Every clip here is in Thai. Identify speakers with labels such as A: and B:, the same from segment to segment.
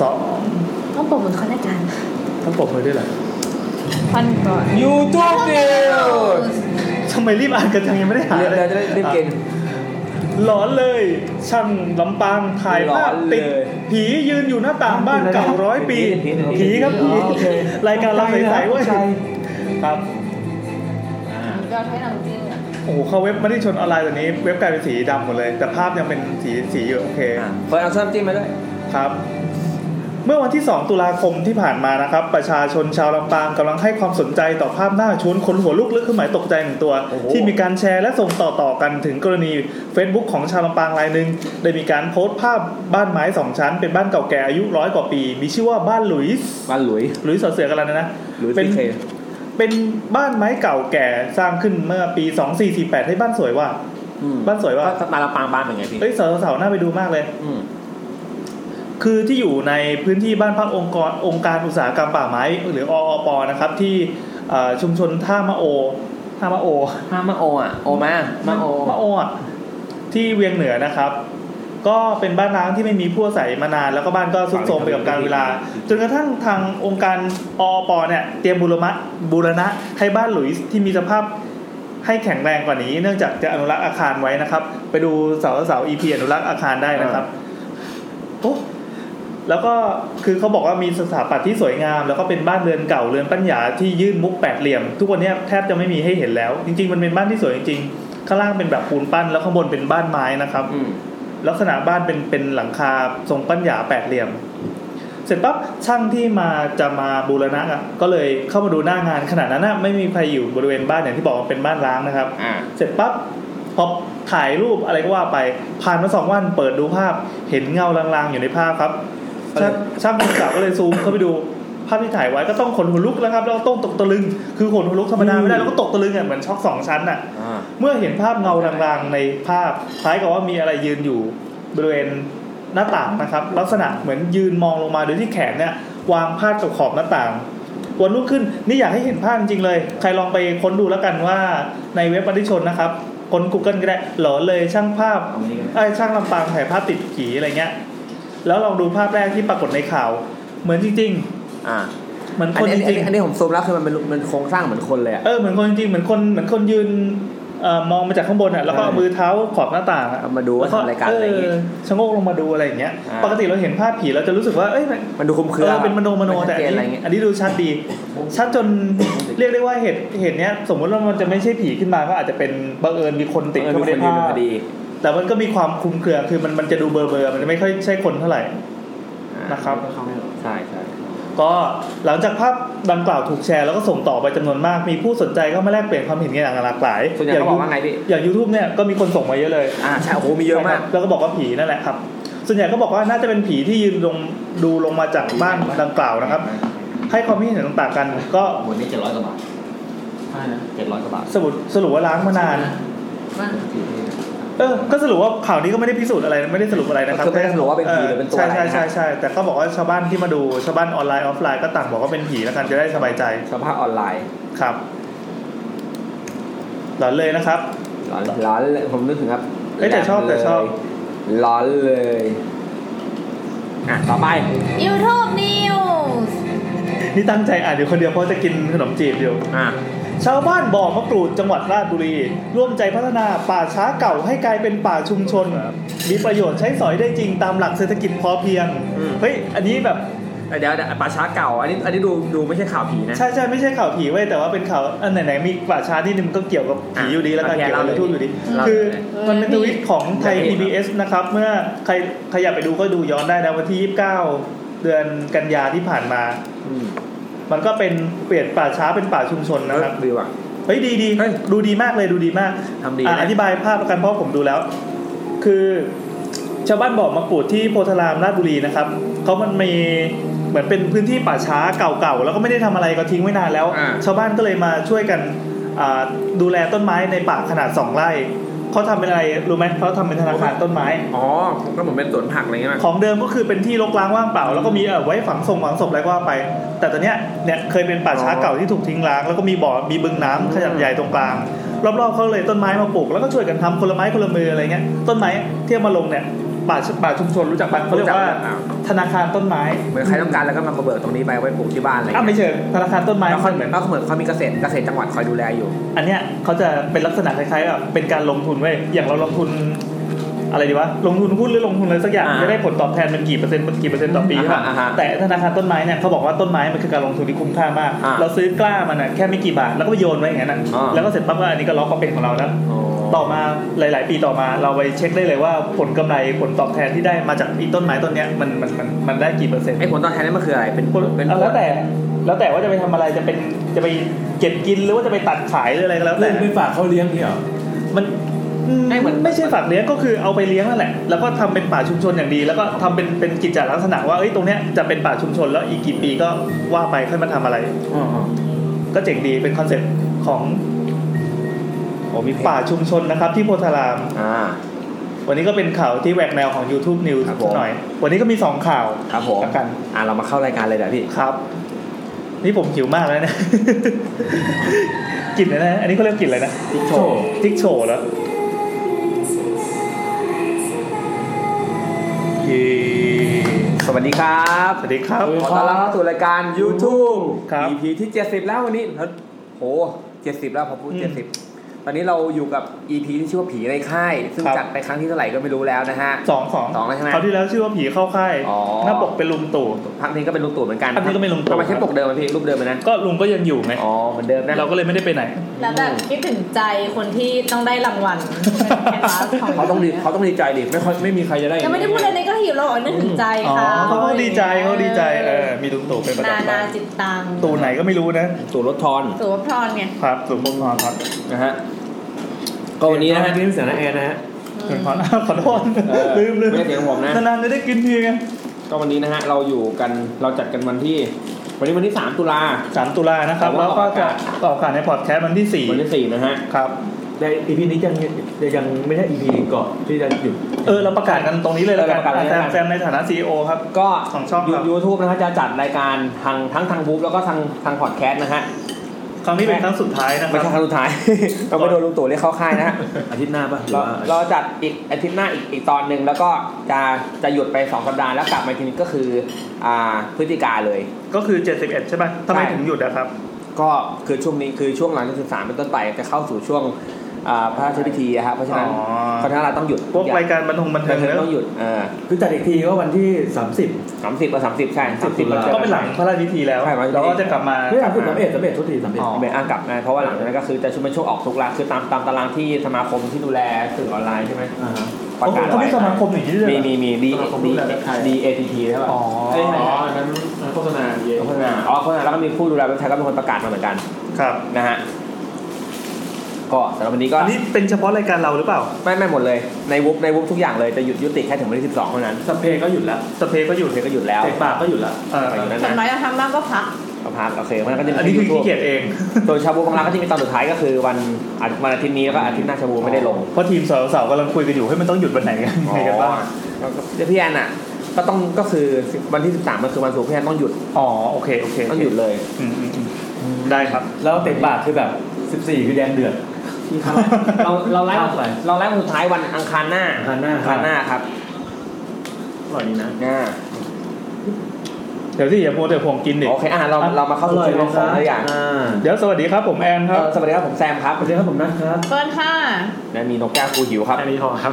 A: สอง
B: ต้องปรบมือเขาในการ
A: ต้องปรบมือด้วยเหรอ
B: วันก่อน
C: ยูทูบเดียว
A: ทำไมรีบอ่านกันจังยังไม่ได้หา
C: เรียน
A: เลย
C: เราจะได้เล่นเกม
D: หลอนเลย ช่างลำปางถ่ายภาพติด
C: หลอนเลย
D: ผียืนอยู่หน้าต่างบ้านเก่าร้อยปี
C: ผีผี
D: ผีครับ
C: อ๋
D: ผี
C: อโอเค
D: รายการเราใสๆเว้ยครับ
B: ก็ใช้หนังจริงอะ
D: โอ้โหเข้าเว็บไม่ได้ชนออนไลน์ตัวนี้ เว็บกลายเป็นสีดำหมดเลย แต่ภาพยังเป็นสีสีอยู่โอเค
C: เปิดเอาซ้ำจิ้มมาด้วย
D: ครับ เมื่อวันที่ 2 ตุลาคมที่ผ่านมานะครับ ประชาชนชาวลำปางกำลังให้ความสนใจต่อภาพหน้าชวนขนหัวลุกหรือเครื่องหมายตกใจหนึ่งตัว
C: โอ้โห
D: ที่มีการแชร์และส่งต่อๆกันถึงกรณี Facebook ของชาวลำปางรายหนึ่งได้มีการโพสต์ภาพบ้านไม้สองชั้น เป็นบ้านเก่าแก่อายุร้อยกว่าปี มีชื่อว่าบ้านหลุยส์
C: บ้านหลุย
D: หลุยส์สอเสือกันแล้วนะ
C: หลุย
D: เป็น
C: พีเค
D: เป็นบ้านไม้เก่าแก่สร้างขึ้นเมื่อปี 2448 ให้บ้านสวยว่ะ บ้านสวยว่ะ
C: ก็ตาลำปางบ้านเป็นไงพี่
D: เอ้ยสาวๆน่าไปดูมากเลย
C: อืม
D: คือที่อยู่ในพื้นที่บ้านพักองค์กรองค์การอุตสาหกรรมป่าไม้ หรือออปนะครับ ที่เอ่อชุมชนท่ามะโอท่ามะโอ
C: ห้ามมาโออ่ะโอมามาโอ
D: มะโออะที่เวียงเหนือนะครับ ก็เป็นบ้านร้างที่ไม่มีผู้อาศัยมานาน แล้วก็บ้านก็ทรุดโทรมไปกับการเวลา จนกระทั่งทางองค์การออปเนี่ยเตรียมบูรมะบูรณะให้บ้านหลุยส์ที่มีสภาพให้แข็งแรงกว่านี้ เนื่องจากจะอนุรักษ์อาคารไว้นะครับ ไปดูเสาเสาอีพีอนุรักษ์อาคารได้นะครับโอ้แล้วก็คือเขาบอกว่ามีสถาปัตย์ที่สวยงาม แล้วก็เป็นบ้านเรือนเก่าเรือนปัญญาที่ยื่นมุกแปดเหลี่ยม ทุกวันเนี้ยแทบจะไม่มีให้เห็นแล้ว จริง ๆ มันเป็นบ้านที่สวยจริงๆข้างล่างเป็นแบบปูนปั้นแล้วข้างบนเป็นบ้านไม้นะครับ
C: อืม
D: ลักษณะบ้านเป็นเป็นหลังคาทรงปัญญาแปดเหลี่ยม เสร็จปั๊บช่างที่มาจะมาบูรณะอ่ะก็เลยเข้ามาดูหน้างานขนาดนั้นน่ะไม่มีใครอยู่บริเวณบ้านอย่างที่บอกว่าเป็นบ้านร้างนะครับ
C: อ่า
D: เสร็จปั๊บพอถ่ายรูปอะไรก็ว่าไป ผ่านมาสองวันเปิดดูภาพเห็นเงาลางๆ อยู่ในภาพครับช่างช่างคนเก่าก็เลยซูมเข้าไปดูภาพที่ถ่ายไว้ก็ต้องขนหัวลุกแล้วครับแล้วก็ต้องตกตะลึง คือขนหัวลุกธรรมดาไม่ได้แล้วก็ตกตะลึงอ่ะเหมือนช็อกสองชั้นอ่ะ
C: อ่า
D: เมื่อเห็นภาพเงารางๆในภาพคล้ายกับว่ามีอะไรยืนอยู่บริเวณหน้าต่างนะครับ ลักษณะเหมือนยืนมองลงมาโดยที่แขนเนี่ยวางพาดกับขอบหน้าต่างวันรุ่งขึ้นนี่อยากให้เห็นภาพจริงๆเลย ใครลองไปค้นดูแล้วกันว่าในเว็บปฏิชนนะครับคน Google ก็ได้หลอนเลยช่างภาพ
C: เอาอันนี้กัน
D: ไอ้ยช่างลำปางถ่ายภาพติดผีอะไรเงี้ย แล้วลองดูภาพแรกที่ปรากฏในข่าว เหมือนจริง
C: อ่า
D: ๆเหมือน
C: อั
D: คน
C: น
D: จ
C: นี้อัน
D: ริง
C: นี้
D: ๆ
C: อันนี้ผมซูมแล้วคือมันเป็นมันโครงสร้างเหมือนคนเลยอ่ะ
D: เออเหมือนคนจริงๆเหมือนคนเหมือนคนยืนเอ่อมองมาจากข้างบนอ่ะแล้วก็
C: ใช่
D: เอามือเท้าขอบหน้าต่างอะ
C: เอามาดูว่า
D: แล้วก็
C: ทำรายการอะไรอย่างงี้
D: เชะโงกลงมาดูอะไรอย่างเงี้ย
C: อ่า
D: ปกติเราเห็นภาพผีเราจะรู้สึกว่าเอ้ยมัน
C: มันดูคลุมเค
D: เอ
C: รือ
D: อเป็นมโนมโน
C: ชัด
D: แต่
C: เจ
D: อัน
C: อะไร
D: นี้
C: เงี้ย
D: อันนี้ดูชัดดี ชัดจน เรียกได้ว่าเหตุเหตุเนี้ย สมมติว่ามันจะไม่ใช่ผีขึ้นมาก็อาจจะเป็นบังเอิญมีคนติด
C: เออ
D: เข้า
C: มี
D: ไป
C: ค
D: ใน
C: นยื
D: ภาน พ
C: พอดี
D: แต่มันก็มีความคลุมเครือคือมันมันจะดูเบอร์เบอร์มันจะไม่ค่อยใช่คนเท่าไหร่ นะครับ
C: ใช่ใช่
D: ก็หลังจากภาพดังกล่าวถูกแชร์แล้วก็ส่งต่อไปจำนวนมาก มีผู้สนใจเข้ามาแลกเปลี่ยนความเห็นกันอย่างหลากหลาย
C: ส่วนใหญ่เขาบอกว่าไงพี่
D: อย่าง YouTube เนี่ยก็มีคนส่งมาเยอะเลย
C: อ่าใช่โอ้โหมีเยอะมาก
D: ใช่ครับแล้วก็บอกว่าผีนั่นแหละครับ ส่วนใหญ่ก็บอกว่าน่าจะเป็นผีที่ยืนลงดูลงมาจากบ้านดังกล่าวนะครับ ให้ความคิดเห็นต่างๆกัน ก็
E: หมดนี้เจ็ดร้อยกว่าบาทเจ็ดร้อยกว่าบาท
D: สรุปสรุปว่าล้างมานาน
B: มัน
D: เออ ก็สรุปว่าข่าวนี้ก็ไม่ได้พิสูจน์อะไรนะไม่ได้สรุปอะไรนะครับ
C: คือไม่ได้สรุปว่าเป็นผีหรือเป็นตัวอะไรนะ
D: ใช่ใช่ใช่ใช่แต่ก็บอกว่าชาวบ้านที่มาดูชาวบ้านออนไลน์ออฟไลน์ก็ต่างบอกว่าเป็นผีแล้วกันจะได้สบายใจ
C: สภาพออนไลน์
D: ครับหลอนเลยนะครับ
C: ร้อนร้อนเลยผมนึกถึงครับ
D: เอ้ยแต่ชอบแต่ชอบ
C: ร้อนเลยอ่ะต่อไป
B: ยูทูบนิวส์
D: นี่ตั้งใจอ่านอยู่คนเดียวเพราะจะกินขนมจีบอยู่
C: อ่ะ
D: ชาวบ้านบ่อมะกรูดจังหวัดราชบุรี ร่วมใจพัฒนาป่าช้าเก่าให้กลายเป็นป่าชุมชน มีประโยชน์ใช้สอยได้จริงตามหลักเศรษฐกิจพอเพียง เฮ้ย อันนี้แบบ
C: เดี๋ยวเดี๋ยวป่าช้าเก่า อันนี้อันนี้ดูดูไม่ใช่ข่าวผีนะ
D: ใช่ใช่ไม่ใช่ข่าวผีเว้ยแต่ว่าเป็นข่าวอันไหนๆมีป่าช้านี่นึงก็เกี่ยวกับผีอยู่ดีแล้วก็เกี่ยวกับยูทูบอยู่ดี คือมันเป็นทวิตของไทย PBS นะครับ เมื่อใครใครอยากไปดูก็ดูย้อนได้นะวันที่ 29 เดือนกันยาที่ผ่านมา
C: อืม
D: มันก็เป็นเปลี่ยนป่าช้าเป็นป่าชุมชนนะครับ
C: ดีว่ะ
D: เฮ้ยดีดี
C: เฮ้ย
D: ดูดีมากเลยดูดีมาก
C: ทำดี
D: อ่ะ
C: นะ
D: อธิบายภาพประกันเพราะผมดูแล้ว คือชาวบ้านบอกมะกรูดที่โพธารามราชบุรีนะครับเขามันมีเหมือนเป็นพื้นที่ป่าช้าเก่าๆแล้วก็ไม่ได้ทำอะไรก็ทิ้งไว้นานแล้ว
C: อ่า
D: ชาวบ้านก็เลยมาช่วยกันอ่าดูแลต้นไม้ในป่าขนาดสองไร่เขาทำเป็นอะไรรู้ไหมเขาทำเป็นธนาคารต้นไม้
C: อ๋อก็เหมือนเป็นสวนผักอะไรเงี้ยมั้ย
D: ของเดิมก็คือเป็นที่รกร้างว่างเปล่า แล้วก็มีเอ่อไว้ฝังศพฝังศพอะไรก็ว่าไป แต่ตอนเนี้ยเนี่ยเคยเป็นป่าช้าเก่าที่ถูกทิ้งร้าง แล้วก็มีบ่อมีบึงน้ำขนาดใหญ่ตรงกลาง รอบๆเขาเลยต้นไม้มาปลูกแล้วก็ช่วยกันทำคนละไม้คนละมืออะไรเงี้ยต้นไม้ที่เอามาลงเนี่ย ป่าชุป่าชุมชนรู้จักปะเขาเรียกว่าธนาคารต้นไม้
C: เหมือนใครต้องการแล้วก็มาเบิกตรงนี้ไปไว้ปลูกที่บ้านอะไร
D: อ้าวไม่
C: เงี้ย
D: เชิงธนาคารต้นไม้
C: แล้ว
D: มั
C: เขา
D: น
C: เห
D: เห
C: มื
D: มื
C: อ
D: อน น
C: เขาเหมือนเขามีเกษตรเกษตรจังหวัดคอยดูแลอยู่
D: อันเนี้ยเขาจะเป็นลักษณะคล้ายๆแบบเป็นการลงทุนเว้ยอย่างเราลงทุนอะไรดีวะลงทุนหุ้นหรือลงทุนอะไรสักอย่าง
C: อ่า
D: จะได้ผลตอบแทนมันกี่เปอร์เซ็นต์มันกี่เปอร์เซ็นต์ต่อปี
C: อ่าฮะ
D: ใช่ปะ
C: อ่าฮะ
D: แต่ธนาคารต้นไม้เนี่ยเขาบอกว่าต้นไม้มันคือการลงทุนที่คุ้มค่ามาก
C: อ่า
D: เราซื้อกล้ามันอะแค่ไม่กี่บาทแล้วก็ไปโยนไว้อย่างนั้นอะ
C: อ่า
D: แล้วก็เสร็จปั๊บก็อันนี้ก็ล็อกก็เป็นของเราแล้ว ต่อมาหลาย ๆ ปีต่อมาเราไปเช็คได้เลยว่าผลกำไรผลตอบแทนที่ได้มาจากไอีต้นไม้ต้นเนี้ยมันมันมันมันได้กี่เปอร์เซ็นต์
C: ไอ้ผลตอบแทนนั่นมันคืออะไรเป็นเป็น
D: เอาแล้วแต่แล้วแต่ว่าจะไปทำอะไรจะเป็นจะไปเก็บกินหรือว่าจะไปตัดขายหรืออะไรก็แล้วแต่
F: ไม่ฝากเขาเลี้ยงเนี่ยเหรอ
D: มัน
E: ไม่เหมือน
D: ไม่ใช่ฝากเลี้ยงก็คือเอาไปเลี้ยงนั่นแหละ แล้วก็ทำเป็นป่าชุมชนอย่างดี แล้วก็ทำเป็นเป็นกิจจลักษณะว่าเอ้ยตรงเนี้ยจะเป็นป่าชุมชนแล้วอีกกี่ปีก็ว่าไปค่อยมาทำอะไร
F: อ๋ออ๋อ
D: ก็เจ๋งดีเป็นคอนเซ็ปต์ของ
C: โอ้มีเพจ
D: ป่าชุมชนนะครับ ที่โพธาราม
C: อ่า
D: วันนี้ก็เป็นข่าวที่แหวกแนวของ YouTube News
C: ครับผม
D: หน่อย วันนี้ก็มีสองข่าว
C: ครับผม
D: แล้วกัน
C: อ่าเรามาเข้ารายการเลยเดี๋ยวพี่
D: ครับ นี่ผมหิวมากแล้วเนี่ย กลิ่นอะไรนะ อันนี้เขาเรียกกลิ่นอะไรนะ
F: ติ๊กโชว์
D: จิ๊กโชว์แล้วเย้
C: สวัสดีครับ
D: สวัสดีครับ
C: ขอต้อนรับเข้าสู่รายการ YouTube
D: ครับ
C: EP ที่ 70 แล้ววันนี้แล้วโห70 แล้วพอพูด
D: อืม
C: 70 ตอนนี้เราอยู่กับ EP ที่ชื่อว่าผีในค่าย ซึ่ง
D: ครับ
C: จัดไปครั้งที่เท่าไหร่ก็ไม่รู้แล้วนะฮะ
D: สองสอง
C: สองแล้วใช่ไหม
D: คราวที่แล้วชื่อว่าผีเข้าค่าย
C: อ๋อ
D: หน้าปกเป็นลุงตู่
C: พักนี้ก็เป็นลุงตู่เหมือนกัน
D: ภาพนี้ก็เป็นลุงตู่
C: ทำไมใช่ปกเดิมอะพี่รูปเดิมไหมนะ
D: ก็ลุงก็ยังอยู่ไง
C: อ๋อเหมือนเดิมนะ
D: เราก็เลยไม่ได้ไปไหน
B: แล้วแบบคิดถึงใจคนที่ต้องได้ราง วัลเห็นปะข
C: เขาต้องดีเขาต้องดีใจดิไม่ค่อยไม่มีใครจะได้
B: ยังไม่ได้พูดอะไรเลยก็หิวเราบอกนึกถึงใจ
D: อ๋อ
B: เขา
D: เขาก็ดีใจเขาดีใจเออมีลุงตู่เป็นประ
B: นา
D: จำ
B: นา
D: บ้าง
B: จิตตัง
D: ตู่ไหนก็ไม่รู้นะ
C: ตู่รถทอน
B: สุวพรไง
D: ครับตู่พงพรครับ
C: นะฮะก็วันนี้นะฮะ
F: นี่เป็นเสียงน้าแอนนะฮะ
D: พงพรขอโทษ
C: เออ
D: ลืมลืม
C: ไม่ได้เสียงผมนะ
D: นานๆจะได้กินทีไง
C: ก็วันนี้นะฮะเราอยู่กันเราจัดกันวันที่ วันนี้วันที่ 3 ตุลา
D: สามตุลานะครับ
C: แต่
D: แล้ว
C: ่าว
D: ก็
C: ออก
D: จะ
C: อากาศ
D: ออกอากาศในพอดแคสต์วันที่สี่
C: วันที่ 4 นะฮะ
D: ครับ
F: แต่ EP นี้ยังยังไม่ใช่ EP ก่อนที่จะหยุด
D: เออเราประกาศกันตรงนี้เลยแล้วกัน
C: เออเราประกา
D: แซ
C: ศเลย
D: ม
C: แล้วกัน
D: แซมในฐานะซีอโอครับ
C: ก็
D: ของช่องครับ
C: ยูทูบนะฮะจะจัดรายการทางทั้งทางบู๊แล้วก็ทางทางพอดแคสต์นะฮะ
D: ครั้งนี้เป็นครั้งสุดท้ายนะค
C: ไม่
D: รับ
C: ใช่ครั้งสุดท้าย เราไปโดนลุงตู่เรียกเข้าค่ายนะฮะ
F: อาทิตย์หน้าป่ะหรือ
C: เรา
F: ว่า
C: เราจัดอีกอาทิตย์หน้าอีกอีกตอนหนึ่งแล้วก็จะจะหยุดไปสองสัปดาห์แล้วกลับมาทีนี้ก็คืออ่าพฤศจิกาเลย
D: ก็คือ 71 ใช่ป่ะทำไม
C: ใช่
D: ถึงหยุดอะครับ
C: ก็คือช่วงนี้คือช่วงหลังจากสิบสามเป็นต้นไปจะเข้าสู่ช่วงอ่าพระราชพิธีอะฮะเพราะฉะนั้น
D: อ๋อ
C: เพราะฉะนั้นเราต้องหยุด
D: พวกรายการบันทงบันเทิ
C: เรา
D: งแล้ว
C: ต้องหยุดเออ
F: คือจัดอีกทีก็วันที่ 30มสิบ
C: สามสิบกับสามสิบใช่สามสิบ
F: ตุลา
D: ก็เป็นหลังพระราชพิธีแล้ว
C: ใช่พระราชพิธี
D: เราก็จะกลับมา
F: ไม่สามสิบสามเอ็ดสามเอ็ดทุกทีสามเอ็ด
C: อ๋อเป็นอ่างกลับนะเพราะว่าหลังจากนั้นก็คือจะช่วงเป็นช่วงออกทุกร้านคือตามตามตารางที่สมาคมที่ดูแลสื่อออนไลน์ใช่ไหม
F: อ่าฮะ
C: ประกาศ
D: เขา
C: ไว้
D: ไม่สมาคมอย่างนี้เลย
C: มี
D: เหรอ
C: มีมีดี
F: สมาคมดู
C: ดี
F: แลเว็บไซต์
C: ดีเอทีทีใช่ป่ะ
D: อ๋อ
C: เย
F: อ๋ออันนั้นอันนั้นโฆษณาเยอะ
C: โฆษณาอ๋อโฆษณาแล้วก็มีผู้ดูแลเว็บไซต์ก็เป็นคนประกาศมาเหมือนกัน
D: ครับ
C: นะฮะก็สำหรับวันนี้ก็
D: อันนี้เป็นเฉพาะรายการเราหรือเปล่า
C: ไม่ไม่หมดเลยในวุบในวุบทุกอย่างเลยจะหยุดยุติแค่ถึงวันที่ 12 เท่านั้น
F: สเปรย์ก็หยุดแล้ว
D: สเปรย์ก็หยุด
C: เพลงก็หยุดแล้ว
F: เตะปากก็หยุดแล้ว
D: เออ
C: ไปอยู่นั่น
B: ส่วนน้อย
C: นะ
B: เราทำมากก็พัก
C: ก็พักโอเคเพราะฉะนั้นก็จะ
D: อันนี้คือขี้เกียจเอง
C: โดยชาบูกำลังก็จะมีตอนสุดท้ายก็คือวันอาทิตย์วันอาทิตย์นี้แล้วก็อาทิตย์หน้าชาบูไม่ได้ลง
D: เพราะทีมสาวๆกำลังคุยกันอยู่ให้ยมันต้องหยุดวันไหนกันยังไงกันบ้าง
C: เดี๋ยวพี่แอนอ่ะ ก็ต้องก็คือวันที่ 13 มันคือวันศุกร์พี่แอนต้องหยุด
D: อ๋อโอเคโอเค
C: ต้องหยุดเลย
D: อืมอืมอืมได้ครับ
F: แล้วเตะปากคือแบบสิบสี่คือแดงเดือด
C: เราเราไลฟ์
F: ไป
C: เราไลฟ์วันสุดท้ายวันอังคารหน้า
F: อังคารหน้า
C: อังคารหน้าครับ
F: อร่อยดีนะ
C: อ่า
D: เดี๋ยวที่อย่าโมวแต่ผงกินดิ
C: โอเคอ่ะเราเรามาเข้าสู่ช่วงของตัวอย่าง
D: เดี๋ยวสวัสดีครับผมแอนครับ
C: เอ่อสวัสดีครับผมแซมครับ
F: สวัสดีครับผมนัทครับ
B: เปิ้ลห้า
C: และมีนกแก้วกูหิวครับ
F: แอนนี่ทองครับ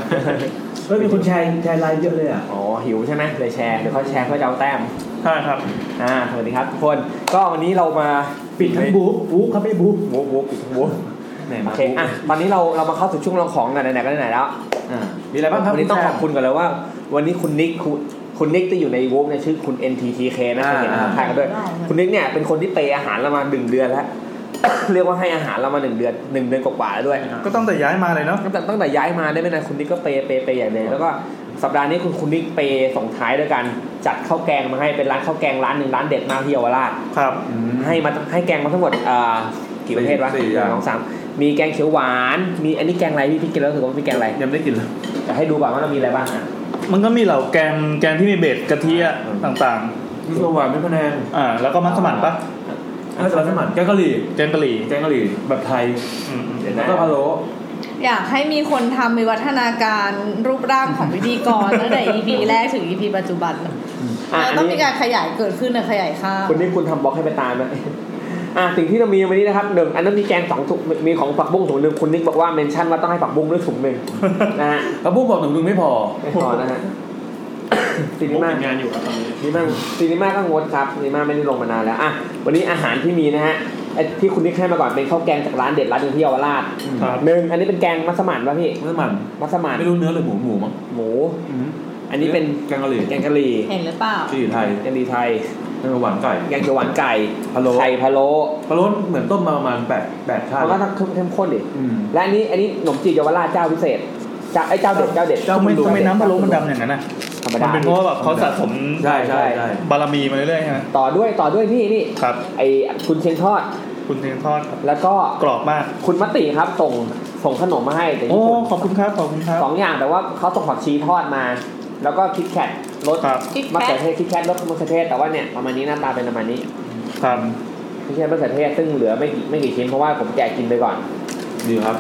F: เฮ้ยมีคนแชร์แชร์ไลน์เยอะเลยอ่ะ
C: อ๋อหิวใช่ไหมเลยแชร์เดี๋ยวเขาแชร์เพื่อจะเอาแต้ม
D: ใช่ครับ
C: อ่าสวัสดีครับทุกคนก็วันนี้เรามา
F: ปิดทั้งบู๊บู๊เขาไม่บู๊
C: บู๊บู๊ปิดทั้งบู๊
F: ไหน
C: โอ
F: มา
C: เคอ่ะตอนนี้เราเรามาเข้าสู่ช่วงรองของกันไหนๆก็ไหนๆแล้ว
F: อ่ามีอะไรบ้างครับ
C: วันนี้ต้องขอบ
F: คุ
C: คุณ ณก่อนเลยว่า วันนี้คุณนิกคุณคุณนิกจะอยู่ในวูฟเนี่ยชื่อคุณ NTTK นะเคยเห็น
F: อ่า
C: นะครับถ่ายกันด้วย
B: อ่า
C: คุณนิกเนี่ยเป็นคนที่เปย์อาหารเรามาหนึ่งเดือนแล้ว เรียกว่าให้อาหารเรามาหนึ่งเดือนหนึ่งเดือนกว่าๆแล้วด้วย
D: ก็ต้องแต่ย้ายมาเลยเนาะ
C: ตั้งแต่ตั้งแต่ย้ายมาได้ไม่นานคุณนิกก็เปย์เปย์เปย์ใหญ่เลยแล้วก็สัปดาห์นี้คุณคุณนิกเปย์ส่งท้ายด้วยกันจัดข้าวแกงมาให้เป็นร้านข้าวแกงร้านหนึ่งร้านเด็ดมากที่เยาวราช
D: ครับ
C: ให้มาให้แกงมาทั้งหมดเอ่อกี่ประเภทวะ
F: สี่อย่าง
C: สองสามมีแกงเขียวหวาน มีอันนี้แกงอะไรพี่พี่กินแล้วรู้สึกว่ามีแกงอะไร
F: ยังไม่ได้กินเลย
C: จะให้ดูก่อนว่าเรามีอะไรบ้างอ่ะ
D: มันก็มีเหล่าแกงแกงที่มีเบสกะทิอะต่าง
F: มีสว่านไม่พะแนง
D: ๆ อ่า แล้วก็มัสมั่นปะ
F: แล้วสลัดสมันแกงกะหรี่
D: แกงกะหรี่
F: แกงกะหรี่แบบไทย
D: อืม
C: เดี๋ยว
F: แล้ว
C: นะ
F: ก็พะโล้
D: ๆ
B: อยากให้มีคนทำวิวัฒนาการรูปร่างของพิธีกรตั้งแต่ EP แรกถึง EP ปัจจุบันอะ
C: อ่ะ
B: เรา
C: อัน
B: ต้อง
C: นี้
B: มีการขยายเกิดขึ้นนะขยายค่าง
C: คนนี้คุณทำบล็อกให้ไปตามนะอ่ะสิ่งที่เรามีวันนี้นะครับหนึ่งอันนั้นมีแกงสองถุงมีของผักบุ้งถุงหนึ่งคุณนิกบอกว่าเมนชั่นว่าต้องให้ผักบุ้งด้วยถุงหนึ่งนะฮะ
G: พระบุ้งบอกหนุ่มนึงไม่พอ
C: ไม่พอนะฮ ะซีนีมา
H: ทำงานอยู่ครับตอนนี้
C: ซีนีมาซีนีมาก็งดครับซีนีมาไม่ได้ลงมานานแล้วอ่ะวันนี้อาหารที่มีนะฮะไอ้ที่คุณนิกให้มาก่อนเป็นข้าวแกงจากร้านเด็ดร้านหนึงที่เยาวราช
D: ครับ
C: หนึ่งอันนี้เป็นแกงมัสมั่นป่ะพี่
G: เมื่อมัน
C: มัสมั่น
G: ไม่รู้เนื้อหรือหมูหมูมั้ง
C: หมู อันนี้เป็น
G: แกงกะหรี่
C: แกงกะหรี่
B: เห็นหรือเปล่า
G: กะหรี่ไทย
C: แกงดีไทย
G: แกงกะหวานไก่
C: แกงเขียวหวานไก่
G: พะโล้
C: ไข่พะโล้
G: พะโล้เหมือนต้มมาประมาณแปดแปดชาติ
C: มันก็ต้องเข้มข้นดิ
G: อืม
C: และอันนี้อันนี้ขนมจีนเยาวราชเจ้าพิเศษเจ้าไอ้เจ้าเด็ดเจ้าเด็ด
G: เจ้า
D: ทำไมทำไมน้ำพะโล้มันดำอย่างนั้นอ่ะ
C: ธรรม
D: มั
C: ดาน
D: เป็นเพราะว่าแบบเขาสะสม
G: ใช่ใช่ใช่
D: บารมีมาเรื่อยๆใช่ไหม
C: ต่อด้วยต่อด้วยนี่นี่
D: ครับ
C: ไอ้คุณเชียงทอด
D: คุณเทงทอดครับ
C: แล้วก็
D: กรอบมาก
C: คุณมติครับส่งส่งขนมมาให้แต่
D: โอ้
C: ญี่ปุ่น
D: ขอบคุณครับขอบคุณครับ
C: สองอย่างแต่ว่าเขาส่งผักชีทอดมา แล้วก็คิดแคทรส
D: ครับ
B: คิด
C: มะ
B: แค่
C: เขือเทศคิดแคทรสมะเขือเทศแต่ว่าเนี่ยประมาณนี้หน้าตาเป็นประมาณนี้
D: ครับ
C: คิดแคทมะเขือเทศซึ่งเหลือไม่กี่ไม่กี่ชิ้นเพราะว่าผมแจกกินไปก่อน
G: ดีครับ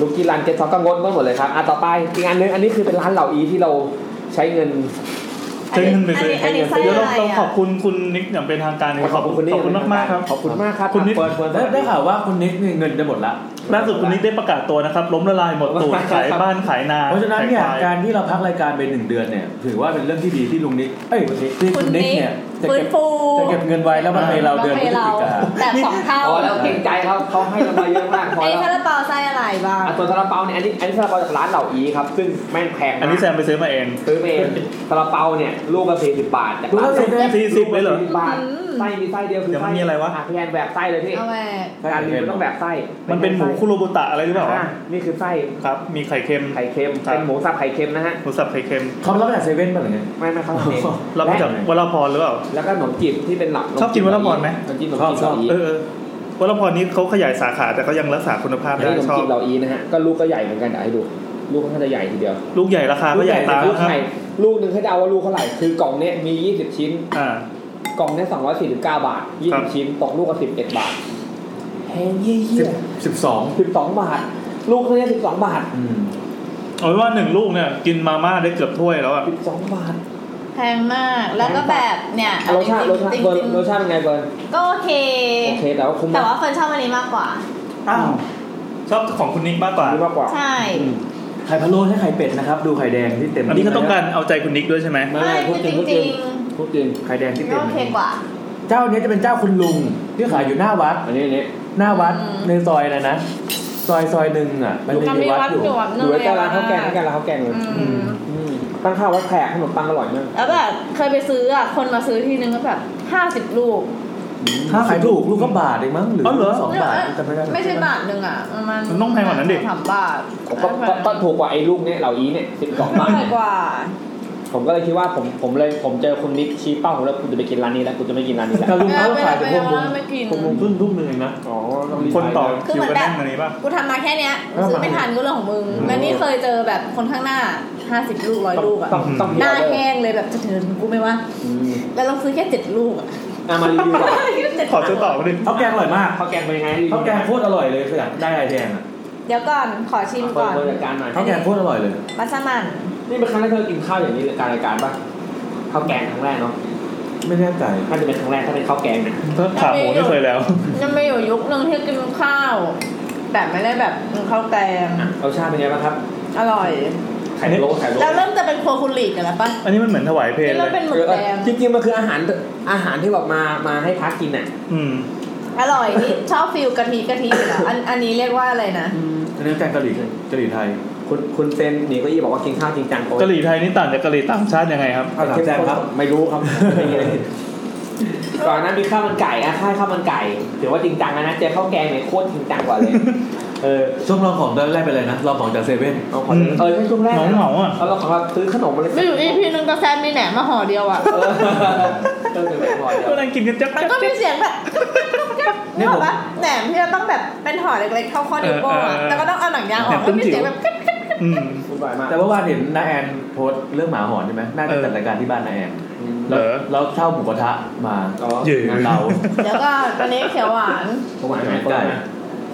C: ลูกกีรันเก็ตซอกก็งดหมดเลยครับอ่ะต่อไปอีกอันนึงอันนี้คือเป็นร้านเหล่าอีที่เราใช้เงิน
D: เชิญขึ้นไปเลย
B: อันนี้ไส้
D: เดี๋ยว
B: อะ
D: เรา
B: ไร
D: เรา
B: อ่ะ
D: ขอบคุณคุณนิกอย่างเป็นทางการเลย
C: ขอบคุณคุณนิก
D: ขอบคุณมากๆครับ
C: ขอบคุณมากครับ
D: คุณนิก
C: เปิดเปิด
G: ได้ได้ข่าวว่าคุณนิกเนี่ยเงินจะหมดละ
D: ล่าสุดคุณนิกได้ประกาศตัวนะครับ ล้มละลายหมดตู ดขายบ้านขายนา
G: เพราะฉะนั้นเนี่ย
D: ขคว
G: การที่เราพักรายการไปหนึ่งเดือนเนี่ยถือว่าเป็นเรื่องที่ดีที่ลุงนิกเอ้ยที่
B: คุ
G: คุณ ณ
B: นิ
G: นิ
B: ก
G: กเนี่ยจะ
B: ฟื้
G: เก็
B: น
G: บ
B: ฟู
G: จะเก็บเงินไว้แล้วมาให้เราเดือนพฤศ
B: เรา
G: จิกา
B: แบบสองเท่า
C: พอแล้วเก่งใจเขาเขาให้เรามาเยอะ มากพอ
B: ไอ้
C: แล้ว
B: คาราบาวไส้อะไรบ้าง
C: อ่ะส่วนซาลาเปาเนี่ยอันนี้อันนี้ซาลาเปาจากร้านเหล่าอีครับ ซึ่งแม่งแพง
D: อันนี้แซมไปซื้อมาเอง
C: ซื้อมาเองซาลาเปาเนี่ยลูกละสี่สิบบาทจาก
G: ดู
C: ร้าน
G: แล้วเสร็จเลย
D: สี่สิบเลยเหรอ
C: 40บาท
B: อืม
C: ไส้มีไส้เดียวคือ
D: เดี๋ยวมั
C: ไส้
D: นมีอะไรวะ
C: พี่แอนแหวกไส้เลยพี่
B: เอาแหวก
C: การรีวิวต้องแหวกไส้
D: มันเป็นหมูคุโรบุตะอะไรหรือเปล่าวะ
C: อ่ะนี่คือไส้
D: ครับ มีไข่เค็ม
C: ไข่เค็ม
D: ครับ
C: เป็นหมูสับไข่เค็มนะฮะ
D: หมูสับไข่เค็ม
G: เขารับมาจากเซเว่นป่ะหรือไง
C: ไม่ไม่เขาทำเอง
D: รับมาจาก
C: และ
D: วราพรหรือเปล่า
C: แล้วก็ขนมจีบที่เป็นหลัก
D: ชอบกินวราพรไหม
C: ขนมจีบขนม
G: ชอบ
C: จีบ
G: ช
C: เหล่าอี
G: อบ
D: เออเออวราพรนี้เขาขยายสาขาแต่เขายังรักษาคุณภาพ
C: อัน
D: ได้
C: นี้ขนม
D: ชอ
C: จี
D: บบ
C: เราอีนะฮะก็ลูกก็ใหญ่เหมือนกันเดี๋ยวให้ดู ลูกเขาจะใหญ่ทีเดียว
D: ลูกใหญ่ราคาก็ใหญ่ตาม
C: ลูก
D: นะครับ
C: ใหญ่ลูกหนึ่งเขาจะเอาว่าลูกเท่าไหร่คือกล่องเนี้ยมี 20 ชิ้น
D: อ่า
C: กล่องเนี้ย249 บาท
D: ครับ
C: 20 ชิ้นตกลูกก็11 บาทแพงเยี่ย
G: สิบสอง
C: ๆ12 บาท ลูกเขาเนี้ย12 บาท
G: อืม
D: เอาเป็นว่าหนึ่งลูกเนี่ยกินมาม่าได้เกือบถ้วยแล้วอ่ะ
C: 12 บาท
B: แพงมากแล้วก็แบบเนี่ย
C: รสชาติรสชาติเบิร์นรสชาติเป็นไงเบิร์น
B: ก็โอเค
C: โอเคแต่ว่าคุ้ม
B: แต่
C: มาก
B: ว่าเฟิร์นชอบอันนี้มากกว่า
D: อ้าวชอบของคุณนิกมากกว่า
C: คุ้มมากกว่า
B: ใช่
G: ไข่พะโล้ใช้ไข่เป็ดนะครับ ดูไข่แดงที่เต็ม
D: อันนี้ก็ต้องการเอาใจคุณนิกด้วยใช่ไหม
C: ไม่
B: ไม่
C: ไม่พูดจริงพูดจริง
B: จริง
C: พูดจริง
G: ไข่แดงที่
B: ก็
G: เต็ม
B: โอเคกว่า
G: เจ้าเนี้ยจะเป็นเจ้าคุณลุงที่ขายอยู่หน้าวัด
C: อันนี้อันนี้
G: หน้าวัด
B: อืม
G: ในซอยอะไรนะ ซอยซอยหนึ่งอ่ะ มันจะมีวัดอยู่
C: ดูไอ้เจ้าร้านข้าวแกงแล้วกันร้านข้าวแกงเลย
B: อืม
C: อืมตั้งข้าววัดแขกขนมปังอร่อยมาก
B: แล้วแบบเคยไปซื้ออ่ะ คนมาซื้อทีนึงก็แบบห้าสิบ50 ลูก
G: ถ้าขายถูกลูกก็บาทเองมั้งหรืออสองบาทจำไม่ได้
B: ไม่ใช่บาทหนึ่งอ่ะ มัน
D: มันต้องแพงกว่านั้นดิ
B: สองสามบาท
C: ผมก็ก็ก็ถูกกว่าไอ้ลูกเนี่ยเหล่าอีเนี่ยสิบสองบาท
B: แพงกว่า
C: ผมก็เลยคิดว่าผมผมเลยผมเจอคุณนิกชี้เป้าผมแล้วกูจะไปกินร้านนี้แล้วกูจะไม่กินร้านนี้แล้ว
G: แต่ลุงเขา
B: ไม่
G: ขายแต่พวกลุง
B: ไม่กิน
G: พวกลุงทุ่มทุ่มหนึ่งเองนะ
C: อ๋อต้องรีบ
D: คนต่อ
C: ไป
D: คิวกันแน่นอันนี้ป่ะ
B: กูทำมาแค่เนี้ยซื้อไม่ทันก็เรื่องของมึง แล้วนี่เคยเจอแบบคนข้างหน้าห้าสิบลูกร้อยลูกอ่ะ
C: ต้องต้อง
B: หน้า
C: เย
B: แห้งเลยแบบจะถึงกูไหมวะ
C: อืม
B: แล้วเราซื้อแค่เจ็ดลูกอ่ะ
C: อ่ะมารีวิวก่อน
D: ขอซื้อต่อมาดิ
G: ข้าวแกงอร่อยมาก
C: ข้าวแกงเป็นยังไงรีวิว
G: ข้าวแกงโคตรอร่อยเลยคืออยากได้ไอแดงอ่ะ
B: เดี๋ยวก่อนขอชิม
C: เปิ
B: ก่
C: ด
B: อน
C: เปิดรายการหน่อย
G: ข้าวแกงโคตรอร่อยเลย
B: มัสมั่น
C: นี่เป็นครั้งแรกที่เรากินข้าวอย่างนี้รายการรายการป่ะข้าวแกงครั้งแรกเนาะ
G: ไม่แน่ใจ
C: น่าจะเป็นครั้งแรกถ้าเป็นข้าวแกงนะ
D: ขาหมูไม่เคยแล้ว
B: ยังไม่อยู่ยุคนึงที่กินข้าว แบบไม่ได้แบบกินข้าวแกง
C: อ่ะรสชาติเป็นยังไงบ้างครับ
B: อร่อย
C: ไข่โลไข่โล
B: เราเริ่มจะเป็นครัวคุณหลีกกันแล้วปะ
D: อันนี้มันเหมือนถวายเพลง
B: ที่
D: เล
B: เรา
D: ย
B: เป็นหมึ
C: เอก อ
B: แดง
C: จริงๆมันคืออาหารอาหารที่แบบมามาให้พักกินอ่ะ
D: อืม
B: อร่อยนี่ชอบฟิลกะทิกะทิอยู่แล้วอันอันนี้เรียกว่าอะไรนะ
G: อันนี้แกงกะหรี่กะหรี่ไทย
C: คุณคุณเซนหนีเก็ยี่บอกว่ากินข้าวจริงจังโอ้ย
D: กะหรี่ไทยนี่ต่างจากกะหรี่ต่างชาติยังไงครับ
G: เอาถามแซมครับ
C: ไม่รู้ครับ ก่อนหนั้นมีข้าวมันไก่อะค่ายข้าวมันไก่ถือว่าจริงจังนะนะเจอข้าวแกงเนี่ยโคตรจริงจังกว่าเลยเออ
G: ช่วงลองของตอนแรกไปเลยนะลองของจากเซเว่น
C: เอาขอเออช่วงแรก
D: เหงาๆอะ
C: แล้วเราขอซื้อขนมอะไร
B: ไม่อยู่อีพีนึงก็แซมมีแหนมมาห่อเดียวอ่ะ
C: เออเออเป็นหอย
D: ก็นั่งกินกันจับ
B: มัน
D: จับ
B: ก็
D: จั
B: มี
D: บ
B: เสียงแบบนึกออกปะแหนมที่เราต้องแบบเป็นห่อเล็กๆเท่าข้อนิ้วโป้งอะ
D: เออเออ
B: แล้วก็ต้องเอาหนังยางออกแล้วมีเสียงแบบกึ๊ดกึ๊ดกึ๊ด
D: อืม
C: คุณบ่อยมาก
G: แต่ว่าวันเห็นน้าแอนโพสต์เรื่องหมาหอนใช่ไหมน่าจะจัดรายการที่บ้านน้าแอน
D: เหรอ
G: แล้วเช่าหมูกระทะมา
C: อ๋อ
D: เย่
G: งานเรา
B: เดี๋ยวก็ตอนนี้เขียวหวาน
C: หวานไหม
G: ไก่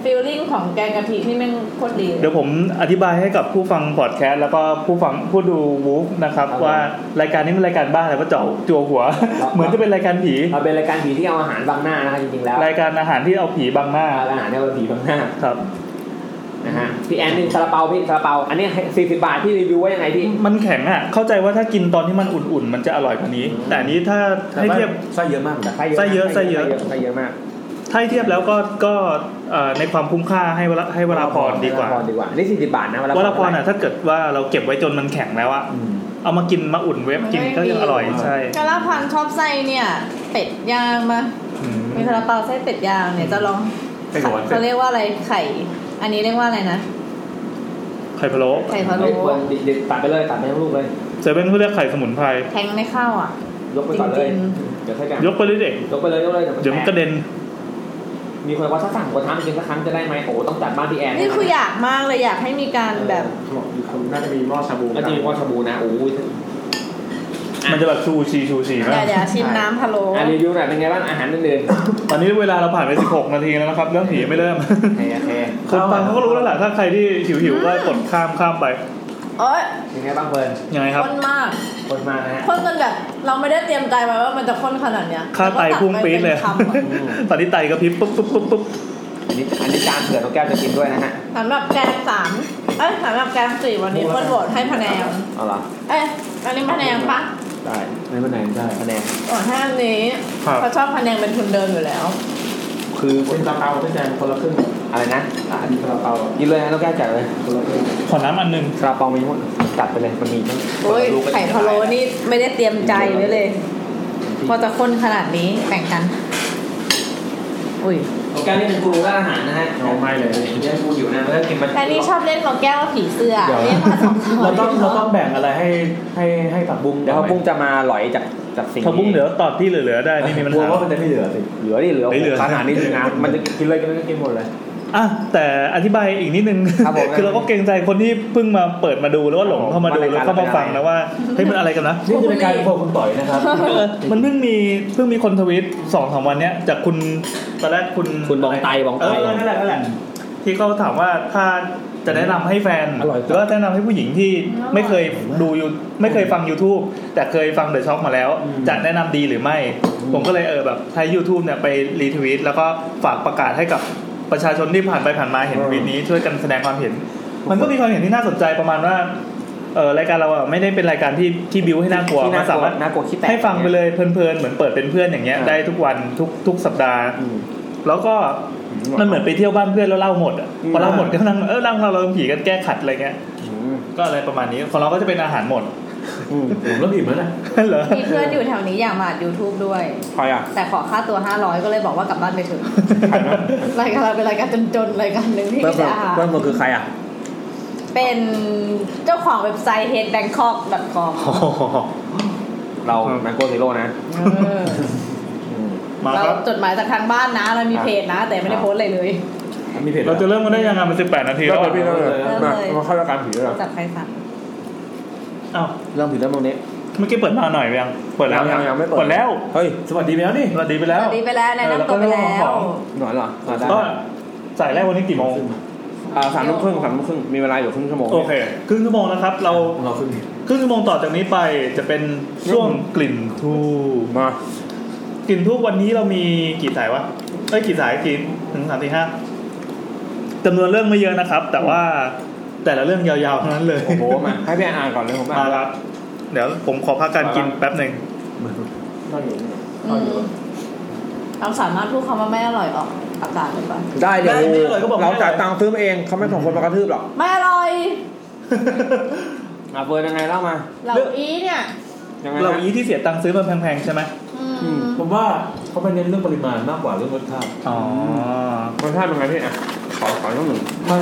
B: ฟีลลิ่งของแกงกะทินี่แม่งโคตรดีเลย
D: เดี๋ยวผมอธิบายให้กับผู้ฟังพอดแคสต์แล้วก็ผู้ฟังผู้ดูวูฟนะครับ
C: ครับ
D: ว่ารายการนี้เป็นรายการบ้าแต่ว่าเจาะจัวหัว
C: ครับ
D: เหมือนจะเป็นรายการผี
C: เราเป็นรายการผีที่เอาอาหารบังหน้านะคะจริงๆแล้ว
D: รายการอาหารที่เอาผีบังหน้า
C: เอาอาหารเนี่ยเป็นผีบังหน้า
D: ครับ
C: นะฮะพี่แอนนี่ซาลาเปาพี่ซาลาเปาอันนี้สี่สิบบาทพี่รีวิวว่ายังไงพี่
D: มันแข็งอ่ะ เข้าใจว่าถ้ากินตอนที่มันอุ่นๆ มันจะอร่อยกว่านี้
C: อืม
D: แต่อันนี้ถ้าให้เทียบ
E: ไส้เยอะมากนะ
D: ไส้เยอะไส้เยอะ
C: ไส้เยอะมาก
D: ถ้าให้เทียบแล้วก็ก็เอ่อในความคุ้มค่าให้เวลาให้เวลาพรดีกว่า
C: เวลพรดีกว่าอันนี่สี่สิบบาทนะเวลาพร
D: เวลาพรอ่ะถ้าเกิดว่าเราเก็บไว้จนมันแข็งแล้วอ่ะ
E: อืม
D: เอามากินมาอุ่นเว็บกินก็ยังอร่อย
B: มันไม่ดี
D: ใช่
B: กะลาพันชอบไส้เนี่ย เป็ดย่างมา
D: อืม
B: มีซาลาเปาไส้เป็ดย่างเนี่ยจะลอง
E: ไส้กรอกเป็ด
B: เขาเรียกว่าอะไรไข่ อันนี้เรียกว่าอะไรนะ
D: ไข่พะโล้
B: ไข่พะโล้
C: เฮ้ยควรเด็ดๆตัดไปเลยตัดไปทั้งลูกเลย
D: เซเว่นเขาเรียกไข่สมุนไพร
B: แทงไม่เข้าอ่ะ
C: ยกไปก่อนเล
B: จ
C: ย
B: ริง
C: เดี๋ยวค่อยกัน
D: ยกไปเลยเด็ก
C: ยกไปเลยยกเลย
D: เดี๋ยวมันกระเด็น
C: มีคนว่าถ้าสั่งกว่าทั้งจริงสักครั้งจะได้ไหมโอ้โหต้องจัดบ้านพี่แอน
B: นี่คืออยากมากเลยอยากให้มีการแบบ
E: น่าจะมีหม้อชาบู
C: แล้วจริงว่าชาบูนะโอ้ย
D: มันจะแบบชูชีชูชี
B: อ
D: มาก
B: ย่าอย่าชิมน้ำพะโล้
C: อ่ะรีวิวหน่อยเป็นไงบ้างอาหารอื่น
D: ตอนนี้เวลาเราผ่านไป 16 นาทีแล้วนะครับ เรื่องผียังไม่เริ่ม
C: ๆโอเคโอเค
D: คนฟังเขาก็รู้แล้วแหละถ้าใครที่หิวหิวๆก็กดข้ามข้ามไป
B: โอ๊ย
C: เป็นไงบ้างเพิร์น
D: ยังไงครับ
B: ข้นมาก
C: คนมากนะฮะ
B: ข้นจนแบบเราไม่ได้เตรียมใจไว้ว่ามันจะข้นขนาดเนี้ย
D: ค่าไตพุ่งปี๊ดเลย
B: แล้วก็ตักไปเป็นคำอะ
D: ตอนนี้ไตกระพริบปุ๊บปุ๊บปุ๊บปุ๊บ
C: อันนี้อันนี้จานเผื่อน้องแก้วจะกินด้วยนะฮะ
B: สำหรับแกงสามเอ้ยสำหรับแกงสี่วันนี้เพื่อนโหวตให้พะแนง
C: เอาล่ะ
B: เอ้ย อันนี้พะแนงปะ
C: ได้
E: ในมะนาวได้
C: คะแนน
B: โหวตให้อันนี้
D: ครับ
B: เขาะชอบพะแนงเป็นทุนเดิมอยู่แล้ว
E: คือเป็นซาเปาเป็นแจงคนละครึ่ง
C: อะไรนะ
E: อ่ะอันนี้ซาเปา
C: กินเลยนะน้องแก้วจัดเลย
E: คนละครึ่ง
D: ขอน้ำอันหนึง
C: ซาลาเปามีหมดจัดไปเลยมันมีทั้ง
B: โอ้ยไข่พะโล้นี่ไม่ได้เตรียมใจไว้เลยพอจะข้นขนาดนี้แบ่งกัน อุ้ย
C: น้องแก้วนี่เป็นครูด้านอาหารนะฮะ
E: เอาไม่เลย
C: เรียนครูอยู่นะมันก็กินมัน
B: แต่นี่ชอบเล่นกับแก้วผีเสื้อเล่นมาสองตัว
F: เราต้องเราต้องแบ่งอะไรให้ให้ให้ผักบุ้ง
C: เดี๋ยวพอบุ้งจะมาหลอยจากจากสิ่ง
D: ผักบุ้งเหลือตอดที่เหลือๆได้ไม่มีปัญ
E: กลัว
D: หา
E: ว่ามันจะไม่เหลือสิ
C: เหลือดิเหลือ
D: ไม่เหลือ
C: ขนาดนี้ถึงนะมันจะกินเลยกินเลยก็กินหมดเลย
D: อ่ะแต่อธิบายอีกนิดนึง
C: ครับผม
D: คือเราก็เกรงใจคนที่เพิ่งมาเปิดมาดูแล้วก็หลงเข้ามาดู
C: ว่า
D: แล้ว
C: รายการ
D: เข้ามาฟัง
C: อะไร
D: นะว่าเฮ้ยมันอะไรกันนะ
E: นี่คือรายการของคุณต่อยนะครับ
D: เออมันเพิ่งมีเพิ่งมีคนทวิตสองสามวันเนี้ยจากคุณตอนแรกคุณ
C: คุณบองไตบอง
D: เอ
C: ไต
D: อนั่นแหละนั่นแหละที่เขาถามว่าถ้าจะแนะนำให้แฟน
E: อร่อยกว่า
D: หรือว่าแนะนำให้ผู้หญิงที่ไม่เคยดูยูไม่เคยฟัง YouTube แต่เคยฟังเดอะช็อคมาแล้ว จะแนะนำดีหรือไม่ ผมก็เลยเออแบบใช้ YouTube เนี่ยไปรีทวีตแล้วก็ฝากประกาศให้กับประชาชนที่ผ่านไปผ่านมาเห็นวีนี้ช่วยกันแสดงความเห็น มันก็มีความเห็นที่น่าสนใจประมาณว่าเออรายการเราอะไม่ได้เป็นรายการที่ที่บิวให้น่ากลัว
C: ที่
D: มันสามารถ
C: น่ากลัวขี้แตก
D: ให้ฟังไปเลยเพลินๆ เหมือนเปิดเป็นเพื่อนอย่างเงี้ย
C: อ่า
D: ได้ทุกวันทุกทุกสัปดาห์
C: อืม
D: แล้วก็มันเหมือนไปเที่ยวบ้านเพื่อนแล้วเล่าหมดอ่ะ
C: อืม
D: พอเล่าหมด ก็นั่งเออนั่งเราเริผีกันแก้ขัดอะไรเงี้ย
C: อืม
D: ก็อะไรประมาณนี้ของเราก็จะเป็นอาหารหมด
C: อืม
E: ผมเริ่มอิ่มแล้วนะ
D: เหรอ
B: มีเพื่อนอยู่แถวนี้อยากมาอัด YouTube ด้วย
C: ใครอ่ะ
B: แต่ขอค่าตัว 500 ก็เลยบอกว่ากลับบ้านไปเถอะ รายการเราเป็นรายการจนๆรายการหนึ่งที่
C: เพิ่ม
B: ไม่ได้อาหาร
C: เพิ่มมันคือใครอ่ะ
B: เป็นเจ้าของเว็บไซต์ headbangkok.com
D: โอ้โห
C: เราแมงโก้ซีโร่นะ
B: เออ
D: มา
B: เรา
D: ครับ
B: จดหมายจากทางบ้านนะ เรามีเพจนะ แต่ไม่ได้โพสต์อะไรเลย
E: มีเพจ
D: เราจะเริ่มกันได้ยังไงมันสิบแปดนาทีแล้วอะ
E: เริ่มเลย
B: มามาเข้ารายการผี
E: แล้ว
B: จับใครสั่ง
D: อ้าว
C: เริ่มถึงเริ่มตรงนี้
D: เมื่อกี้เปิดมาหน่อยไปยังเปิดแล้ว
C: ยังยังไม่เปิด
D: เปิดแล้ว
C: เฮ้ย
E: สวัสดีไปแล้วนี่
D: สวัสดีไปแล้
B: ส
D: ว
B: วัสดีไปแล้วแนะนำตัวไปแล้ว
C: หน่อยเหรออ่ะได้
D: ก็สายแรกวันนี้กี่โมง
C: อ่าสามทุ่มครึ่งสามทุ่มครึ่งมีเวลาอยู่ครึ่งชั่วโมง
D: โอเคครึ่งชั่วโมงนะครับ เรา
E: ของเราขึ้น
D: ครึ่งชั่วโมงต่อจากนี้ไปจะเป็นช่วงกลิ่นทู
C: มาก
D: ลิ่นทูบวันนี้เรามีกี่สายวะ เอ้ยกี่สายกี่หนึ่งสามสี่ห้าจำนวนเรื่องไม่เยอะนะครับ แต่ว่าแต่ละเรื่องยาวๆทั้งนั้นเลย
C: โอ้โหมาให้พี่แอนอ่านก่อนเลยผม
D: มา
C: อ่าน
D: ครับ เดี๋ยวผมขอพักการกินแป๊บหนึ่ง
E: นั่งอยู่
B: อืมเราสามารถพูดคำว่าไม่อร่อยออกอากาศได้ปะ
C: ได้เดี๋ยวเราจ่ายตังค์ซื้อมาเองเขาไม่ส่งคนมากระทืบหรอก
B: ไม่อร่อย
C: อ่ะเฟิร์นยังไงเล่ามา
B: เราอีเนี่ย
C: ยังไง
D: เรา
C: นะ
D: อีที่เสียตังค์ซื้อมันแพงๆใช่ไหม
B: อืม
C: อืม
E: ผมว่าเขาไปเน้นเรื่องปริมาณมากกว่าเรื่องรสชาติ
D: อ๋อ
C: รสชาติเป็นไงพี่อ่ะขอขอต้องหนึ่ง
E: มัน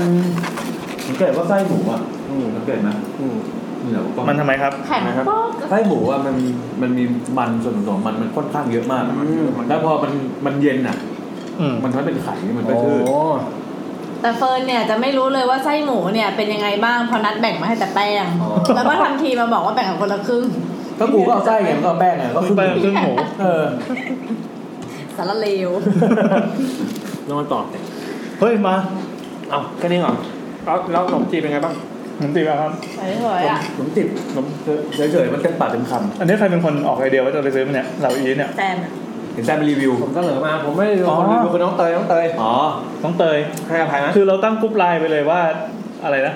E: สังเกตว่าไส้หมูอ่ะ
C: อืม
E: สังเกตไหม
C: อืม
E: เหนือกว่า
D: มันทำไมครับ
B: แข็งโป๊ก
E: ไส้หมูอ่ะมันมันมีมันส่วนผสมมันมันค่อนข้างเยอะมาก
C: อืม
E: แล้วพอมันมันเย็นอ่ะ
D: อืม
E: มันทำให้เป็นไข่มันก็ชืด
C: โ
B: แต่เฟิร์นเนี่ยจะไม่รู้เลยว่าไส้หมูเนี่ยเป็นยังไงบ้างเพอนัดแบ่งมาให้แต่แป้ง แล้วก็ทำทีมาบอกว่าแบ่งกับคนละครึ่ง
E: ก็กูก็เอาไส้ไงมันก็เอาแป้งไงก็
D: ขึ้
E: ขึ้
D: น
E: น
D: ไปครึ่งหมู
E: เออ
B: สารเลว
C: แล้วมันต่อ
D: เฮ้ยมา
C: เอาแค่นี้เหรอ
I: แล้วแล้วขนมจีบเป็นไงบ้าง
D: หนุ่มติมาครับ
B: สวยๆอ่ะ
E: ผมติดผมเฉยๆมันเต็มปากเต็มค
D: อันนี้ใครเป็นคนออกไอเดียว่าจะไปซื้อมันเนี่ยเหล่าอีเนี่ย
B: แฟนอะ
E: ำเห็นแซมรีวิว
C: ผมเสนอมาผมไม่ได้เป็น
D: อ๋
C: คน
D: อ
C: รีวิวคือน้องเตยน้องเตย
E: อ๋อ
D: ต้องเตย
C: ให้อภัยไหม
D: คือเราตั้งกรุ๊ปไลน์ไปเลยว่าอะไรนะ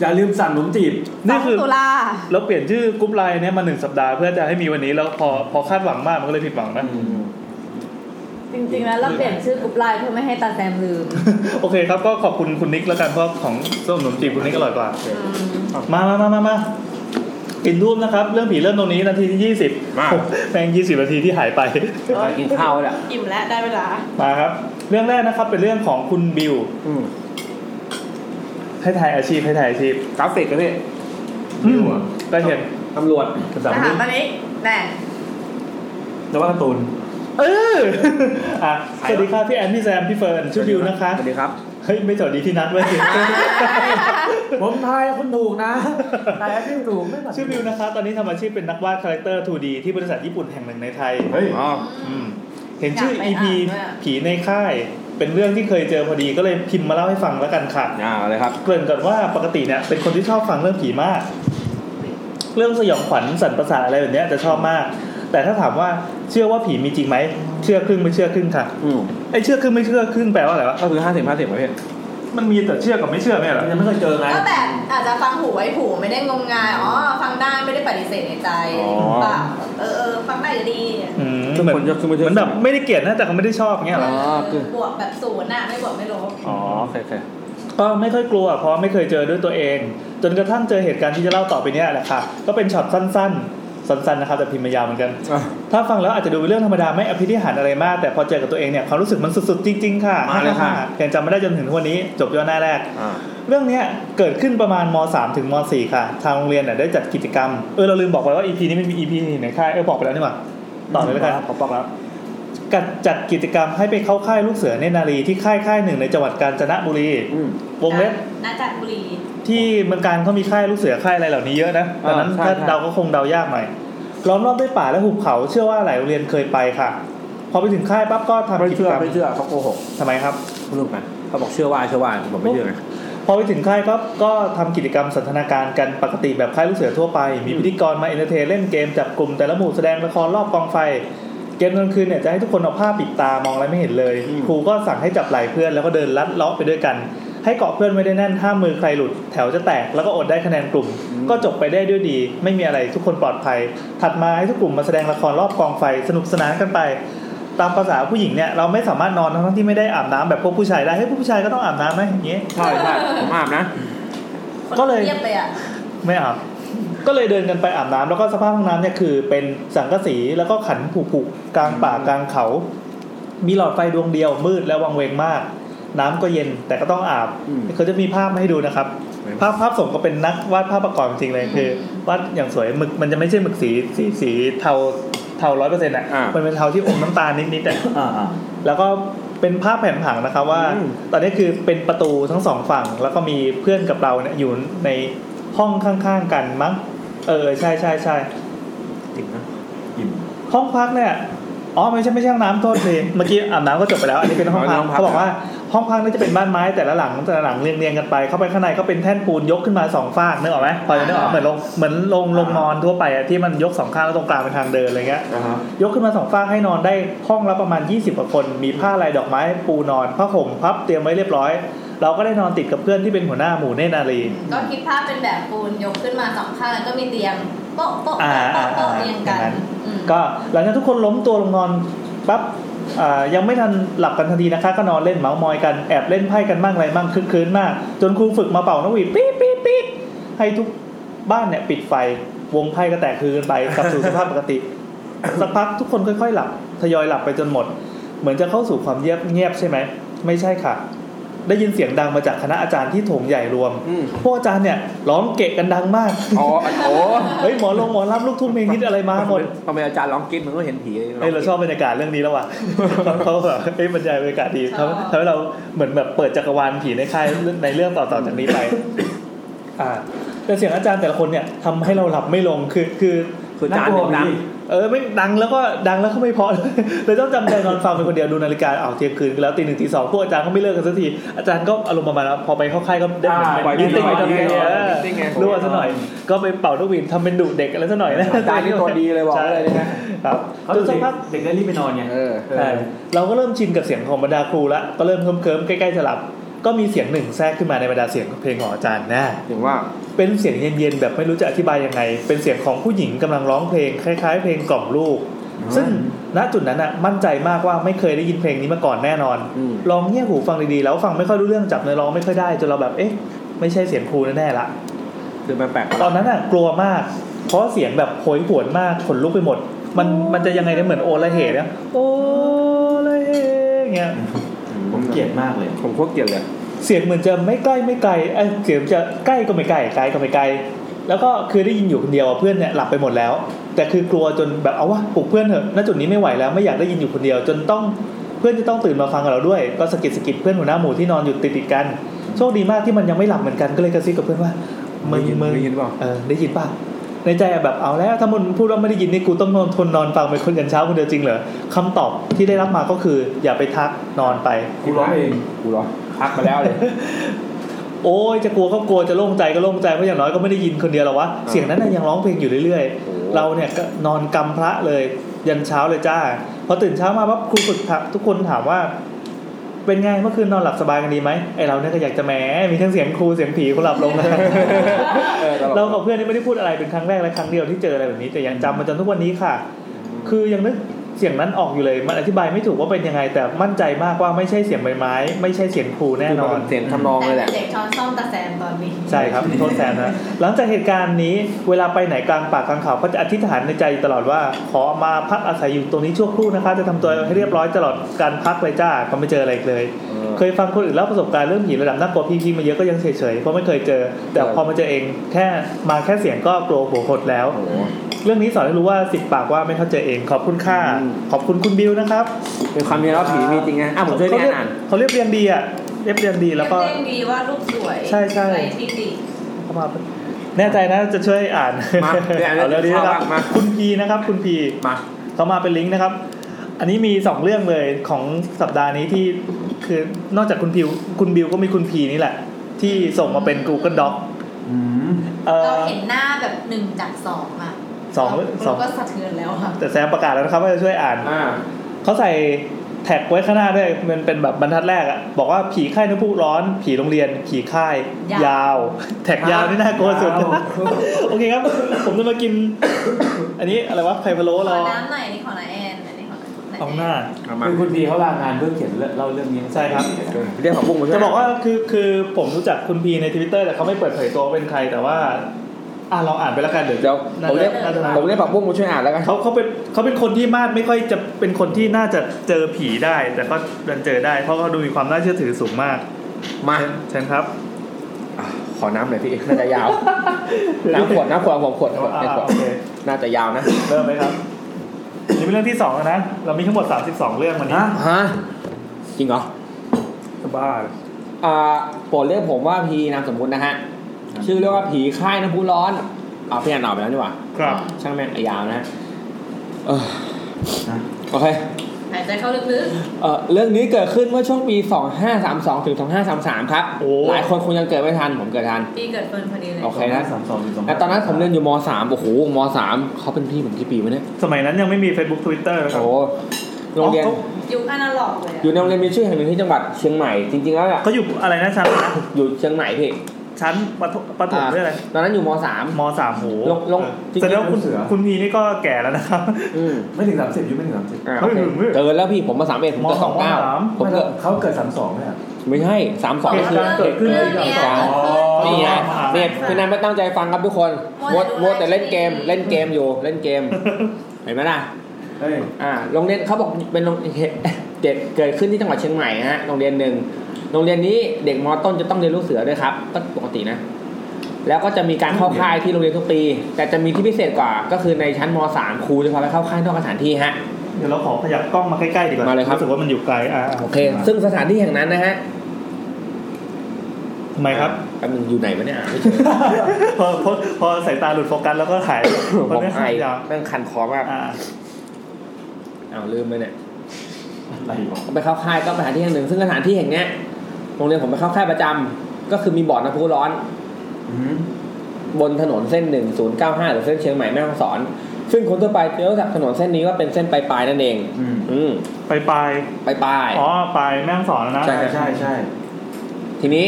E: อย่าลืมสั่งขนมจีบ
D: นี่คือ
B: สองตุลา
D: เราเปลี่ยนชื่อกรุ๊ปไลน์เนี่ยมาหนึ่งสัปดาห์เพื่อจะให้มีวันนี้แล้วพอพอคาดหวังมากมันก็เลยผิดหวังนะ
B: จริงๆแล้วเราเปลี่ยนชื่อกรุ๊ปไลน์เพื่อไม่ให้ตาแซมลืม
D: โอเคครับก็ขอบคุณคุณนิกแล้วกันเพราะของส้มหนมจีบคุณนิกอร่อยกว่า มามามามามากินรูปนะครับ เรื่องผีเริ่มตรงนี้นาทีที่ยี่สิบแม่งยี่สิบนาทีที่หายไป
C: ไปกินข้าวแล้วแหละ
B: อิ่มแล้วได้เวลา
D: มาครับ เรื่องแรกนะครับเป็นเรื่องของคุณบิว
C: อืม
D: ให้ทายอาชีพให้ทายอาชีพ
C: กราฟิกกันพี่
E: บิวเหรอ
D: ก็เห็น
C: ตำรวจ
E: ภาษา
B: ท
E: อังก
B: หา
E: ฤ
B: รต
E: ษ
B: อนนี้แน่
E: แต่ว่าการ์ตูน
D: เออ อ่ะสวัสดีครับพี่แอนพี่แซมพี่เฟิร์นชื่อบิวนะคะ
C: สวัสดีครับ
D: เฮ้ยไม่สวัสดีพี่นัทเว้ย
E: ผมทายคนถูกนะทายที่ถูกไม่หมด
D: ชื่อบิวนะคะ ตอนนี้ทำอาชีพเป็นนักวาดคาแรคเตอร์ 2D ที่บริษัทญี่ปุ่นแห่งหนึ่งในไทย
E: เฮ้ย
C: อ๋อ
D: อืม เห็นชื่อ
B: อยากไป
D: EP
B: อ่านด้วยอะ
D: ผีในค่าย เป็นเรื่องที่เคยเจอพอดีก็เลยพิมพ์มาเล่าให้ฟังแล้วกันค่ะ
C: อ่าเลยครับ
D: เกริ่นก่อนว่าปกติเนี่ยเป็นคนที่ชอบฟังเรื่องผีมาก เรื่องสยองขวัญสันประสาทอะไรแบบเนี้ยจะชอบมาก แต่ถ้าถามว่าเชื่อว่าผีมีจริงไหมเชื่อครึ่งไม่เชื่อครึ่งค่ะ
C: อืม
D: ไอ้เชื่อครึ่งไม่เชื่อครึ่งแปลว่าอะไรวะ
C: ก็คือห้าสิบห้าสิบประเภท
D: มันมีแต่เชื่อกับไม่เชื่อไม่เหรอ
E: ยังไม่เคยเจอไง
B: ก็แบบอาจจะฟังหูไว้หูไม่ได้งมงายอ๋อฟังได้ไม่ได้ปฏิเสธในใจอะไรอย่างเงี้ยเปล่าเออเออฟังได้ก็ดี
D: อืม
C: คือ
D: เหมือน
C: คนจะคือมัน
D: เหมือนแบบไม่ได้เกลียดนะแต่เขาไม่ได้ชอบเงี้ยเหรอ
C: าคือ
B: บวกแบบศูนย์น่ะไม่บวกไม่ลบ
C: อ๋อโอเคโอเค
D: ก็ไม่ค่อยกลัวเพราะไม่เคยเจอด้วยตัวเอง จนกระทั่งเจอเหตุการณ์ที่จะเล่าต่อไปเนี้แหละค่ะ ก็เป็นช็อตสั้นๆ สั้นๆนะครับแต่พิมพ์มายาวเหมือนกัน
C: อ่ะ
D: ถ้าฟังแล้วอาจจะดูเป็นเรื่องธรรมดาไม่อภิธิหารอะไรมาก แต่พอเจอกับตัวเองเนี่ยความรู้สึกมันสุดๆจริงๆค่ะ
C: มาเลย ค่ะ
D: ยังจำไม่ได้จนถึงทุกวันนี้ จบย่อหน้าแรก
C: อ่า
D: เรื่องเนี้ยเกิดขึ้นประมาณม .3 ถึงม .4 ค่ะ ทางโรงเรียนเนี่ยได้จัดกิจกรรม เออเราลืมบอกไปว่า EP นี้ไม่มี EP ไหนค่ายเออบอกไปแล้วนี่หว่าต่อเลยแล้วกันผมบอกแล้วกัดจัดกิจกรรมให้ไปเข้าค่ายลูกเสือเนตรนารีที่ค่ายค่ายหนึ่งในจังหวัดกาญจนบุรี
C: อืม
D: วงเล็บ
B: น่าจัดบุรี
D: ที่เมืองการเขามีค่ายลูกเสือค่ายอะไรเหล่านี้เยอะนะดังนั้น
C: อ่าใช่
D: ถ้า
C: ใช่
D: เดาก็คงเดายากหน่อยล้อมรอบด้วยป่าและหุบเขาเชื่อว่าหลายโรงเรียนเคยไปค่ะ พอไปถึงค่ายปั๊บก็ทำ
C: ไม่
D: กิจ
C: เชื่อ
D: ร
C: ก
D: รม
C: ไม่เชื่อเขาโกหก
D: ทำไมครับ
C: คุณลูกไหมเขาบอกเชื่อว่าเชื่อว่าผมไม่เชื่อไง
D: พอไปถึงค่ายก็ก็ทำกิจกรรมสันทนาการกันปกติแบบค่ายลูกเสือทั่วไป มีพิธีกรมาเอนเตอร์เทนเล่นเกมจับกลุ่มแต่ละหมู่แสดงละครรอบกองไฟ เกมกลางคืนเนี่ยจะให้ทุกคนเอาผ้าปิดตามองอะไรไม่เห็นเลย
C: อืม
D: ครูก็สั่งให้จับไหล่เพื่อนแล้วก็เดินลัดเลาะไปด้วยกัน ให้เกาะเพื่อนไว้ได้แน่นห้ามมือใครหลุดแถวจะแตกแล้วก็อดได้คะแนนกลุ่ม ก็จบไปได้ด้วยดี ไม่มีอะไรทุกคนปลอดภัย ถัดมาให้ทุกกลุ่มมาแสดงละครรอบกองไฟสนุกสนานกันไป ตามภาษาผู้หญิงเนี่ยเราไม่สามารถนอนทั้งๆที่ไม่ได้อาบน้ำแบบพวกผู้ชายได้ให้ยพวกผู้ชายก็ต้องอาบน้ำไหมอย่างเงี้ย
C: ใช่ใช่ผมอาบนะ
B: คน
D: ก็เลย
B: เรียบเลยอ่ะ
D: ไม่อาบ ก็เลยเดินกันไปอาบน้ำแล้วก็สภาพห้องน้ำเนี่ยคือเป็นสังกะสีแล้วก็ขันผุผุกลางป่ากลางเขา มีหลอดไฟดวงเดียวมืดและวังเวงมาก น้ำก็เย็นแต่ก็ต้องอาบ
C: อืม
D: เขาจะมีภาพมาให้ดูนะครับ ภาพภาพสมก็เป็นนักวาดภาพประกอบจริงๆเลยคือวาดอย่างสวยหมึกมันจะไม่ใช่หมึกสีสีสีเทาเทาร้อยเปอร์เซ็นต์อ่ะ
C: อ่ามั
D: มันเป็นเทาที่อมน้ำตาลนิดๆอ่ะ
E: อ่า
D: แล้วก็เป็นภาพแผนผังนะครับว่า
C: อืม
D: ตอนนี้คือเป็นประตูทั้งสองฝั่ง แล้วก็มีเพื่อนกับเราเนี่ยอยู่ในห้องข้างๆกันมั้งเออใช่ใช่ใช่
C: จริงนะ
D: ห้องพักเนี่ยอ๋อไม่ใช่ไม่ใช่ห้องน้ำโทษที เมื่อกี้อาบน้ำก็จบไปแล้วอันนี้เป็นห้องพักเขาบอกว่าห้องพักนี่จะเป็นบ้านไม้แต่ละหลังแต่ละหลังเรียงเรียงกันไป เข้าไปข้างในก็เป็นแท่นปูนยกขึ้นมาสองฟากนึกออกไหมพอจะนึกออกเหมือนลงเหมือนลงลงนอนทั่วไปอะที่มันยกสองข้างแล้วตรงกลางเป็นทางเดินอะไรเงี้ย
C: อ่าฮะ
D: ยกขึ้นมาสองฟากให้นอนได้ห้องละประมาณ 20กว่าคน มีผ้าลายดอกไม้ปูนอนผ้าห่มพับเตรียมไว้เรียบร้อย เราก็ได้นอนติดกับเพื่อนที่เป็นหัวหน้าหมู่เนตรนารี
B: ก็คิดภาพเป็นแบบปูนยกขึ้นมาสองข้างแล้วก็มีเตียงโป๊ะโป๊ะ
D: อ่า
B: โป๊ะ
D: อ่า
B: โป๊ะโป๊ะ
D: อ่า
B: เรียงกั
D: อ
B: น
D: ย่างนั้น
B: อืม
D: ก็หลังจากทุกคนล้มตัวลงนอนปั๊บอ่ายังไม่ทันหลับกันทันทีนะคะ ก็นอนเล่นเมาส์มอยกันแอบเล่นไพ่กันบ้างอะไรบ้างคึกคืนมาก จนครูฝึกมาเป่านกหวีดปี๊ดปี๊ดปี๊ดให้ทุกบ้านเนี่ยปิดไฟวงไพ่ก็แตกคือกันไปกลับสู่สภาพปกติ สักพักทุกคนค่อยๆหลับทยอยหลับไปจนหมด เหมือนจะเข้าสู่ความเงียบเงียบใช่ไหมไม่ใช่ค่ะ ได้ยินเสียงดังมาจากคณะอาจารย์ที่โถงใหญ่รวม
C: อืม
D: พวกอาจารย์เนี่ยร้องเกะกันดังมาก
C: อ๋ออันโอ้
D: เฮ้ยหมอลงหมอรับลูกทุ่งเพลงฮิตอะไรมาหมด
C: ทำไมอาจารย์ร้องกรี๊ดมันก็เห็นผีลย
D: เอ้ยเราชอบบรรยากาศเรื่องนี้แล้วว่ะ เขาแบบเอ้ยบรรยายบรรยากาศดีทำทำให้เราเหมือนแบบเปิดจักรวาลผีในค่าย ในเรื่องต่อๆจากนี้ไป อ่าแต่เสียงอาจารย์แต่ละคนเนี่ยทำให้เราหลับไม่ลงคือคือ
C: คืออาจารย์เนี่ย
E: น่ากลัว
C: ดัง
E: พี่
D: เออไม่ดังแล้วก็ดัง แล้วก็ไม่พอ เลยต้องจำใจนอนฟังเป็นคนเดียวดูนาฬิกาอ้าวเที่ยงคืนแล้วตีหนึ่งตีสองพวกอาจารย์ก็ไม่เลิกกันสักทีอาจารย์ก็อารมณ์ประมาณว่าพอไปเข้าค่ายก็ได้เหมือน
I: อ่าปล่อย
D: มีติ่ง
I: ปล่อย
D: ทำไง
I: ปล่อย
D: เออ
I: มีตติ้งไง
D: รู้ว่าซะหน่อย ก็ไปเป่านกหวีดทำเป็นดุเด็กอะไรซะหน่อยนะ
I: อาจารย์นี่ตัวดีเลยบอกเลยนะ
D: ครับ
F: เขา
D: จ
F: ดู
D: นสั
F: เด็
D: ก
F: ก
D: พัก
F: เด็กได้รีบไปนอนไง
I: เออ
D: ใช่เราก็เริ่มชินกับเสียงของบรรดาครูละก็เริ่มเคิมๆใกล้ๆจะหลับ ก็มีเสียงหนึ่งแทรกขึ้นมาในบรรดาเสียงเพลงของอาจารย์นะ
I: ถึงว่า
D: เป็นเสียงเย็นๆแบบไม่รู้จะอธิบายยังไง เป็นเสียงของผู้หญิงกำลังร้องเพลงคล้าย ๆ เพลงกล่อมลูก ซึ่งณจุดนั้นอ่ะมั่นใจมากว่าไม่เคยได้ยินเพลงนี้มาก่อนแน่นอน ลองเงี่ยหูฟังดีๆแล้วฟังไม่ค่อยรู้เรื่องจับเนื้อร้องไม่ค่อยได้จนเราแบบเอ๊ะไม่ใช่เสียงครูแน่ๆละ
I: คือมันแปลก
D: ตอนนั้นอ่ะกลัวมาก เพราะเสียงแบบโหยหวนมากขนลุกไปหมด มันมันจะยังไงเนี่ยเหมือนโอละเหตุนะโอละเหตุเงี้ย
F: ผมเกลียดมากเลย
I: ผมโคตรเกลียดเลย
D: เสียงเหมือนจะไม่ใกล้ไม่ไกลเอ้ยเสียงจะใกล้ก็ไม่ใกล้ไกลก็ไม่ไกล แล้วก็คือได้ยินอยู่คนเดียวอะเพื่อนเนี่ยหลับไปหมดแล้ว แต่คือกลัวจนแบบเอาวะปลุกเพื่อนเถอะณจุดนี้ไม่ไหวแล้วไม่อยากได้ยินอยู่คนเดียว จนต้องเพื่อนจะต้องตื่นมาฟังกับเราด้วย ก็สะกิดสะกิดเพื่อนหัวหน้าหมู่ที่นอนอยู่ติดติดๆกันโชคดีมากที่มันยังไม่หลับเหมือนกันก็เลยกระซิบกับเพื่อนว่ามึง
I: ได้ยิน
D: มึง
I: ได้ยินเปล่า
D: เออได้ยินป่ะในใจอะแบบเอาแล้วถ้ามึงพูดว่าไม่ได้ยินนี่กูต้องนอนทนนอนฟังเป็นคนยันเช้าคนเดียวจริงเหรอคำตอบที่ได้รับมาก็คืออย่าไปทักนอนไป
F: กูร้องเอง
I: กูเหรอพักมาแล้วเลย
D: โอ้ยจะกลัวก็กลัวจะโล่งใจก็โล่งใจเพราะอย่างน้อยก็ไม่ได้ยินคนเดียวหรอกวะเสียงนั้นน่ะยังร้องเพลงอยู่เรื่อย
I: โอ้
D: ๆ เราเนี่ยก็นอนกำพระเลยยันเช้าเลยจ้าพอตื่นเช้ามาปั๊บครูฝึกถามทุกคนถามว่า เป็นไงเมื่อคืนนอนหลับสบายกันดีไหมไอเราเนี่ยก็อยากจะแหมมีทั้งเสียงครูเสียงผีคนหลับลงนะ
I: ออตลก
D: เรากับเพื่อนนี่ไม่ได้พูดอะไรเป็นครั้งแรกและครั้งเดียวที่เจออะไรแบบนี้ แต่ยังจำมาจนทุกวันนี้ค่ะ คือยังนึกเสียงนั้นออกอยู่เลย มันอธิบายไม่ถูกว่าเป็นยังไง แต่มั่นใจมากว่าไม่ใช่เสียงใบไม้ ไม่ใช่เสียงครูแน่นอน
I: เสียงทำนองเลยแหละ
B: เด็กช้อนซ่อมตะแซมตอนนี้
D: ใช่ครับ โทษแซมนะหลังจากเหตุการณ์นี้เวลาไปไหนกลางป่ากลางเขาก็จะอธิษฐานในใจอยู่ตลอดว่า ขอมาพักอาศัยอยู่ตรงนี้ชั่วครู่นะคะ จะทำตัวให้เรียบร้อยตลอดการพักเลยจ้าก็ไม่เจออะไรอีกเลย เคยฟังคนอื่นเล่าประสบการณ์เรื่องผีระดับน่ากลัวพี่ๆมาเยอะก็ยังเฉยๆเพราะไม่เคยเจอ แต่พอมาเจอเองแค่มาแค่เสียงก็กลัวหัวหดแล้ว
I: โอ้โห
D: เรื่องนี้สอนให้รู้ว่าสิบปากว่าไม่เข้าเจอเองขอบคุณค่ะ
I: อืม
D: ขอบคุณคุณบิวนะครับ
C: เป็นความจริงแล้วผีมีจริงนะอ่ะผมช่วย
D: เขา
C: แนะ
D: เรียก
C: นำอ่าน
D: เขาเรียบเรียงดีอะเรียบเรียงดีแล้วก็
B: เล่นดีว่ารูปสวย
D: ใช่ใช่
B: ไรที่ติ
D: เข้ามาแน่ใจนะจะช่วยอ่าน
C: มาเดี๋ยวอ่าน
D: เอา
C: เรื่
D: เรื่
C: อ
D: อง งนี้นะค
C: ข้า
D: รับบ
C: ว้างมา
D: คุณพีนะครับ คุณพี
C: มา
D: เขามาเป็นลิงก์นะครับ อันนี้มีสองเรื่องเลยของสัปดาห์นี้ที่คือนอกจากคุณพิวคุณบิวก็มีคุณพีนี่แหละ ที่ส่งมาเป็น Google Doc เอ่อ
B: เราเห็นหน้าแบบหนึ่งจากสองอ่ะ
D: สองส
B: เรา
D: อง
B: ก็สะเทือนแล้วค่ะ
D: แต่แซมประกาศแล้วนะครับว่าจะช่วยอ่าน
C: อ่า
D: เขาใส่แท็กไว้ข้างหน้าด้วยมันเป็นแบบบรรทัดแรกอะบอกว่าผีค่ายน้ำพุร้อน ผีโรงเรียน ผีค่าย
B: ยาว
D: ยาว แท็กยาวนี่น่ากลัวสุด โอเคครับ ผมจะมากิน อันนี้อะไรวะไข่พะโล้
B: ข
D: เหร
B: อ
D: อ
B: น้ำหน่อยนี่ขอน้าแอนอันนี้ขอน้ำแ
D: เอาหน้า
I: เอามา
F: คือคุณพีเขาลางานเพื่อเขียนเล่าเรื่องนี้
D: ใช่ครับ
C: เรียกผักบุ้งมาช่วย
D: จะบอกว่าคือคือผมรู้จักคุณพีในทวิตเตอร์แต่เขาไม่เปิดเผยตัวว่าเป็นใครแต่ว่าอ่ะลองอ่านไปแล้วกันเดี๋ยว
C: เดี๋ยว
D: น่า
C: ผม
D: จะ
C: เรียก
D: น่าจะ
C: ผมเรียกผักบุ้งมาช่วยอ่านแล้วกัน
D: เขาเขาเป็นเขาเป็นคนที่มาดไม่ค่อยจะเป็นคนที่น่าจะเจอผีได้ แต่ก็ดันเจอได้ เพราะเขาดูมีความน่าเชื่อถือสูงมาก
C: มา
D: เชิญครับ
C: ขอน้ำหน่อยพี่น่าจะยาว น้ำขวดน้ำขวดผมขวดขวด
D: อ่า
C: ขวด
D: โอเค
C: น่าจะยาวนะ
D: เริ่มไหมครับนี่เป็นเรื่องที่สองแล้วนะ เรามีทั้งหมด 32 เรื่องวันนี้
C: ฮะ จริงเหรอ
D: บ้า
C: อ่าโปรดเรียกผมว่าพีนามสมมุตินะฮะ ชื่อเรียกว่าผีค่ายน้ำพุร้อนเอาพี่อ่านออกไปแล้วดีกว่า
D: ครับ
C: ช่างแม่งอ่ะยาวนะฮะเออโอเค
B: หายใจเข้าลึก
C: เอ่อเรื่องนี้เกิดขึ้นเมื่อช่วงปี 2532 ถึง 2533 ครับ หลายคนคงยังเกิดไม่ทัน ผมเกิดทัน
B: ๆพี่เกิดเฟิร์นพอดีเลย
C: โอเคนะ
F: สามสองสอง
C: แล้วตอนนั้นผมเรียนอยู่ม .3 โอ้โหม .3 เขาเป็นพี่ผมกี่ปีวะเนี่ย
D: สมัยนั้นยังไม่มี Facebook Twitter นะค
C: โอ้
D: รับ
C: โหโรงเรียน
D: อ๋อ
B: ยุคอนาล็อกเลยอะ
C: อยู่ในโรงเรียนมีชื่อแห่งหนึ่งที่จังหวัดเชียงใหม่ จริงๆแล้วเนี่ย
D: เขาอยู่อะไรนะชั้นนะ
C: อยู่เชียงใหม่พี่
D: ชั้นประถมประถมด้วยอะไร
C: อ่าตอนนั้นอยู่ม .3
D: มสามโห
C: ลงลงจริงๆ
D: แสดงว่าคุณคุณพีนี่ก็แก่แล้วนะครับ
C: อืม
F: ไม่ถึงสามสิบยุไม่ถึงสามสิบ
C: อ่า
D: เฮ้
C: โอย เค
D: เฮ้ย
C: เกินแล้วพี่ผมมาสามเอ็ดผมจะ
D: ม
C: สองเก้า
D: สาม
C: ผมเกิด
F: เขาเกิดสามสองเนี่ย
C: ไม่ใช่สามสอง
D: เห
C: ก็
D: ตุการณ์
C: คือ
D: เกิดขึ้น
B: เรื่อง
D: ที่
B: เนี้ย
D: สาม
B: คื อ
C: นี่ไงเนี่ยพี่นันไม่ตั้งใจฟังครับทุกคน
B: มั
C: มัว
B: วแต่ดู
C: มัวแต่เล่นเกม
B: ไลฟ์สตรีม
C: เล่นเกมอยู่ เล่นเกม เห็นไหมล่ะ อ่า โรงเรียนเขาบอกเป็นโรงเอ่อเกิดเกิดขึ้นที่จังหวัดเชียงใหม่ฮะ โรงเรียนหนึ่ง โรงเรียนนี้เด็กมอต้นจะต้องเรียนลูกเสือด้วยครับก็ปกตินะ แล้วก็จะมีการเข้าค่ายที่โรงเรียนทุกปี แต่จะมีที่พิเศษกว่า ก็คือในชั้นมสามครูจะพาไปเข้าค่ายนอกสถานที่ฮะ
D: เดี๋ยวเราขอขยับกล้องมาใกล้ๆดีกว่า
C: มาเลยครับ
D: สึกว่ามันอยู่ไกลอ่า
C: โอเค ซึ่งสถานที่แห่งนั้นนะฮะ
D: ทำไมครับ
C: แป๊บนึงอยู่ไหนวะเนี่ยอ่ะไม่เจอ
D: พอพอพอสายตาหลุดโฟกัสแล้วก็ หาย
C: ผม
D: เนื้
C: ไอ
D: หายาว
C: นั่งคันคอมาก
D: อ่า
C: อ้าวลืมไปเนี่ย
F: อะไรวะ
C: ไปเข้าค่ายก็ไปหาที่แห่งหนึ่ง ซึ่งสถานที่แห่งเนี้ยโรงเรียนผมไปเข้าค่ายประจำก็คือมีบ่อน้ำพุร้อน
F: อืม
C: บนถนนเส้นหนึ่งศูนย์เก้าห้าหรือเส้นเชียงใหม่แม่ฮ่องสอน ซึ่งคนทั่วไปจะรู้จักถนนเส้นนี้ว่าเป็นเส้นปลายๆนั่นเอง
F: อืม
C: อืม
D: ไปปลาย
C: ปลายๆ
D: อ๋อปลายแม่งสอนแล้วนะ
C: ใช่
F: ใช่ใช่ใช่
C: ทีนี้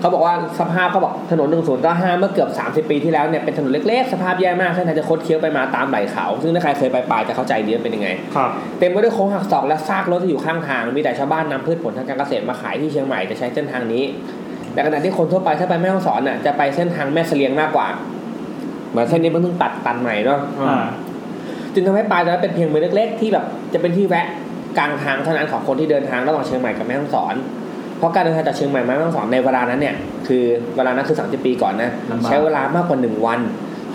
C: เขาบอกว่าสภาพเขาบอกถนนหนึ่งศูนย์เก้าห้าเมื่อเกือบสามสิบปีที่แล้วเนี่ยเป็นถนนเล็กๆ สภาพแย่มากเส้นทางจะคดเคี้ยวไปมาตามไหล่เขา ซึ่งถ้าใครเคยไปปลายจะเข้าใจดีว่าเป็นยังไง
D: ครับ
C: เต็มไปด้วยโค้งหักศอกและซากรถที่อยู่ข้างทาง มีแต่ชาวบ้านนำพืชผลทางการเกษตรมาขายที่เชียงใหม่จะใช้เส้นทางนี้แต่ขณะที่คนทั่วไปถ้าไปแม่ฮ่องสอนน่ะจะไปเส้นทางแม่เสลียงมากกว่าเหมือนเส้นนี้เพิ่งตัดตันใหม่เนาะ
D: อ่า
C: จึงทำให้ปลายตอนนั้นเป็นเพียงเมืองเล็ก ๆ ที่แบบจะเป็นที่แวะกลางทางเท่านั้นของคนที่เดินทางระหว่างเชียงใหม่กับแม่ฮ่องสอน เพราะการเดินทางจากเชียงใหม่มาแม่ฮ่องสอนในเวลานั้นเนี่ยคือเวลานั้นคือ 30 ปีก่อนนะใช้เวลามากกว่าหนึ่งวัน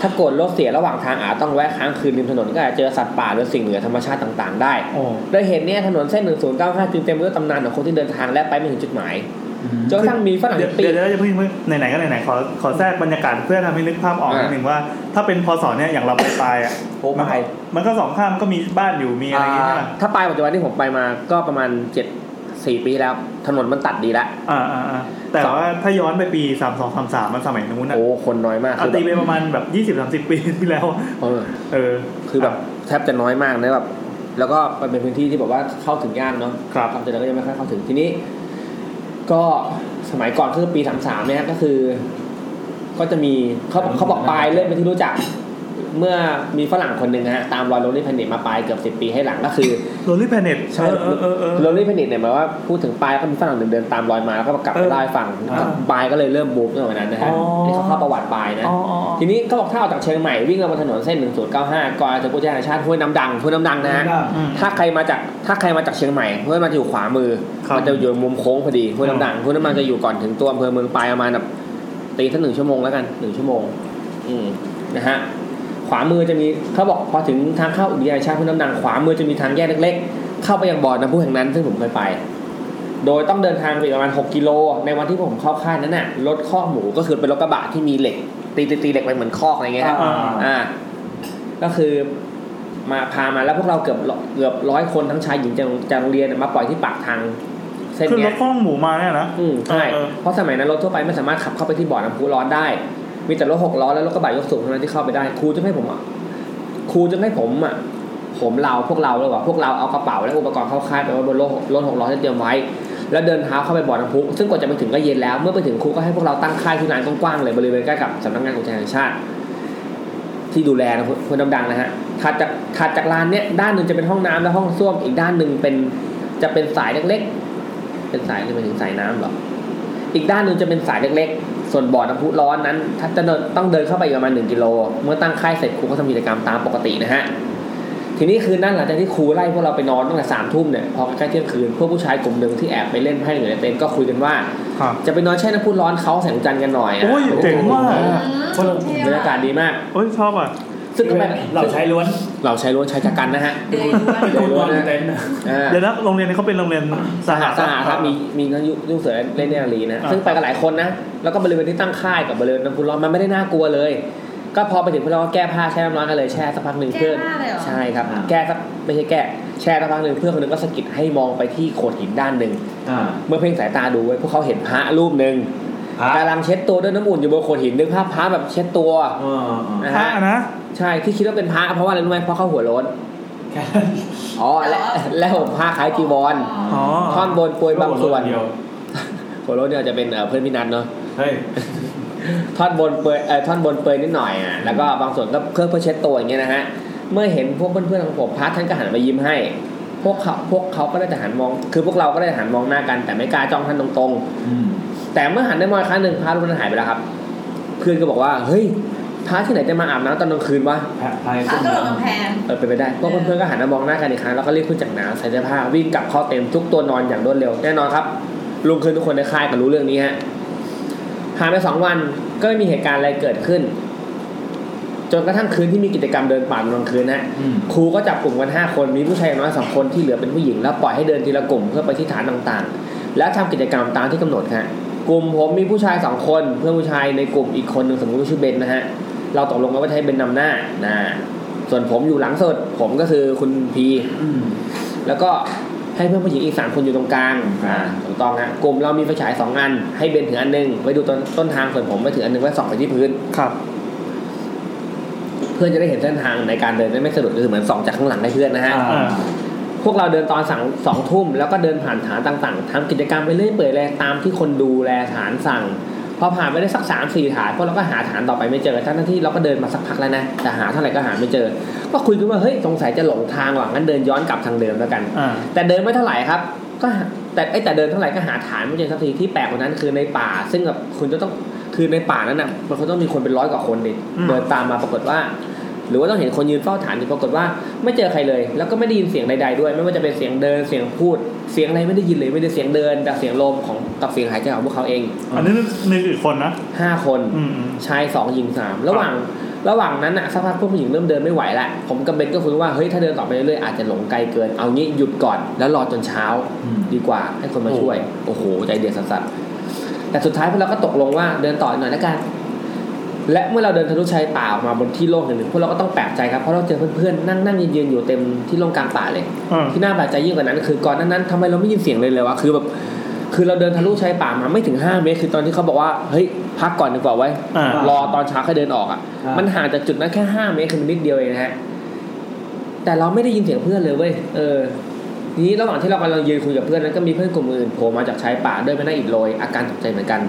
C: ถ้าเกดรถเสียระหว่างทางอาจต้องแวะค้างคืนริมถนนก็อาจเจอสัตว์ป่าหรือสิ่งเหนือธรรมชาติต่างๆได้
D: โอ้
C: โดยเหตุเนี้ถนนเส้น 1095 จึงเต็มไปด้วยตำนานของคนที่เดินทางและไปไม่ถึงจุดหมายจนกระทั่งมีฝรั่ง
D: เดี๋ยว
C: ปี
D: เดี๋ยวเราจะพึ่งเพิ่งไหนๆก็ไหนๆขอขอแทรกบรรยากาศเพื่อทำให้นึกภาพออกนิดหนึ่งว่า ถ้าเป็นพอสอนเนี่ยอย่างเราไปปลายอ่ะ
C: โอ้ไป
D: มันก็สองข้างก็มีบ้านอยู่มีอะไรอย่างเงี้ยใช่ไหม
C: ถ้าไปปัจจุบันที่ผมไปมาก็ประมาณ 7 4 ปีแล้ว ถนนมันตัดดีละ
D: อ่าอ่าอ่าแต่
C: สอง
D: ว่าถ้าย้อนไปปีสามสองสามสามมันสมัยนู้นอ่ะ
C: โอ้ คนน้อยมาก
D: เอา
C: คือแบ
D: ตี
C: บ
D: ไปประมาณแบบยี่สิบสามสิบปีที่แล้ว
C: เออ
D: เออ
C: คือแบบแทบจะน้อยมากนะแบบแล้วก็มันเป็นพื้นที่ที่แบบว่าเข้าถึงยากเนาะ
D: ครับ
C: ความเจริญก็ยังไม่ค่อยเข้าถึงทีนี้ ก็สมัยก่อนคือปีสามสามเนี่ยก็คือ ก็จะมีเขาบอกเขาบอกปลายเริ่มเป็นที่รู้จัก เมื่อมีฝรั่งคนหนึ่งนะฮะตามรอยโรลลี่แพนเนตมาปลายเกือบสิบ10 ปีให้หลังก็คือ
D: โรลลี่แพนเน็ต
C: ใช่
D: เออเออเออเอ
C: โร
D: อ
C: ลลี่แพนเนตเนี่ยหมายว่าพูดถึงปลายก็มีฝรั่งหนึ่งเดินตามรอยมาแล้วก็กลับ
D: เอ
C: ไป
D: อ
C: ไล่าให้ฟัง
D: อ่า
C: ปลายก็เลยเริ่มบูมตั้งแต่วันนั้นนะฮะ
D: อ๋อ
C: นี่เขาเข้าประวัติปลายนะ
D: อ๋ออ๋ออ๋อ
C: ทีนี้เขาบอกถ้าออกจากเชียงใหม่วิ่งลงมาถนนเส้น 1095ก่อนจะพุทธยานชาติห้วยน้ำดังห้วยน้ำดังนะฮะ
D: อืม
C: ถ้าใครมาจากถ้าใครมาจากเชียงใหม่เพื่อนมันจะอยู่ขวามือ
D: ครับ
C: มันจะอยู่มุมโค้งพอดีห้วยน้ำดังห้วยน้ำดังจะอยู่ก่อนถึงตัวอำเภอเมืองปลายประมาณแบบตีสักหนึ่งชั่วโมงแล้วกันหนึ่งชั่วโมง อืมนะฮะขวามือจะมีเขาบอกพอถึงทางเข้าอุทยานแห่งชาติห้วยน้ำดังขวามือจะมีทางแยกเล็ก ๆ เข้าไปยังบ่อน้ำพุแห่งนั้น ซึ่งผมเคยไป โดยต้องเดินทางไปประมาณ 6 กิโล ในวันที่ผมเข้าค่ายนั้นน่ะรถคอกหมูก็คือเป็นรถกระบะที่มีเหล็ก ตีตีตีเหล็กไปเหมือนคอกอะไรเงี้ยครับ
D: อ่า
C: อ่า ก็คือมาพามาแล้วพวกเราเกือบเกือบร้อยคนทั้งชายหญิงจากโรงจากโรงเรียนมาปล่อยที่ปากทาง เส้น
D: คือร
C: เนี้
D: ถ
C: ย
D: ข้องหมูมาเนี่ยนะ
C: อืมใช่
D: เออเออ
C: เพราะสมัยนั้นรถทั่วไปไม่สามารถขับเข้าไปที่บ่อน้ำพุร้อนได้ มีแต่รถหกล้อและรถกระบะยกสูงเท่านั้นที่เข้าไปได้ ครูจะให้ผมอ่ะครูจะให้ผมอ่ะ ผมเราพวกเราเลยว่าพวกเราเอากระเป๋าและอุปกรณ์เข้าค่ายไปไว้บนรถรถหกล้อที่เตรียมไว้ แล้วเดินเท้าเข้าไปบ่อน้ำพุซึ่งกว่าจะไปถึงก็เย็นแล้ว เมื่อไปถึงครูก็ให้พวกเราตั้งค่ายที่ลานกว้างๆเลยบริเวณใกล้กับสำนักงานอุทยานแห่งชาติ ที่ดูแลนะคนดังๆนะฮะถัดจากถัดจากลานเนี้ยด้านหนึ่งจะเป็นห้องน้ำและห้องส้วมอีกด้านหนึ่งเป็นจะเป็นสายเล็กๆ เป็นสายเรียกไปถึงสายน้ำเหรออีกด้านหนึ่งจะเป็นสายเล็กๆ ส่วนบ่อน้ำพุร้อนนั้นถ้าจะเดินต้องเดินเข้าไปอีกประมาณหนึ่งกิโลเมื่อตั้งค่ายเสร็จครูก็ทำกิจกรรมตามปกตินะฮะทีนี้คืนนั้นหลังจากที่ครูไล่พวกเราไปนอนตั้งแต่สามทุ่มเนี่ยพอใกล้เที่ยงคืนพวกผู้ชายกลุ่มหนึ่งที่แอบไปเล่นไพ่อยู่ในเต็นท์ก็คุยกันว่า
D: ครับ
C: จะไปนอนแช่น้ำพุร้อนเขาแสงจันทร์กันหน่อยอะ
D: โอ้ยเจ๋งมาก
C: บรรยากาศดีมาก
D: โอ้ยชอบอ่ะ
C: ซึ่งก็แบบ
E: เราใช้ล้วน
C: เราใช้ล้วนใช้จักรันนะฮะ
B: เดือยล้วน
E: เป็นคนวางเต็นท์นะ
C: อ่า
D: เดี๋ยวนะโรงเรียนนี้เขาเป็นโรงเรียนสหะ
C: สหาครับมีมีทั้งยุยุ่งเสือเล่นเนรีนะ
D: อ่า
C: ซึ่งไปกันหลายคนนะ แล้วก็บริเวณที่ตั้งค่ายกับบริเวณน้ำพุร้อนมันไม่ได้น่ากลัวเลย ก็พอไปถึงพวกเราก็แก้ผ้าแช่น้ำร้อนกันเลยแช่สักพักหนึ่ง
B: แก้
C: เพื่อน
B: หน้าเลยเหรอ
C: ใช่ครับ แก้สักไม่ใช่แก้แช่สักพักหนึ่งเพื่อนคนหนึงก็สะกิดให้มองไปที่โขดหินด้านหนึ่ง
F: อ่า
C: เมื่อเพ่งสายตาดูไว้พวกเขาเห็นพระรูปหนึ่ง
F: พระ
C: กำลังเช็ดตัวด้วยน้ำอุ่นอยู่บนโขดหินนึกภาพพระแบบเช็ดตัว
F: เออเออ
C: นะ
D: พระ
C: ฮะ
D: นะ
C: ใช่ที่คิดว่าเป็นพระเพราะว่าอะไรรู้ไหมเพราะเขาหัวโล้นอ๋อและและผมผ้าคล้ายจีวร
D: อ๋อ
C: ท่อนบนปวยบางส่วน
F: เดียว
C: หัวโล้นเนี่ยจะเป็นเอ่อเพื่อนพี่นันเนาะ
F: เฮ้ย
C: ท่อนบนเปลือยเอ่อท่อนบนเปลือยนิดหน่อยอ่ะแล้วก็บางส่วนก็เครื่องเพื่อเช็ดตัวอย่างเงี้ยนะฮะเมื่อเห็นพวกเพื่อนๆของผมพระท่านก็หันมายิ้มให้ พวกเขาพวกเขาก็ได้แต่หันมอง คือพวกเราก็ได้แต่หันมองหน้ากัน แต่ไม่กล้าจ้องท่านตรงๆ
F: อืม
C: แต่เมื่อหันได้มองอีกครั้งหนึ่งพระรูปนั้นหายไปแล้วครับ เพื่อนก็บอกว่าเฮ้ยพระที่ไหนจะมาอาบน้ำตอนกลางคืนวะ
F: พระพาย
B: ขา
F: ต้น
B: ก็หล
F: น้
B: งกำแพง
C: เออเป็นไปได้พวก
B: เออ
C: เพื่อนๆก็หันมามองหน้ากันอีกครั้งแล้วก็รีบขึ้นจากน้ำใส่เสื้อผ้าวิ่งกลับเข้าเต็มทุกตัวนอนอย่างรวดเร็วแน่นอนครับลุงคืนทุกคนในค่ายก็รู้เรื่องนี้ฮะผ่านไปสองวันก็ไม่มีเหตุการณ์อะไรเกิดขึ้น จนกระทั่งคืนที่มีกิจกรรมเดินป่าตอนกลางคืนนะฮะ
F: ำอืม
C: ครูก็จับกลุ่มกันห้าคนมีผู้ชายอย่างน้อยสองคนที่เหลือเป็นผู้หญิงแล้วปล่อยให้เดินทีละกลุ่มเพื่อไปที่ฐานต่างๆ และทำกิจกรรมตามที่กำหนดฮะ กลุ่มผมมีผู้ชายสองคนเพื่อนผู้ชายในกลุ่มอีกคนหนึ่งสมมติว่าชื่อเบนนะฮะเราตกลงกันว่าจะให้เบนนำหน้านะส่วนผมอยู่หลังสุดผมก็คือคุณพีแล้วก็ให้เพื่อนผู้หญิงอีกสามคนอยู่ตรงกลางอ่าถูกต้องฮะกลุ่มเรามีไฟฉายสองอัน ให้เบนถืออันหนึงไว้ดูต้นต้นทางส่วนผมไว้ถืออันหนึงไว้ส่องไปที่พื้น
D: ครับ
C: เพื่อนจะได้เห็นเส้นทางในการเดินได้ไม่สะดุดคือเหมือนส่องจากข้างหลังได้เพื่อนนะฮะ
D: อ่า
C: พวกเราเดินตอนสั่งสองทุ่มแล้วก็เดินผ่านฐานต่างๆทำกิจกรรมไปเรื่อยเปื่อยเลยตามที่คนดูแลฐานสั่ง พอผ่านไปได้สักสามสี่ฐานพวกเราก็หาฐานต่อไปไม่เจอทั้งๆที่เราก็เดินมาสักพักแล้วนะแต่หาเท่าไหร่ก็หาไม่เจอ ก็คุยกันว่าเฮ้ยสงสัยจะหลงทางว่ะงั้นเดินย้อนกลับทางเดิมแล้วกัน
D: อ่า
C: แต่เดินไม่เท่าไหร่ครับ ก็หาแต่ไอยแต่เดินเท่าไหร่ก็หาฐานไม่เจอสักทีที่แปลกกว่านั้นคือในป่า ซึ่งแบบคุณจะต้องคือในป่านั้นน่ะมันก็ต้องมีคนเป็นร้อยกว่าคนดิ
D: อืม
C: เดินตามมาปรากฏว่า หรือว่าต้องเห็นคนยืนเฝ้าฐานอยู่ปรากฏว่าไม่เจอใครเลย แล้วก็ไม่ได้ยินเสียงใดๆด้วย ไม่ว่าจะเป็นเสียงเดินเสียงพูด เสียงอะไรไม่ได้ยินเลยไม่ได้เสียงเดินแต่เสียงลมของกับเสียงหายใจของพวกเขาเอง
D: อันนี้หนึ่งอีกคนนะ
C: ห้าคน
D: อืมอืม
C: ชายสองหญิงสามระหว่างระหว่างนั้นอะสักพักพวกผู้หญิงเริ่มเดินไม่ไหวละผมกับเบนก็คุยว่าเฮ้ยถ้าเดินต่อไปเรื่อยๆอาจจะหลงไกลเกิน เอางี้หยุดก่อนแล้วรอจนเช้าดีกว่า ให้คนมาช่วย โอ้โห ใจเด็ดสัสๆแต่สุดท้ายพวกเราก็ตกลงว่าเดินต่ออีกหน่อยละกัน และเมื่อเราเดินทะลุชายป่าออกมาบนที่โล่งแห่งหนึ่งพวกเราก็ต้องแปลกใจครับเพราะเราเจอเพื่อนๆนั่งนั่งยืนๆอยู่เต็มที่โล่งกลางป่าเลย
D: อืม
C: ที่น่าแปลกใจยิ่งกว่านั้นคือก่อนหนานั้นทำไมเราไม่ยินเสียงเลยเลยวะคือแบบ คือเราเดินทะลุชายป่ามาไม่ถึง 5 เมตร คือตอนที่เขาบอกว่าเฮ้ยพักก่อนดีกว่าไว้ย
D: อ่าร
C: อตอนเช้าค่อยเดินออกอ่ะ
F: อ่ามั
C: มันห่างจากจุดนั้นแค่ 5 เมตรคือมันนิดเดียวเองนะฮะ แต่เราไม่ได้ยินเสียงเพื่อนเลยเว้ยเออทีนี้ระหว่างที่เรากำลังยืนคุยกับเพื่อนนั้นก็มีเพื่อนกลุ่มอื่นโผล่มาจากชายป่าด้วยไม่น่าอิดโรยอาการตกใจเหมือนกัน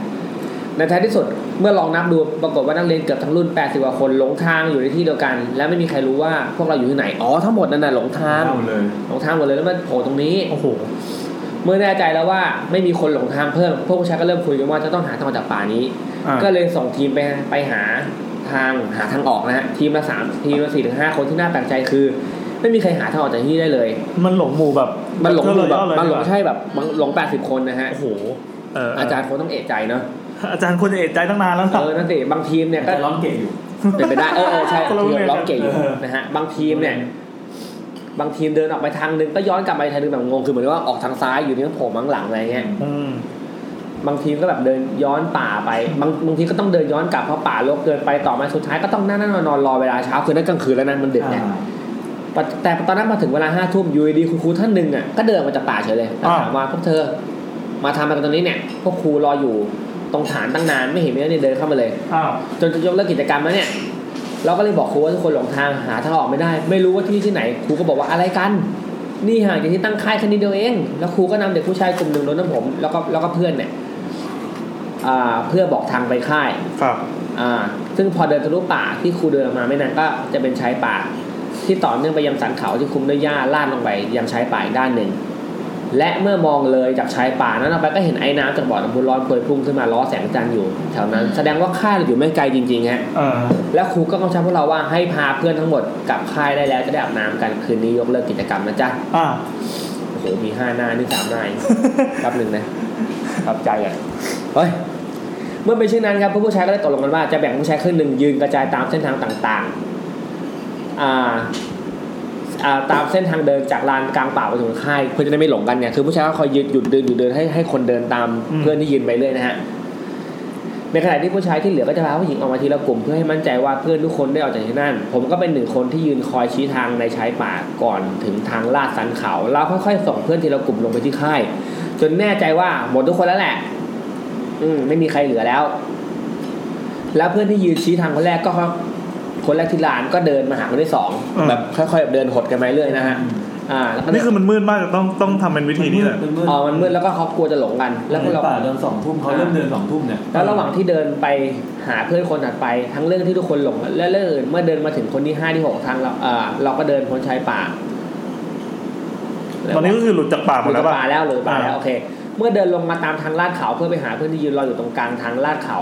C: ในท้ายที่สุดเมื่อลองนับดูปรากฏว่านักเรียนเกือบทั้งรุ่น 80กว่าคนหลงทางอยู่ในที่เดียวกัน และไม่มีใครรู้ว่าพวกเราอยู่ที่ไหนอ๋อทั้งหมดนั่นน่ะหลงทาง
E: เอาเลย
C: หลงทางหมดเลยแล้วมันโผล่ตรงนี้
D: โอ้โห
C: เมื่อแน่ใจแล้วว่าไม่มีคนหลงทางเพิ่ม พวกผู้ชายก็เริ่มคุยกันว่าจะต้องหาทางออกจากป่านี้
D: อ่า
C: ก็เลยส่งทีมไปไปหาทางหาทางออกนะฮะทีมละสามทีมละสี่ถึงห้าคนที่น่าแปลกใจคือ ไม่มีใครหาทางออกจากที่นี่ได้เลย
D: มันหลงหมู่แบบ
C: มันหลงอยู่แบบ
D: เยอะเย
C: มันหลง
D: เย
C: ใช่แบบมันหลงแปดสิบคนนะฮะ
D: โอ้โหเออ
C: อา
D: อา
C: จารย์คงต้องเอะใจเนาะ
D: อาจารย์ควรจะเอ็ดใจตั้งนานแล้วนะ
C: เออนั่นสิบางทีมเนี่ยก็
E: แต่ร้องเก่งอยู่
C: เป็นไปได้เออเออใช่
D: คนละโรง
C: ทีม
D: เรียน
C: ร้องเก่งอยู่
E: เออ
C: นะฮะบางทีมเนี่ย บางทีมเดินออกไปทางนึงก็ย้อนกลับไปทางนึงแบบงงคือเหมือนว่าออกทางซ้ายอยู่นี่ก็โผล่มังหลังอะไรเงี้ย
D: ืม
C: บางทีมก็แบบเดินย้อนป่าไป บางบางทีก็ต้องเดินย้อนกลับเพราะป่ารกเกินไปต่อมาสุดท้ายก็ต้องนั่งนั่งนอนนอนรอเวลาเช้าคือนั่นกลางคืนแล้วนะมันดึกเนี่ยแต่แต่ตอนนั้นมาถึงเวลาห้าทุ่มอยูดีๆคุณครูท่านหนึ่งอ่ะก็เดินมาจากป่าเฉยเลยแล้ว
D: อ่า
C: ถามว่าพวกเธอ มาทำอะไรกันตรงนี้เนี่ย พวกครูรออยู่ตรงฐานตั้งนานไม่เห็นมีนักเรียนเดินเข้ามาเลย
D: อ้าว
C: จนจะยกเลิกกิจกรรมแล้วเนี่ย เราก็เลยบอกครูว่าทุกคนหลงทางหาทางออกไม่ได้ ไม่รู้ว่าที่นี่ที่ไหนครูก็บอกว่าอะไรกัน นี่ห่างจากที่ตั้งค่ายแค่นิดเดียวเอง แล้วครูก็นำเด็กผู้ชายกลุ่มหนึ่งโดนน้ำผมแล้วก็แล้วก็เพื่อนเนี่ยอ่าเพื่อบอกทางไปค่าย
D: ครับ
C: อ่าซึ่งพอเดินทะลุป่าที่ครูเดินออกมาไม่นานก็จะเป็นชายป่า ที่ต่อเนื่องไปยังสันเขาที่คลุมด้วยหญ้าลาดลงไปยังชายป่าอีกด้านหนึ่ง และเมื่อมองเลยจากชายป่านั้นออกไปก็เห็นไอ้น้ำจากบ่อน้ำพุร้อนพวยพุ่งขึ้นมาล้อแสงจันทร์อยู่แถวนั้น แสดงว่าค่ายเราอยู่ไม่ไกลจริงๆฮะ
D: เออ
C: และครูก็กำชับพวกเราว่าให้พาเพื่อนทั้งหมดกลับค่ายได้แล้วจะได้อาบน้ำกันคืนนี้ยกเลิกกิจกรรมนะจ๊ะ
D: อ่า
C: โอ้โหมีห้าหน้านี่สามหน้าเอง แป๊บหนึ่งนะรับใจอ่ะเฮ้ยเมื่อเป็นเช่นนั้นครับพวกผู้ชายก็ได้ตกลงกันว่าจะแบ่งผู้ชายครึ่งหนึ่งยืนกระจายตามเส้นทางต่างๆอ่าอ่าตามเส้นทางเดินจากลานกลางป่าไปถึงค่ายเพื่อจะได้ไม่หลงกันเนี่ยคือผู้ชายก็คอยยืนหยุดเดินหยุดเดินให้ให้คนเดินตาม
D: อืม
C: เพื่อนที่ยืนไปเรื่อยนะฮะ ในขณะที่ผู้ชายที่เหลือก็จะพาผู้หญิงออกมาทีละกลุ่มเพื่อให้มั่นใจว่าเพื่อนทุกคนได้ออกจากที่นั่น ผมก็เป็นหนึ่งคนที่ยืนคอยชี้ทางในชายป่าก่อนถึงทางลาดสันเขาเราค่อยๆส่งเพื่อนทีละกลุ่มลงไปที่ค่าย จนแน่ใจว่าหมดทุกคนแล้วแหละ อืมไม่มีใครเหลือแล้ว แล้วเพื่อนที่ยืนชี้ทางคนแรกก็ค่อยคนแรกที่ลานก็เดินมาหาคนที่สอง
D: อืม
C: แบบค่อยๆแบบเดินหดกันไปเรื่อยนะฮะอ่าแล้วก็
D: นี่คือมันมืดมาก ต้องต้องทำเป็นวิธีนี้เลย
E: เป็นเมื่อ
C: อ๋อมันมืดแล้วก็เขากลัวจะหลงกัน
E: แล้
C: แล้ว วพวกเรา
E: ป่าเดินสองทุ่มเขาเริ่มเดินสองทุ่มเนี่ย
C: แล้วระหว่างที่เดินไปหาเพื่อนคนถัดไป ทั้งเรื่องที่ทุกคนหลงและเรื่องอื่นเมื่อเดินมาถึงคนที่ห้าที่หกทางเราเอ่อเราก็เดินพ้นชายป่า
D: ตอนนี้ก็คือหลุดจากป่าห
C: ห
D: ม
C: ลุ
D: ด
C: ด
D: แล้วป่ะ
C: ป่าแล้วหลุดป่าแล้ว
D: อ่า
C: โอเค เมื่อเดินลงมาตามทางลาดเขาเพื่อไปหาเพื่อนที่ยืนรออยู่ตรงกลางทางลาดเขา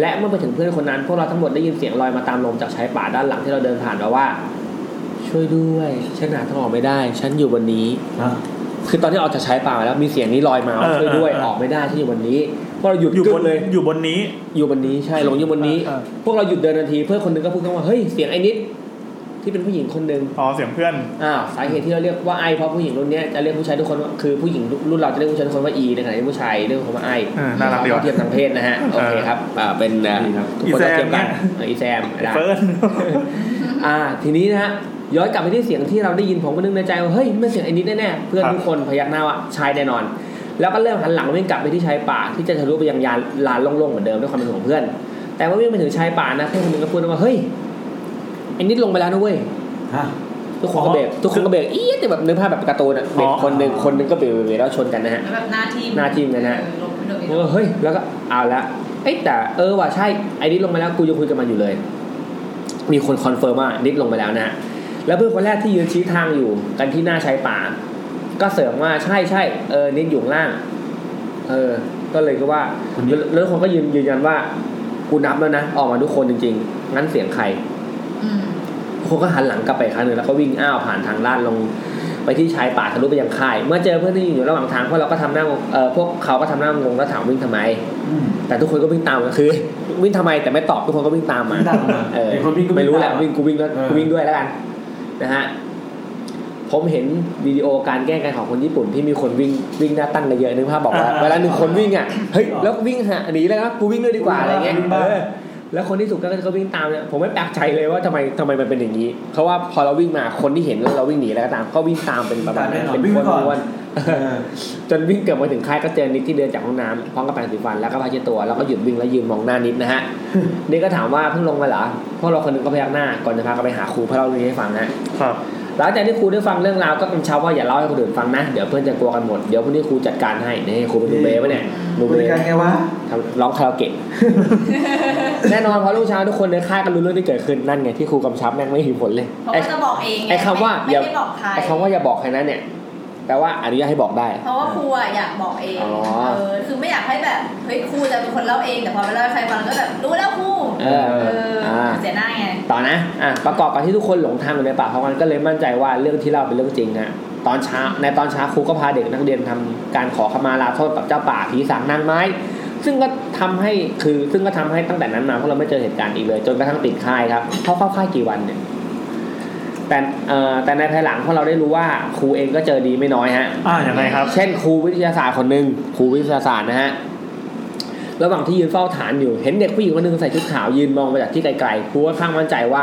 C: และเมื่อไปถึงเพื่อนคนนั้น พวกเราทั้งหมดได้ยินเสียงลอยมาตามลมจากชายป่าด้านหลังที่เราเดินผ่านมาว่า ช่วยด้วยฉันหาทางออกไม่ได้ ฉันอยู่บนนี้ คือตอนที่ออกจากชายป่ามาแล้วมีเสียงนี้ลอยมาว่าช่วยด้วยออกไม่ได้ฉันอยู่บนนี้พวกเราหยุด
D: อยู่บน
C: กึ๊เลย
D: อยู่บนนี้
C: อยู่บนนี้ใช่ลงอยู่บนนี้
D: อ่าอ่า
C: พวกเราหยุดเดินทันทีเพื่อนคนหนึงก็พูดขึ้นว่าเฮ้ยเสียงไอ้นิด ที่เป็นผู้หญิงคนหนึ่ง
D: อ๋อเสียงเพื่อน
C: อ่าสาเหตุที่เราเรียกว่าไอเพราะผู้หญิงรุ่นเนี้ยจะเรียกผู้ชายทุกคนว่าคือผู้หญิงรุ่นเราจะเรียกผู้ชายทุกคนว่าอีในขณะที่ผู้ชายเรียกคนว่าไอ
D: เออน่ารักดีว่ะ
C: เทียมทางเพศนะฮะโอเคครับอ่าเป็นอ่า
F: ดีครับ
C: ทุกคนต้องเทียมกัน
D: อีแซมเนี่ย
C: เอออีแซมได้
D: เฟิร์น
C: อ่าทีนี้นะฮะย้อนกลับไปที่เสียงที่เราได้ยินผมก็นึกในใจว่าเฮ้ยมันเสียงไอ้นิดแน่ๆเพื่อน
D: ครับ
C: ทุกคนพยักหน้าว่าใช่แน่นอน แล้วก็เริ่มหันหลังวิ่งกลับไปที่ชายป่าที่จะทะลุไปยังยานลานโล่งๆเหมือนเดิมด้วยความเป็นห่วงเพื่อน แต่ว่าวิ่งไปถึงชายป่านะเพื่อนคนหนึงก็พูดว่าเฮ้ยไอ้นิดลงไปแล้วนะเว้ย
F: ฮะ
C: ทุกคนก็เบรกทุกคนก็เบรกอี๊ดแบบนึกภาพแบบการ์ตูนอะเด็กคนหนึ่งคนหนึ่งก็เบรกเบรกเบรกแล้วชนกันนะฮะ
B: แบบหน้าทีม
C: หน้าทีมเลยนะ
B: ออลงไปเลย
C: เออเฮ้ยแล้วก็เอาละเอ้ยแต่เออว่ะใช่ไอ้นิดลงไปแล้วกูยังคุยกับมันอยู่เลย มีคนคอนเฟิร์มว่านิดลงไปแล้วนะฮะแล้วเพื่อนคนแรกที่ยืนชี้ทางอยู่กันที่หน้าชายป่า ก็เสริมว่าใช่ใช่เออนิดอยู่ข้างล่าง เออ ก็เลยก็ว่าแล้วแล้วทุกคนก็ยืนยืนยันว่ากูนับแล้วนะออกมาทุกคนจริง ๆ งั้นเสียงใคร
B: อืม
C: คนก็หันหลังกลับไปอีกครั้งหนึ่งแล้วก็วิ่งอ้าวผ่านทางลาดลง ไปที่ชายป่าทะลุไปยังค่าย เมื่อเจอเพื่อนที่อยู่ระหว่างทางพวกเราก็ทำหน้างงเออพวกเขาก็ทำหน้างงแล้วถามวิ่งทำไม แต่ทุกคนก็วิ่งตามกันคือ วิ่งทำไมแต่ไม่ตอบทุกคนก็วิ่งตามมา
F: วิ่งตามมา
C: เออ
F: ไอ้คนวิ่งก็วิ่ง
C: ไม่รู้แหละ
F: ตามมา
C: วิ่งกูวิ่งแล้ว
F: เออ
C: กูวิ่งด้วยแล้วกันนะฮะผมเห็นวิดีโอการแกล้งกันของคนญี่ปุ่นที่มีคนวิ่งวิ่งหน้าตั้งกันเยอะนึกภาพบอกว่า
D: อ่า
C: เวลาหนึ่งคนวิ่งอ่ะเฮ้ยแล้ววิ่งหาหนีเลยนะกูวิ่งด้วยดีกว่าอะไรเงี้ย
F: บ้า
C: แล้วคนที่ถูกก็ก็วิ่งตามเนี่ยผมไม่แปลกใจเลยว่าทำไมทำไมมันเป็นอย่างนี้เพราะว่าพอเราวิ่งมาคนที่เห็นเราวิ่งหนีแล้วก็ตามก็วิ่งตามเป็นประมาณนั้นเป็นคนม้วน
F: เออ
C: จนวิ่งเกือบมาถึงค่ายก็เจอนิกที่เดินจากห้องน้ำพร้อมกับแปรงสีฟันแล้วก็พาเช็ดตัวแล้วก็หยุดวิ่งแล้วยืนมองหน้านิดนะฮะนี่ก็ถามว่าเพิ่งลงมาเหรอพวกเราคนหนึงก็พยักหน้าก่อนจะพากันไปหาครูเพื่อเล่าเรื่องนี้ให้ฟังฮะ
D: ครับ
C: หลังจากที่ครูได้ฟังเรื่องราวก็กำชับว่าอย่าเล่าให้คนอื่นฟังนะเดี๋ยวเพื่อนจะกลัวกันหมดเดี๋ยวพรุ่งนี้ครูจัดการให้นี่ครูเป็นดูเบ้ปะเนี่ยดู
F: บ
C: เบ้
F: ริการไงวะ
C: ทำร้องคาราโอเกะ แน่นอนเพราะลูกชายทุกคนในค่ายก็รู้เรื่องที่เกิดขึ้นนั่นไงที่ครูกำชับแม่งไม่มีผลเลย
B: เพราะ
C: ไอ้
B: ว่าจะบอกเองง
C: ไอ้คำว่า
B: ไม่
C: อย่า
B: ไม่ได้บอกใคร
C: ไอ้คำว่าอย่าบอกใครนะเนี่ยแปลว่าอนุญาตให้บอกได้
B: เพราะว่าครูอะอยากบอกเอง
C: อ๋อ
B: เออคือไม่อยากให้แบบเฮ้ยครูจะเป็นคนเล่าเองแต่พอไปเล่าให้ใครฟังก็แบบรู้แล้วครู
C: เออ
B: เอ
C: อ่า
B: อเสียหน้าไง
C: ต่อนะ อ่ะ ประกอบกับที่ทุกคนหลงทางอยู่ในป่าพร้อมกันก็เลยมั่นใจว่าเรื่องที่เล่าเป็นเรื่องจริงฮะ ตอนเช้า ในตอนเช้าครูก็พาเด็กนักเรียนทำการขอขมาลาโทษกับเจ้าป่าผีสางนางไม้ ซึ่งก็ทำให้ คือ ซึ่งก็ทำให้ตั้งแต่นั้นมาพวกเราไม่เจอเหตุการณ์อีกเลย จนกระทั่งติดค่ายครับเขาเข้าค่ายกี่วันเนี่ย แต่เอ่อแต่ในภายหลังพวกเราได้รู้ว่าครูเองก็เจอดีไม่น้อยฮะ
D: อ่าอย่างไรครับ
C: เช่นครูวิทยาศาสตร์คนหนึ่งครูวิทยาศาสตร์นะฮะระหว่างที่ยืนเฝ้าฐานอยู่ เห็นเด็กผู้หญิงคนหนึ่งใส่ชุดขาวยืนมองมาจากที่ไกลๆครูก็ข้างมั่นใจว่า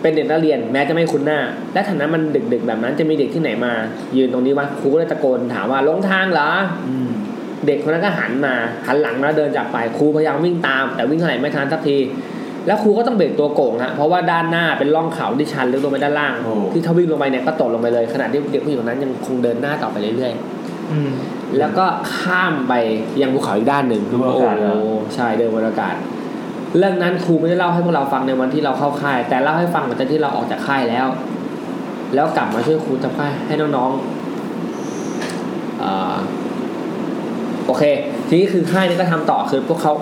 C: เป็นเด็กนักเรียนแม้จะไม่คุ้นหน้า และฐานะมันดึกๆแบบนั้นจะมีเด็กที่ไหนมา ยืนตรงนี้วะครูก็เลยตะโกนถามว่าหลงทางเหรออเด็กคนนั้นก็หันมาหันหลังแล้วเดินจากไปครูพยายามวิ่งตาม แต่วิ่งเท่าไหร่ไม่ทันสักที แล้วครูก็ต้องเบรกตัวโก่งฮะเพราะว่าด้านหน้าเป็นร่องเขาที่ชันลึกลงไปด้านล่าง
F: โอ้
C: ที่ถ้าวิ่งลงไปเนี่ยก็ตกลงไปเลยขณะที่เด็กผู้หญิงคนนั้นยังคงเดินหน้าต่อไปเรื่อยๆ
D: อืม
C: แล้วก็ข้ามไปยังภูเขาอีกด้านหนึ่ง
F: ดูบนอากาศเหรอ
C: โอ้ใช่เดินบนอากาศ เรื่องนั้นครูไม่ได้เล่าให้พวกเราฟังในวันที่เราเข้าค่าย แต่เล่าให้ฟังหลังจากที่เราออกจากค่ายแล้ว แล้วกลับมาช่วยครูทำค่ายให้น้องๆอ่าโอเค ทีนี้คือค่ายนี้ก็ทำต่อคือพวกเขา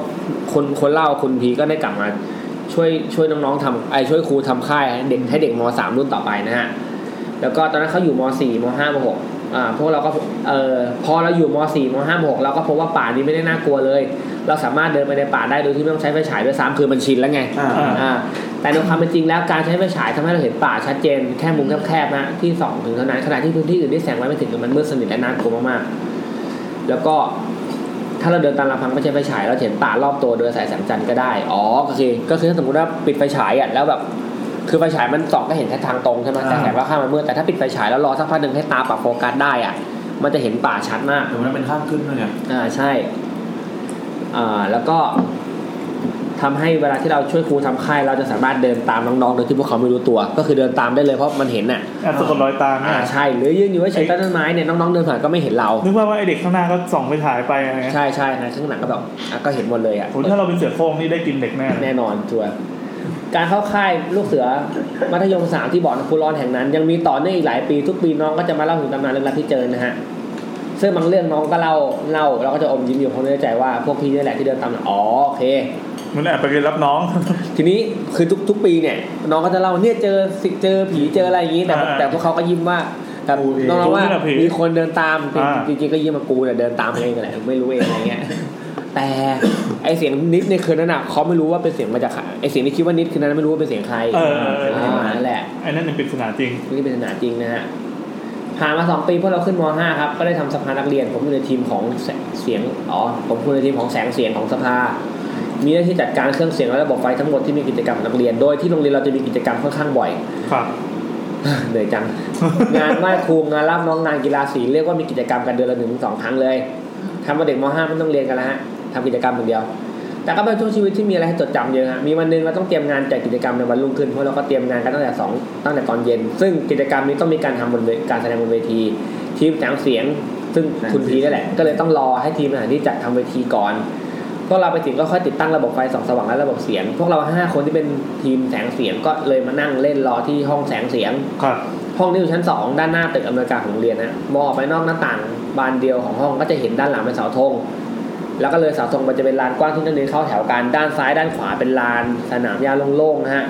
C: คนคนเล่าคนพีก็ได้กลับมา ช่วยช่วยน้องๆทำไอยช่วยครูทำค่ายให้เด็กให้เด็กมสามรุ่นต่อไปนะฮะ แล้วก็ตอนนั้นเขาอยู่ม .4 ม .5 ม .6 อ่าพวกเราก็เออพอเราอยู่ม .4 ม .5 ม .6 เราก็พบว่าป่านี้ไม่ได้น่ากลัวเลย เราสามารถเดินไปในป่าได้โดยที่ไม่ต้องใช้ไฟฉายด้วยซ้ำคือมันชินแล้วไง
F: อ่า
C: อ่าแต่ในความเป็นจริงแล้วการใช้ไฟฉายทำให้เราเห็นป่าชัดเจนแค่มุมแคบๆนะที่ส่องถึงเท่านั้นขณะที่พื้นที่อื่นที่แสงไว้ไม่ถึงมันมืดสนิทและน่ากลัวมากๆแล้วก็ถ้าเราเดินตามลำพังไม่ใช้ไฟฉายเราจะเห็นป่ารอบตัวโดยสายแสงจันทร์ก็ได้อ๋อก็คือก็คือถ้าสมมติว่าปิดไฟฉายอ่ะแล้วแบบ คือไฟฉายมันส่องก็เห็นแค่ทางตรงใช่ไหมแต่แสงว่าข้ามมันมืดแต่ถ้าปิดไฟฉายแล้วรอสักพักหนึ่งให้ตาปรับโฟกัสได้อ่ะ มันจะเห็นป่าชัดมาก
F: แต่วันนั้นเป็นข้างขึ้นด้วยไง
C: อ่าใช่อ่าแล้วก็ทำให้เวลาที่เราช่วยครูทำค่ายเราจะสามารถเดินตามน้องๆโดยที่พวกเขาไม่รู้ตัว ก็คือเดินตามได้เลยเพราะมันเห็นน่ะ
D: อ่ะสะกดรอยตาม
C: อ่า
D: อ่ะ
C: ใช่หรือยืนอยู่เฉยๆใต้ต้นไม้เนี่ยน้องๆเดินผ่านก็ไม่เห็นเรา
D: นึกว่าว่าไอเด็กข้างหน้าก็ส่องไปถ่ายไปอะไรเงี้ย
C: ใช่ใช่นะข้างหลังก็แบบอ่ะก็เห็นหมดเลยอ่ะ
D: โหถ้าเราเป็นเสือโคร่งนี่ได้กินเด็กแน่เลย
C: แน่นอนชัวร์การเข้าค่ายลูกเสือมัธยมสามที่บ่อน้ำพุร้อนแห่งนั้น ยังมีต่อเนื่องอีกหลายปีทุกปีน้องก็จะมาเล่าถึงตำนานเรื่องราวที่เจอนะฮะซึ่งบางเรื่องน้องก็เล่าเล่าเราก็จะอมยิ้มอยู่เพราะในใจว่าพวกพี่นี่แหละที่เดินตามหลังอ๋อโอเค
D: มันแอบไปเรียนรับน้อง
C: ทีนี้คือทุกทุกปีเนี่ย น้องก็จะเล่าเนี่ยเจอสิเจอผีเจออะไรอย่างนี้แต่
D: อ่า
C: แต่พวกเขาก็ยิ้มว่าแต่
F: กูเอง
C: น้องๆว่า
D: กูนี่แหละผี
C: มีคนเดินตาม
D: อ่า
C: จริงๆก็ยิ้มมากูเนี่ยเดินตามเองแหละไม่รู้เองอะไรเงี้ย แต่ไอเสียงนิดในคืนนั้นอ่ะเขาไม่รู้ว่าเป็นเสียงมาจากใครไอเสียงที่คิดว่านิดคืนนั้นไม่รู้ว่าเป็นเสียงใคร
D: เออเออเออ
C: านั่นแหละ
D: ไอ้นั่นเป็นปริศนาจริง
C: นี่เป็นปัญหาจริงนะฮะ ผ่านมาสองปีพวกเราขึ้นม .5 ครับ ก็ได้ทำสภานักเรียน ผมอยู่ในทีมของแสเสียง อ๋อ ผมอยู่ในทีมของแสงเสียงของสภา มีหน้าที่จัดการเครื่องเสียงและระบบไฟทั้งหมดที่มีกิจกรรมของนักเรียน โดยที่โรงเรียนเราจะมีกิจกรรมค่อนข้างบ่อย
D: ครับ
C: เหนื่อยจัง งานไหว้ครูงานรับน้องงานกีฬาสีเรียกว่ามีกิจกรรมกันเดือนละหนึ่งถึงสองครั้งเลยทำมาเด็กม .5 ไม่ต้องเรียนกันแล้วฮะทำกิจกรรมอย่างเดียว แต่ก็เป็นช่วงชีวิตที่มีอะไรให้จดจำเยอะฮะมีวันหนึ่งเราต้องเตรียมงานจัดกิจกรรมในวันรุ่งขึ้นเพราะเราก็เตรียมงานกันตั้งแต่สองตั้งแต่ตอนเย็น ซึ่งกิจกรรมนี้ต้องมีการทำบนเวการแสดงบนเวที ทีมแสงเสียง ซึ่งคุณพีนั่นแหละ ก็เลยต้องรอให้ทีมสถานที่จัดทำเวทีก่อน พวกเราไปถึงก็ค่อยติดตั้งระบบไฟส่องสว่างและระบบเสียง พวกเราห้าคนที่เป็นทีมแสงเสียงก็เลยมานั่งเล่นรอที่ห้องแสงเสียง
D: ครับ
C: ห้องนี้อยู่ชั้น 2 ด้านหน้าตึกอำนวยการของโรงเรียนฮะมองออกไปนอกหน้าต่างบานเดียวของห้องก็จะเห็นด้านหลังเป็นเสาธงแล้วก็เลยเสาธงมันจะเป็นลานกว้างที่นักเรียนเข้าแถวกันด้านซ้ายด้านขวาเป็นลาน สนามหญ้าโล่งๆนะฮะ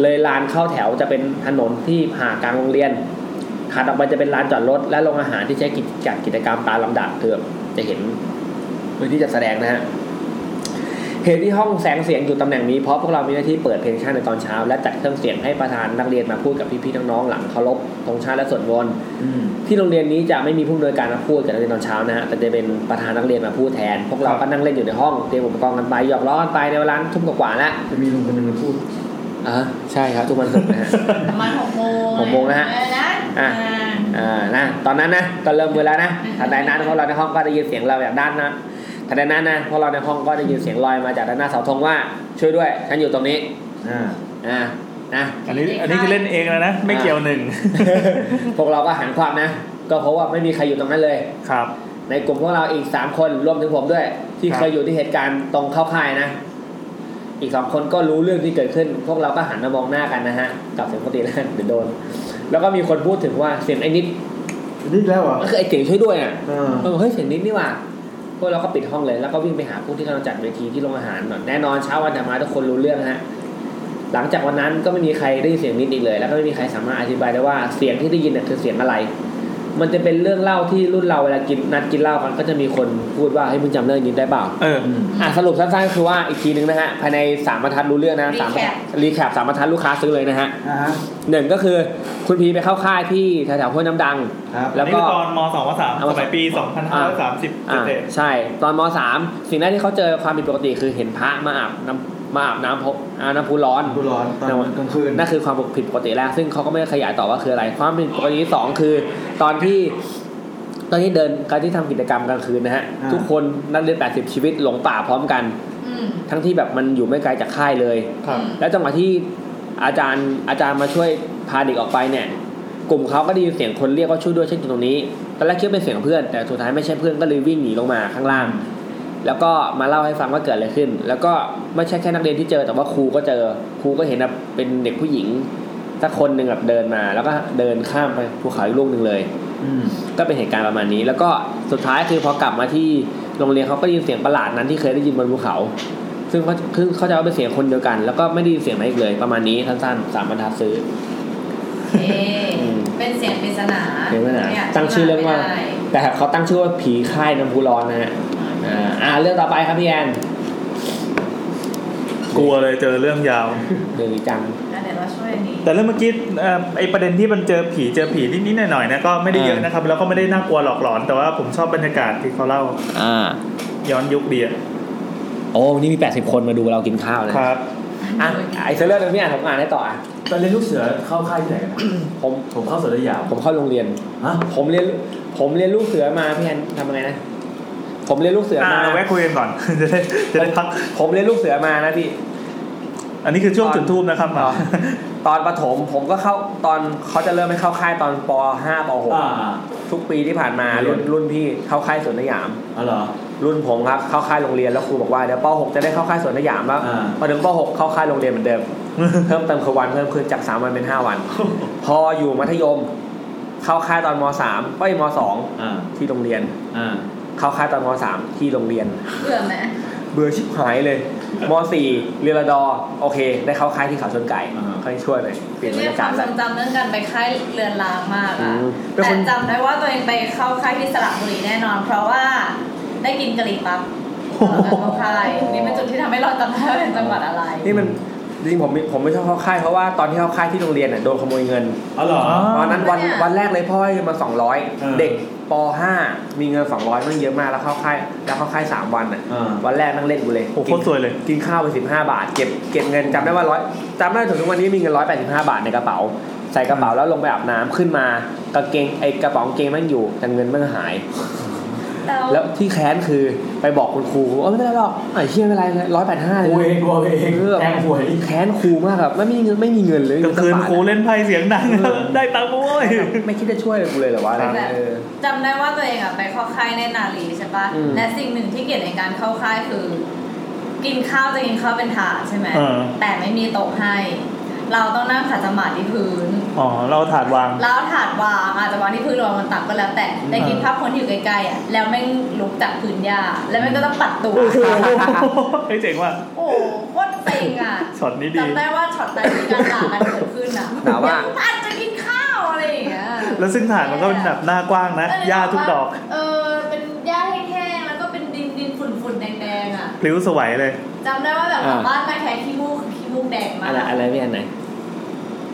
C: เลยลานเข้าแถวจะเป็นถนนที่ผ่ากลางโรงเรียนถัดออกไปจะเป็นลานจอดรถและโรงอาหารที่ใช้กิจจัดกิจกรรมตามลำดับเกือบจะเห็นพื้นที่จัดแสดงนะฮะ เหตุที่ห้องแสงเสียงอยู่ตำแหน่งนี้เพราะพวกเรามีหน้าที่เปิดเพลงชาติในตอนเช้า และจัดเครื่องเสียงให้ประธานนักเรียนมาพูดกับพี่ๆน้องๆหลังเคารพธงชาติและสวดมนต์ที่โรงเรียนนี้จะไม่มีผู้อำนวยการมาพูดกับนักเรียนตอนเช้านะฮะแต่จะเป็นประธานนักเรียนมาพูดแทน พวกเราก็นั่งเล่นอยู่ในห้องเตรียมอุปกรณ์กันไปหยอกล้อกันไปในเวลาทุ่มกว่าๆแล้ว
F: จะมีลุงคนหนึ่งมาพูด
C: อ่าใช่ครับทุกวันศุกร์นะฮะ
B: ประมาณหกโมง
C: หกโมงนะฮะ
B: นะ
C: อ่ะ อ่านะตอนนั้นนะก็เริ่มเวลานะทันใดนั้นพวกเราในห้องก็ได้ยินเสียงเราจากด้านนะทันใดนั้นนะพวกเราในห้องก็ได้ยินเสียงลอยมาจากด้านหน้าเสาธงว่าช่วยด้วยฉันอยู่ตรงนี้
F: อ่า
C: อ่านะ
D: อันนี้ อันนี้คือเล่นเองแล้วนะ ไม่เกี่ยวหนึ่ง
C: พวกเราก็หันความนะ ก็เพราะว่าไม่มีใครอยู่ตรงนั้นเลย
D: ครับ
C: ในกลุ่มพวกเราอีกสามคนรวมถึงผมด้วย ที่
D: ครับ
C: เคยอยู่ที่เหตุการณ์ตรงเข้าค่ายนะ อีกสองคนก็รู้เรื่องที่เกิดขึ้น พวกเราก็หันมามองหน้ากันนะฮะกับเสียงปกติแล้วกันเดี๋ยวโดน แล้วก็มีคนพูดถึงว่าเสียงไอ้นิด
F: นี่แล้วเหรอ
C: ก็คือไอ้เสียงช่วยด้วยน่ะ
F: อ่า
C: เออเฮ้ยเสียงนิดนี่หว่าพวกเราก็ปิดห้องเลย แล้วก็วิ่งไปหาพวกที่กำลังจัดเวทีที่โรงอาหารหน่อยแน่นอนเช้าวันต่อมาทุกคนรู้เรื่องฮะหลังจากวันนั้นก็ไม่มีใครได้ยินเสียงนิดอีกเลย แล้วก็ไม่มีใครสามารถอธิบายได้ว่าเสียงที่ได้ยินน่ะคือเสียงอะไร มันจะเป็นเรื่องเล่าที่รุ่นเราเวลากินนัดกินเหล้ากันก็จะมีคนพูดว่าเฮ้ยมึงจำเรื่องนี้ได้เปล่า
D: เออ
C: อ่ะสรุปสั้นๆคือว่าอีกทีหนึ่งนะฮะภายในสามบรรทัดรู้เรื่องนะสามรีแคปสามบรรทัดลูกค้าซื้อเลยนะฮะ
F: อ่าฮะ
C: หนึ่งก็คือคุณพีไปเข้าค่ายที่แถวๆห้วยน้ำดัง
F: ครับ
C: แล้ว
D: นี่
C: ก็
D: คือตอนม2ม
C: เอา
D: 3
C: มา
D: สมัยปี
C: อ่า
D: 2530
C: อ่า
D: เศษ
C: ใช่ ตอนมสามสิ่งแรกที่เขาเจอความผิดปกติคือเห็นพระมาอาบน้ำมาอาบน้ำพบอาบน้ำพุร้อน
F: ดูร้อนตอนกลางคืน
C: นั่นคือความผิดปกติแรกซึ่งเขาก็ไม่ได้ขยายต่อว่าคืออะไร ความผิดปกติที่สองคือ ตอนที่ ตอนที่เดินการที่ทำกิจกรรมกลางคืนนะฮะ
F: อ่า
C: ทุกคนนักเรียน 80 ชีวิตหลงป่าพร้อมกัน
B: อืม
C: ทั้งที่แบบมันอยู่ไม่ไกลจากค่ายเลย
D: ครับ
C: แล้วจังหวะที่อาจารย์อาจารย์มาช่วยพาเด็กออกไปเนี่ย กลุ่มเขาก็ได้ยินเสียงคนเรียกว่าช่วยด้วยเช่นอยู่ตรงนี้ตอนแรกคิดว่าเป็นเสียงเพื่อน แต่สุดท้ายไม่ใช่เพื่อนก็เลยวิ่งหนีลงมาข้างล่าง แล้วก็มาเล่าให้ฟังว่าเกิดอะไรขึ้น แล้วก็ไม่ใช่แค่นักเรียนที่เจอแต่ว่าครูก็เจอครูก็เห็นแบบเป็นเด็กผู้หญิงสักคนหนึ่งแบบเดินมา แล้วก็เดินข้ามไปภูเขาอีกลูกหนึ่งเลย
F: อืม
C: ก็เป็นเหตุการณ์ประมาณนี้ แล้วก็สุดท้ายคือพอกลับมาที่โรงเรียนเขาก็ได้ยินเสียงประหลาดนั้นที่เคยได้ยินบนภูเขา ซึ่งเขาคือเขาใจะว่าเป็นเสียงคนเดียวกัน แล้วก็ไม่ได้ยินเสียงไหนอีกเลยประมาณนี้สั้นๆสามบรรทัดซื้อ
B: เอ๊ะเป็นเสียงปริศนา
C: เห็นไหมนะ
B: ย
C: ตั้งชื่อเรื่องว่า
B: ไม่ได้
C: แต่เขาตั้งชื่อว่าผีค่ายน้ำพุร้อนนะฮะอ่าอ่าเรื่องต่อไปครับพี่แอน
D: กลัวเลยเจอเรื่องยาว
C: เรื่องนี้จัง
B: อ่ะเดี๋ยวเราช่วยอันนี้
D: แต่เรื่องเมื่อกี้เอ่อไอประเด็นที่มันเจอผีเจอผีนิดๆหน่อยๆนะก็ไม่ได้เยอะ
C: อ่าน
D: นะครับ แล้วก็ไม่ได้น่ากลัวหลอกหลอน แต่ว่าผมชอบบรรยากาศที่เขาเล่า
C: อ่า
D: ย้อนยุคดีอะ
C: โอ้วันนี่มี 80 คนมาดูเรากินข้าวนะครับ อ่ะไอ้เสื้อเรื่องนึงพี่แอนผมอ่านให้ต่ออ่ะ
F: ตอนเรียนลูกเสือเข้าค่ายที่ไหนกันนะ
C: ผม
F: ผมเข้าเสือสยาม
C: ผมเข้าโรงเรียน
F: ฮะ
C: ผมเรียนผมเรียนลูกเสือมาพี่แอนทำยังไงนะ ผมเรียนลูกเสือ
D: อ่า
C: มา
D: เราแวะคุยกันก่อน จะได้จะได้พัก
C: ผมเรียนลูกเสือมานะพี่
D: อันนี้คือช่วงจุดทูบนะครับ
C: อ๋อ ตอนประถมผมก็เข้าตอนเขาจะเริ่มให้เข้าค่ายตอนป .5 ป
F: อ่า
C: .6 ทุกปีที่ผ่านมา
F: เรียน
C: รุ่นรุ่นพี่เข้าค่ายสวนสยาม
F: อ๋อเหรอ
C: รุ่นผมครับเข้าค่ายโรงเรียนแล้วครูบอกว่าเดี๋ยวป .6 จะได้เข้าค่ายสวนสยามแล้ว
F: อ่า
C: พอถึงป .6 เข้าค่ายโรงเรียนเหมือนเดิม เพิ่มเติมคือวันเพิ่มขึ้นจาก 3 วันเป็น 5 วัน พออยู่มัธยม เข้าค่ายตอนม .3 ไปม
F: อ่า
C: .2 ที่โรงเรียน
F: อ่า
C: เข้าค่ายตอนม .3 ที่โรงเรียน
B: เบื่อไหม
C: เบื่อชิบหายเลยม .4 เรียนระดอโอเค ได้เข้าค่ายที่เขาชนไก่
F: อ่าฮะ
C: ค่อยช่วยเลยเปลี่ยนบร
B: เรี
C: ร
B: ยก
C: ยากาว
B: คามท
C: ศแล้
B: ร
C: ว
B: งจำเรื่องการไปค่ายเรือนรางมากอะ
C: อืมเป็นค
B: แต่
C: น
B: จำได้ว่าตัวเองไปเข้าค่ายที่สระบุรีแน่นอน เพราะว่าได้กินกะหรี่ปั๊บ จังหวัดอะไรนี่เป็นจุดที่ทำให้เราจำได้ว่าเป็นจังหวัดอะไร
C: นี่มันจริงๆผมผมไม่ชอบเข้าค่ายเพราะว่าตอนที่เข้าค่ายที่โรงเรียนน่ะโดนขโมยเงิน
G: อ๋อเหรอ
C: ตอนนั้นวัน
B: เนี่ย
C: วันแรกเลยพ่อให้เงินมา
G: เออ
C: 200 เด็กป .5 มีเงิน 200มันเยอะมากแล้วเข้าค่ายแล้วเข้าค่าย 3 วันอ่ะ
G: อ่า
C: วันแรกนั่งเล่นกูเลย
D: โอ้โหโคตรสวยเลย
C: กินข้าวไป 15 บาท เก็บเก็บเงินจำได้ว่าร้อยจำได้ถึงทุกวันนี้มีเงิน 185 บาทในกระเป๋า ใส่กระเป๋าแล้วลงไปอาบน้ำขึ้นมากางเกงไอกระเป๋ากางเกงมันอยู่แต่เงินมันหาย แล้วที่แค้นคือไปบอกคุณครูว่าเออไม่เป็นได้หรอกไอ้เชี่ยไม่เป็นไรร้อยแปดห้าเล
G: กู
C: ย
G: เองกูเอง
C: เออ
G: แทงหวย
C: แค้นครูมากครับไม่มีเงินไม่มีเงินเลย
D: กลางคืน
C: สับท
D: ครูเล่นไพ่เสียงดัง
C: เออ
D: ได้ตังค์มาเว้ย
C: ไม่คิดจะช่วยกูเลยเหรอวะอะไรเงี้ยเออ
B: จำได้ว่าตัวเองอะไปเข้าค่ายในนาลีใช่ปะ
C: อืม
B: และสิ่งหนึ่งที่เกลียดในการเข้าค่ายคือ กินข้าวจะกินข้าวเป็นถาดใช่ไหม
D: เออ
B: แต่ไม่มีโต๊ะให้ เราต้องนั่งขัดสมาธิที่พื้น
D: อ๋อ เราถาดวาง
B: แล้วถาดวางอาจจะวางที่พื้นหรือวางบนตักก็แล้วแต่แต่คิดภาพคนที่อยู่ใกล้ๆอ่ะแล้วแม่งลุกจากพื้นหญ้าแล้วแม่งก็ต้องปัดตัว
D: โอ้โหเฮ้ยเจ๋งว่ะ
B: โอ้โหโคตรเซ็งอ่ะ
D: ช็อตนี้ดี
B: จำได้ว่าช็อตนั้นมีการด่ากันเกิดขึ้นอ่ะ
C: ด่าว่า
B: อย่เพิ่งอาจจะกินข้าวอะไรอย่างเงี้ย
D: แล้วซึ่งถาดมันก็เป็นแบบหน้ากว้างนะหญ้าทุกดอก
B: เออ เป็นหญ้าแห้งๆ แล้วก็เป็นดินดินฝุ่นฝุ่นๆแดงๆอ่ะ
D: พลิ้วสวัยเลย
B: จำได้ว่าแบบ
J: อ่า
B: บ้านมาแค่ขี้มูกคือขี้มูกแดงมา
J: อะ
B: ก
J: ไรอะไรพี่อันไหน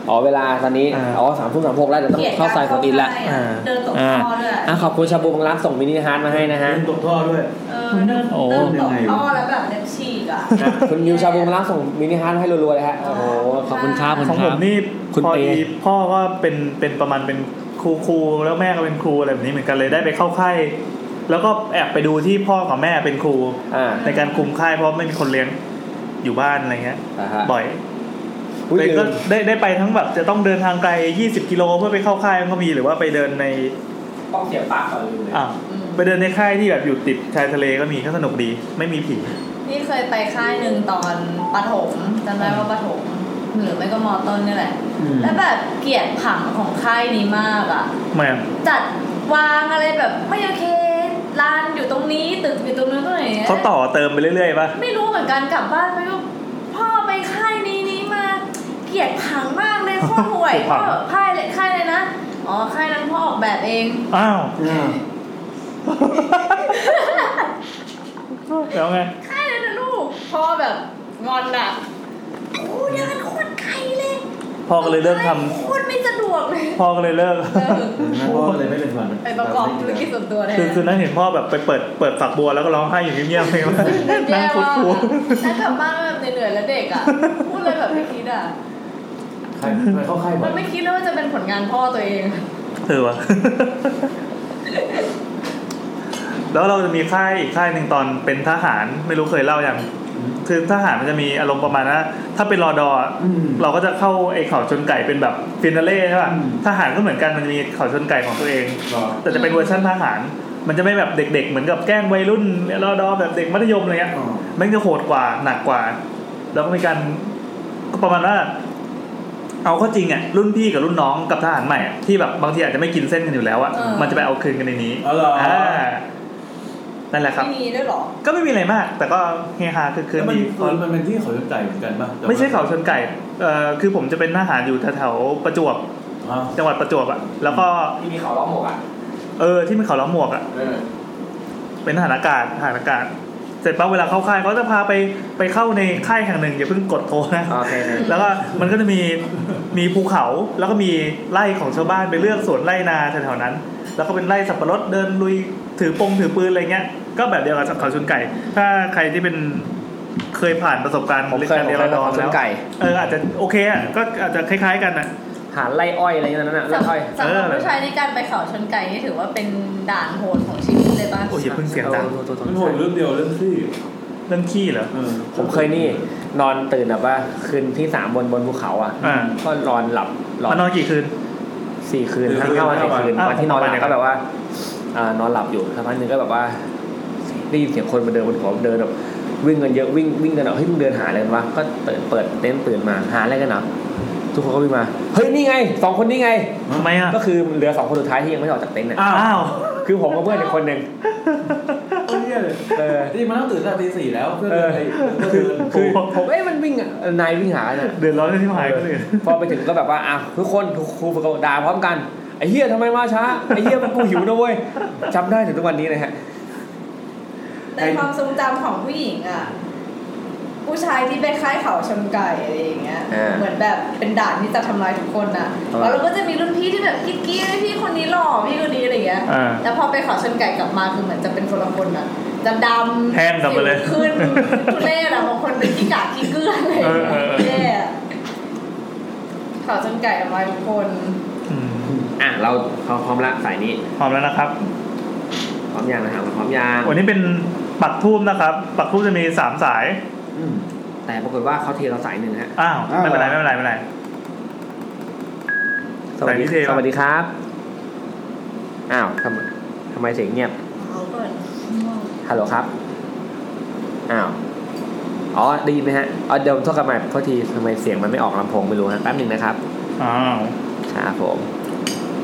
J: อ๋อเวลาตอนนี้
D: อ่า
J: อ๋อสามทุ่มสามหกแล้วเดี๋ยวต้อง
B: เกลียด
J: เข้าสายของอินละ
B: เข้าค่ายอะเดินตก
J: อ่า
B: ท่อด้วย
J: อ่ะขอบคุณชาบูบางร้านส่งมินิฮาร์ดมาให้นะฮะ
G: เป็นตกท่อด้วย
B: เออเดิน
D: โอ้
B: เดินตกท่อแล้วแบบเล็บฉีกอ่ะ
J: อ่ะคุณยูชาบูบางร้านส่งมินิฮาร์ดมาให้รัวๆเลยฮะโอ้โหขอบคุณครับขอบ
D: ข
J: คุ
D: อง
J: ณค
D: ผ
J: รับ
D: มนี่
J: คุณ
D: พอ
J: เป
D: ดีพ่อก็เป็นเป็นประมาณเป็นครูครูแล้วแม่ก็เป็นครูอะไรแบบนี้เหมือนกันเลยได้ไปเข้าค่ายแล้วก็แอบไปดูที่พ่อกับแม่เป็นครู
J: อ่า
D: ในการคุมค่ายเพราะไม่มีคนเลี้ยงอยู่บ้านอะไรเงี้ย
J: นะฮะ
D: บ่อย
J: อุ๊ย
D: เลย
J: ลื
D: ก็
J: ม
D: ได้ได้ไปทั้งแบบจะต้องเดินทางไกล 20 กิโลเพื่อไปเข้าค่ายมันก็มีหรือว่าไปเดินใน
C: ต้องเสียบปากก่อนเลย
D: อ่ะ
B: อืม
D: ไปเดินในค่ายที่แบบอยู่ติดชายทะเลก็มีก็สนุกดี ไม่มีผี
B: นี่เคยไปค่ายหนึ่งตอนปฐมจำได้ว่าปฐมหรือไม่ก็มอต้นนี่แหละ แล้วแบบเกลียดผังของค่ายนี้มากอ่ะ
D: แม่ง
B: จัดวางอะไรแบบไม่โอเคลานอยู่ตรงนี้ตึกอยู่ตรงนู้นตรงไหนนี่ย
D: เขาต่อเติมไปเรื่อยๆป่ะ
B: ไม่รู้เหมือนกันกลับบ้านไปก็พ่อไปค่ายนี้นี้มา เกลียดผังมากเลยโคตรห่วย
D: ผั
B: พ่อง ค่ายเลยค่ายเลยนะอ๋อค่ายนั้นพ่อออกแบบเอง
D: อ้าว แล้วไง
B: ค่ายนั้นนะลูกพ่อแบบงอนอ่ะโอ้เดินโคตรไกลเลย
D: พ่อก็เลยเลิกทำ
B: โคตรไม่สะดวกเลย
D: พ่อก็เลยเลิก
B: เออ
G: พ่อก็เลยไม่เป็นฝัน
B: ไปประกอบธุรกิจส่วนตัวแทน
D: คือคือนั่นเห็นพ่อแบบไปเปิดเปิดฝักบัวแล้วก็ร้องไห้อยู่เงียบๆเลยว่านั่
B: แย่
D: ง
B: มาก
D: คุด
B: อะ
D: คู
B: แล้วกลับบ้านแบบเหนื่อยๆแล้วเด็กอ่ะพูดเลยแบบไม่คิดอ่ะ
G: ใครใครเข้าค่ายบ่
B: มั
G: อย
B: นไม่คิดเลยว่าจะเป็นผลงานพ่อตัวเอง
D: เออวะแล้วเราจะมีค่ายอีกค่ายหนึ่งตอนเป็นทหารไม่รู้เคยเล่ายังคือทหารมันจะมีอารมณ์ประมาณว่าถ้าเป็นรอดออะ
G: อืม
D: เราก็จะเข้าไอ้เขาชนไก่เป็นแบบฟินาเล่ใช่ป่ะ
G: อืม
D: ทหารก็เหมือนกันมันจะมีเขาชนไก่ของตัวเอง
G: รอ
D: แต่จะเป็นเวอร์ชันทหาร มันจะไม่แบบเด็ก ๆ เหมือนกับแกล้งวัยรุ่นรอดอแบบเด็กมัธยมอะไรเงี้ย
G: อ๋อ
D: มันจะโหดกว่าหนักกว่า แล้วก็มีการก็ประมาณว่า เอาเข้อจริงอ่ะรุ่นพี่กับรุ่นน้องกับทหารใหม่อะที่แบบบางทีอาจจะไม่กินเส้นกันอยู่แล้วอ่ะ
B: เออ
D: มันจะไปเอาคืนกันในนี้
G: อ๋อเหรอ
D: อ่านั่นแหละครับ
B: ไม่มีด้วยเหรอ
D: ก็ไม่มีอะไรมาก แต่ก็เฮฮาคือคื
G: แล้
D: น
G: วมัน
D: ดีพอ
G: มันเป็นที่เขาจนไก่เหมือนกันป่ะ
D: ไม่ใช่เขาชนไก่เอ่อคือผมจะเป็นทหารอยู่แถวๆประจวบ
G: อ้าว
D: จังหวัดประจวบอ่ะแล้วก็
C: ที่มีเขาล้อมหมวกอ่ะ
D: เออที่มันเขาล้อมหมวกอ่ะ
C: เออ
D: เป็นทหารอากาศทหารอากาศ เสร็จปั๊บเวลาเข้าค่ายเขาจะพาไปไปเข้าในค่ายแห่งหนึ่งอย่าเพิ่งกดโทรนะ
C: โอเค
D: แล้วก็มันก็จะมีมีภูเขาแล้วก็มีไร่ของชาวบ้านไปเลือกสวนไร่นาแถวๆนั้น แล้วก็เป็นไร่สับปะรดเดินลุยถือปงถือปืนอะไรเงี้ย ก็แบบเดียวกับเขาชนไก่ ถ้าใครที่เป็นเคยผ่านประสบการณ์
C: ผมเคย
D: กา
C: ผม
D: เรียน
C: เคย
D: รอดอ
C: มาขอช
D: แล้ว
C: นไก่
D: เอออาจจะโอเคอ่ะก็อาจจะคล้ายๆกันอ่ะ
C: หาไล่อ้อยอะไรอย่างนั้นน่ะไล่
B: สำห
C: อ้อย
B: รับผู้ชายในการไปเขาชนไก่นี่ถือว่าเป็นด่านโหดของชีวิตเลยป่ะ
D: โอ้ยอย่าเพิ่งเสียงดัง
G: มันโหดเรื่องเดียวเรื่องที่
D: เรื่องขี้เหรอ
G: เออ
C: ผมเคยนี่ นอนตื่นแบบว่าคืนที่สามบนบนภูเขาอ่ะ
D: อ่า
C: ก็นอนหลับหลอ
D: มาน นอนกี่คืน
C: สี่คืนทั้งห้าวันสี่คืน
D: อ่ะ
C: วันที่นอนหลับ
D: ประมาณไหน
C: ก็แบบว่าอ่านอนหลับอยู่สักพักหนึ่งก็แบบว่าได้ยินเสียงคนมาเดินบนหัวเดินแบบวิ่งกันเยอะวิ่งวิ่งกันอ่ะเฮ้ยมึงเดินหาอะไรกันวะก็เปิดเปิดเต็นท์ตื่นมาหาอะไรกันเหรอทุกคนก็วิ่งมาเฮ้ยนี่ไงสองคนนี่ไง
D: ทำไมอ่ะ
C: ก็คือเหลือสองคนสุดท้ายที่ยังไม่ได้ออกจากเต็นท์น่ะ
D: อ้าว
C: คือผมกับเพื่อนอีกคนหนึ่ง
G: เออเหี้ยเลย
C: เออ
G: นี่มันต้องตื่นตั้งแต่ตีสี่แล้วเพื่อ
C: เอ
G: เดิ
C: อ
G: นไปเพื่อเดิน
C: คือผมเอ้ยมันวิ่งอ่ะนายวิ่งหาน่ะ
D: เดือดร้อนเลยที่หายก็เลย
C: พอไปถึงก็แบบว่าอ่ะทุกคนครูฝึกก็ด่าพร้อมกันไอ้เหี้ยทำไมมาช้าไอ้เหี้ยมันกูหิวนะเว้ยจำได้ถึงทุกวันนี้นะฮะ
B: ในความทรงจำของผู้หญิงอ่ะ ผู้ชายที่ไปค่ายเขาชนไก่อะไรอย่างเงี้ย
C: อ่า
B: เหมือนแบบเป็นด่านที่จะทำลายทุกคนอ่ะ
C: อ่า
B: แล้วเราก็จะมีรุ่นพี่ที่แบบกิ๊กกี้พี่คนนี้หล่อพี่คนนี้อะไรอย่างเงี้ย
D: อ่า
B: แต่พอไปเขาชนไก่กลับมาคือเหมือนจะเป็นคนละคนอ่ะ จะดำ
D: แห้งกลับมาเลย
B: สิวขึ้นทุเรศอ่ะบางคนเป็นขี้กากขี้เกลือนอะไรอย่าง
D: เออ
B: เล
D: เออเออ
B: ยแย่อะเขาชนไก่ทำลายทุกคน
D: อืม
C: อ่ะเราเขาพร้อมละสายนี้
D: พร้อมแล้วนะครับ
C: พร้อมยังนะครับพร้อมยัง
D: วันนี้เป็นปักทูบนะครับ ปักทูบจะมีสามสาย
C: อืมแต่ปรากฏว่าเขาเทเราสายหนึ่งฮะ
D: อ้าวไม่เป็นไรไม่เป็นไรไม่เป็นไร
C: สวัส
D: สาย
C: ดี
D: นี้เทเรา
C: สวัสดีครับอ้าวทำไมทำไมเสียงเงียบ
B: เขาเปิด
C: ฮัลโหลครับ อ้าว อ๋อ ได้ยินไหมฮะ อ๋อ เดี๋ยวโทษกันใหม่โทษทีทำไมเสียงมันไม่ออกลำโพงไม่รู้ฮะ แป๊บหนึ่งนะครับ
D: อ้าว
C: ครับผม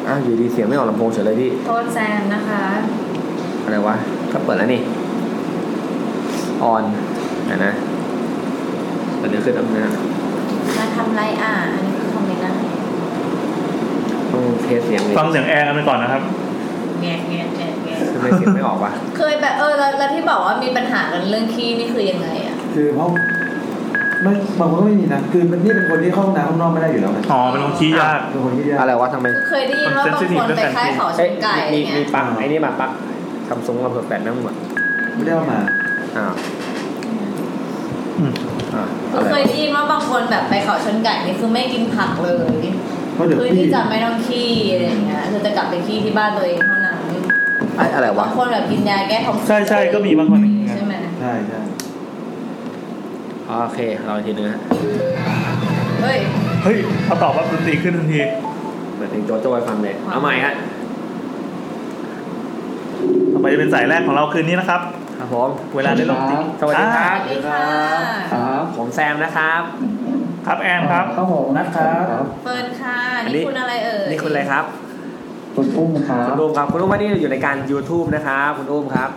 C: อ้าว อยู่ดีเสียงไม่ออกลำโพงเฉยเลยพี่
B: โทษแซมนะคะ
C: อะไรวะ ก็เปิดแล้วนี่ ออนนะนะตอนนี้ขึ้นอัพนะ
B: มาทำไรอ่ะอันนี้คือคอมเมนต์อะไร
C: ต้องเทสเสียงเลย
D: ฟังเสียงแอร์กันไปก่อนนะครับ
B: แงะแงะแงะแงะ
C: ทำไมเสียงไม่ออกว ะ
B: เคยแบบเออแล้วแล้วที่บอกว่ามีปัญหากันเรื่องขี้นี่คือยังไงอ่ะ
G: คือเพราะไม่บางคนก็ไม่มีนะคือมันนี่เป็นคนที่เข้าห้องน้ำข้างนอกไม่ได้อยู่แล้วไง
D: อ๋อเป็นคนขี้ยาก
G: เป็นคนที่ยาก
C: อะไรวะทำไม
B: คือเคยได้ยินว่าบางคนไปค่ายเขาช
C: เอ้ย
B: นไก่อะไร
C: มีมี
B: เงี้ย
C: ปลักไอ้นี่มาปลักทำสงกับเผือกแปดแม่งหมด
G: ไม่ได้เอามา
C: อ้าว
D: อืม
C: อ่า
B: คื
C: อะ
B: อเคยว
C: ไระ
B: ได้ยินว่าบางคนแบบไปเขาชนไก่นี่คือไม่กินผักเลย
G: เพราะเดี๋ยว
B: คือ
G: พี่
B: ที่จะไม่ต้องขี้อะไรอย่างเงี้ยคือจะกลับไปขี้ที่บ้านตัวเองเท่านั้น
C: ไอ้อะไรวะ
B: บางคนแบบกินยาแก้ท้องเสีย
D: ใช่ใช่ก็มีบางคนอย่างเงี้ย
B: ใช่ไหม
G: ใช่ใช่
C: โอเคเราอีกทีนึงฮะ
B: เฮ้ย
D: เฮ้ยพอตอบว่าดนตรีขึ้นทันที
C: เปิดเพลงโจโจ้ให้ฟังเลย เอาใหม่ฮะ
D: ต่อไปจะเป็นสายแรกของเราคืนนี้นะครับ
C: ครับผม
D: เวลาได้ลงติ๊ก
C: สวัสดีครับ
B: สวัสดีค่ะ
G: ครับ
C: ผมแซมนะครับ
D: ครับแอมครับ
E: ข้าวหอมนะครับ
B: เฟิร์นค่ะ
C: อันนี้
B: นี่คุณอะไรเอ่ย
C: นี่คุณอะไรครับ
E: คุณอุ้มครับ
C: คุณอุ้มครับ คุณอุ้มวันนี้อยู่ในการ YouTube นะครับ คุณอุ้มครับ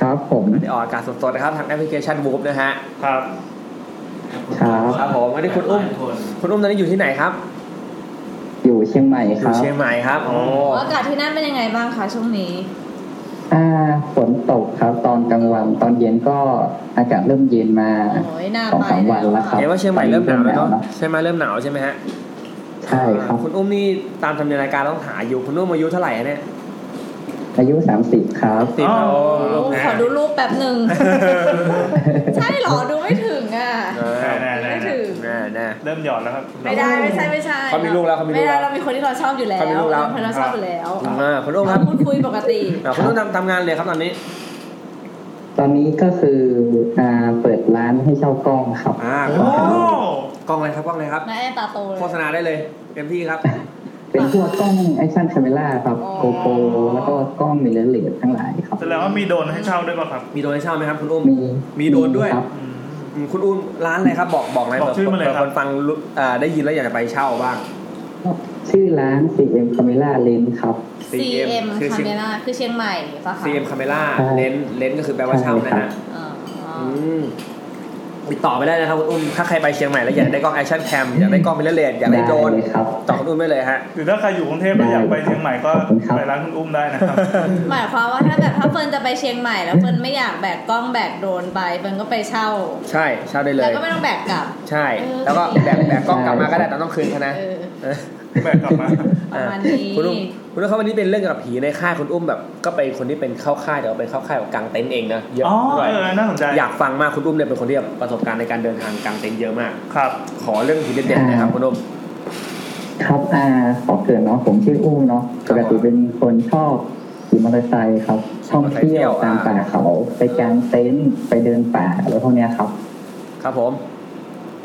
E: ครับผม
C: วันนี้ออกอากาศสดๆนะครับ ทางแอปพลิเคชันบู๊นะฮะ
D: ครับ
E: ครับ
C: ครับผมวันนี้คุณอุ้ม คุณอุ้มตอนนี้อยู่ที่ไหนครับ
E: อยู่เชียงใหม่
C: อ
E: ค
C: ยู่
E: รับ
C: เชียงใหม่ครับ โอ้
B: อากาศที่นั่นเป็นยังไงบ้างคะช่วงนี้
E: อ่า ฝนตกครับ ตอนกลางวัน ตอนเย็นก็อากาศเริ่มเย็นมา
B: โอ้ยน่า
E: สอง
B: ไป
E: สามวันแล้วครับ
C: เห็นว่าเชียงใหม่เริ่มหนาวแล้วเนาะ
E: เริ่ม
C: ใช่ไหมเริ่มหนาวใช่ไหมฮะ
E: ใช่ครับ
C: คุณอุ้มนี่ตามทำเนียมรายการต้องหาอยู่ คุณอุ้มอายุเท่าไหร่ฮะเนี่ย
E: อายุสามสิบครับ
C: สิบ
D: อ๋อ
C: โอ้
B: โอ้
C: ลูก
B: ย
C: นะ
B: ขอดูรูปแป๊บหนึ่ง ใช่เหรอ ดูไม่ถึงอ่ะ
D: แน่
C: อ่า
D: แน่แน่
B: ไม่ถึง
C: แน่แน่
D: เริ่มหยอดแล้วครับ
B: ไม่ได้ไม่ใช่ไม่ใช่
C: เขามีลูกแล้วเขามีลูก
B: ไม่
C: แล้
B: ได้
C: ว
B: เรามีคนที่เราชอบอยู่แล้ว
C: เขามีลูกแล้ว
B: เราคนเราชอบอยู่แล้ว
C: อ่าคุณอุ้มค
B: เรา
C: รับ
B: พูดคุยปกติ
C: อ่าคุณอุ้มทำทำงานเลยครับตอนนี้
E: ตอนนี้ก็คืออ่าเปิดร้านให้เช่ากล้องครับ
C: อ่า
D: โอ้
C: กล้องเลยครับกล้องเลยครับ
B: นายแอนตาโตเลย
C: โฆษณาได้เลยเต็มที่ครับ
E: เป็นพวกกล้องแอคชั่น a ค e เ a ครับโกโปแล้วก็กล้องมิเรเลสทั้งหลายครับ
D: แสดงว่ามีโดรนให้เช่าด้วยป่ะครับ
C: มีโดนให้เช่าไหมครับคุณอุ้ม
E: มี
C: มีโดรนด้วย
E: ครับ
D: อืม
C: อืมคุณอุ้มร้านอะไรครับบอกบอกหน่อย
D: บอกชื่อมาเลยครับ
C: คนฟังรู้อ่าได้ยินแล้วอยากจะไปเช่าบ้าง
E: ชื่อร้าน CM Camera Lens ครับ
B: ซีเอ็ม
C: CM คือ
B: คา
C: เชียง
B: เมล่าคือเชียงใหม่ปะคะ
C: CM Camera
E: ใช่
C: เลนเลนก็คือแปลว่าเช่านะ
E: ใช่ครั
C: ฮะ
E: บ
B: อ๋ออ๋อ
C: อืมติดต่อไปได้นะครับคุณอุ้มถ้าใครไปเชียงใหม่แล้วอยากได้กล้องแอคชั่นแคมอยากได้กล้องมิเรเลสอยากได้โดรน
E: เลยครับ
C: ต่อคุณอุ้มได้เลยฮะ
D: หรือถ้าใครอยู่กรุงเทพแล้วอยากไปเชียงใหม่ก็
E: ขอบคุณครับ
D: ไปร้านคุณอุ้มได้นะครับ
B: หมายความว่าถ้าแบบถ้าเฟิร์นจะไปเชียงใหม่แล้วเฟิร์นไม่อยากแบกกล้องแบกโดรนไปเฟิร์นก็ไปเช่า
C: ใช่เช่าได้เล
B: แล้ว
C: ย
B: ก็ไม่ต้องแบกกลับ
C: ใช่ แล้วก็แบกแบกกล้องกลับมาก็ได้แต่ต้องคืนเขานะ
B: เออ
C: เออ
D: แบกกลับมา
B: ประมาณนี้
C: คุณอุ้มคุณอุ้มครับวันนี้เป็นเรื่องเกี่ยวกับผีในค่ายคุณอุ้มแบบ ก็ไปคนที่เป็นเข้าค่ายแต่ว่าเป็นเข้าค่ายแบบกางเต็นท์เองนะเยอะ
D: อ๋อ
C: ด้วย
D: เออน่าสนใจ
C: อยากฟังมากคุณอุ้มเนี่ยเป็นคนที่แบบประสบการณ์ในการเดินทางกางเต็นท์เยอะมาก
D: ครับ
C: ขอเรื่องผีเด็ดๆนะครับคุณอุ้ม
E: ครับอ่าขอเกริดเนาะผมชื่ออุ้มเนาะ
C: ค
E: ป
C: รับ
E: กติเป็นคนชอบขี่มอเตอร์ไซค์ครับท่องเที่ยว
C: มอเตอร์ไซค์เที่ยวอ่า
E: ตามป่าเขา ไปกางเต็นท์ไปเดินป่าอะไรพวกเนี้ยครับ
C: ครับผม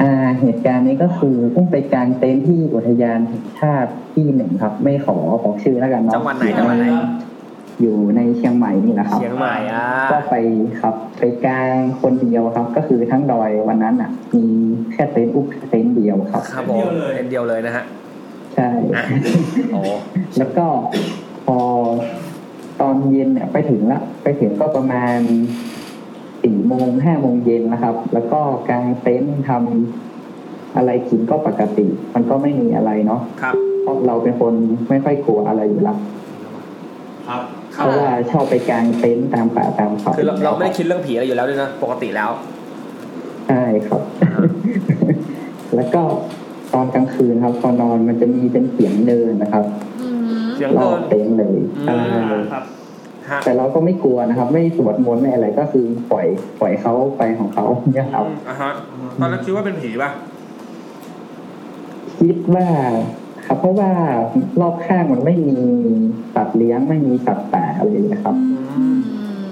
E: อ่าเหตุการณ์นี้ก็คืออุ้มไปกางเต็นท์ที่อุทยานแห่งชาติที่หนึ่งครับ ไม่ขอบอกชื่อแล้วกันเนาะ
C: จังหวัดไหนจังหวัดไหน
E: อยู่ในเชียงใหม่นี่แหละครับ
C: เชียงใหม่อ่ะ
E: ก็ไปครับไปกลางคนเดียวครับ ก็คือทั้งดอยวันนั้นอ่ะ มีแค่เต็นท์อุ๊บเต็นท์เดียวครับ
C: ครับผมเป็นเดียวเลยนะฮะ
E: ใช่
C: อ่ะโอ้
E: แล้วก็พอตอนเย็นเนี่ยไปถึงละไปถึงก็ประมาณสี่โมงห้าโมงเย็นนะครับ แล้วก็กางเต็นท์ทำอะไรกินก็ปกติ มันก็ไม่มีอะไรเนาะ
C: ครับ
E: เพราะเราเป็นคนไม่ค่อยกลัวอะไรอยู่แล้ว
K: ครับ
E: เพราะว่าชอบไปกางเต็นท์ตามป่าตามเขา
C: คือเราเราไม่ได้คิดเรื่องผีอะไรอยู่แล้วด้วยนะปกติแล้ว
E: ใช่ครับ แล้วก็ตอนกลางคืนครับพอนอนมันจะมีเป็นเสียงเดินนะครับ
B: อือหือ
C: เสียง
E: ร
C: เดิ
E: อบ
C: น
E: เต็นท์เลยใช่
D: ครับ
C: ฮะ
E: แต่เราก็ไม่กลัวนะครับ ไม่สวดมนต์ไม่อะไรก็คือปล่อยปล่อยเขาไปของเขาเนี่ยครับ
K: อ่ะฮะตอนนั้นคิดว่าเป็นผีป่ะ
E: คิดว่าครับเพราะว่ารอบข้างมันไม่มีสัตว์เลี้ยงไม่มีสัตว์ป่าอะไรเลยครับ
B: อืม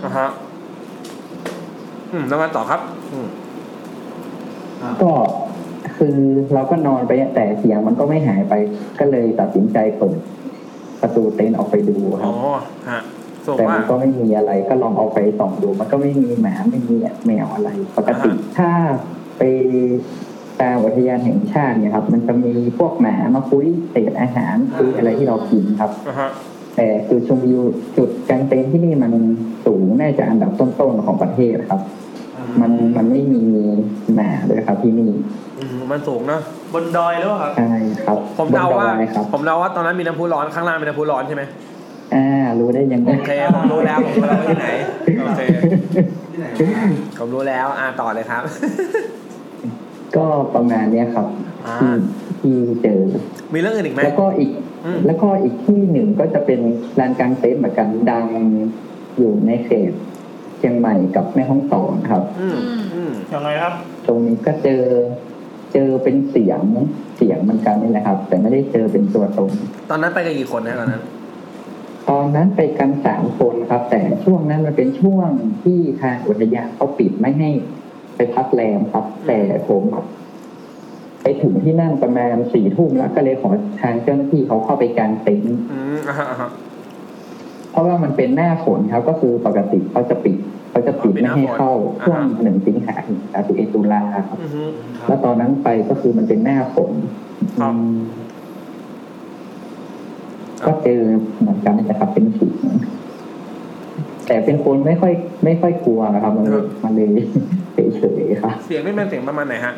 K: อ่ะฮะอืมแล้วมาต่อครับ
E: ก็คือเราก็นอนไปแต่เสียงมันก็ไม่หายไป ก็เลยตัดสินใจเปิดประตูเต็นท์ออกไปดูค
K: อ๋
E: รั
K: อบ ฮะส่ง
E: แต่
K: ว่า
E: มันก็ไม่มีอะไรก็ลองเอาไปส่องดู มันก็ไม่มีหมาไม่มีแมวอะไร ปกติถ้าไปตามอุทยานแห่งชาติเนี่ยครับ มันจะมีพวกหมามาคุยเศษอาหารคุยอะไรที่เรากินครับ
K: อ่ะฮะ
E: แต่จุดชมวิวจุดกางเต็นท์ที่นี่มันสูงน่าจะอันดับต้นๆของประเทศครับ มันมันไม่มีหมาเลยครับที่นี่
K: อืมมันสูงนะ
D: บนดอยแล้วครับ
E: ใช่ครับ
C: ผมเดาว่า
E: บนดอยครับ
C: ผมเดาว่าตอนนั้นมีน้ำพุร้อนข้างล่างมีน้ำพุร้อนใช่ไหม
E: อ่ารู้ได้ยังไง
C: โอเคผมรู้แล้วผมรู้แล้วว่าที่ไหน
K: โอเค
G: ที่ไหน
C: ผมรู้แล้วอ่าต่อเลยครับ
E: ก็ประมาณเนี้ยครับ
C: อ่า
E: ที่ที่เจอ
C: มีเรื่องอื่นอีกไหม
E: แล้วก็อีก
C: อืม
E: แล้วก็อีกที่หนึ่งก็จะเป็นลานกลางเต็นท์เหมือนกันดังอยู่ในเขตเชียงใหม่กับแม่ฮ่องสอนครับ
C: อืมอืม
D: ยังไงครับ
E: ตรงนี้ก็เจอเจอเป็นเสียงเสียงเหมือนกันนี่แหละครับ แต่ไม่ได้เจอเป็นตัวตน
C: ตอนนั้นไปกันกี่คนนะตอนนั้น
E: ตอนนั้นไปกันสามคนครับ แต่ช่วงนั้นมันเป็นช่วงที่ทางอุทยานเขาปิดไม่ให้ไปพักแรมครับ แต่ผมไปถึงที่นั่นประมาณสี่ทุ่มแล้วก็เลยขอทางเจ้าหน้าที่เขาเข้าไปกางเต็นท์
C: อืมอ่าฮะอ่าฮะ
E: เพราะว่ามันเป็นหน้าฝนครับ ก็คือปกติเขาจะปิดเขาจะปิดไม่ให้เข้า
C: อ๋อเป็นหน้าฝน
E: ช่วงหนึ่งสิงหาถึงสามสิบเอ็ดตุลาครับ
C: อือฮึ
E: แล้วตอนนั้นไปก็คือมันเป็นหน้าฝน
C: ครับ
E: อืมก็เจอเหมือนกันนะครับเป็นผีแต่เป็นคนไม่ค่อย ไม่ค่อยกลัวนะครับ มันเลยมันเลยเฉยๆครับ
C: เสียงนี่เป็นเสียงประมาณไหนฮะ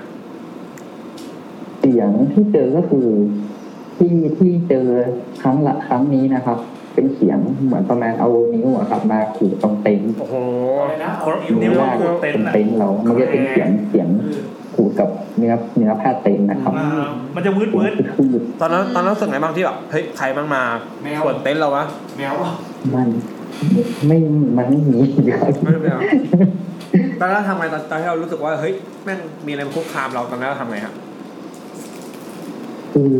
E: เสียงที่เจอก็คือที่ที่เจอครั้งละครั้งนี้นะครับ เป็นเสียงเหมือนประมาณเอานิ้วอะครับ มาขูดตรงเต็นท์
C: โอ้โห
G: อะไรนะ
D: ครบอยู่ นิ้วมาขูดเต็นท์อะ
E: เต็นท์เรา มันจะเป็นเสียงเสียงขูดกับเนื้อเนื้อผ้าเต็นท์นะครับ
D: อ่ามันจะวืดวืด
E: คือ
C: ตอนนั้นตอนนั้นรู้สึกไงบ้างที่แบบเฮ้ยใครบ้างมา
G: แมว
C: ส่วนเต็นท์เราวะ
G: แมวอ่ะ
E: มันไม่มันไม่มีครับ
C: ไม่เป็นไรครับตอนนั้นเราทำไงตอนตอนที่เรารู้สึกว่าเฮ้ยแม่งมีอะไรมาคุกคามเราตอนนั้นเราทำไงฮะ
E: คือ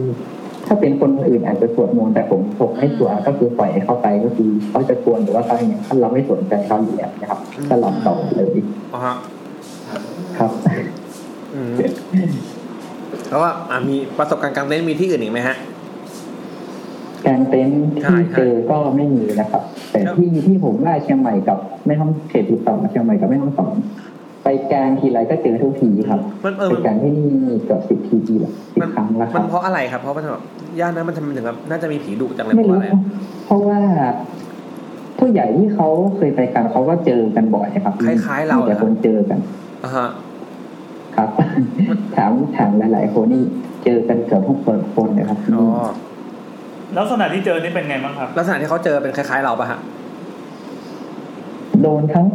E: ถ้าเป็นคนอื่นอาจจะสวดมนต์แต่ผมผมไม่สวดก็คือปล่อยให้เข้าไปก็คือเขาจะกวนหรือว่าอะไรเนี่ยถ้าเราไม่สนใจเขาอยู่แล้วนะครับก็หลับต่อเลย
C: อ๋อฮะ
E: ครับ
C: อืมแล้วว่าอ่ะมีประสบการณ์กลางเต็นท์มีที่อื่นอีกไหมฮะ
E: การเต็นท์
C: ใช่
E: ที่
C: ใช่
E: เจอก็ไม่มีนะครับ แต่ที่ที่ผมได้เชียงใหม่กับไม่ห้องเขตติดต่อเชียงใหม่กับไม่ห้องสอนไปกลางทีไรก็เจอทุกทีครับ
C: มันเออ
E: ไป
C: มัน
E: กลางที่นี่เกือบสิบทีทีละสิบครั้งแล้วค
C: มั
E: รั
C: น
E: บ
C: เพราะอะไรครับ เพราะว่าแบบย่านนั้นมันทำไมถึงแบบน่าจะมีผีดุจังเลยเพ
E: ไม่
C: ราะ
E: รู้
C: อะไร
E: เพราะว่าผู้ใหญ่ที่เขาเคยไปกันเขาก็เจอกันบ่อยครับ
C: คล้าย ๆ เรา
E: มี
C: เหร
E: แต่
C: อ
E: คนเจอกัน
C: อ่ะฮะ
E: ครับ ถามถามหลาย ๆ คนนี่เจอกันเกือบทุกคนคนนะครับ
C: อ๋อ
D: ๆลักษณะที่เจอนี่เป็นไงบ้างครับ
C: ลักษณะที่เขาเจอเป็นคล้าย ๆ เราปะฮะ
E: โดนทั้ง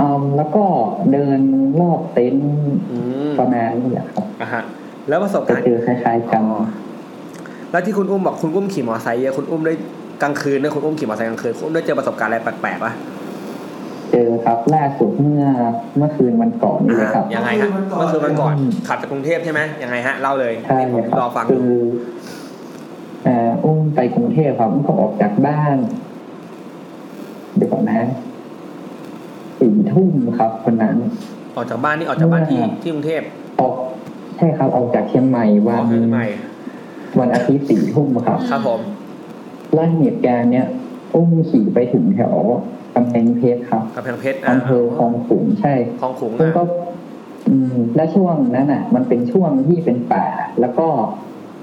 E: อมแล้วก็เดินรอบเต็นท์
C: อืม
E: ประมาณนี้แหละครับ
C: อ่ะฮะ แล้วประสบ
E: จะ
C: การณ์
E: เจอคล้าย ๆ กั
C: อ๋
E: น
C: อแล้วที่คุณอุ้มบอกคุณอุ้มขี่มอเตอร์ไซค์เยอะคุณอุ้มได้กลางคืนด้วยคุณอุ้มขี่มอเตอร์ไซค์กลางคืนคุณอุ้มได้เจอประสบการณ์อะไรแปลกๆปะ
E: เจอครับล่าสุดเมื่อเมื่อคืนวันก่อนนี่เลยครับ
C: อ่ะยังไงฮะเมื่อคืนวันก่อนขับจากกรุงเทพใช่ไหมยังไงฮะเล่าเลย
E: ใช่
C: นี่ผม
E: ค
C: รอ
E: รับ
C: ฟังอ
E: คื
C: ยู่
E: อเอ่ออุ้มไปกรุงเทพครับอุ้มก็ออกจากบ้าน เดี๋ยวก่อนนะสี่ทุ่มครับคนนั้น
C: ออกจากบ้านนี่ออกจากบ้านที่ที่กรุงเทพ
E: ออกใช่ครับออกจากเชียงใหม่
C: อ
E: วั
C: อน กที่ใหม่
E: วันอาทิตย์สี่ทุ่มครับ
C: ครับผม
E: แล้วเหตุการณ์เนี้ยอุ้มขี่ไปถึงแถวกำแพงเพชรครับ
C: กับแพงเพชร
E: อำเภอคลองขลุงใช่
C: คลองขลุง
E: ซึ่ง
C: อ่ะ
E: ก็ อืม และช่วงนั้นอ่ะ มันเป็นช่วงที่เป็นป่า แล้วก็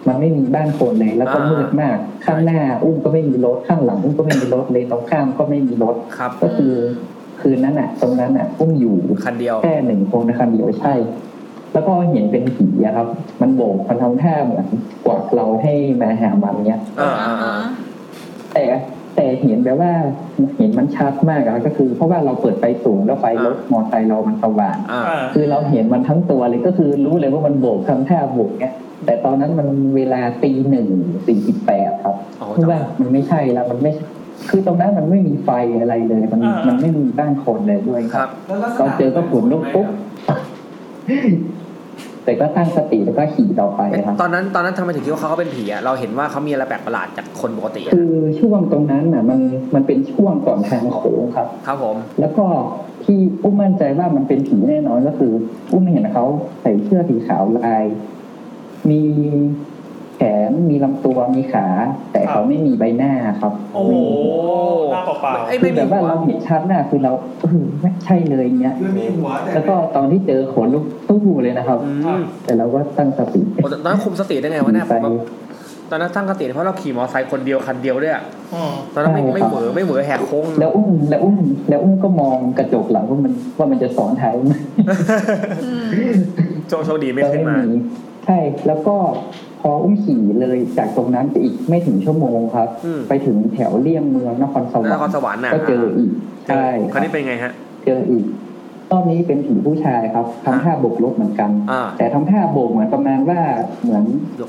E: มันไม่มีบ้านคนเลย แล้วก็มืดมาก ข้างหน้า อุ้มก็ไม่มีรถข้างหลัง อุ้มก็ไม่มีรถเลยตรงข้ามก็ไม่มีรถ
C: ครับ
E: ก็คือคืนนั้นอ่ะ ตรงนั้นอ่ะอุ้มอยู่
C: คันเดียว
E: แค่หนึ่งคนนะครับเดียวใช่ แล้วก็เห็นเป็นผีอะครับ มันโบกมันทำท่าเหมือนกวักเราให้มาหามันเนี้ย
C: อ่าอ่าอ่า
E: แต่ แต่เห็นแบบว่าเห็นมันชัดมากอะก็คือ เพราะว่าเราเปิดไฟสูงแล้วไฟรถมอเตอร์ไซค์เรามันสว่าง
C: อ่า
D: อ่า
E: คือเราเห็นมันทั้งตัวเลยก็คือรู้เลยว่ามันโบกทำท่าโบกเนี่ยแต่ตอนนั้นมันเวลาตีหนึ่งสี่สิบแปดครับ
C: อ๋อ
E: คือว่ามันไม่ใช่แล้วมันไม่ใช่คือตรงนั้นมันไม่มีไฟอะไรเลย มันมันไม่มีบ้านคนเลยด้วย
C: ครับ
G: แล้วลักษ
E: ตอน
G: ณะ
E: เจอก็ขนลุกปุ๊บแต่ก็ตั้งสติแล้วก็ขี่ต่อไปครับ
C: ตอนนั้นตอนนั้นทำไมถึงคิดว่าเขาเป็นผีอะเราเห็นว่าเขามีอะไรแปลกประหลาดจากคนปกติอะ
E: คือช่วงตรงนั้นน่ะ มันมันเป็นช่วงก่อนทางโขงครับ
C: ครับผม
E: แล้วก็ที่อุ้มมั่นใจว่ามันเป็นผีแน่นอนก็คือ อุ้มเห็นเขาใส่เสื้อสีขาวลาย มีแขนมีลำตัวมีขา แต่เขาไม่มีใบหน้าครับ
D: โอ้โหหน้าเปล่า
C: ไอ้ย
E: คื
C: ไม่
E: อ
C: มี
E: แบบ
C: หัว
E: ว่าเราเห็นชัดหน้าคือเราเออไม่ใช่เลยเนี้ย
G: คือมีหัวแต่
E: แล้วก็ตอนที่เจอขนลุกตู้เลยนะครับ
C: อืม
E: แต่เราก็ตั้งสติ
C: โอ้ตอนนั้นคุมสติได้ไงวะเนี่ยผ
E: ไป
C: มว่าตอนนั้นตั้งสติเพราะเราขี่มอเตอร์ไซค์คนเดียวคันเดียวด้วยอะ
D: ๆอืม
C: ตอนนั้นไม่
E: ใช่ค
C: ไม่เหว
E: รับ
C: อไม่เหวอแหกโค้ง
E: แล้วอุ้มแล้วอุ้มแล้วอุ้มก็มองกระจกหลังว่ามันว่ามันจะสอนท้ายไหม
B: อืม
C: โชคโชคดีไม่ขึ้นมา
E: ใช่ แล้วก็พออุ้มขี่เลยจากตรงนั้นไปอีกไม่ถึงชั่วโมงครับ
C: อืม
E: ไปถึงแถวเลี่ยงเมืองนครสวรร
C: นคร
E: ค์
C: สวรรค์น่ะ
E: ก็เจออีก ใช่
C: คราวนี้เป็นไงฮะ
E: เจออีกรอบนี้เป็นผีผู้ชายครับทำท่าโบกรถเหมือนกัน
C: อ่า
E: แต่ทำท่าโบกเหมือนประมาณว่าเหมือน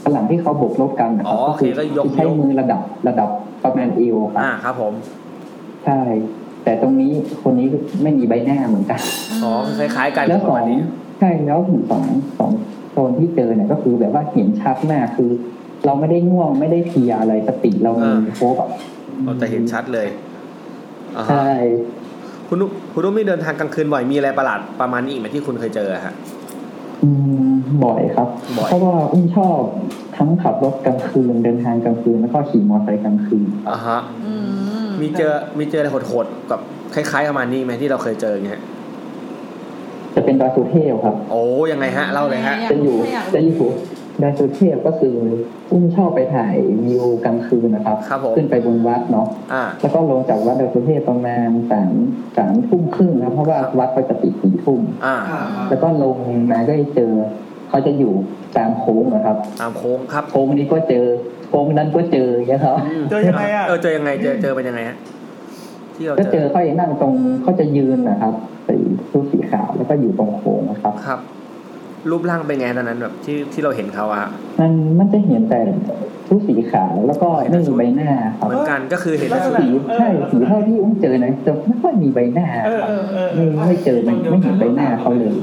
E: ฝรั่งที่เขาโบกรถกันนะค
C: อ๋
E: รั
C: อโอเคก็ยก
E: ใช้มือระดับระดับประมาณเอวครับ
C: อ่าครับผม
E: ใช่ แต่ตรงนี้คนนี้ไม่มีใบหน้าเหมือนกัน
C: อ๋อคล้ายๆกัน
E: แล้ว
C: ประ
E: สอ
C: มาง ณนี้
E: ใช่แล้วถึงสองสองโซนที่เจอเนี่ยก็คือแบบว่าเห็นชัดมากคือ เราไม่ได้ง่วงไม่ได้เพลียอะไรสติเรามี
C: อ่า
E: โฟแบบ
C: เราจะเห็นชัดเลยอ่าฮะ
E: ใช่
C: คุณนุคุณนุ่มนี่เดินทางกลางคืนบ่อยมีอะไรประหลาดประมาณนี้อีกไหมที่คุณเคยเจออะฮะ
E: อืมบ่อยครับ
C: บ่อย
E: เพราะว่าอุ้มชอบทั้งขับรถกลางคืนเดินทางกลางคืนแล้วก็ขี่มอเตอร์ไซค์กลางคืน
C: อ่าฮะ
B: อืม
C: มีเจอ มีเจออะไรโหดๆกับคล้ายๆประมาณนี้ไหมที่เราเคยเจออย่างเงี้ย
E: จะเป็นดอยสุเทพครับ
C: โอ้ยังไงฮะ เล่าเลยฮะ
E: จะอยู่
B: ไม่าก
E: จะอยู่ดอยสุเทพก็คืออุ้มชอบไปถ่ายวิวกลางคืนนะครับ
C: ครับผม
E: ขึ้นไปบนวัดเนาะ
C: อ่า
E: แล้วก็ลงจากวัดดอยสุเทพประมาณสามสามทุ่มครึ่งแล้วเพราะว่าวัดก็จะปิดสี่ทุ่ม
C: อ่า
G: อ่าครับ
E: แล้วก็ลงมาก็เจอ เขาจะอยู่ตามโค้งนะครับ
C: ตามโค้งครับ
E: โค้งนี้ก็เจอโค้งนั้นก็เจออย่างเงี้ยครับ
D: เจอยังไงอ่ะ
C: เออเจอยังไง เจอ เจอเป็นยังไงฮะ ที่เรา
E: ก็
C: เจ
E: เจ
C: อ
E: อเขาอย่างนั่งตรงเขาจะยืนนะครับใส่ชุดสีขาวแล้วก็อยู่ตรงโค้งนะครับ
C: ครับ รูปร่างเป็นไงตอนนั้นแบบที่ที่เราเห็นเขาอะฮะ
E: มันมันจะเห็นแต่ชุดสีขาวแล้วก็ไม่มีใบหน้าครับ
C: เหมือนกันก็คือเห็น
D: ลักษณะ
E: สี
D: เออ
E: ใช่สีเท่าที่อุ้มเจอนะจะไม่ค่อยมีใบหน้า
D: เออเออเออ
E: ไม่ไม่เจอไม่ไม่เห็นใบหน้าเขาเลย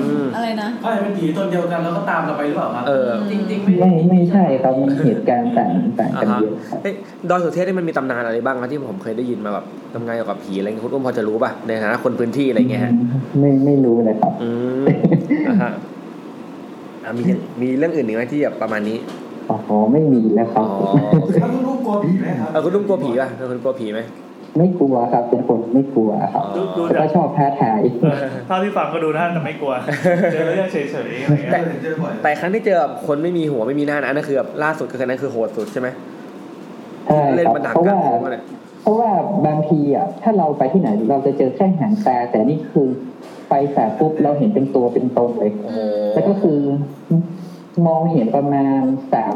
C: อืม
B: อะไรนะ
G: ก็จะเป็นผีตนเดียวกันแล้วก็ตามเราไปหรือเปล่าครับ
C: เออ
B: จริงๆ
E: ไม่ไม่ใช่ครับมันเหตุการณ์ต่างต่างกันเยอะครับ
C: เอ้ยดอยสุเทพนี่มันมีตำนานอะไรบ้างนะที่ผมเคยได้ยินมาแบบทำงานเกี่ยวกับผีอะไรเงี้ยคุณอุ้มพอจะรู้ป่ะในฐานะคนพื้นที่อะไรเงี้ยฮะ
E: ไม่ไม่รู้เลยครับ
C: อืมอ่าฮะอ่ะมีมีเรื่องอื่นอีกไหมที่แบบประมาณนี้
E: อ๋อไม่มีแล้วครั
C: อ๋
E: บ
C: อโอเค
G: แล้วคุณลูกกลัวผีไหมครับ
C: เออคุณลุงกลัวผีป่ะเป็นคนกลัวผีไหม
E: ไม่กลัวครับเป็นคนไม่กลัวค
C: อ๋
E: รั
C: อบ
E: แล้วก็ชอบท้าทาย
D: เออเท่าที่ฟังก็ดูน่าจะไม่กลั ว เจอแล้วเฉยๆอะไรเงี้ย
G: เห็นเจอบ่อย
C: แต่ครั้งที่เจอแบบคนไม่มีหัวไม่มีหน้านะอันนั้นคือแบบล่าสุดก็คืออันนั้นคือโหดสุดใช่ไหม
E: ใช่
C: เล่น
E: ครับ
C: มันดัง
E: เพราะ
C: กัน
E: ว่า
C: ผมว่าเนี่ย
E: เพราะว่าบางทีอ่ะถ้าเราไปที่ไหนเราจะเจอแค่หางตาแต่นี่คือไปแสบปุ๊บเราเห็นเป็นตัวเป็นตนเลย
C: โอ้โห
E: แล้วก็คือ มองเห็นประมาณสาม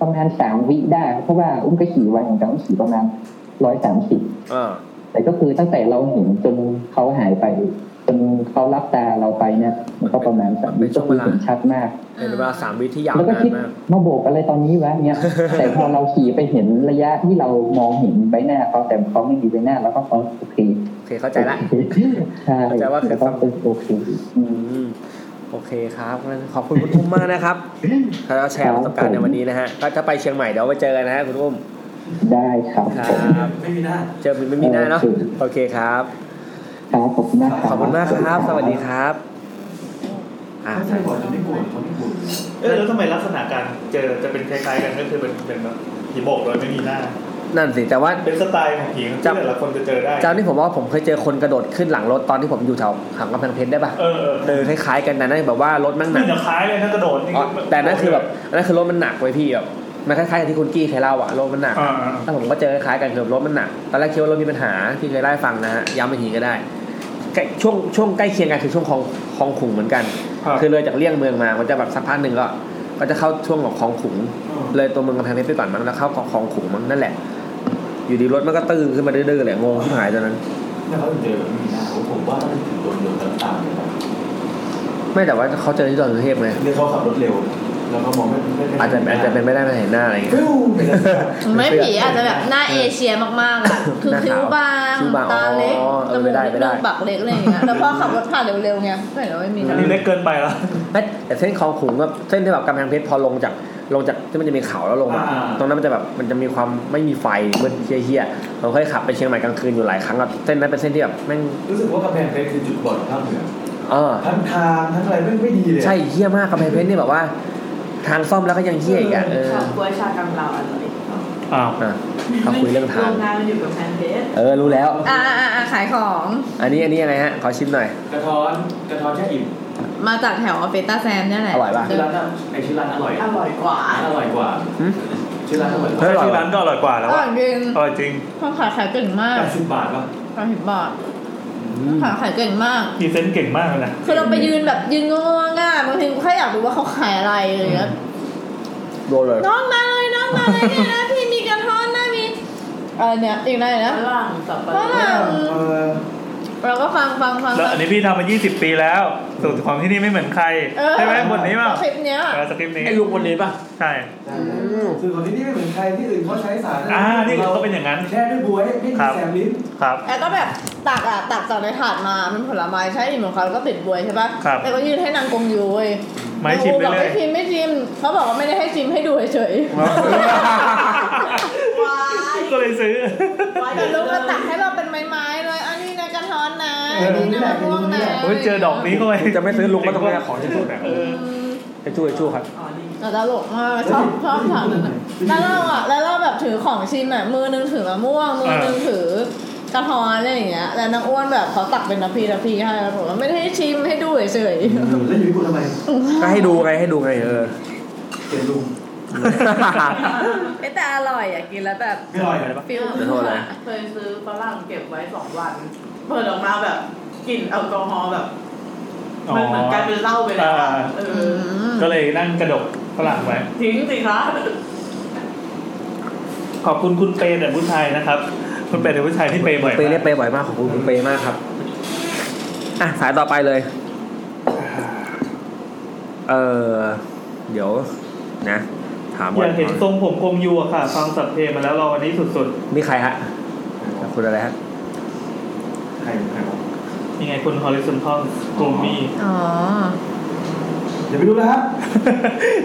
E: ประมาณสามวิได้ เพราะว่าอุ้มก็ขี่ไวันของกันอุ้มขี่ประมาณร้อยสามสิบ
C: อ่า
E: แต่ก็คือตั้งแต่เราเห็นจนเขาหายไป จนเขารับตาเราไปเนี่ย มันก็ประมาณสามวิก็คือเห็นชัดมาก
C: เป็นเวลาสามวิที่ยาว
E: แล้วก็
C: นา
E: คิ
C: น
E: ด
C: มาก
E: มาโบกอะไรตอนนี้วะ เนี่ย แต่พอเราขี่ไปเห็นระยะที่เรามองเห็นใบหน้าเขาแต่เขาไม่มีใบหน้าแล้วก็เขาโอเค
C: โอเคเข้าใจละ
E: ใช่
C: เข้าใจว่าคือ
E: แล้วก็เป็นโอเคอื
C: อื
E: ม
C: มโอเคครับงั้นขอบคุณคุณอุ้มมากนะครับเราแชร์ประสบการณ์ในวันนี้นะฮะก็ถ้าไปเชียงใหม่เดี๋ยวไปเจอกันนะฮะคุณอุ้ม
E: ได้ครับ
C: คร
E: ผม
C: ับ
G: ไม่มีหน้า
C: เจอผีไม่มีหน้าเนาะ
E: เออ
C: โอเคครับ
E: ครับขอบคุณมากครับ
C: ขอบคุณมากครับ สวัสดีครับอ่ะ
G: ไม่ใช่บ่อยจนไม่กลัวคนไม่กลัว
D: เออแล้วทำไมลักษณะการเจอจะเป็นคล้ายๆกันก็คือเป็นเป็นแบบผีโบกโดยไม่มีหน้า
C: นั่นสิแต่ว่า
D: เป็นสไตล์ของผีที่
C: จับ
D: แต่ละคนจะเจอได้
C: เจ้านี่ผมว่าผมเคยเจอคนกระโดดขึ้นหลังรถตอนที่ผมอยู่แถวหางกำแพงเพชรได้ป่ะ
D: เออเออ
C: เออคล้ายๆกันนะนั่นแบบว่ารถแมันหนั
D: นี่
C: ก
D: จะคล้ายเลยนะกระโดดนี่
C: อ๋อแต่นั่นคือแบบอันนั่นคือรถมันหนักไว้ยพี่แบบมันคล้ายๆกับที่คุณกี้เคยเล่าอะรถมันหนัก
D: อ่า
C: แล้วผมก็เจอคล้ายๆกันคือรถมันหนักตอนแรกคิดว่ารถมีปัญหาที่เคยเล่าให้ฟังนะฮะย้ำอีกทีก็ได้ใกล้ช่วงช่วงใกล้เคียงกันคือช่วงคลองคลองขุงเหมือนกัน
D: ครับ
C: คือเลยจากเลี่ยงเมืองมามันจะแบบสักพักหนึ่งก็ ก็จะเข้าช่วงของคลองขุง เลยตัวเมืองกำแพงเพชรไปก่อนมั้งแล้วเข้าของของขุงมั้งนั่นแหละ อยู่ดีรถมันก็ตื้นขึ้นมาดื้อๆแหละงงที่หายตอนนั้น
G: แล้วเขาเจอแบบนี้นะผมว่ามันถึงโดนโดนต่างๆเลยนะ
C: ไม่แต่ว่าเขาเจอที่ตอนกรุงเทพไง
G: เรียกเขาขับรถเร็ว แล้วก็มองไม่ไม่ไม่
C: อาจจะอาจจะเป็นไม่ได้ไม่เห็นหน้าอะไรอย่างเงี้ย
G: ฟิวไปเลย
B: ไม่ผีอาจจะแบบหน้าเอเชียมากๆ อะคือ
C: หน้าขาว
B: คิ้วบาง
C: คิ้วบาง
B: ตาเล็ก
C: อ๋อเอ
B: จ
C: อไม่
B: มูก
C: ได้ไม่ได้
B: เล็กๆปากเล็กอะไรอย่างเงี้ยแต่พอขับรถผ่านเร็วๆไงไม่เห็นว่าไม่มีนะ
D: นี่เล็กเกินไปละ
C: แต่เส้นคลองขลุงกับเส้นที่แบบกำแพงเพชรพอลงจากลงจากที่มันจะมีเขาแล้วลงมา ตรงนั้นมันจะแบบมันจะมีความไม่มีไฟมืดเฮี้ยๆเราเคยขับไปเชียงใหม่กลางคืนอยู่หลายครั้งอะเส้นนั้นเป็นเส้นที่แบบแม่ง
G: รู้สึกว่ากำแพงเพชรคือจุดบอดของภาคเหนือ
C: เออ
G: ทั้งทางทั้งอะไรไม่ไม่ดีเลย
C: ใช่เฮี้ยมากกำแพงเพชรนี่แบบว่า ทางซ่อมแล้วก็ยังเฮี้ยอีกอ่ะเออ
L: ข้าวกล้วยชากังลาวอร่อย
D: อ้าว
C: อ่ะเขาคุยเรื่องทาง
L: โรงงานมันอยู่กับแพนเบส
C: เออรู้แล้ว
B: อ่าอ่าอ่าขายของ
C: อันนี้อันนี้ยังไงฮะขอชิมหน่อย
G: กระท้อนกระท้อนแช่อิ่ม
B: มาจากแถวออฟเฟต้าแซมเนี่ยแหละ
C: อร่อยปะ
B: เดิ
G: ชื่อน ร้านอะไอชื่อร้านอร่อย
L: อร่อยกว่า
G: ร้านอร่อยกว่า
C: หืม
G: ชื่อร้านอร่อยก
D: ใช่
G: ว่า
D: ที่ร้านก็อร่อยกว่าแล้ว
B: อร่
D: อะ
B: อยจริง
D: อร่อยจริง
B: คนขายขายเก่งมาก
G: แปดสิบบาทป่ะ
B: ขายหิบบาทคนขายขายเก่งมาก
D: พรีเซนต์เก่งมากเลยนะ
B: คือเราไปยืนแบบยืนงงๆอ่ะบางทีกูแค่อยากรู้ว่าเขาขายอะไรอะไรอย่างเงี้ย
C: โดนเลย
B: น้องมาเลยน้องมาเลยเนี่ยนะพี่มีกระท้อนนะมีเออเนี่ยอีกหน่อยนะ
L: ฝรั่งสับปะร
B: ฝ
L: ด
B: รั่ง
M: เออ
B: เราก็ฟังฟังฟัง
D: แล้วอันนี้พี่ทำมา 20 ปีแล้วสูตรของที่นี่ไม่เหมือนใคร
B: เออ
D: ใช่ไหมบทนี้มั้ง
B: คลิปเนี้ย
D: เออสคริปต์นี้
N: ไอ้ลุงคนนี้ป่ะ
D: ใช่
M: คือของที่นี่ไม่เหมือนใครที่อื่นเขาใช้สาร
D: อ่านี่เขาเป็นอย่างนั้น
M: แช่ด้วยบวยไม่
D: ครั
M: มี
D: บ
M: แสบลิ้น
D: ครับ
B: แล้วก็แบบตักอ่ะตักจากในถาดมาเป็นผลไม้ใช่หมของเขาแล้วก็ติดบวยใช่ปะ
D: ครับ
B: แล้วก็ยื่นให้นางกงยูเว้ย
D: ไม่ชิมไป
B: บอก
D: เล
B: ไม่
D: ย
B: ชิมไม่ชิมเขาบอกว่าไม่ได้ให้ชิมให้ดูเฉย
L: ว้าย
D: ก็เลยซื้อ
L: ว้าย
B: ๆแต่ลูกก็ตักให้เราเป็นไม้ๆเลยอันนี้นะกระท้อนนะ
D: เออ
B: นี่นะมะม่วงนะ
D: โอ้ยเจอดอกนี้เข้าไป
C: จะไม่ซื้อลุงก็ต้องไปขอที่ตู้แบบ
D: เออ
C: ไอ้ตู้ไอ้ตู้ครับ
L: อ๋อนี่
B: แต่ตลกมากชอบชอบฉากนั้นอะแล้วเราอ่ะแล้วเราแบบถือของชิมอ่ะมือนึงถือมะม่วงมือนึงถือกระท้อนอะไรอย่างเงี้ยแล้วนางอ้วนแบบเขาตักเป็นนาพีนาพีให้แล้วผมว่าไม่ได้ให้ชิมให้ดูเฉย
M: แล้วอยู่ที่คุณทำไม
C: ก็ให้ดูไงให้ดูไงเออ
M: เสียงลุง
B: ๆเอ้ยแต่อร่อยอ่ะกินแล้วแบบ
M: ไม่อร่อยเลยปะ
B: ฟิล
C: ขอโทษนะ
L: เคยซื้อฝรั่งเก็บไว้สองวัน เปิดออกมาแบบกลิ่นแอลกอฮอล์แบบ มันเหมือนกลายเป็นเหล้าไปแล้วอะ
D: อ่า
L: เอ
B: อื
L: อ
B: ม
D: ก็เลยนั่งกระดกฝรั่งไว้
L: ทิ้งสิคะ
D: ขอบคุณคุณเปย์แต่ผู้ชายนะครับ คุณเปย์แต่ผู้ชายที่เปย์บ่อย
C: เปย์
D: มา
C: เนี่ย
D: ก
C: เปย์บ่อยมากขอบคุณคุณเปย์มากครับอ่ะสายต่อไปเลย เออเดี๋ยวนะ ถาม
D: อ
C: ก่อน
D: ยากเห็นทรงผมกลมยูอะค่ะ ฟังสับเพลงมาแล้วรอวันนี้สุด
C: นี่ใครฮะคุณอะไรฮะ
G: ใครใครวะ
D: ๆยังไงคุณฮอริซอนทอลกลมมี่
B: อ๋อ
M: เดี๋ยวไปดูนะครับ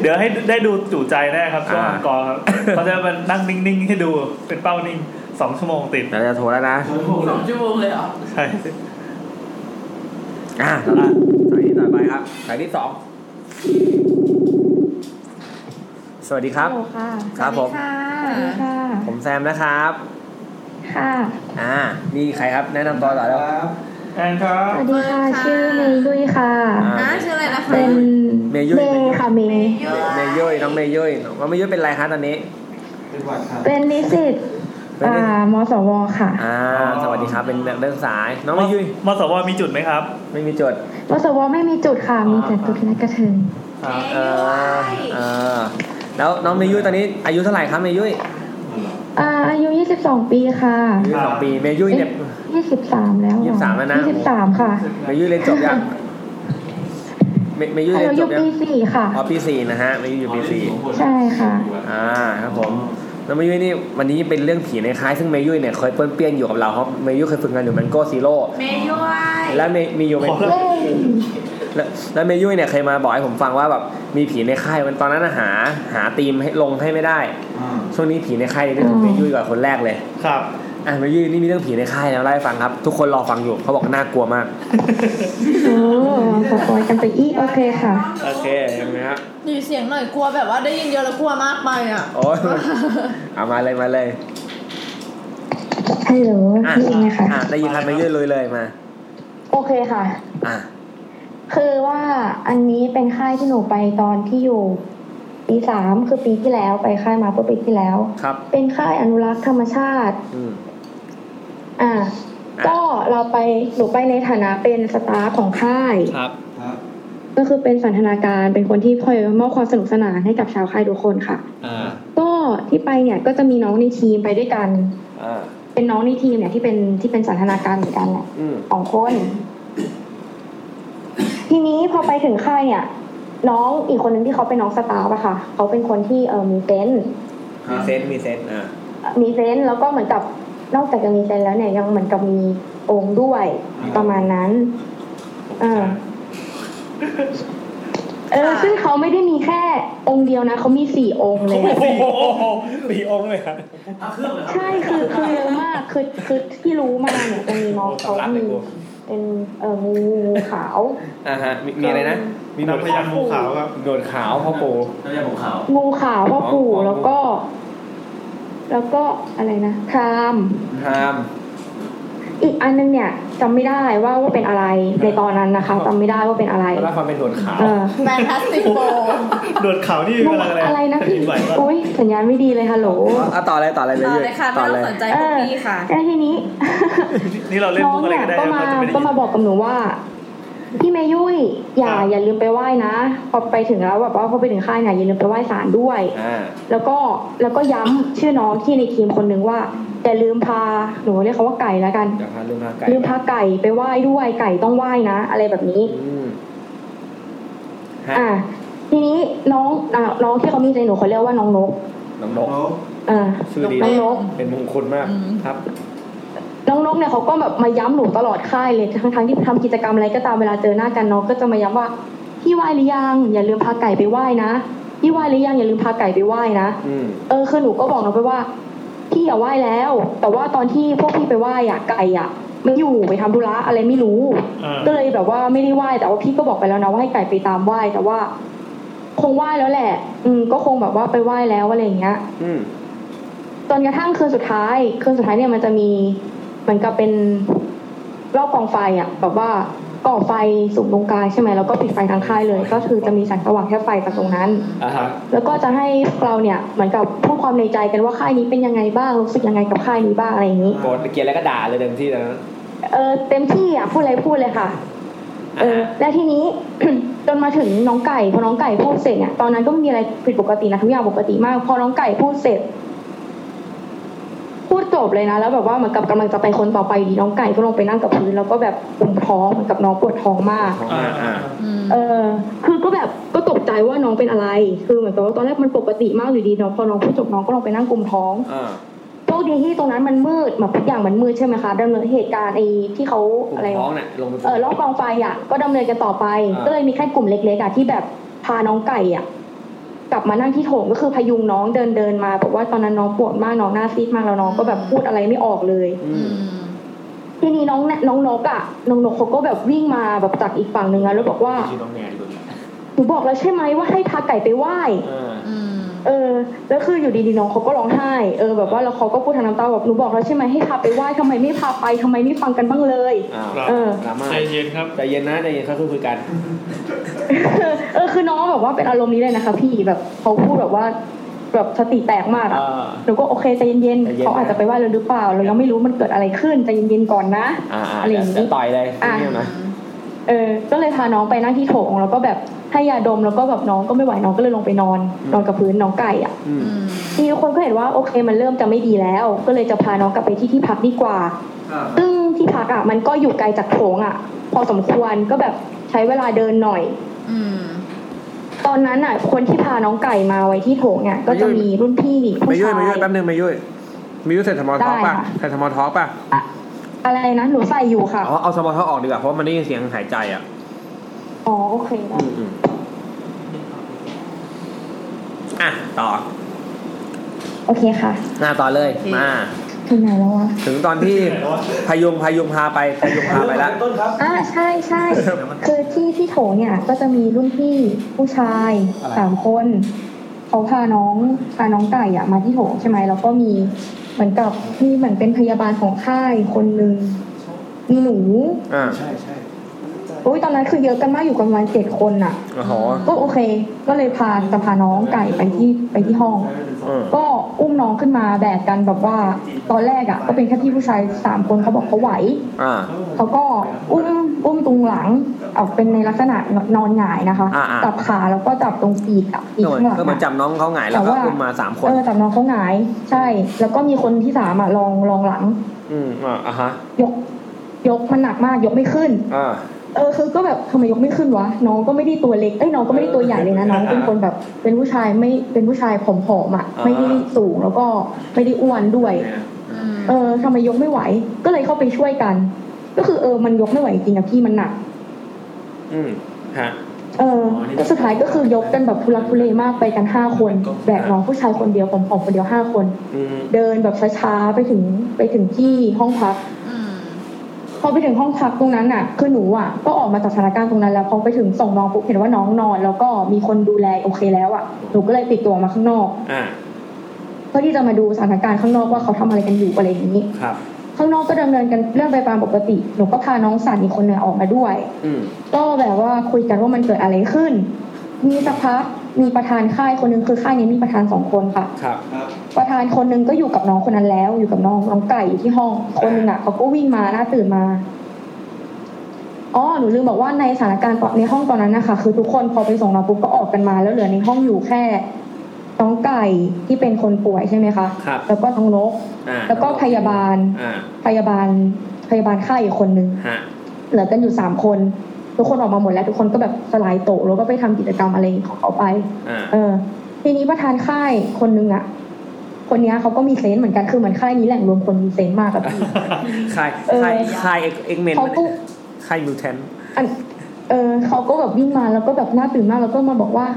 D: เดี๋ยวให้ได้ดูจู่ใจแน่ครับช่วงก่อนครับ เขาจะมานั่งนิ่งๆ ให้ดูเป็นเป้านิ่งสองชั่วโมงติด
C: เราจะโทรแล้วนะ
L: สองชั่วโมงเลยเหรอ
D: ใช่
C: อ่ะแล้วนะสายที่ต่อไปครับสายที่สองสวัสดีครับ
O: ฮัลโหลค่ะ
C: ครับผม
O: สวัสดีค่ะ
C: ผมแซมนะครับ
O: ค่ะ
C: อ่านี่ใครครับ แนะนำตัวต่อแล้ว
D: แอนครับ
O: สวัสดีค่ะ ชื่อเมย์ดุยค่ะ
C: อ่า
B: นะชื่ออะไรนะคะ
O: เป็น
C: เมยุ้ย
O: เมย์ค่ะเมย์
C: เมย์ยุ้ยน้องเมย์ยุ้ยน้องเมย์ยุ้ยเป็นอะไรฮะตอนนี้
G: เป็นหวัดครับ
O: เป็นนิสิต
C: เป็นนิสิต
O: อ่ามสวค่ะ
C: อ่า สวัสดีครับ เป็นนักเรื่องสาย น้องเมย์ยุ้ย
D: มสวมีจุดไหมครับ
C: ไม่มีจด
O: มสวไม่มีจุดค่ะ มีแต่จุดนักกระเทย
C: เออเออแล้วน้องเมยุ้ยตอนนี้อายุเท่าไหร่ครับเมยุ้ย
O: อ่าอายุ 22 ปีค่ะ
C: อายุสองปีเมยุ้ยเนี่ย
O: 23 แล้วเหรอ
C: 23แล้วนะ
O: 23 ค่ะ
C: เมยุ้ยเรียนจบยังเมเมยุ้ยเรียน
O: อา
C: จ
O: ยุ
C: บยัง
O: ปี4ค่ะ
C: อ๋อปีสี่นะฮะเมยุ้ยอยู่ปีสี่
O: ใช่ค่ะ
C: อ่าครับผมแล้วเมยุ้ยนี่วันนี้เป็นเรื่องผีในค่ายซึ่งเมยุ้ยเนี่ยเคยเปื้อนเปี้ยนอยู่กับเราเพราะเมยุ้ยเคยฝึกงานอยู่มันโก้ซีโร่
B: เมย์ย้วย
C: และเมมีอยู่เม
D: ขอ
O: เย้
C: แล้วแล้วเมยุ้ยเนี่ยเคยมาบอกให้ผมฟังว่าแบบมีผีในค่ายมันตอนนั้นน่ะหา หาธีมให้ลงให้ไม่ได้ ช่วงนี้ผีในค่ายนี่ได้ถึงเมยุ้ยก่อนคนแรกเลย
D: ครับ
C: อ่ะเมยุ้ยนี่มีเรื่องผีในค่ายแล้วเล่าให้ฟังครับ ทุกคนรอฟังอยู่เขาบอกน่ากลัวมาก
O: โอ้สปอยกันไปอีก โอเคค่ะ
C: โอเคเห็นไหมครับ
B: ดีเสียงหน่อยกลัวแบบว่าได้ยินเยอะแล้วกลัวมากไปอ่ะ
C: โอ้ยเอามาเลยมาเลย
O: ฮัลโหล
C: อ่ะ
O: พี่เองไหมค่ะ
C: อ่ะได้ยินครับเมยุ้ยเลยเลยมา
O: โอเคค่ะ
C: อ่ะ
O: คือว่าอันนี้เป็นค่ายที่หนูไปตอนที่อยู่ปีสามคือปีที่แล้วไปค่ายมาเมื่อปีที่แล้ว
C: ครับ
O: เป็นค่ายอนุรักษ์ธรรมชาติ
C: อืม
O: อ่า
C: อ่ะ
O: ก็เราไปหนูไปในฐานะเป็นสตาฟของค่าย
C: ครับ
O: ก็คือเป็นสันทนาการเป็นคนที่คอยมอบความสนุกสนานให้กับชาวค่ายทุกคนค่ะ
C: อ่า
O: ก็ที่ไปเนี่ยก็จะมีน้องในทีมไปด้วยกัน
I: อ่า
O: เป็นน้องในทีมเนี่ยที่เป็นที่เป็นสันทนาการเหมือนกันแหละ
I: อืม
O: สองคน ทีนี้พอไปถึงค่ายเนี่ย น้องอีกคนนึงที่เขาเป็นน้องสตาฟอะค่ะ เขาเป็นคนที่เออมีเซนส์
I: มีเซนต์มีเซนต์อ่า
O: มีเซนส์แล้วก็เหมือนกับนอกจากจะมีเซนส์แล้วเนี่ยยังเหมือนกับมีองค์ด้วย
I: อ่า
O: ประมาณนั้นเออเออซึ่งเขาไม่ได้มีแค่องค์เดียวนะเขามีสี่องค์เลยอะ
A: สี่องค์สี่องค์เลยครับ
O: ใช่คือคือเยอะมากคือคือที่รู้มาเนี่ยจะมีน้องเขามีเป็นเอองูงูขาว
I: อ่าฮะมีมีอะไรนะ มีหนวด
A: พยานงูขาวครับ
I: หนวดขาวพ่อปู่
P: พยานงูขาว
O: งูขาวพ่อปู่แล้วก็ แล้วก็อะไรนะพราหมณ์
I: พราหมณ์
O: อีกอันนึงเนี่ยจำไม่ได้ว่าว่าเป็นอะไรในตอนนั้นนะคะจำไม่ได้ว่าเป็นอะไร
I: แล้วความเป็นหนวดขาว
O: เออ
B: แฟนตาสติกโฟ
A: โดดเขานี่เป็นอะไร
O: อะไรนะพี่
A: ไหวปะ
O: โอ้ยสัญญาณไม่ดีเลยฮัลโหล
I: อ่ะต่อเลยต่อเลย
B: ต่อ
I: รื่
B: เลยค่ะ
I: ต่
B: ไม่
I: อเลย
B: ต้องสนใจพวกพี่ค่ะ
O: แล้วทีนี้
A: นี่เราเล่น
O: น้อ
A: มุ
O: ง
A: กอะไร
O: เนี่ย
A: ก็ได้
O: ก็มา
A: เราจะไม่ได้ยิ
O: ก็
A: น
O: มาบอกกับหนูว่า พี่เมยุยอย่า
A: ครับ
O: อย่าลืมไปไหว้นะพอไปถึงแล้วแบบว่าพอไปถึงค่ายเนี่ยอย่าลืมไปไหว้ศาลด้วย
I: อ่า
O: แล้วก็แล้วก็ย้ำชื่อน้องที่ในทีมคนหนึ่งว่าอย่าลืมพาหนูเรียกเขาว่าไก่แล้วกัน
I: เดี๋ยวพาลืมพาไก่
O: ลืมพาไก่ไปไหว้ด้วยไก่ต้องไหว้นะ อะไรแบบนี้
I: อืมฮะ
O: อ่า ทีนี้น้องอ่าน้องที่เขามีใจหนูเขาเรียกว่าน้องนก
I: น้องนก
O: อ่า
I: ชื่อดี
O: น้องนก
I: เป็นมงคลมากครับ
O: น้องนกเนี่ยเขาก็แบบมาย้ำหนูตลอดค่ายเลยทั้งทั้งๆที่ทำกิจกรรมอะไรก็ตามเวลาเจอหน้ากันน้องก็จะมาย้ำว่าพี่ไหว้หรือยังอย่าลืมพาไก่ไปไหว้นะพี่ไหว้หรือยังอย่าลืมพาไก่ไปไหว้นะ
I: อืม
O: เออคือหนูก็บอกน้องไปว่าพี่อย่าไหว้แล้ว แต่ว่าตอนที่พวกพี่ไปไหว้อะไก่อะไม่อยู่ไปทำธุระอะไรไม่รู้
A: เออ
O: ก็เลยแบบว่าไม่ได้ไหว้แต่ว่าพี่ก็บอกไปแล้วนะว่าให้ไก่ไปตามไหว้แต่ว่า คงไหว้แล้วแหละ อืมก็คงแบบว่าไปไหว้แล้วอะไรอย่างเงี้ย
I: อืม
O: จนกระทั่งคืนสุดท้าย คืนสุดท้ายเนี่ยมันจะมีเหมือนกับเป็นรอบกองไฟอ่ะแบบว่าก่อไฟสูงตรงกลางใช่ไหมแล้วก็ปิดไฟทั้งค่ายเลย ก็คือจะมีแสงสว่างแค่ไฟจากตรงนั้น
I: อ่าฮะ
O: แล้วก็จะให้พวกเราเนี่ยเหมือนกับพูดความในใจกันว่าค่ายนี้เป็นยังไงบ้างรู้สึกยังไงกับค่ายนี้บ้างอะไรอย่างนี้
I: โกรธเกลียดแล้วก็ด่าเลยเต็มที่แล้วนะ
O: เออเต็มที่อ่ะพูดอะไรพูดเลยค่ะ เออและทีนี้ จนมาถึงน้องไก่พอน้องไก่พูดเสร็จเนี่ยตอนนั้นก็ไม่มีอะไรผิดปกตินะทุกอย่างปกติมาก พอน้องไก่พูดเสร็จ พูดจบเลยนะ แล้วแบบว่าเหมือนกับกำลังจะไปคนต่อไปดีน้องไก่ก็ลงไปนั่งกับพื้นแล้วก็แบบปุ่มท้องเหมือนกับน้องปวดท้องมาก
I: อ่าอ่า
O: เออ คือก็แบบก็ตกใจว่าน้องเป็นอะไร คือเหมือนกับว่าตอนแรกมันปกติมากอยู่ดีเนาะพอน้องพูดจบน้องก็ลงไปนั่งกลุมท้อง
I: อ่า
O: โชคดีที่ตรงนั้นมันมืดแบบทุกอย่างมันมืดใช่ไหมคะดำเนินเหตุการณ์ไอ้ที่เขา
I: กลุ่
O: อะไร
I: มท้อง
O: วะ
I: น่ะลงไป
O: เออรอบกองไฟอ่ะก็ดำเนินกันต่อไป
I: อ่า
O: ก็เลยมีแค่กลุ่มเล็กๆอ่ะที่แบบพาน้องไก่อ่ะกลับมานั่งที่โถงก็คือพยุงน้องเดินเดินๆมาบอกว่าตอนนั้นน้องปวดมากน้องหน้าซีดมากแล้วน้องก็แบบพูดอะไรไม่ออกเลย
I: อืม
O: ทีนี้น้องเนี่ยน้องนกอ่ะน้องนกเขาก็แบบวิ่งมาแบบจากอีกฝั่งหนึ่งอะแล้วบอกว่า
I: ชื่อน้องแนนด้วย
O: หนูบอกแล้วใช่ไหมว่าให้พาไก่ไปไหว้
I: อ่า
O: เออแล้วคืออยู่ดีๆน้องเขาก็ร้องไห้เออแบบว่าแล้วเขาก็พูดทางน้ำตาแบบหนูบอกแล้วใช่ไหมให้พาไปไหว้ทำไมไม่พาไปทำไมไม่ฟังกันบ้างเลย
I: อ้าว
O: เออ
I: ดราม่า
A: ใจเย็นครับ
I: ใจเย็นนะใจเย็นค่อยๆคุยกัน
O: เออคือน้องแบบว่าเป็นอารมณ์นี้เลยนะคะ พี่แบบเขาพูดแบบว่าแบบสติแตกมากอะ
I: อ่า
O: หนูก็โอเคใจเย็น
I: ใจ
O: ๆ
I: เย็น
O: เขาอาจจะไปไหว้เราหรือเปล่า เรายังไม่รู้มันเกิดอะไรขึ้นใจเย็นๆก่อนนะ
I: อ่าอ่า
O: อะไร
I: เดี๋
O: อ
I: ยว
O: ย่าง
I: เดี๋ย
O: นี้
I: วต่อยเลย
O: อ่ะ
I: เนี่ยนะ
O: เออก็เลยพาน้องไปนั่งที่โถงแล้วก็แบบให้ยาดมแล้วก็แบบน้องก็ไม่ไหวน้องก็เลยลงไปนอนนอนกับพื้นน้องไก่อะ
I: อืม
O: ทีนี้คนก็เห็นว่าโอเคมันเริ่มจะไม่ดีแล้ว ก็เลยจะพาน้องกลับไปที่ที่พักดีกว่า ซึ่งที่พักอ่ะมันก็อยู่ไกลจากโถงอ่ะ พอสมควรก็แบบใช้เวลาเดินหน่อย
B: อืม
O: ตอนนั้นอ่ะ คนที่พาน้องไก่มาไว้ที่โถงเนี่ยก็จะมีรุ่นพี่
G: ไม่
O: ผู้
G: ยุ่ย
O: ชาย
G: ไม่ยุ่ยแป๊บนึงไม่ยุ่ยมียุ่ยใส่สมอลท็อกป่ะ
O: ได้ค่ะ
G: ใส่สมอลท็อกป่ะ
O: อะไรนะหนูใส่อยู่ค่ะ
G: อ๋อเอาสมอลท็อกออกดีกว่าเพราะมันได้ยินเสียงหายใจอ่ะ
O: อ๋อโอเคได้
G: อืมอืมอ่ะต่อ
O: โอเคค่ะ
G: หน้าต่อเลยมา
O: ถึงไหนแล้ววะ
G: ถึงตอนที่พยุงพยุงพาไปพยุงพาไปละ
P: ต้นครับ
O: อ่าใช่ใช่คือที่ที่โถงเนี่ยก็จะมีรุ่นพี่ผู้ชายสามคนเขาพาน้องพาน้องไก่อ่ะมาที่โถงใช่ไหมแล้วก็มีเหมือนกับมีเหมือนเป็นพยาบาลของค่ายคนหนึ่งมีหนู
G: อ่า
P: ใช่ใช่
O: โอ้ยตอนนั้นคือเยอะกันมากอยู่กันประมาณเจ็ดคนน่ะ
G: โอ้โห
O: ก็โอเค ก็เลยพาจะพาน้องไก่ไปที่ไปที่ห้อง
G: อืม
O: ก็อุ้มน้องขึ้นมาแบกกันแบบว่าตอนแรกอ่ะ ก็เป็นแค่พี่ผู้ชายสามคนเขาบอกเขาไหว
G: อ่า
O: เขาก็อุ้ม อุ้มตรงหลังเอาเป็นในลักษณะนอนหงายนะคะ
I: อ่าๆ
O: จับขาแล้วก็จับตรงปีกอะปีก
I: ก็เหมือน
O: ข้างหลัง
I: ก็เหมือน
O: อะ
I: จำน้องเขาหงายแล้วก็
O: แต่ว่า
I: อุ้มมาสามคน
O: เออจับน้องเขาหงายใช่ แล้วก็มีคนที่สามอะลองลองหลัง
I: อืมอ่าอ่ะฮะ
O: ยก ยกมันหนักมากยกไม่ขึ้น
I: อ่า
O: เออคือก็แบบทำไมยกไม่ขึ้นวะน้องก็ไม่ได้ตัวเล็กเอ้ยน้องก็ไม่ได้ตัวใหญ่เลยนะน้องเป็นคนแบบ เป็นผู้ชายไม่เป็นผู้ชายผอมๆอ่ะ
I: อ่า
O: ไม่ได้สูงแล้วก็ไม่ได้อ้วนด้วย เออทำไมยกไม่ไหว ก็เลยเข้าไปช่วยกัน ก็คือเออมันยกไม่ไหวจริงอะพี่มันหนัก
I: อืมฮะ
O: เออก็สุดท้ายก็คือยกกันแบบทุลักทุเลมากไปกันห้าคนแบกน้องผู้ชายคนเดียวผอมๆคนเดียวห้าคน
I: อืม
O: เดินแบบช้าๆไปถึงไปถึงที่ห้องพักพอไปถึงห้องพักตรงนั้นน่ะ คือหนูอ่ะก็ออกมาจากสถานการณ์ตรงนั้นแล้วพอไปถึงส่งน้องปุ๊บเห็นว่าน้องนอน แล้วก็มีคนดูแลโอเคแล้วอ่ะหนูก็เลยปิดตัวออกมาข้างนอก
I: อ่า
O: เพื่อที่จะมาดูสถานการณ์ข้างนอกว่าเขาทำอะไรกันอยู่อะไรอย่างนี้
I: ครับ
O: ข้างนอกก็ดำเนินกันเรื่องไปตามปกติหนูก็พาน้องสันอีกคนเนี่ยออกมาด้วย
I: อืม
O: ก็แบบว่าคุยกันว่ามันเกิดอะไรขึ้น มีสักพักมีประธานค่ายคนหนึงคือค่ายนี้มีประธานสองคนค่ะ
I: ครับ
O: ประธานคนหนึงก็อยู่กับน้องคนนั้นแล้ว อยู่กับน้องน้องไก่อยู่ที่ห้องคนหนึงอ่ะเขาก็วิ่งมาหน้าตื่นมาอ๋อหนูลืมบอกว่าในสถานการณ์ตอนในห้องตอนนั้นนะคะคือทุกคนพอไปส่งน้องปุ๊บก็ออกกันมา แล้วเหลือในห้องอยู่แค่น้องไก่ที่เป็นคนป่วยใช่ไหมคะ
I: ครับ
O: แล้วก็น้องนก
I: อ่า
O: แล้วก็พยาบาล
I: อ่า
O: พยาบาลพยาบาลค่ายอีกคนนึง
I: ฮะ
O: เหลือกันอยู่สามคน ทุกคนออกมาหมดแล้ว ทุกคนก็แบบสลายโตะแล้วก็ไปทำกิจกรรมอะไรของเขาไป
I: อ่า
O: เออ ทีนี้ประธานค่ายคนนึงอะคนเนี้ยเขาก็มีเซนส์เหมือนกันคือเหมือนค่ายนี้แหล่งรวมคนมีเซนส์มาก อะพี่
I: ใคร
O: เออ
I: ใครใครเอ็กเอ็กเมน
O: เขาก็
I: ใครมิวแทน
O: อันเออเขาก็แบบวิ่งมาแล้วก็แบบหน้าตื่นมากแล้วก็มาบอกว่า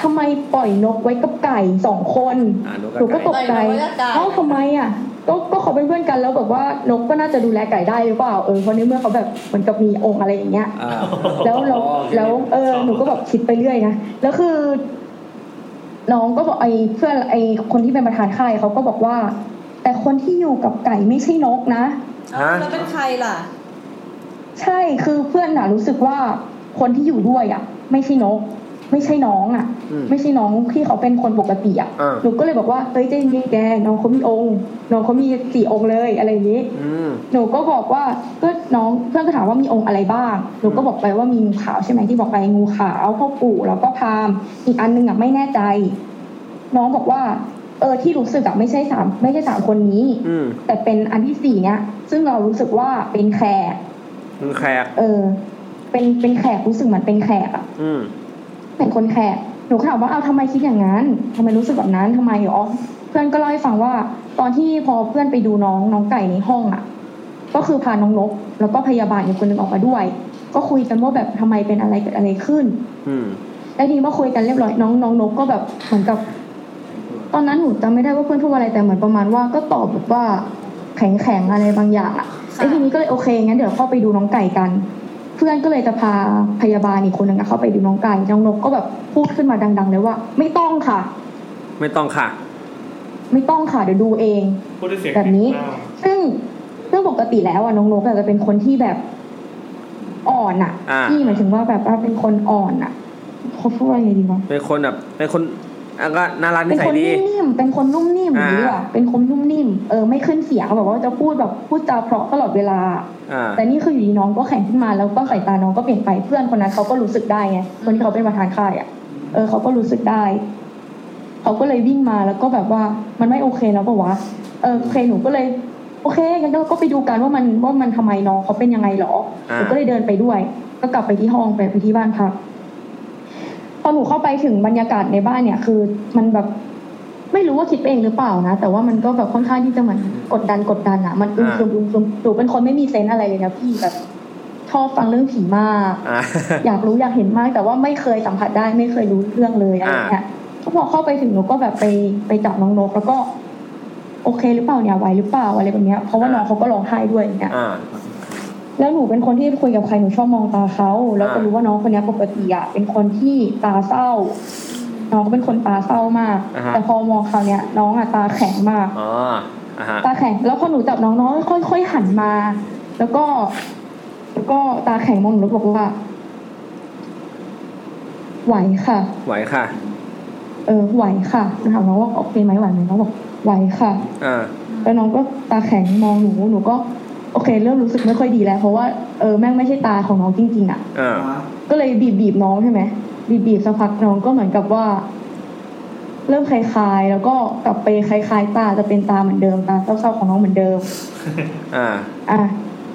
O: ทำไมปล่อยนกไว้กับไก่สองคน
I: อ่าน
O: หนูก็ตกใจ
B: ปล่อยนกไว้กับไก่
O: เอ้าทำไมอ่ะ ก็ก็เขาเป็นเพื่อนกันแล้วแบบว่านกก็น่าจะดูแลไก่ได้หรือเปล่า เออเพราะในเมื่อเขาแบบเหมือนกับมีองค์อะไรอย่างเงี้ย
I: อ่า
O: แล้วเราแล้วเออหนูก็แบบคิดไปเรื่อยนะแล้วคือ น้องก็บอกไอ้เพื่อนไอ้คนที่เป็นประธานค่ายเขาก็บอกว่า แต่คนที่อยู่กับไก่ไม่ใช่นกนะ
I: ฮะ
B: แล้วเป็นใครล่ะ
O: ใช่คือเพื่อนน่ะรู้สึกว่าคนที่อยู่ด้วยอ่ะ ไม่ใช่นก ไม่ใช่น้องอ่ะ
I: อืม
O: ไม่ใช่น้องที่เขาเป็นคนปกติอ่ะ
I: อ่า
O: หนูก็เลยบอกว่าเฮ้ยใจเย็นแกน้องเขามีองค์น้องเขามีสี่องค์เลยอะไรอย่างนี้
I: อืม
O: หนูก็บอกว่าก็น้องเพื่อนก็ถามว่ามีองค์อะไรบ้าง หนูก็บอกไปว่ามีงูขาวใช่ไหมที่บอกไปงูขาวพ่อปู่แล้วก็พราหมณ์อีกอันหนึงอ่ะไม่แน่ใจ น้องบอกว่า เออที่รู้สึกอ่ะไม่ใช่สามไม่ใช่สามคนนี้
I: อืม
O: แต่เป็นอันที่สี่เนี้ยซึ่งเรารู้สึกว่าเป็นแขก
I: มึงแขก
O: เออ เป็นเป็นแขกรู้สึกเหมือนเป็นแขกอ่ะ
I: อืม
O: เป็นคนแขกหนูก็ถามว่าเอาทำไมคิดอย่างนั้นทำไมรู้สึกแบบนั้นทำไมอ๋อเพื่อนก็เล่าให้ฟังว่า ตอนที่พอเพื่อนไปดูน้องน้องไก่ในห้องอ่ะ ก็คือพาน้องนก แล้วก็พยาบาลอีกคนหนึ่งออกมาด้วย ก็คุยกันว่าแบบทำไมเป็นอะไรเกิดอะไรขึ้น
I: อืม
O: แล้วทีนี้ว่าคุยกันเรียบร้อยน้องน้องนกก็แบบเหมือนกับ ตอนนั้นหนูจำไม่ได้ว่าเพื่อนพูดอะไรแต่เหมือนประมาณว่าก็ตอบแบบว่าแข็งแข็งๆอะไรบางอย่างอะแล้วทีนี้ก็เลยโอเคงั้นเดี๋ยวเข้าไปดูน้องไก่กัน เพื่อนก็เลยจะพาพยาบาลอีกคนหนึ่งอะเข้าไปดูน้องไก่น้องนกก็แบบพูดขึ้นมาดัง ๆ เลยว่า ไม่ต้องค่ะ
I: ไม่ต้องค่ะ
O: ไม่ต้องค่ะเดี๋ยวดูเอง
A: พูดด้วยเสียง
O: แบบนี้ ซึ่งเรื่องปกติแล้วอะน้องนกอะจะเป็นคนที่แบบอ่อนอะ
I: อ่า
O: ที่หมายถึงว่าแบบว่าเป็นคนอ่อนอะเขาพูดว่าไงดีวะ
I: เป็นคนแบบเป็นคนอ่ะก็น่ารักนิ
O: เป็น
I: สัย
O: คน
I: ดี
O: นุ่มนิ่ม เป็นคนนุ่มนิ่ม
I: อ่า
O: หรือว่าเป็นคนนุ่มนิ่ม เออไม่ขึ้นเสียงแบบว่าจะพูดแบบพูดจาเพราะตลอดเวลา
I: อ่า
O: แต่นี่คืออยู่ดีน้องก็แข็งขึ้นมาแล้วก็สายตาน้องก็เปลี่ยนไปเพื่อนคนนั้นเขาก็รู้สึกได้ไงคนที่เขาเป็นประธานค่ายอ่ะ เออเขาก็รู้สึกได้เขาก็เลยวิ่งมาแล้วก็แบบว่ามันไม่โอเคแล้วปะวะเออโอเคหนูก็เลย โอเคงั้นเราก็ไปดูกันว่ามันว่ามันทำไมน้องเขาเป็นยังไงหรอ
I: อ่า
O: หนูก็เลยเดินไปด้วย ก็กลับไปที่ห้องไปไปที่บ้านพักพอหนูเข้าไปถึงบรรยากาศในบ้านเนี่ย คือมันแบบ ไม่รู้ว่าคิดไปเองหรือเปล่านะ แต่ว่ามันก็แบบค่อนข้างที่จะเหมือนกดดันกดดันอะมันอึมครึมอึมครึมหนูเป็นคนไม่มีเซนส์อะไรเลยนะพี่แบบชอบฟังเรื่องผีมาก
I: อ่า
O: อยากรู้อยากเห็นมาก แต่ว่าไม่เคยสัมผัสได้ไม่เคยรู้เรื่องเลยอะไรเงี้ยก็พอเข้าไปถึงหนูก็แบบไปไปจับน้องนกแล้วก็ โอเคหรือเปล่าเนี่ยไหวหรือเปล่าอะไรแบบเนี้ยเพราะว่าน้องเขาก็ร้องไห้ด้วยอย่างเงี้ย
I: อ่า
O: แล้วหนูเป็นคนที่คุยกับใครหนูชอบมองตาเขาแล้วก็รู้ว่าน้องคนเนี้ยปกติอะเป็นคนที่ตาเศร้า น้องก็เป็นคนตาเศร้ามาก
I: อ่าฮะ
O: แต่พอมองเขาวเนี้ยน้องอะตาแข็งมาก
I: อ๋ออ่าฮะ
O: ตาแข็งแล้วพอหนูจับน้องน้องค่อยค่อยๆหันมา แล้วก็ แล้วก็ตาแข็งมองหนูแล้วบอกว่า ไหวค่ะ
I: ไหวค่ะ
O: เออไหวค่ะหนูถามน้องว่าโอเคไหมไหวไหมน้องบอกไหวค่ะ
I: อ่า
O: แล้วน้องก็ตาแข็งมองหนูหนูก็ โอเค เริ่มรู้สึกไม่ค่อยดีแล้ว เพราะว่าเออแม่งไม่ใช่ตาของน้องจริงๆอ่ะ
G: อ่า
O: ก็เลยบีบบีบน้องใช่ไหมบีบบีบสักพักน้องก็เหมือนกับว่า เริ่มคลายๆแล้วก็กลับไปคลายๆตาจะเป็นตาเหมือนเดิมตาเศร้าๆของน้องเหมือนเดิม
G: อ่า
O: อ่ะ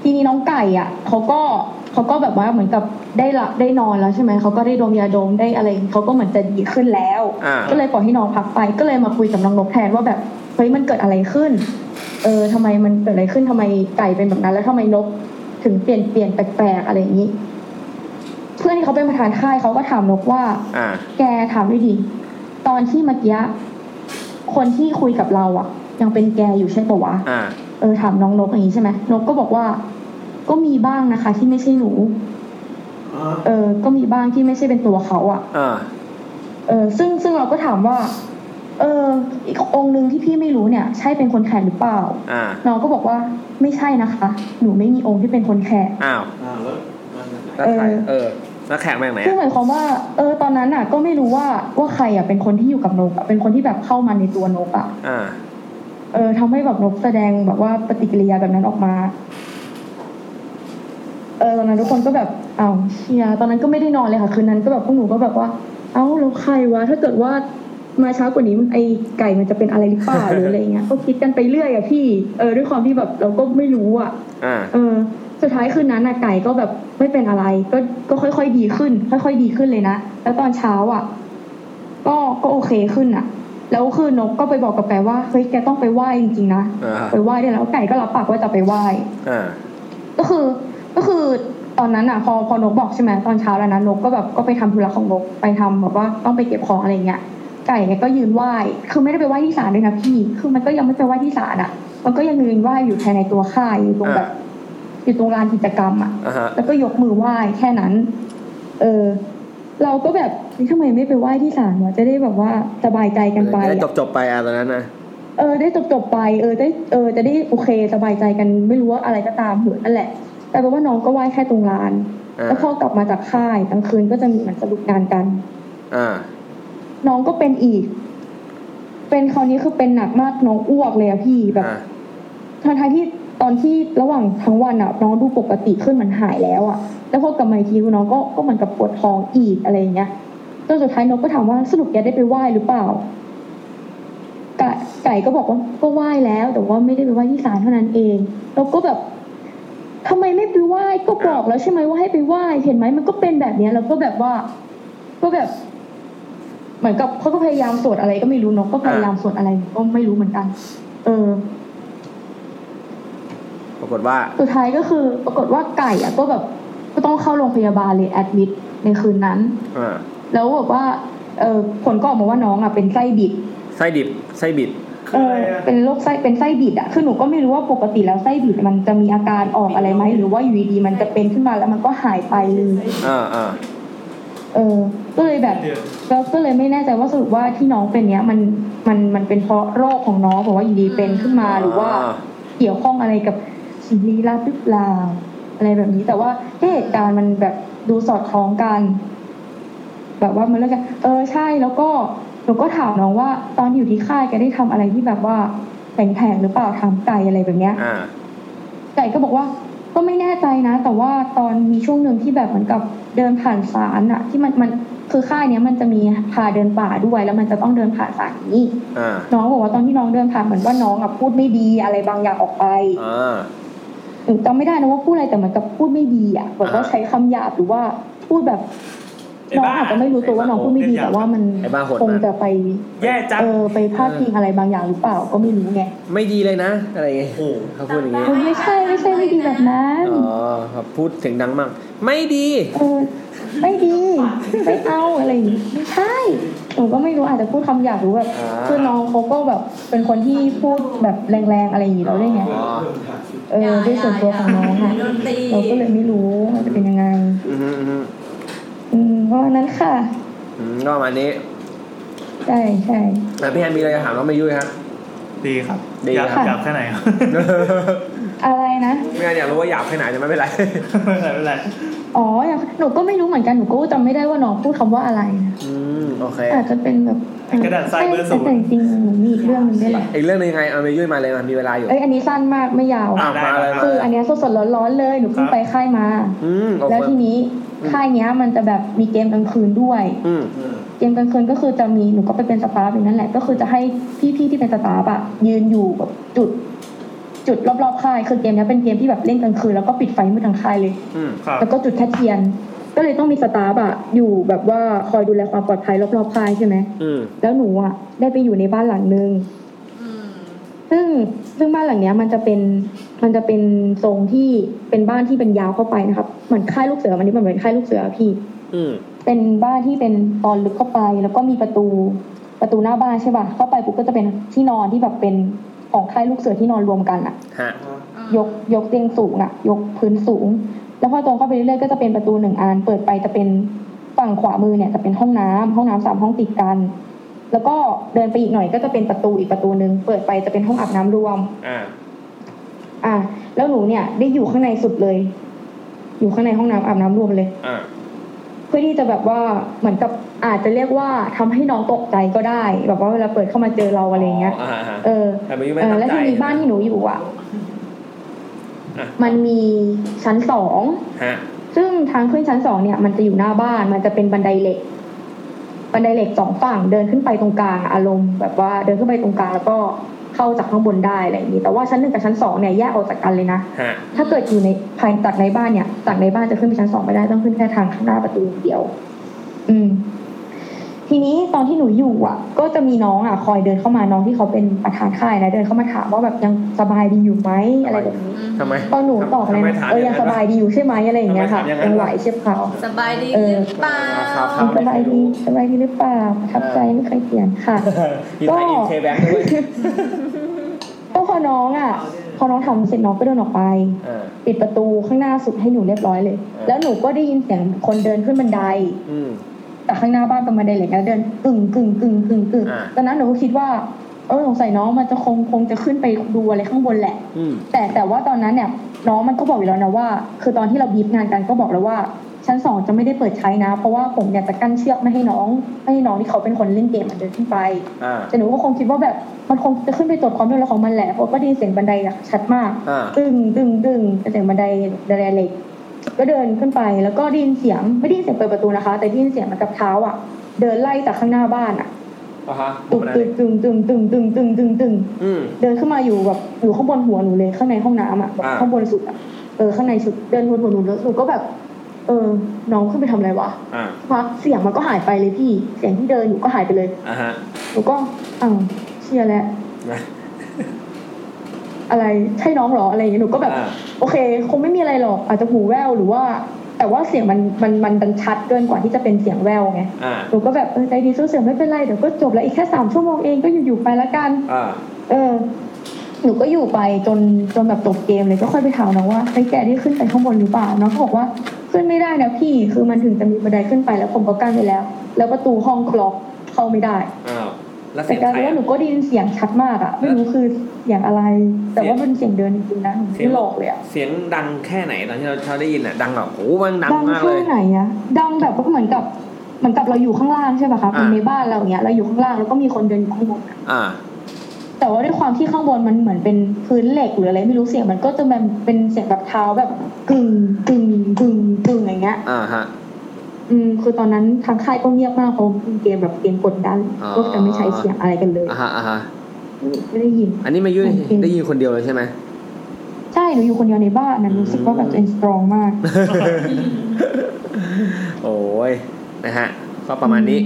O: ทีนี้น้องไก่อ่ะเขาก็เขาก็แบบว่าเหมือนกับได้หลับได้นอนแล้วใช่ไหมเขาก็ได้ดมยาดมได้อะไรเขาก็เหมือนจะดีขึ้นแล้ว
G: อ่า
O: ก็เลยปล่อยให้น้องพักไป ก็เลยมาคุยกับน้องนกแทนว่าแบบเฮ้ยมันเกิดอะไรขึ้น เออทำไมมันเกิดอะไรขึ้นทำไมไก่เป็นแบบนั้น แล้วทำไมนกถึงเปลี่ยนเปลี่ยนแปลกๆอะไรอย่างนี้ เพื่อนที่เขาเป็นประธานค่ายเขาก็ถามนกว่า
G: อ่า
O: แกถามด้วยดิตอนที่เมื่อกี้คนที่คุยกับเราอ่ะ ยังเป็นแกอยู่ใช่ปะวะ
G: อ่า
O: เออถามน้องนกอย่างนี้ใช่ไหมนกก็บอกว่า ก็มีบ้างนะคะ ที่ไม่ใช่หนู เออ ก็มีบ้างที่ไม่ใช่เป็นตัวเขาอะ
G: อ่า
O: เออซึ่งซึ่งเราก็ถามว่า เออ อีกองค์หนึ่งที่พี่ไม่รู้เนี่ย ใช่เป็นคนแขกหรือเปล่า
G: อ่า
O: น้องก็บอกว่าไม่ใช่นะคะ หนูไม่มีองค์ที่เป็นคนแขก
G: อ้าวแล้วใครเออ แล้วแขกแม่งไหน
O: ซึ่งหมายความว่า เออ ตอนนั้นน่ะ ก็ไม่รู้ว่าว่าใครอะเป็นคนที่อยู่กับนกอะเป็นคนที่แบบเข้ามาในตัวนกอะ
G: อ่า
O: เออทำให้แบบนกแสดงแบบว่าปฏิกิริยาแบบนั้นออกมา เออตอนนั้นทุกคนก็แบบอ้าวเชียตอนนั้นก็ไม่ได้นอนเลยค่ะคืนนั้นก็แบบพวกหนูก็แบบว่า เอ้าแล้วใครวะถ้าเกิดว่ามาเช้ากว่านี้ไอไก่มันจะเป็นอะไรหรือเปล่า หรืออะไรเงี้ยก็คิดกันไปเรื่อยอะพี่เออด้วยความที่แบบเราก็ไม่รู้อะ
G: อ่า
O: เออ สุดท้ายคืนนั้นอะไก่ก็แบบไม่เป็นอะไร ก็ก็ค่อยๆดีขึ้น ค่อย ๆ ดีขึ้นเลยนะแล้วตอนเช้าอะก็ก็โอเคขึ้นอะแล้วคือนกก็ไปบอกกับแกว่าเฮ้ยแกต้องไปไหว้จริงๆนะ
G: อ่า
O: ไปไหว้ได้แล้วไก่ก็รับปากว่าจะไปไหว้
G: อ่า
O: ก็คือก็คือตอนนั้นอ่ะ พอพอนกบอกใช่ไหมตอนเช้าแล้วนะนกก็แบบก็ไปทำธุระของนกไปทำแบบว่าต้องไปเก็บของอะไรเงี้ยไก่เนี่ยก็ยืนไหว้คือไม่ได้ไปไหว้ที่ศาลด้วยนะพี่ คือมันก็ยังไม่ไปไหว้ที่ศาลอ่ะ มันก็ยังยืนไหว้อยู่ภายในตัวค่ายอยู่ตรงแบบอยู่ตรงลานกิจกรรมอ่ะ
G: อ่าฮะ
O: แล้วก็ยกมือไหว้แค่นั้น เออ เราก็แบบเฮ้ยทำไมไม่ไปไหว้ที่ศาลวะจะได้แบบว่าสบายใจกันไป
G: ได้
O: อะ
G: จบจบๆไปอ่ะตอนนั้นนะ
O: เออได้จบจบๆไปเออได้เออจะได้โอเคสบายใจกันไม่รู้ว่าอะไรก็ตามเหมือนนั่นแหละ แต่ว่าน้องก็ไหว้แค่ตรงลาน
G: อ่า
O: แล้วพอกลับมาจากค่ายกลางคืนก็จะมีเหมือนสรุปงานกัน
G: อ่า
O: น้องก็เป็นอีก เป็นคราวนี้คือเป็นหนักมากน้องอ้วกเลยอะพี่แบบ
G: อ่า
O: ทั้งทที่ตอนที่ระหว่างทั้งวันอะน้องดูปกติขึ้นเหมันหายแล้วอะแล้วพอกลับมาอีกทีคือน้องก็ก็เหมือนกับปวดท้องอีกอะไรอย่างเงี้ยจนสุดท้ายน้องก็ถามว่าสรุปแกได้ไปไหว้หรือเปล่า ไก่ไก่ก็บอกว่าก็ไหว้แล้ว แต่ว่าไม่ได้ไปไหว้ที่ศาลเท่านั้นเองเราก็แบบทำไมไม่ไปไหว้ก็บอกแล้วใช่ไหมว่าให้ไปไหว้เห็นไหมมันก็เป็นแบบเนี้ยเราก็แบบว่า ก็แบบ เหมือนกับเขาก็พยายามสวดอะไรก็ไม่รู้เนกก็พยายามสวดอะไรก็ไม่รู้เหมือนกัน เออ
G: ปรากฏว่า
O: สุดท้ายก็คือ ปรากฏว่าไก่อะก็แบบก็ต้องเข้าโรงพยาบาลเลยแอดมิดในคืนนั้น
G: อ่า
O: แล้วแบบว่า เออผลก็ออกมาว่าน้องอะเป็นไส้บิด
G: ไส้ดิบ ไส้บิด
O: เออเป็นโรคไส้เป็นไส้บิดอะคือหนูก็ไม่รู้ว่าปกติแล้วไส้บิดมันจะมีอาการออกอะไรไหมหรือว่าอยู่ดีๆมันจะเป็นขึ้นมาแล้วมันก็หายไปเลย
G: อ่าอ่า
O: เออ ก็เลยแบบแล้วก็เลยไม่แน่ใจว่าสรุปว่าที่น้องเป็นเนี้ยมันมันมันเป็นเพราะโรคของน้องบอกว่าอยู่ดีเป็นขึ้นมาหรือว่า เกี่ยวข้องอะไรกับสิ่งลี้ลับหรือเปล่าอะไรแบบนี้แต่ว่าเหตุการณ์มันแบบดูสอดคล้องกัน แบบว่ามันเรื่องกัน เออใช่แล้วก็หนูก็ถามน้องว่า ตอนอยู่ที่ค่ายแกได้ทำอะไรที่แบบว่าแผลงๆหรือเปล่าทางไกลอะไรแบบเนี้ย
G: อ่า
O: ไก่ก็บอกว่า ก็ไม่แน่ใจนะ แต่ว่าตอนมีช่วงหนึ่งที่แบบเหมือนกับเดินผ่านศาลอะที่มันมันคือค่ายเนี้ยมันจะมีพาเดินป่าด้วยแล้วมันจะต้องเดินผ่านศาลนี้
G: อ่า
O: น้องบอกว่าตอนที่น้องเดินผ่านเหมือนว่าน้องอะพูดไม่ดีอะไรบางอย่างออกไป
G: อ่า
O: หนูจำไม่ได้นะว่าพูดอะไรแต่เหมือนกับพูดไม่ดีอ่ะแบบว่าใช้คำหยาบหรือว่าพูดแบบน้องอาจจะไม่รู้ตัวว่าน้องพูดไม่ดีแต่ว่ามัน
G: ไอ้บ้าโหดมาก
O: คงจะไป
G: แย่จัง
O: เออไปพาดพิงอะไรบางอย่างหรือเปล่าก็ไม่รู้ไง
G: ไม่ดีเลยนะ อะไรเงี้ยเขาพูดอย่างงี้
O: มันไม่ใช่ไม่ใช่ไม่ดีแบบนั้น
G: อ๋อครับพูดเสียงดังมาก ไม่ดี
O: เออไม่ดีไม่เอาอะไรอย่างงี้ไม่ใช่หนูก็ไม่รู้อาจจะพูดคำหยาบหรือแบบ
G: อ่า
O: คือน้องเขาก็แบบเป็นคนที่พูดแบบแรงๆอะไรอย่างงี้แล้วได้วยไง
G: อ๋อ
O: เออด้วยส่วนตัวของน้องอ่ะเราก็เลยไม่รู้ว่าจะเป็นยังไง
G: อืมอืม
O: อืมก็นั้นค่ะ
G: อืมก็ประมาณนี้
O: ใช่ใช่
G: อ่ะพี่แอนมีอะไรจะถามน้องมายุ้ยฮะ
A: ดีครับ
G: ดี
A: อยาก
G: ครับ
A: อยากแค่ไหนครับ
O: อะไรนะ
C: ไม่งั้นอยากรู้ว่าหยาบแค่ไหนจะไม่เป็นไร
D: ไม่เป็นไรไม่เป็นไร
O: อ๋ออย่างหนูก็ไม่รู้เหมือนกัน หนูก็จำไม่ได้ว่าน้องพูดคำว่าอะไรนะ
C: อืมโอเค
O: อาจจะเป็นแบบเออก
D: ระดาษทรายเบอร์ศูนย์
O: แต่จริงๆหนูมีอีกเรื่องหนึงด้วยนะ
C: อีกเรื่องหนึงยังไงเอาไปยุ่ยมาเลยมันมีเวลาอยู่
O: เอ้ยอันนี้สั้นมากไม่ยาว
C: อ่ะมาเลยมา
O: คื
C: เล
O: อย อันเนี้ยสดๆร้อนๆเลย หนูเพิ่งไปค่ายมา
C: อืมโอเค
O: แล้วทีนี้ค่ายเนี้ยมันจะแบบมีเกมกลางคืนด้วย
C: อืม
O: เกมกลางคืนก็คือจะมีหนูก็ไปเป็นสตาฟอย่างนั้นแหละ ก็คือจะให้พี่ๆที่เป็นสตาฟอะยืนอยู่แบบจุด จุดรอบๆค่ายคือเกมเนี้ยเป็นเกมที่แบบเล่นกลางคืนแล้วก็ปิดไฟมืดทั้งค่ายเลย
C: อืม
Q: ครับ
O: แล้วก็จุดแคทเทียน ก็เลยต้องมีสตาฟอะอยู่แบบว่าคอยดูแลความปลอดภัยรอบๆค่ายใช่ไหม
C: อืม
O: แล้วหนูอะได้ไปอยู่ในบ้านหลังนึง ซึ่งซึ่งบ้านหลังเนี้ยมันจะเป็นมันจะเป็นทรงที่เป็นบ้านที่เป็นยาวเข้าไปนะครับเหมือนค่ายลูกเสืออันนี้มันเหมือนค่ายลูกเสือพี่
C: อืม
O: เป็นบ้านที่เป็นตอนลึกเข้าไป แล้วก็มีประตูประตูหน้าบ้านใช่ป่ะเข้าไปปุ๊บก็จะเป็นที่นอนที่แบบเป็นของค่ายลูกเสือที่นอนรวมกันอะ
C: ฮะ
O: ยกยกเตียงสูงอะยกพื้นสูง แล้วพอตรงเข้าไปเรื่อยๆก็จะเป็นประตูหนึ่งอันเปิดไปจะเป็นฝั่งขวามือเนี่ยจะเป็นห้องน้ำห้องน้ำสามห้องติดกัน แล้วก็เดินไปอีกหน่อยก็จะเป็นประตูอีกประตูหนึ่งเปิดไปจะเป็นห้องอาบน้ำรวม
C: อ่า
O: อ่ะแล้วหนูเนี่ยได้อยู่ข้างในสุดเลย อยู่ข้างในห้องน้ำอาบน้ำรวมเลย
C: อ่า
O: เพื่อที่จะแบบว่าเหมือนกับอาจจะเรียกว่าทำให้น้องตกใจก็ได้ แบบว่าเวลาเปิดเข้ามาเจอเราอะไรเงี้ย
C: อ่าฮะ
O: เออ
C: แต่ไม่ไม่
O: เออ
C: ตั้งใจ
O: แล้วที่มีบ้านที่หนูอยู่อ่ะ
C: อ่ะ
O: มันมีชั้นสอง
C: ฮะ
O: ซึ่งทางขึ้นชั้นสองเนี่ยมันจะอยู่หน้าบ้านมันจะเป็นบันไดเหล็ก บันไดเหล็กสองฝั่งเดินขึ้นไปตรงกลางอะอารมณ์แบบว่าเดินขึ้นไปตรงกลางแล้วก็เข้าจากข้างบนได้อะไรอย่างนี้ แต่ว่าชั้นหนึ่งกับชั้นสองเนี่ยแยกออกจากกันเลยนะ
C: ฮะ
O: ถ้าเกิดอยู่ในภายจากในบ้านเนี่ยจากในบ้านจะขึ้นไปชั้นสองไม่ได้ต้องขึ้นแค่ทางข้างหน้าประตูอย่างเดียว อืม ทีนี้ตอนที่หนูอยู่อ่ะ ก็จะมีน้องอ่ะ คอยเดินเข้ามาน้องที่เขาเป็นประธานค่ายนะเดินเข้ามาถามว่าแบบยังสบายดีอยู่ไหมอะไรแบบนี้
C: ทำไม
O: ตอนหนูตอบอะไร
C: ทำไม
O: นะ
C: ถาม
O: เออ
C: อ
O: ยัง
C: ง
O: ส
C: นั้นวะ
O: บายดีอยู่ใช่ไหมอะไรอย่างเงี้ยค่ะ
C: ทำไมถามอย่างนั้
O: ยั
C: น
O: ง
C: วะ
O: ไหวใช่เปล่า
B: สบายดี
O: เออ
B: หรือเปล่า
C: ครับครั
O: ยั
C: บ
O: งสบายดีสบายดีหรือเปล่าประทับใจไม่เคยเปลี่ยนค่ะ
C: มีไทยอินเคแบงค์ด้วย
O: ก็พอน้องอ่ะ พอน้องทำเสร็จน้องก็เดินออกไป
C: อ่า
O: ปิดประตูข้างหน้าสุดให้หนูเรียบร้อยเลย
C: อ่า
O: แล้วหนูก็ได้ยินเสียงคนเดินขึ้นบันได
C: อืม
O: จากข้างหน้าบ้านเป็นบันไดเหล็กแล้วเดินกึ่งกึ่งกึ่งกึ่งกึ่ง
C: อ่า
O: ตอนนั้นหนูก็คิดว่า เออสงสัยน้องมันจะคงคงจะขึ้นไปดูอะไรข้างบนแหละ
C: อืม
O: แต่แต่ว่าตอนนั้นเนี่ยน้องมันก็บอกอยู่แล้วนะว่า คือตอนที่เราบีบงานกันก็บอกแล้วว่า ชั้นสองจะไม่ได้เปิดใช้นะ เพราะว่าผมเนี่ยจะกั้นเชือกไม่ให้น้องไม่ให้น้องที่เขาเป็นคนเล่นเกมมันเดินขึ้นไป
C: อ่า
O: แต่หนูก็คงคิดว่าแบบมันคงจะขึ้นไปตรวจความเรียบร้อยของมันแหละเพราะก็ได้ยินเสียงบันไดอะชัดมาก
C: อ่า
O: ดึงดึงดึงเป็นเสียงบันไดบันไดเหล็ก ก็เดินขึ้นไปแล้วก็ได้ยินเสียงไม่ได้ยินเสียงเปิดประตูนะคะ แต่ได้ยินเสียงเหมันกับเท้าอ่ะ เดินไล่จากข้างหน้าบ้านอ่ะ
C: อ่าฮะ
O: ตึงตึงตึงตึงตึงตึงตึงตึงตึง
C: อืม
O: เดินขึ้นมาอยู่แบบอยู่ข้างบนหัวหนูเลยข้างในห้องน้ำอ่ะแบบ
C: อ่า
O: ข้างบนสุดอ่ะเออข้างในสุดเดินบนหัวหนูแล้วหนูก็แบบ เออ น้องขึ้นไปทำอะไรวะ
C: อ่า
O: พักเสียงมันก็หายไปเลยพี่ เสียงที่เดินอยู่ก็หายไปเลย
C: อ่าฮะ
O: หนูก็อ้าวเชียแล้ว อะไรใช่น้องเหรออะไรอย่างเงี้ยหนูก็แบบ
C: อ่า
O: โอเค คงไม่มีอะไรหรอกอาจจะหูแว่วหรือว่า แต่ว่าเสียงมันมันมันดันชัดเกินกว่าที่จะเป็นเสียงแว่วไง
C: อ่า
O: หนูก็แบบเออใจดีสู้เสียงไม่เป็นไรเดี๋ยวก็จบแล้วอีกแค่สามชั่วโมงเองก็อยู่ๆไปละกัน
C: อ่า
O: เออ หนูก็อยู่ไปจนจนแบบจบเกมเลยก็ค่อยไปถามน้องว่าไอ้ยแกได้ขึ้นไปข้างบนหรือเปล่าน้องก็บอกว่าขึ้นไม่ได้นะพี่คือมันถึงจะมีบันไดขึ้นไปแล้วผมก็กั้นไปแล้ว แล้วประตูห้องคล็อกเข้าไม่ได้
C: อ้าวแล้วเสี
O: แต่
C: ยง
O: กลาร
C: ใคร
O: ว่าหนู
C: อ่ะ
O: ก็ได้ยินเสียงชัดมากอะไม่รู้คือเสียงอะไร แต่ว่าเป็นเสียงเดินจริงๆนะหนูไม่ได้หลอกเลยอะ
C: เสียงดังแค่ไหนตอนที่เราเราได้ยินอ่ะดังแบบโอ้มันดัง
O: ดัง
C: มากเล
O: แค่
C: ย
O: ไหนอะดังแบบว่าเหมือนกับเหมือนกับเราอยู่ข้างล่างใช่ป่ะคะ
C: อ่า
O: ในบ้านเราอย่างเนี้ยเราอยู่ข้างล่างแล้วก็มีคนเดินอยู่ข้างบนอะ
C: อ่า
O: แต่ว่าด้วยความที่ข้างบนมันเหมือนเป็นพื้นเหล็กหรืออะไรไม่รู้เสียงมันก็จะแบบเป็นเสียงแบบเท้าแบบกึ่งกึ่งกึ่งกึ่งอย่างเงี้ย
C: อ่าฮะ
O: อืมคือตอนนั้นทางค่ายก็เงียบมากเพราะมันเป็นเกมแบบเกมกดดัน
C: อ๋อ
O: ก็จะไม่ใช้เสียงอะไรกันเลย
C: อ่าฮะอ่าฮะ
O: ไม่ได้ยิน
C: อันนี้มายุ่ย
O: โอเค
C: ได้ยินคนเดียวเลยใช่ไหม
O: ใช่หนูอยู่คนเดียวในบ้านนะรู้สึกว่าแบบตัวเองสตรองมาก
C: โอ้ยนะฮะก็ประมาณนี้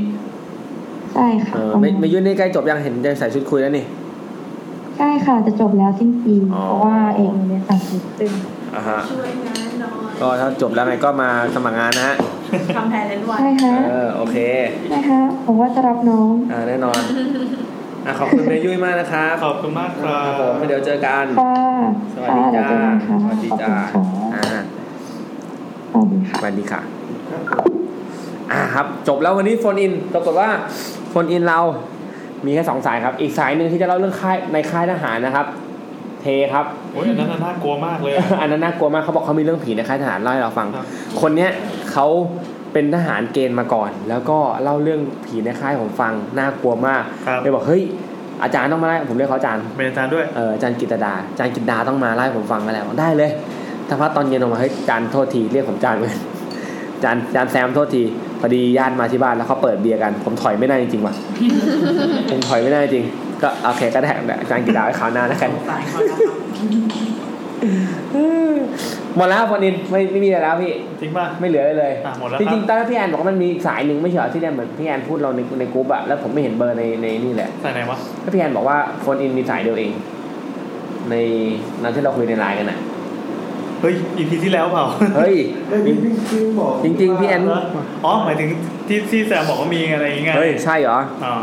O: ใช่ค่ะ
C: เออไม่ไม่ยุ่ยนี่ใกล้จบยังเห็นจะใส่ชุดคุยแล้วนี่
O: ใช่ค่ะจะจบแล้วสิ้นปี
C: อ๋อ
O: เพราะว่าเอกเรียนต่างประเทศ
C: อ่าฮะ
L: ช่วยงานหน่อย
C: ก็ถ้าจบแล้วไงก็มาสมัครงานนะฮะ
L: ทำแทนเลนไว้
O: ใช่ฮะ
C: เออโอเค
O: ใช่ฮะผมว่าจะรับน้อง
C: อ่าแน่นอนอ่ะขอบคุณเมยุ่ยมากนะครับ
Q: ขอบคุณมากค
C: ค
Q: รั
C: รับบ ผมเดี๋ยวเจอกัน
O: ค่ะ
C: สวัสดีจ้า
O: ค่ะ
C: สวัสดี
O: เดี๋ยวเจอ
C: จ้า
O: กันค่ะ
C: อ่า
O: ขอบคุณค่ะ
C: สวัสดีค่ะ อ่าครับ จบแล้ววันนี้โฟนอินปรากฏว่าโฟนอินเรา มีแค่สองสายครับ อีกสายหนึ่งที่จะเล่าเรื่องค่ายในค่ายทหารนะครับ เทครับ
R: โอ้ยอันนั้นน่ากลัวมากเลย
C: อันนั้นน่ากลัวมากเขาบอกเขามีเรื่องผีในค่ายทหารเล่าให้เราฟัง คนเนี้ยเขาเป็นทหารเกณฑ์มาก่อน แล้วก็เล่าเรื่องผีในค่ายผมฟังน่ากลัวมากเลยบอกเฮ้ยอาจารย์ต้องมาไล่ผมเรียกเขาอาจารย์
D: เป็นอาจารย์ด้วย
C: เอออาจารย์กิตดาอาจารย์กิตดาต้องมาไล่ผมฟังกันแล้วได้เลยถ้าพักตอนเย็นออกมาเฮ้ยอาจารย์โทษทีเรียกผมอาจารย์เลยอาจารย์อาจารย์แซมโทษทีพอดีญาติมาที่บ้านแล้วเขาเปิดเบียร์กัน ผมถอยไม่ได้จริงๆว่ะ ผมถอยไม่ได้จริง ก็โอเคก็ได้อาจารย์กิตดาไว้คราวหน้าแล้วกัน หมดแล้วพอนินไม่ไม่มีอะไรแล้วพี่
D: จริงป่ะ
C: ไม่เหลืออะไรเลย
D: หมดแล้ว
C: จริงๆตอนแรกพี่แอนบอกว่ามันมีอีกสายหนึ่งไม่ใช่เหรอที่เนี่ยเหมือนพี่แอนพูดเราในในกรุ๊ปอะแล้วผมไม่เห็นเบอร์ในในนี่แหละ
D: สายไหนวะ
C: ก็พี่แอนบอกว่าโฟนอินมีสายเดียวเอง ในนั้นที่เราคุยในไลน์กันอะ
D: เฮ้ยอีพีที่แล้ว เปล่า
C: เฮ้ยจริงๆพี่แอน
D: อ๋อหมายถึงที่ที่แซมบอกว่ามีอะไรอย่างเงี้ย
C: เฮ้ยใช่เหรอ
D: อ๋อ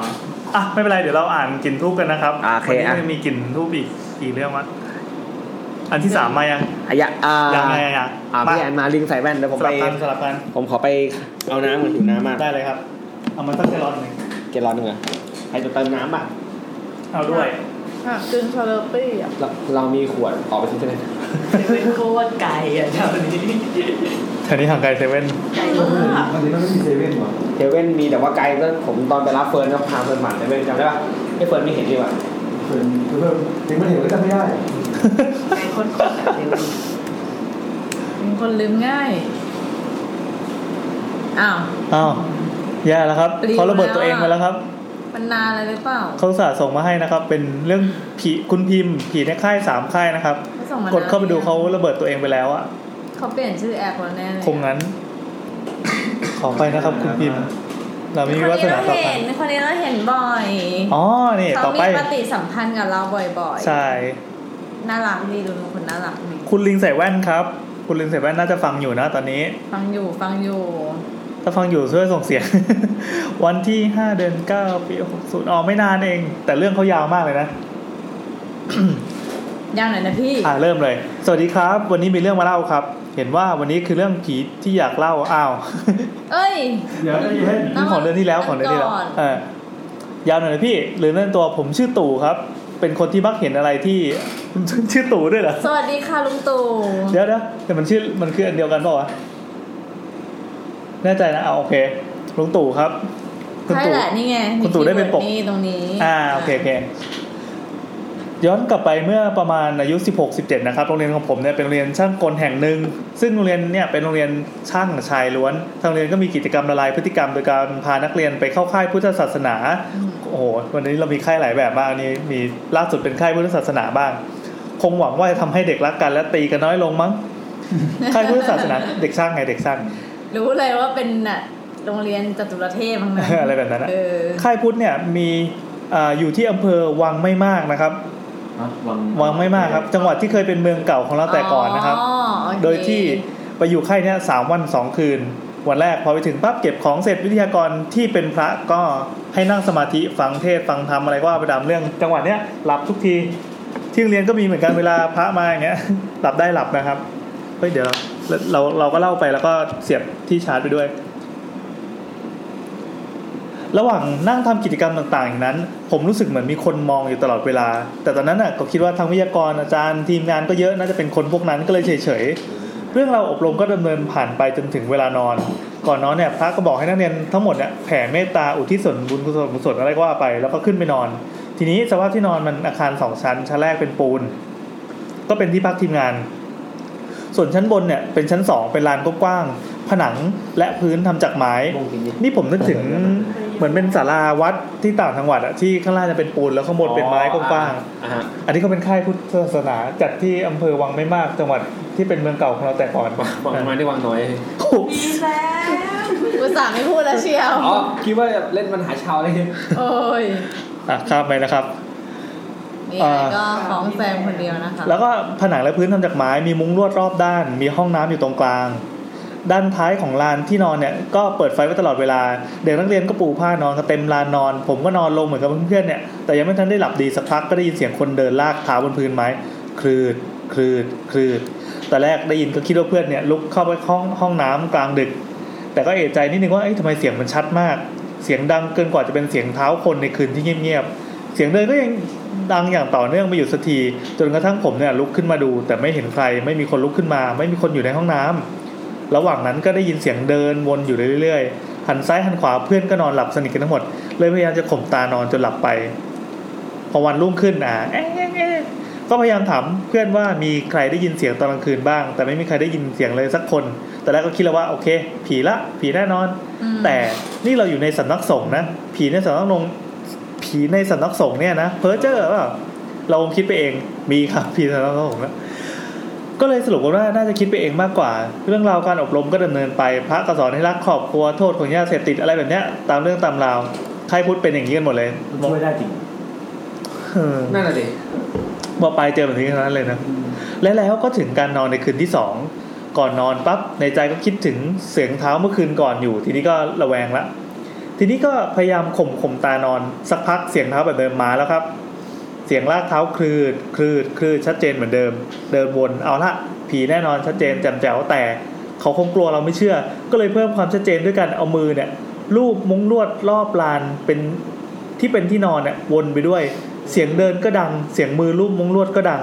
D: อ่ะไม่เป็นไรเดี๋ยวเราอ่านกลิ่นทูบกันนะครับ
C: โอเค
D: วันนี้
C: อ่ะ
D: มันจะมีกลิ่นทูบอีกกี่เรื่องวะอันที่สามมายัง
C: อายะอ่า
D: ยังไงอ่ะ
C: อ่าพี่แอนมาลิงใส่แว่นเดี๋ยวผม
D: ส
C: ไป
D: ลับกันสลับกัน
C: ผมขอไปเอาน้ำเหมือนอยู่น้ำมาก
D: ได้เลยครับ เอามาตั้งแต่รอนหนึ่ง
C: เกลร้อนหนึ่งอะใครจะเติมน้ำอ่ะ
D: เอาด้วย
B: อ่ะกินซาลาปี้อ่ะ
C: เราเรามีขวดออกไปซื้อที่ไหน
L: เป็นโคตรไกลอ่ะเจ้านี้
D: แถวนี้ห่างไกลเซเว่น
L: ไกลมาก
G: อันนี้มันไม่มีเซเว่นหรอ
C: เทเว่นมีแต่ว่าไกลก็ผมตอนไปรับเฟิร์นก็พาเฟิร์นผ่านเทเว่นจำได้ปะไอ้เฟิร์นไม่เห็นดีกว่า
G: เพิ่มเพิ่มถึงมันเห็นก็จำไม่ได้
L: ไกลคนขนแบบเดียว
B: เป็นคนลืมง่าย อ้าว
D: อ้าวแย่แล้วครับ
B: รีบ
D: เขาระเบิดตัวเองไปแล้วครับ
B: มันนานอะไรหรือเปล่า
D: เขาอุตสาห์ส่งมาให้นะครับ เป็นเรื่องผีคุณพิมพ์ ผีในค่ายสามค่ายนะครับ
B: เขาส่งมานาน
D: กดเข้าไปดูเขาระเบิดตัวเองไปแล้วอะ
B: เขาเปลี่ยนชื่อแอปแล้วแน่เลย
D: คงงั้น ขอไปนะครับ คุณพิมพ์ เรามี
B: คน
D: วาส
B: นี้
D: นา
B: เรา
D: ต่อกั
B: เห็
D: น
B: นคนนี้เราเห็นบ่อย
D: อ๋อนี่
B: เขา
D: ต่อ
B: มี
D: ไป
B: ปฏิสัมพันธ์กับเราบ่อย
D: ใช่
B: ๆ น่ารักดีดูเป็นคนน่ารักดี
D: คุณลิงใส่แว่นครับ คุณลิงใส่แว่นน่าจะฟังอยู่นะ ตอนนี้
B: ฟังอยู่ฟังอยู่
D: ถ้าฟังอยู่ช่วยส่งเสี ยง วันที่ห้าเดือนเก้าปีหกศูนย์อ๋อไม่นานเอง แต่เรื่องเขายาวมากเลยนะ
B: ยาวหน่อยนะพี่
D: อ่าเริ่มเลย สวัสดีครับ วันนี้มีเรื่องมาเล่าครับ เห็นว่าวันนี้คือเรื่องผีที่อยากเล่าอ้าว
B: เอ้ย
G: เดี๋ยวได้ยินไหม
D: นี่ของเดือนที่แล้วของเดือนที่แล้ว
B: ก่อน
D: เออยาวหน่อยนะพี่หรือเรื่องตัวผมชื่อตู่ครับ เป็นคนที่มักเห็นอะไรที่ ชื่อตู่ด้วยเหรอ
B: สวัสดีค่ะลุงตู่
D: เดี๋ยวนะแต่มันชื่อมันคืออันเดียวกันเปล่าวะแน่ใจนะเอาโอเคลุงตู่ครับคุณ
B: ใช่
D: ตู่
B: แหละนี่ไงมี
D: คุณตู่ได้เป็นปก
B: คีย์วิร์ตรงนี้
D: อ่าโอเคโอเคย้อนกลับไปเมื่อประมาณอายุ 16 17 นะครับโรงเรียนของผมเนี่ยเป็นโรงเรียนช่างกลแห่งหนึ่ง ซึ่งโรงเรียนเนี่ยเป็นโรงเรียนช่างชายล้วน ทางโรงเรียนก็มีกิจกรรมละลายพฤติกรรมโดยการพานักเรียนไปเข้าค่ายพุทธศาสนา โอ้โหวันนี้เรามีค่ายหลายแบบมากอันนี้มีล่าสุดเป็นค่ายพุทธศาสนาบ้าง คงหวังว่าจะทำให้เด็กรักกันและตีกันน้อยลงมั้ง ค่ายพุทธศาสนาเด็กช่างไงเด็กช่าง
B: รู้เลยว่าเป็นน่ะโรงเรียนจตุรเทพมั้งนะ
D: อะไรแบบนั้นนะ
B: เออ
D: ค่ายพุทธเนี่ยมีอ่าอยู่ที่อำเภอวังไม่มากนะครับ วังไม่มากครับ จังหวัดที่เคยเป็นเมืองเก่าของเราแต่ก่อนนะครับ
B: อ๋ออเค
D: โดยที่ไปอยู่ค่ายเนี่ยสามวันสองคืน วันแรกพอไปถึงปั๊บเก็บของเสร็จวิทยากรที่เป็นพระก็ให้นั่งสมาธิฟังเทศน์ฟังธรรมอะไรก็ว่าไปตามเรื่อง จังหวัดเนี้ยหลับทุกทีที่โรงเรียนก็มีเหมือนกันเวลาพระมาอย่างเงี้ย หลับได้หลับนะครับเฮ้ยเดี๋ยวเราเราเราก็เล่าไปแล้วก็เสียบที่ชาร์จไปด้วย ระหว่างนั่งทำกิจกรรมต่างๆอย่างนั้น ผมรู้สึกเหมือนมีคนมองอยู่ตลอดเวลา แต่ตอนนั้นน่ะก็คิดว่าทางวิทยากรอาจารย์ทีมงานก็เยอะน่าจะเป็นคนพวกนั้นก็เลยเฉยๆ เรื่องเราวอบรมก็ดำเนินผ่านไปจนถึงเวลานอน ก่อนนอนเนี่ยพระก็บอกให้นักเรียนทั้งหมดเนี่ยแผ่เมตตาอุทิศส่วนบุญกุศลกุศลอะไรก็ว่าไป แล้วก็ขึ้นไปนอน ทีนี้สภาพที่นอนมันอาคารสองชั้น ชั้นแรกเป็นปูน ก็เป็นที่พักทีมงาน ส่วนชั้นบนเนี่ยเป็นชั้นสองเป็นลานกว้างๆผนังและพื้นทำจากไม้ นี่ผมนึกถึงเหมือนเป็นศาลาวัดที่ต่างจังหวัดอะที่ข้างล่างจะเป็นปูนแล้วข้างบนเป็นไม้กว้าง
C: อ่าฮะ
D: ๆอันนี้ก็เป็นค่ายพุทธศาสนาจัดที่อำเภอวังไม่มากจังหวัดที่เป็นเมืองเก่าของเราแต่ก่อน
C: วังมาได้วังน้อย
D: โอ้โห
B: อุตส่าห์ไม่พูดแล้วเชียว
C: อ๋อคิดว่าเล่นปัญหาชาวเลย
B: โอ้ย
D: อ่ะข้ามไปนะครับ
B: นี่ไงก็ของแฟนคนเดียวนะคะ
D: แล้วก็ผนังและพื้นทำจากไม้มีมุ้งลวดรอบด้าน มีห้องน้ำอยู่ตรงกลาง ด้านท้ายของลานที่นอนเนี่ยก็เปิดไฟไว้ตลอดเวลา เด็กนักเรียนก็ปูผ้านอนกันเต็มลานนอน ผมก็นอนลงเหมือนกับเพื่อนๆเนี่ยแต่ยังไม่ทันได้หลับดีสักพักก็ได้ยินเสียงคนเดินลากเท้าบนพื้นไม้คลืดคลืดคลืดแต่แรกได้ยินก็คิดว่าเพื่อนเนี่ยลุกเข้าไปห้องห้องน้ำกลางดึก แต่ก็เอะใจนิดนึงว่าเอ๊ะทำไมเสียงมันชัดมาก เสียงดังเกินกว่าจะเป็นเสียงเท้าคนในคืนที่เงียบๆเสียงเดินก็ยัง ดังอย่างต่อเนื่องไปอยู่สักทีจนกระทั่งผมเนี่ยลุกขึ้นมาดู แต่ไม่เห็นใคร ไม่มีคนลุกขึ้นมา ไม่มีคนอยู่ในห้องน้ำระหว่างนั้นก็ได้ยินเสียงเดินวนอยู่เรื่อยๆหันซ้ายหันขวาเพื่อนก็นอนหลับสนิทกันทั้งหมดเลยพยายามจะข่มตานอนจนหลับไป พอวันรุ่งขึ้นอ่ะเอ๊ะเอ๊ะเอ๊ะก็พยายามถามเพื่อนว่ามีใครได้ยินเสียงตอนกลางคืนบ้าง แต่ไม่มีใครได้ยินเสียงเลยสักคน แต่แรกก็คิดแล้วว่าโอเค ผีละ ผีแน่นอน
B: อืม
D: แต่นี่เราอยู่ในสำนักสงฆ์นะ ผีในสำนักนงฆ์ผีในสำนักสงฆ์เนี่ยนะเพ้อเจ้อเปล่าเราคงคิดไปเองมีครับ ผีในสำนักสงฆ์นะ ก็เลยสรุปกันว่าน่าจะคิดไปเองมากกว่า เรื่องราวการอบรมก็ดำเนินไป พระก็สอนให้รักครอบครัวโทษของยาเสพติดอะไรแบบเนี้ย ตามเรื่องตามราวใครพูดเป็นอย่างนี้กันหมดเลย
P: ช่วยได้จริง
D: เออ
I: นั่นแหละดิ
D: พอไปเจอแบบนี้เท่านั้นเลยนะ และแล้วก็ถึงการนอนในคืนที่สองก่อนนอนปั๊บในใจก็คิดถึงเสียงเท้าเมื่อคืนก่อนอยู่ ทีนี้ก็ระแวงละ ทีนี้ก็พยายามข่มข่มตานอนสักพักเสียงเท้าแบบเดิมมาแล้วครับ เสียงลากเท้าคลืดคลืดคลืดชัดเจนเหมือนเดิม เดินวนเอาละผีแน่นอนชัดเจนแจ่มแจ๋วแต่ เขาคงกลัวเราไม่เชื่อ ก็เลยเพิ่มความชัดเจนด้วยการเอามือเนี่ยลูบมุ้งลวดรอบลานเป็นที่เป็นที่นอนเนี่ยวนไปด้วย เสียงเดินก็ดัง เสียงมือลูบมุ้งลวดก็ดัง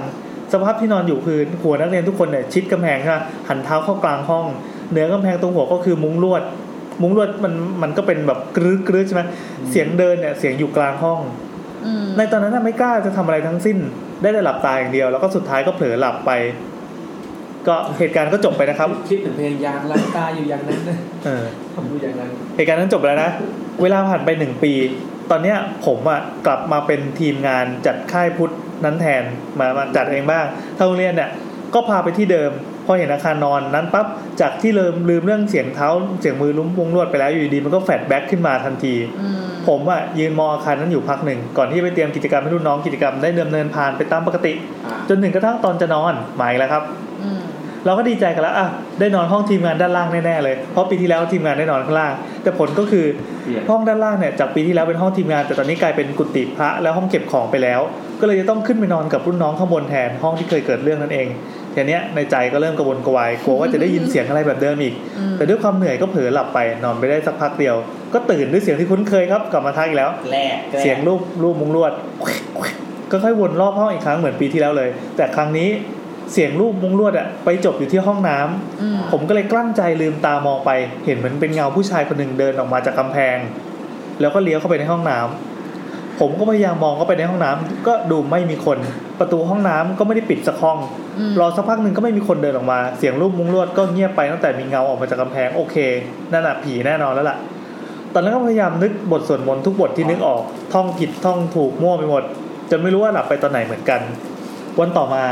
D: สภาพที่นอนอยู่คือหัวนักเรียนทุกคนเนี่ยชิดกำแพงใช่ไหมหันเท้าเข้ากลางห้อง เหนือกำแพงตรงหัวก็คือมุ้งลวด มุ้งลวดมันมันก็เป็นแบบกรึ๊ดกรึ๊ดใช่ไหมเสียงเดินเนี่ยเสียงอยู่กลางห้อง
B: อืม
D: ในตอนนั้นน่ะไม่กล้าจะทำอะไรทั้งสิ้น ได้แต่หลับตาอย่างเดียว แล้วก็สุดท้ายก็เผลอหลับไป ก็เหตุการณ์ก็จบไปนะครับ
I: คิดถึงเพลงยางลับตาอยู่อย่างนั้นนะ
D: เออ
I: ผมดูอย่างนั้น
D: เหตุการณ์นั้นจบแล้วนะ เวลาผ่านไปหนึ่งปี ตอนเนี้ยผมอะกลับมาเป็นทีมงานจัดค่ายพุทธนั้นแทน มามาจัดเองบ้างทางโรงเรียนเนี่ยก็พาไปที่เดิม พอเห็นอาคารนอนนั้นปั๊บ จากที่ลืมลืมเรื่องเสียงเท้า เสียงมือลุ้มวงลวดไปแล้วอยู่ดีๆมันก็แฟลชแบ็กขึ้นมาทันที
B: อืม
D: ผมอะยืนมองอาคารนั้นอยู่พักหนึ่ง ก่อนที่จะไปเตรียมกิจกรรมให้รุ่นน้องกิจกรรมได้ดำเนินผ่านไปตามปกติ
I: อ่า
D: จนถึงกระทั่งตอนจะนอนมาอีกแล้วครับ
B: อืม
D: เราก็ดีใจกันแล้วอ่ะได้นอนห้องทีมงานด้านล่างแน่ๆเลย เพราะปีที่แล้วทีมงานได้นอนข้างล่าง แต่ผลก็คือ
P: เปลี่ยน
D: ห้องด้านล่างเนี่ยจากปีที่แล้วเป็นห้องทีมงาน แต่ตอนนี้กลายเป็นกุฏิพระแล้วห้องเก็บของไปแล้ว ก็เลยจะต้องขึ้นไปนอนกับรุ่นน้องข้างบนแทนห้องที่เคยเกิดเรื่องนั่นเองทีเนี้ยในใจก็เริ่มกระวนกระวายกลัวว่าจะได้ยินเสียงอะไรแบบเดิมอีก
B: อืม
D: แต่ด้วยความเหนื่อยก็เผลอหลับไปนอนไปได้สักพักเดียว ก็ตื่นด้วยเสียงที่คุ้นเคยครับกลับมาทักอีกแล้ว
I: แกลก
D: เสียงรูปรูปมุงลวด ก็ค่อยวนรอบห้องอีกครั้งเหมือนปีที่แล้วเลย แต่ครั้งนี้เสียงรูปมุงลวดอะไปจบอยู่ที่ห้องน้ำ
B: อืม
D: ผมก็เลยกลั้นใจลืมตามองไป เห็นเหมือนเป็นเงาผู้ชายคนหนึ่งเดินออกมาจากกำแพง แล้วก็เลี้ยวเข้าไปในห้องน้ำผมก็พยายามมองเข้าไปในห้องน้ำก็ดูไม่มีคน ประตูห้องน้ำก็ไม่ได้ปิดสักห้อง
B: ม
D: รอสักพักหนึ่งก็ไม่มีคนเดินออกมา เสียงรูปมุ้งลวดก็เงียบไปตั้งแต่มีเงาออกมาจากกำแพงโอเคนั่นน่ะผีแน่นอนแล้วล่ะ ตอนนั้นก็พยายามนึกบทสวดมนต์ทุกบทที่นึกออก ท่องผิดท่องถูกมั่วไปหมดจนไม่รู้ว่าหลับไปตอนไหนเหมือนกัน วันต่อมา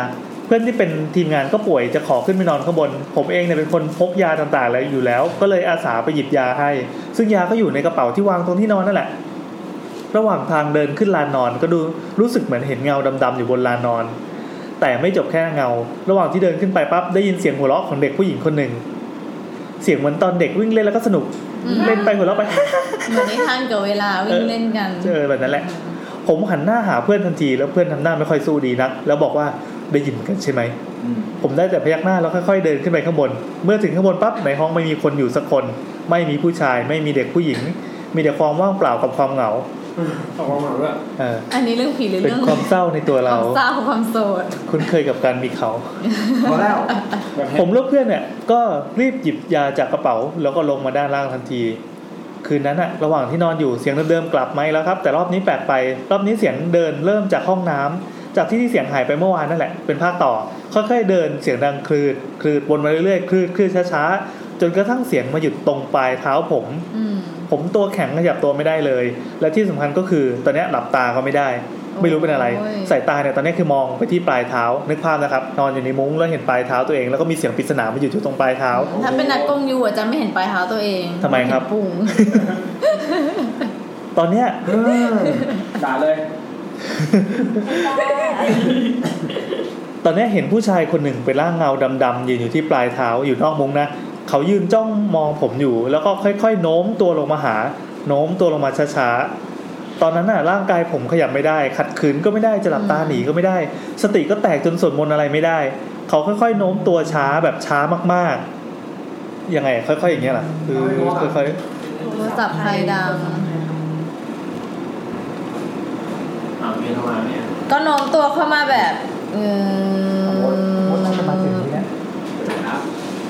D: เพื่อนที่เป็นทีมงานก็ป่วยจะขอขึ้นไปนอนข้างบน ผมเองเนี่ยเป็นคนพกยาต่างๆแล้วอยู่แล้ว ก็เลยอาสาไปหยิบยาให้ ซึ่งยาก็อยู่ในกระเป๋าที่วางตรงที่นอนนั่นแหละ ระหว่างทางเดินขึ้นลานนอนก็ดูรู้สึกเหมือนเห็นเงาดำๆอยู่บนลานนอน แต่ไม่จบแค่เงา ระหว่างที่เดินขึ้นไปปั๊บได้ยินเสียงหัวเราะของเด็กผู้หญิงคนหนึ่ง เสียงเหมือนตอนเด็กวิ่งเล่นแล้วก็สนุก
B: อืม
D: เล่นไปหัวเราะไป
B: เหมือนนิทานกับเวลาวิ่งเล่นกัน
D: เจอแบบนั้นแหละ ผมหันหน้าหาเพื่อนทันทีแล้วเพื่อนทำหน้าไม่ค่อยสู้ดีนัก แล้วบอกว่าได้ยินเหมือนกันใช่ไหม ผมได้แต่พยักหน้าแล้วค่อยๆเดินขึ้นไปข้างบน เมื่อถึงข้างบนปั๊บในห้องไม่มีคนอยู่สักคน ไม่มีผู้ชายไม่มีเด็กผู้หญิง มีแต่ความว่างเปล่ากับความเหงา
I: ออกมาหมดว่า
D: เออ
B: อันนี้เรื่องผีหรือ
D: เป็น
B: เรื่อง
D: ความเศร้าในตัว
B: ค
D: เรา
B: วามเศร้าความโสด
D: คุ้นเคยกับการมีเขา
F: พอแล้ว
I: แบบ
D: ผมและเพื่อนเนี่ยก็รีบหยิบยาจากกระเป๋า แล้วก็ลงมาด้านล่างทันที คืนนั้นอะระหว่างที่นอนอยู่เสียงเดิมๆกลับมาอีกแล้วครับ แต่รอบนี้แปลกไป รอบนี้เสียงเดินเริ่มจากห้องน้ำจากที่ที่เสียงหายไปเมื่อวานนั่นแหละเป็นภาคต่อค่อยๆเดินเสียงดังคลืดคลืดวนมาเรื่อยๆคลืดคลืดช้าๆจนกระทั่งเสียงมาหยุดตรงปลายเท้าผม
B: อืม
D: ผมตัวแข็งขยับตัวไม่ได้เลย และที่สำคัญก็คือตอนเนี้ยหลับตาก็ไม่ได้ ไม่รู้เป็นอะไร
B: โอ้ย
D: สายตาเนี่ยตอนเนี้ยคือมองไปที่ปลายเท้า นึกภาพนะครับ นอนอยู่ในมุ้งแล้วเห็นปลายเท้าตัวเองแล้วก็มีเสียงปริศนามาอยู่ที่ตรงปลายเท้า
B: ถ้าเป็นนักกงยูอ่ะจะไม่เห็นปลายเท้าตัวเอง
D: ทำไมครับ
B: เห็นปุ่ง
D: ตอนเนี้ย
I: ด่าเลย
D: ตอนเนี้ยเห็นผู้ชายคนหนึ่งเป็นร่างเงาดำๆยืนอยู่ที่ปลายเท้าอยู่นอกมุ้งนะเขายืนจ้องมองผมอยู่ แล้วก็ค่อยๆโน้มตัวลงมาหา โน้มตัวลงมาช้าๆตอนนั้นน่ะร่างกายผมขยับไม่ได้ ขัดขืนก็ไม่ได้จะหลับตาหนีก็ไม่ได้ สติก็แตกจนสวดมนต์อะไรไม่ได้ เขาค่อยๆโน้มตัวช้าแบบช้ามากๆยังไงค่อยๆอย่างเงี้ยล่ะคือค่อย
B: โทรศัพท์ใครดัง
P: อ่าเมียทำไมเนี่ย
B: ก็โน้มตัวเข้ามาแบบอืม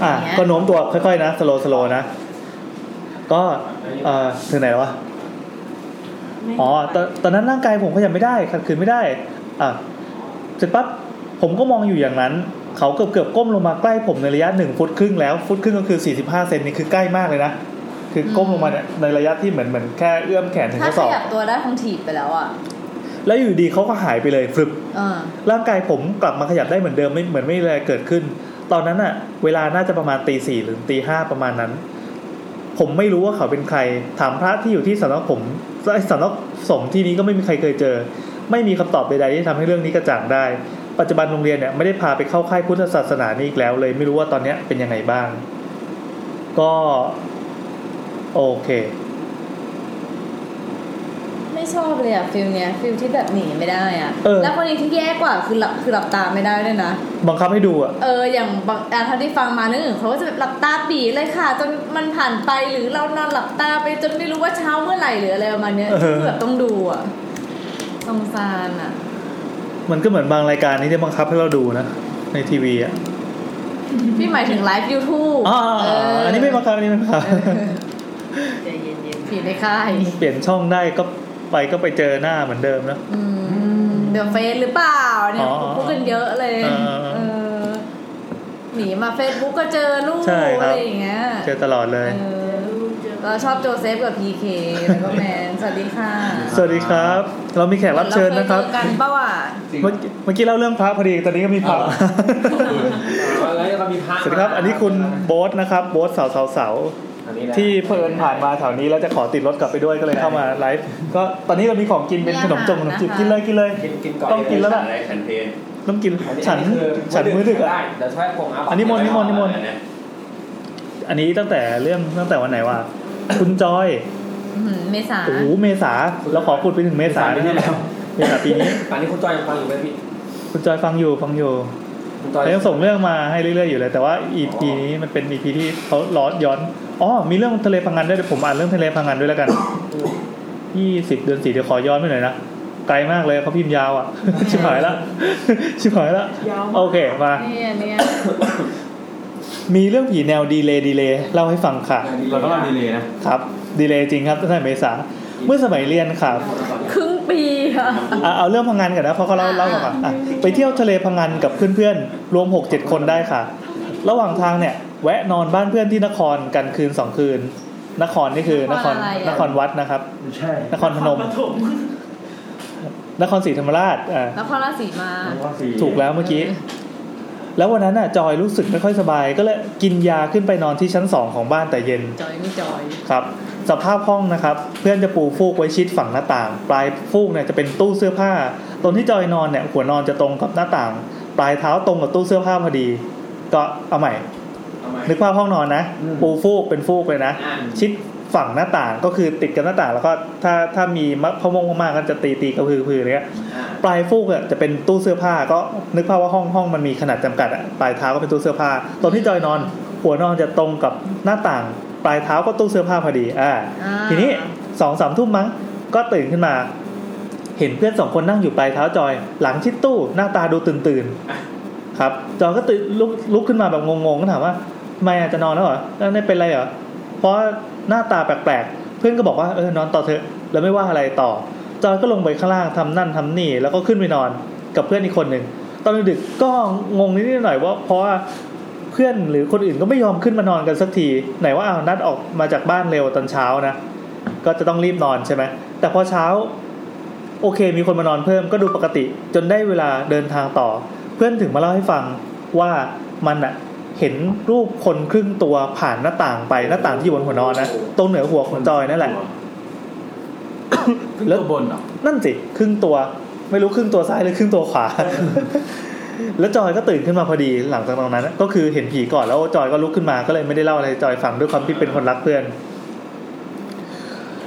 D: อ่ะก็โน้มตัวค่อยๆนะสโลสโลนะ ก็เอ่อถึงไหนแล้ววะอ๋อตอนตอนนั้นร่างกายผมขยับไม่ได้ขัดขืนไม่ได้ อ่ะเสร็จปั๊บผมก็มองอยู่อย่างนั้น เขาเกือบเกือบๆก้มลงมาใกล้ผมในระยะหนึ่งฟุตครึ่งแล้วฟุตครึ่งก็คือสี่สิบห้าเซนนี่คือใกล้มากเลยนะคือก้มลงมาเนี่ยในระยะที่เหมือนเหมือนแค่เอื้อมแขนถึง
B: ถ้า
D: ข้อ
B: ข
D: ศอก
B: ยับตัวได้คงถีบไปแล้วอ่ะ
D: แล้วอยู่ดีเขาก็หายไปเลยฟึบ
B: เออ
D: ร่างกายผมกลับมาขยับได้เหมือนเดิมไม่เหมือนไม่มีอะไรเกิดขึ้น ตอนนั้นอะเวลาน่าจะประมาณตีสี่หรือตีห้าประมาณนั้น ผมไม่รู้ว่าเขาเป็นใคร ถามพระที่อยู่ที่สำนักผมไอ้สำนักสงฆ์ที่นี้ก็ไม่มีใครเคยเจอ ไม่มีคำตอบใดๆที่ทำให้เรื่องนี้กระจ่างได้ ปัจจุบันโรงเรียนเนี่ยไม่ได้พาไปเข้าค่ายพุทธศาสนานี้อีกแล้วเลย ไม่รู้ว่าตอนเนี้ยเป็นยังไงบ้าง ก็ โอเค
B: ไม่ชอบเลยอ่ะฟิลเนี้ยฟิลที่แบบหนีไม่ได้อ่ะ
D: เออ
B: แล้วคนนี้ที่แย่กว่าคือหลับคือหลับตาไม่ได้ด้วยนะ
D: บังคับให้ดูอะ
B: เอออย่างบางอ่ะเท่าที่ฟังมาเรื่องอื่นเขาก็จะแบบหลับตาปีเลยค่ะ จนมันผ่านไปหรือเรานอนหลับตาไปจนไม่รู้ว่าเช้าเมื่อไหร่หรืออะไรประมาณเนี้ย
D: เออ
B: คือแบบต้องดูอ่ะสงสารอ่ะ
D: มันก็เหมือนบางรายการนี้ที่บังคับให้เราดูนะในทีวีอะ
B: พี่หมายถึงไลฟ์ยูทูบ
D: อาอันนี้ไม่บังคับอันนี้ไม่บังคับ
B: ใจเย็นๆผีในค่าย
D: เปลี่ยนช่องได้ก็ไปก็ไปเจอหน้าเหมือนเดิมนะ
B: อืมเดอะเฟซหรือเปล่าเนี่ย
D: อ๋อ
B: พูดกันเยอะเลย
D: เออ
B: เออหนีมาเฟซบุ๊กก็เจอลูก
D: ใช่ครับ
B: อะไรอย่างเงี้ย
D: เจอตลอดเลย
B: เออเราชอบโจเซฟกับพีเคแล้วก็แมน สวัสดีค่ะ
D: สวัสดีครับ เรามีแขกรับเชิญนะครับ
B: าเยเจอกันเปล่าวะ
D: เมื่อกี้เมื่อกี้เล่าเรื่องพระพอดีตอนนี้ก็มีพระ
I: แล้วก็มีพระ
D: สวัสดีครับ อันนี้คุณโบ๊ทนะครับโบ๊ทสาวสาวสาว
I: อันนี้แหละ
D: ที่เพิ่นผ่านมาแถวนี้แล้วจะขอติดรถกลับไปด้วยก็เลยเข้ามาไลฟ์ก็ตอนนี้เรามีของกินเป็นขนมจงขนมจีบกินเลยกินเลย
I: กินก่อน
D: ต้องกินแล้วล่ะ
P: อะไรแคมเปญ
D: ต้องกินฉันฉันมื้อดึกอ่ะ
I: ได้เดี๋ยวช่วยผมเา
D: อันนี้มนต์นิมนต์นิมนต์อันนี้ตั้งแต่เรื่องตั้งแต่วันไหนวะ คุณจอย
B: อื้อหือเมษา
D: โอ้โหเมษาเราขอพูดไปถึงเมษานะครับเมษาปีนี้
I: อันนี้คุณจอยยังฟังอยู่ไหมพี่
D: คุณจอยฟังอยู่ฟังอยู่
I: คุณจอย
D: เขายังส่งเรื่องมาให้เรื่อยๆอยู่เลย แต่ว่าอีพีนี้มันเป็นอีพีที่เขาล้อย้อนอ๋อมีเรื่องทะเลพังงานด้วยเดี๋ยวผมอ่านเรื่องทะเลพังงานด้วยแล้วกันยี่สิบเดือนสี่เดี๋ยวขอย้อนไปหน่อยนะไกลมากเลยเขาพิมพ์ยาวอ่ะ ชิบหายละ ชิบหายละ
S: ยาวมาก
D: โอเคมา
B: เนี่ยเนี่ย
D: มีเรื่องผีแนวดีเลย์ดีเลย์เล่าให้ฟังค่ะ
P: เราต้องการดีเลยนะครับ
D: ดีเลยจริงครับตั้งแต่เมษาเมื่อสมัยเรียนครับ
B: ครึ่งปีค่ะ
D: อ่ะเอาเรื่องพังงานก่อนนะเพราะเขาเล่าเล่าก่อนอ่ะไปเที่ยวทะเลพังงานกับเพื่อนๆ รวม 6 7 คนได้ค่ะ ระหว่างทางเนี่ย แวะนอนบ้านเพื่อนที่นครกันคืน 2 คืน นครนี่คือนคร
B: นครอะไรอ่ะ
D: นครวัดนะครับ
F: ใช่
D: นครพนม
S: ปฐม
D: นครศรีธรรมราชอ่า
B: นครราชสีมา
F: ว่าสี
D: ถูกแล้วเมื่อกี้ แล้ววันนั้นน่ะจอยรู้สึกไม่ค่อยสบาย ก็เลยกินยาขึ้นไปนอนที่ชั้นสองของบ้านแต่เย็น
B: จอยไม่จอย
D: ครับสภาพห้องนะครับ เพื่อนจะปูฟูกไว้ชิดฝั่งหน้าต่าง ปลายฟูกเนี่ยจะเป็นตู้เสื้อผ้าตรงที่จอยนอนเนี่ยหัวนอนจะตรงกับหน้าต่าง ปลายเท้าตรงกับตู้เสื้อผ้าพอดี ก็เอาใหม่ นึกภาพห้องนอนนะ ปูฟูกเป็นฟูกเลยนะ ชิดฝั่งหน้าต่างก็คือติดกับหน้าต่างแล้วก็ถ้าถ้ามีมะพะมงมะมากก็จะตีตีกระพือพือเนี้ยปลายฟูกอะจะเป็นตู้เสื้อผ้าก็นึกภาพว่าห้องห้องมันมีขนาดจำกัดอะปลายเท้าก็เป็นตู้เสื้อผ้าตรงที่จอยนอน หัวนอนจะตรงกับหน้าต่าง ปลายเท้าก็ตู้เสื้อผ้าพอดีอ่า
B: อ่า
D: ทีนี้สองสามทุ่มมั้งก็ตื่นขึ้นมา เห็นเพื่อนสองคนนั่งอยู่ปลายเท้าจอย หลังชิดตู้หน้าตาดูตื่นตื่นๆครับ จอยก็ตื่นลุกลุกขึ้นมาแบบงงๆก็ถามว่าทำไมอาจจะนอนแล้วเหรอแล้วไม่เป็นไรเหรอ เพราะหน้าตาแปลกๆ เพื่อนก็บอกว่าเออนอนต่อเถอะ แล้วไม่ว่าอะไรต่อ จอยก็ลงไปข้างล่างทำนั่นทำนี่ แล้วก็ขึ้นไปนอนกับเพื่อนอีกคนหนึ่ง ตอนดึกๆก็งงนิดๆหน่อยๆว่าเพราะว่าเพื่อนหรือคนอื่นก็ไม่ยอมขึ้นมานอนกันสักที ไหนว่าเอาวนัดออกมาจากบ้านเร็วตอนเช้านะ ก็จะต้องรีบนอนใช่ไหม แต่พอเช้า โอเค มีคนมานอนเพิ่มก็ดูปกติ จนได้เวลาเดินทางต่อ เพื่อนถึงมาเล่าให้ฟังว่ามันอะเห็นรูปคนครึ่งตัวผ่านหน้าต่างไปหน้าต่างที่อยู่บนหัวนอนนะตรงเหนือหัวของจอยนั่นแหละ
F: แล้วบนเหรอ
D: นั่นสิครึ่งตัว ไม่รู้ครึ่งตัวซ้ายหรือครึ่งตัวขวา แล้วจอยก็ตื่นขึ้นมาพอดีหลังจากตรงนั้นน่ะก็คือเห็นผีก่อนแล้วจอยก็ลุกขึ้นมาก็เลยไม่ได้เล่าอะไรให้จอยฟังด้วยความที่เป็นคนรักเพื่อน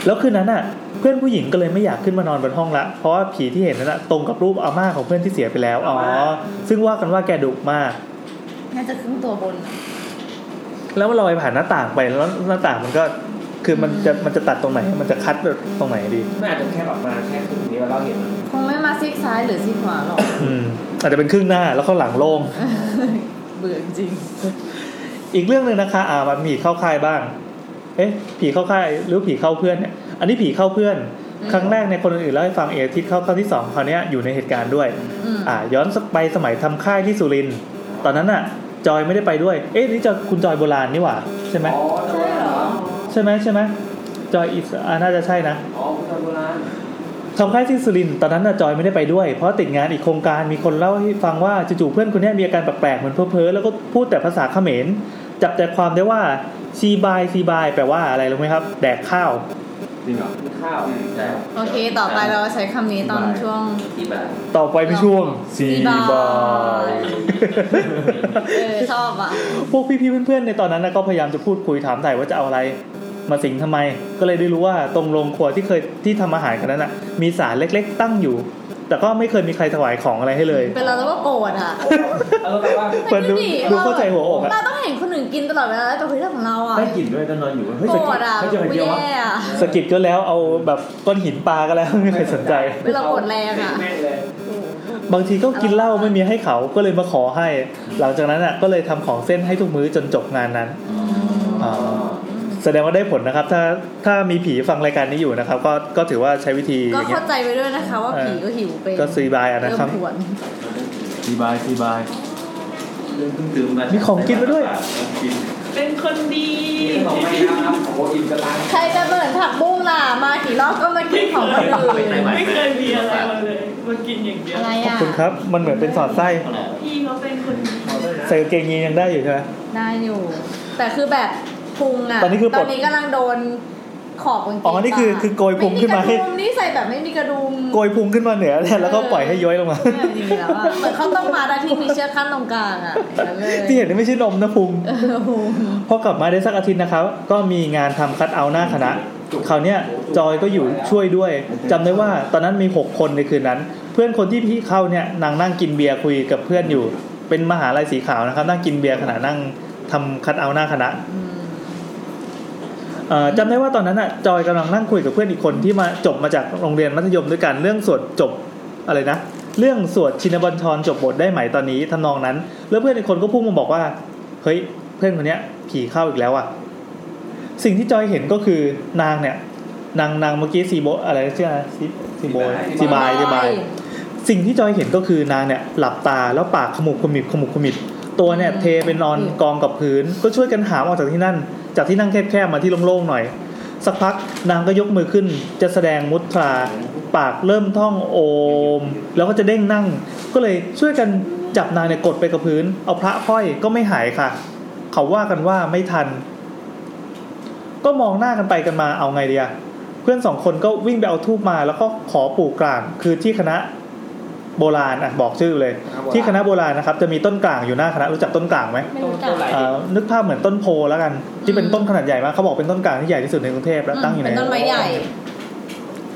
D: แล้วคืนนั้นน่ะ เพื่อนผู้หญิงก็เลยไม่อยากขึ้นมานอนบนห้องละเพราะว่าผีที่เห็นนั้นน่ะตรงกับรูปอาม่าของเพื่อนที่เสียไปแล้วอ๋อซึ่งว่ากันว่าแกดุมาก
B: น่าจะครึ่งตัวบนอะ
D: แล้วมันลอยผ่านหน้าต่างไปแล้วหน้าต่างมันก็ คือมันจะมันจะตัดตรงไหน มันจะคัดตรงไหนดี
I: ไม่อาจจะแค่แบบมาแค่ครึ่งนี้แล้วเราเห็น
B: คงไม่มาซีกซ้ายหรือซีกขวาหรอก
D: อืมอาจจะเป็นครึ่งหน้าแล้วข้างหลังโล่ง
B: เบื่อจริง
D: อีกเรื่องหนึ่งนะคะ อ่ามันผีเข้าค่ายบ้าง เอ๊ะ ผีเข้าค่ายหรือผีเข้าเพื่อนเนี่ย อันนี้ผีเข้าเพื่อน
B: อืม
D: ครั้งแรกในยคนอื่นๆเล่าให้ฟังเออาทิตย์เข้าครั้งที่สองคราวเนี้ยอยู่ในเหตุการณ์ด้วย
B: อืม
D: อ่า ย้อนสักไปสมัยทำค่ายที่สุรินทร์ ตอนนั้นอ่ะ จอยไม่ได้ไปด้วย เอ๊ะนี่จอยคุณจอยโบราณนี่หว่าใช่ไหม
B: ใช่เหรอ
D: ใช่ไหมใช่ไหมจอยอิสอ่าน่าจะใช่นะ
I: อ๋อคุณตาโบราณ
D: ทำค่ายที่สุรินทร์ตอนนั้นน่ะจอยไม่ได้ไปด้วย เพราะติดงานอีกโครงการมีคนเล่าให้ฟังว่าจู่ๆเพื่อนคนเนี้ยมีอาการแปลกๆเหมือนเพ้อๆแล้วก็พูดแต่ภาษาเขมรจับใจความได้ว่าซีบายซีบายแปลว่าอะไรรู้ไหมครับ แดกข้าว
P: จริงเหรอ
I: กินข้าวใช่
B: โอเค ต่อไปเราใช้คำนี้ตอนช่วง
P: ที่แบบ
D: ต่อไปเป็นช่วง
B: ซีบาย เออชอบอ่ะ
D: พวกพี่ๆเพื่อนๆในตอนนั้นน่ะก็พยายามจะพูดคุยถามไถ่ว่าจะเอาอะไร มาสิงทำไม ก็เลยได้รู้ว่าตรงโรงครัวที่เคยที่ทำอาหารกันนั้นน่ะมีสารเล็กๆ ตั้งอยู่ แต่ก็ไม่เคยมีใครถวายของอะไรให้เลย
B: เป็นเราแล้วก็โกรธอ่ะ
I: เออแต่ว่า
D: เปิดดูดูเข้าใจหัวอกอะ
B: เราต้องเห็นคนอื่นกินตลอดเวลาแล้วแต่เฮ้ยเรื่องของเราอ่ะ
P: ได้กลิ่นด้วยตอนนอนอยู่เฮ้ย
B: โก
P: ส
B: ร
P: กิ
B: ธอ่ะ
P: ดเฮ้ยเจอใครเยอะวะ
B: แย่อ่ะ
D: สะกิดก็แล้วเอาแบบก้อนหินปลาก็แล้วไม่มีใครสนใจ
B: เป็นเราโกรธแรงอ่ะ
I: แม่งเลย
D: บางทีก็กินเหล้าไม่มีให้เขาก็เลยมาขอให้ หลังจากนั้นอ่ะก็เลยทำของเส้นให้ทุกมื้อจนจบงานนั้นอ่าแสดงว่าได้ผลนะครับ ถ้าถ้ามีผีฟังรายการนี้อยู่นะครับ ก็ก็ถือว่าใช้วิธีอ
B: ก็
D: ย่างเงี้
B: เข้าย ใจไปด้วยนะคะ ว่าผีก็หิวเป็น
D: ก็ซีบายอะนะครับ
B: เมหวน
P: ซีบายซีบายเรื่องเพิ่งตื่นมา
D: มี
P: มี
D: ของกินมาด้วย
P: กิน
S: เป็นคนดี
I: นี่ขนมไม่นะครับของโบอิมกันล้าง
B: ใครจะเหมือนผักบุ้งล่ะ มากี่รอบก็มากินของคนอื่น
S: ไม่เคยมีอะไรมาเลยมากินอย่างเดียว
B: อะไร
D: ขอบ
B: อ่ะ
D: คุณครับ มันเหมือนเป็นสอดไส้
S: พี่เขาเป็นคนดี
D: ใส่กางเกงยีนยังได้อยู่ใช่ไหม
B: ได้อยู่ แต่คือแบบพุงอ่ะ
D: ตอนนี้คือปล
B: ต
D: ด
B: อนนี้กำลังโดนขอบกางเกง
D: อ๋อนี่คือ
B: ปะ
D: คือโกยพุงขึ้นมาให้
B: ไกระดุมนี่ใส่แบบไม่มีกระดุม
D: โกยพุงขึ้นมาเหนือเนี่ยแล้วก็ปล่อยให้ย้อยลงมา
B: เนี่ยดีแล้วอ่ะเหมือนเขาวต้องมาได้ที่มีเชือกขั้นตรงกลางอ่ะอย่างนั้นเลย
D: ที่เห็นนี่ไม่ใช่นมนะพุง
B: เออพุง
D: พอกลับมาได้สักอาทิตย์นะครับ ก็มีงานทำคัดเอาท์หน้าคณะ คราวเนี้ยจอยก็อยู่ช่วยด้วยจำได้ว่าตอนนั้นมี 6 คนในคืนนั้น เพื่อนคนที่พี่เข้าเนี่ยนางนั่งกินเบียร์คุยกับเพื่อนอยู่ เป็นมหาลัยสีขาวนะครับ นั่งกินเบียร์ขณะนั่งทำคัดเอาท์หน้าคณะ
B: อืม
D: เอ่อจำได้ว่าตอนนั้นอ่ะจอยกำลังนั่งคุยกับเพื่อนอีกคนที่มาจบมาจากโรงเรียนมัธยมด้วยกันเรื่องสวดจบอะไรนะ เรื่องสวดชินบัญชรจบบทได้ไหมตอนนี้ทำนองนั้น แล้วเพื่อนอีกคนก็พุ่งมาบอกว่า เฮ้ยเพื่อนคนเนี้ยผีเข้าอีกแล้วอ่ะ สิ่งที่จอยเห็นก็คือนางเนี่ย นางนางเมื่อกี้ซีโบอะไรชื่ออะไรซีซีโบยซีบายซีบาย สิ่งที่จอยเห็นก็คือนางเนี่ยหลับตาแล้วปากขมุบขมิบขมุบขมิบตัวเนี่ยเทไปนอนกองกับพื้น ก็ช่วยกันหามออกจากที่นั่น จากที่นั่งแคบๆมาที่โล่งๆหน่อย สักพักนางก็ยกมือขึ้น จะแสดงมุตราปากเริ่มท่องโอม แล้วก็จะเด้งนั่ง ก็เลยช่วยกันจับนางเนี่ยกดไปกับพื้น เอาพระห้อยก็ไม่หายค่ะ เขาว่ากันว่าไม่ทัน ก็มองหน้ากันไปกันมาเอาไงเดียเพื่อนสองคนก็วิ่งไปเอาทูบมา แล้วก็ขอปู่กลางคือที่คณะ โบราณอ่ะบอกชื่อเลย ที่คณะโบราณนะครับ จะมีต้นกลางอยู่หน้าคณะรู้จักต้นกลางไหม
B: ไม่รู้จัก
D: เอ่อนึกภาพเหมือนต้นโพแล้วกัน ที่เป็นต้นขนาดใหญ่มากเขาบอกเป็นต้นกลางที่ใหญ่ที่สุดในกรุงเทพแล้วตั้งอยู่ใน
B: เป็นต้นไม้ใหญ่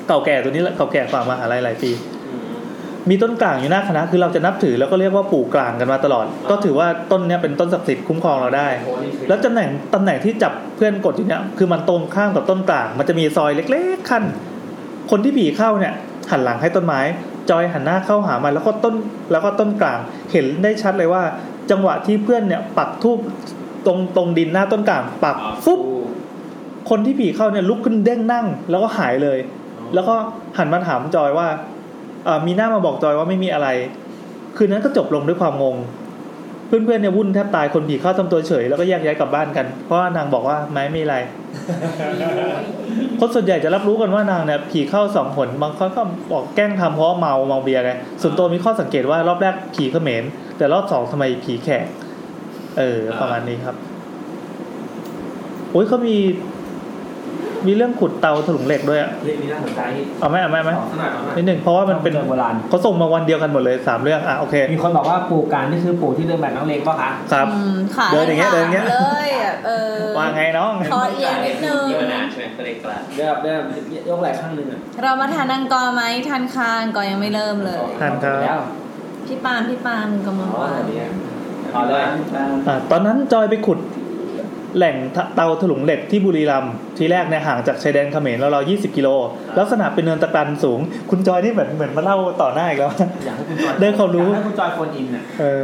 D: เก่าแก่ตัวนี้แหละเก่าแก่กว่ามหาลัยหลายปี มีต้นกลางอยู่หน้าคณะ คือเราจะนับถือแล้วก็เรียกว่าปู่กลางกันมาตลอด ก็ถือว่าต้นเนี้ยเป็นต้นศักดิ์สิทธิ์คุ้มครองเราได้ แล้วตำแหน่งตำแหน่งที่จับเพื่อนกดอยู่เนี่ยคือมันตรงข้ามกับต้นกลาง มันจะมีซอยเล็กๆขั้น คนที่ผีเข้าเนี่ย หันหลังให้ต้นไม้ จอยหันหน้าเข้าหามันแล้วก็ต้นแล้วก็ต้นกลาง เห็นได้ชัดเลยว่า จังหวะที่เพื่อนเนี่ยปักทูบตรงตรงดินหน้าต้นกลางปักฟุ๊บ คนที่ผีเข้าเนี่ยลุกขึ้นเด้งนั่ง แล้วก็หายเลย แล้วก็หันมาถามจอยว่าเอ่อมีหน้ามาบอกจอยว่าไม่มีอะไร คืนนั้นก็จบลงด้วยความงง เพื่อนๆเนี่ยวุ่นแทบตายคนผีเข้าทำตัวเฉยแล้วก็แยกย้ายกลับบ้านกัน เพราะว่านางบอกว่าไม่มีอะไร คนส่วนใหญ่จะรับรู้กันว่านางเนี่ยผีเข้าสองหนบางคนก็บอกแกล้งทำเพราะเมาเมาเบียร์ไงส่วนตัวมีข้อสังเกตว่ารอบแรกผีเขมรแต่รอบสองทำไมผีแขกเออประมาณนี้ครับโอ้ยเขามี มีเรื่องขุดเตาถลุงเหล็กด้วยอะ
I: เรื่องนี้น่าสนใจนี่
D: เอาไหมเอาไหมเอาไหม
I: ขอสักหน่อยขอสักหน่อย
D: นิดหนึ่งเพราะว่ามันเป็น
I: รื่องโบราณ
D: เขาส่งมาวันเดียวกันหมดเลยสามเรื่องอ่ะโอเค
I: มีคนบอกว่าปู่การนี่คือปู่ที่เดินแบบนักเลงป่ะคะ
D: ครับ
B: อืมขา
D: เดินอย่างเงี้ยเดินอย่างเงี้ย
B: เลยอ่ะเออ
D: ว่าไงน้อง
B: คอเอียงนิดนึง
P: ที่มานานใช่ไหมก็เลยกลาย
I: เดินแบบเดินแบบยกไหล่ข้างหนึงอ่ะ
B: เรามาทานอังกอร์ไหมทานคางก่อนยังไม่เริ่มเลย
D: ทันครับ
I: แล้ว
B: พี่ปาน พี่ปานกำลัง
I: อ๋อ
B: ว่า
I: เนี่ยเอาเลย
D: อ่ะตอนนั้นจอยไปขุด แหล่งเตาถลุงเหล็กที่บุรีรัมย์ทีแรกเนี่ยห่างจากชายแดนเขมรเราวๆ20 กิโล ลักษณะเป็นเนินตะกรันสูง คุณจอยนี่เหมือนเหมือนมาเล่าต่อหน้าอีกแล้ว
I: อยากให้คุณจอย
D: ได้ความรู้
I: อยกให้คุณจอยโฟนอินอ่ะ
D: เออ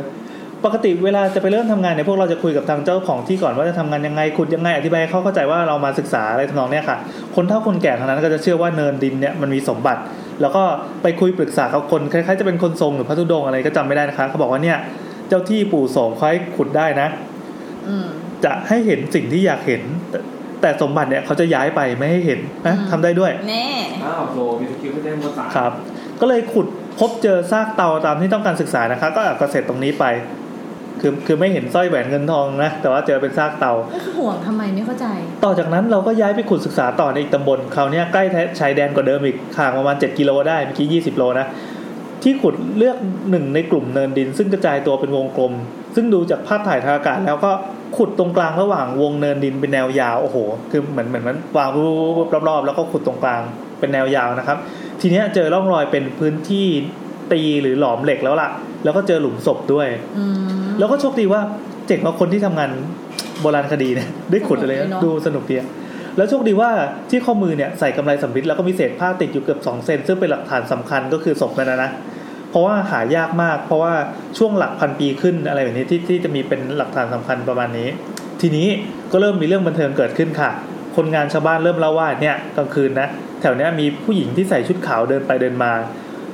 D: ปกติเวลาจะไปเริ่มทำงานเนี่ยพวกเราจะคุยกับทางเจ้าของที่ก่อนว่าจะทำงานยังไงขุดยังไงอธิบายให้เขาเข้าใจว่าเรามาศึกษาอะไรทำนองเนี้ยค่ะ คนเฒ่าคนแก่ทางนั้นก็จะเชื่อว่าเนินดินเนี่ยมันมีสมบัติ แล้วก็ไปคุยปรึกษาเขาคนคล้ายๆจะเป็นคนทรงหรือพระธุดงค์อะไรก็จำไม่ได้นะคะเขาบอกว่าเนี่ยเจ้าที่ปู่โสมเขาให้ขุดได้นะ
B: อืม
D: จะให้เห็นสิ่งที่อยากเห็น แต่แต่สมบัติเนี่ยเขาจะย้ายไปไม่ให้เห็นนะทำได้ด้วย
B: แน่
I: อ้าวโลมีสกิลไม่ได้ภาษา
D: ครับ ก็เลยขุดพบเจอซากเตาตามที่ต้องการศึกษานะคะ ก็เอากระเสร็จตรงนี้ไป คือคือไม่เห็นสร้อยแหวนเงินทองนะ แต่ว่าเจอเป็นซากเตา
B: ห่วงทำไมไม่เข้าใจ
D: ต่อจากนั้นเราก็ย้ายไปขุดศึกษาต่อในอีกตำบลคราวเนี้ยใกล้แท้ชายแดนกว่าเดิมอีกห่างประมาณ 7 กิโลได้เมื่อกี้ 20 โลนะ ที่ขุดเลือกหนึ่งในกลุ่มเนินดิน ซึ่งกระจายตัวเป็นวงกลม ซึ่งดูจากภาพถ่ายทางอากาศ แล้วก็ขุดตรงกลางระหว่างวงเนินดินเป็นแนวยาวโอ้โห คือเหมือนเหมือนมันวางรูปรอบๆ แล้วก็ขุดตรงกลางเป็นแนวยาวนะครับ ทีเนี้ยเจอร่องรอยเป็นพื้นที่ตีหรือหลอมเหล็กแล้วล่ะ แล้วก็เจอหลุมศพด้วย
B: อืม
D: แล้วก็โชคดีว่าเจ๋งว่าคนที่ทำงานโบราณคดีเนี่ย ได้ขุดอะไร
B: สนุกดีเนอะ
D: ดูสนุกดีอะแล้วโชคดีว่าที่ข้อมือเนี่ยใส่กำไรสำริดแล้วก็มีเศษผ้าติดอยู่เกือบ2เซนซึ่งเป็นหลักฐานสำคัญก็คือศพนั่นนะนะเพราะว่าหายากมาก เพราะว่าช่วงหลักพันปีขึ้นอะไรแบบนี้ที่ที่จะมีเป็นหลักฐานสำคัญประมาณนี้ ทีนี้ก็เริ่มมีเรื่องบันเทิงเกิดขึ้นค่ะ คนงานชาวบ้านเริ่มเล่าว่าเนี่ยกลางคืนนะแถวเนี้ยมีผู้หญิงที่ใส่ชุดขาวเดินไปเดินมา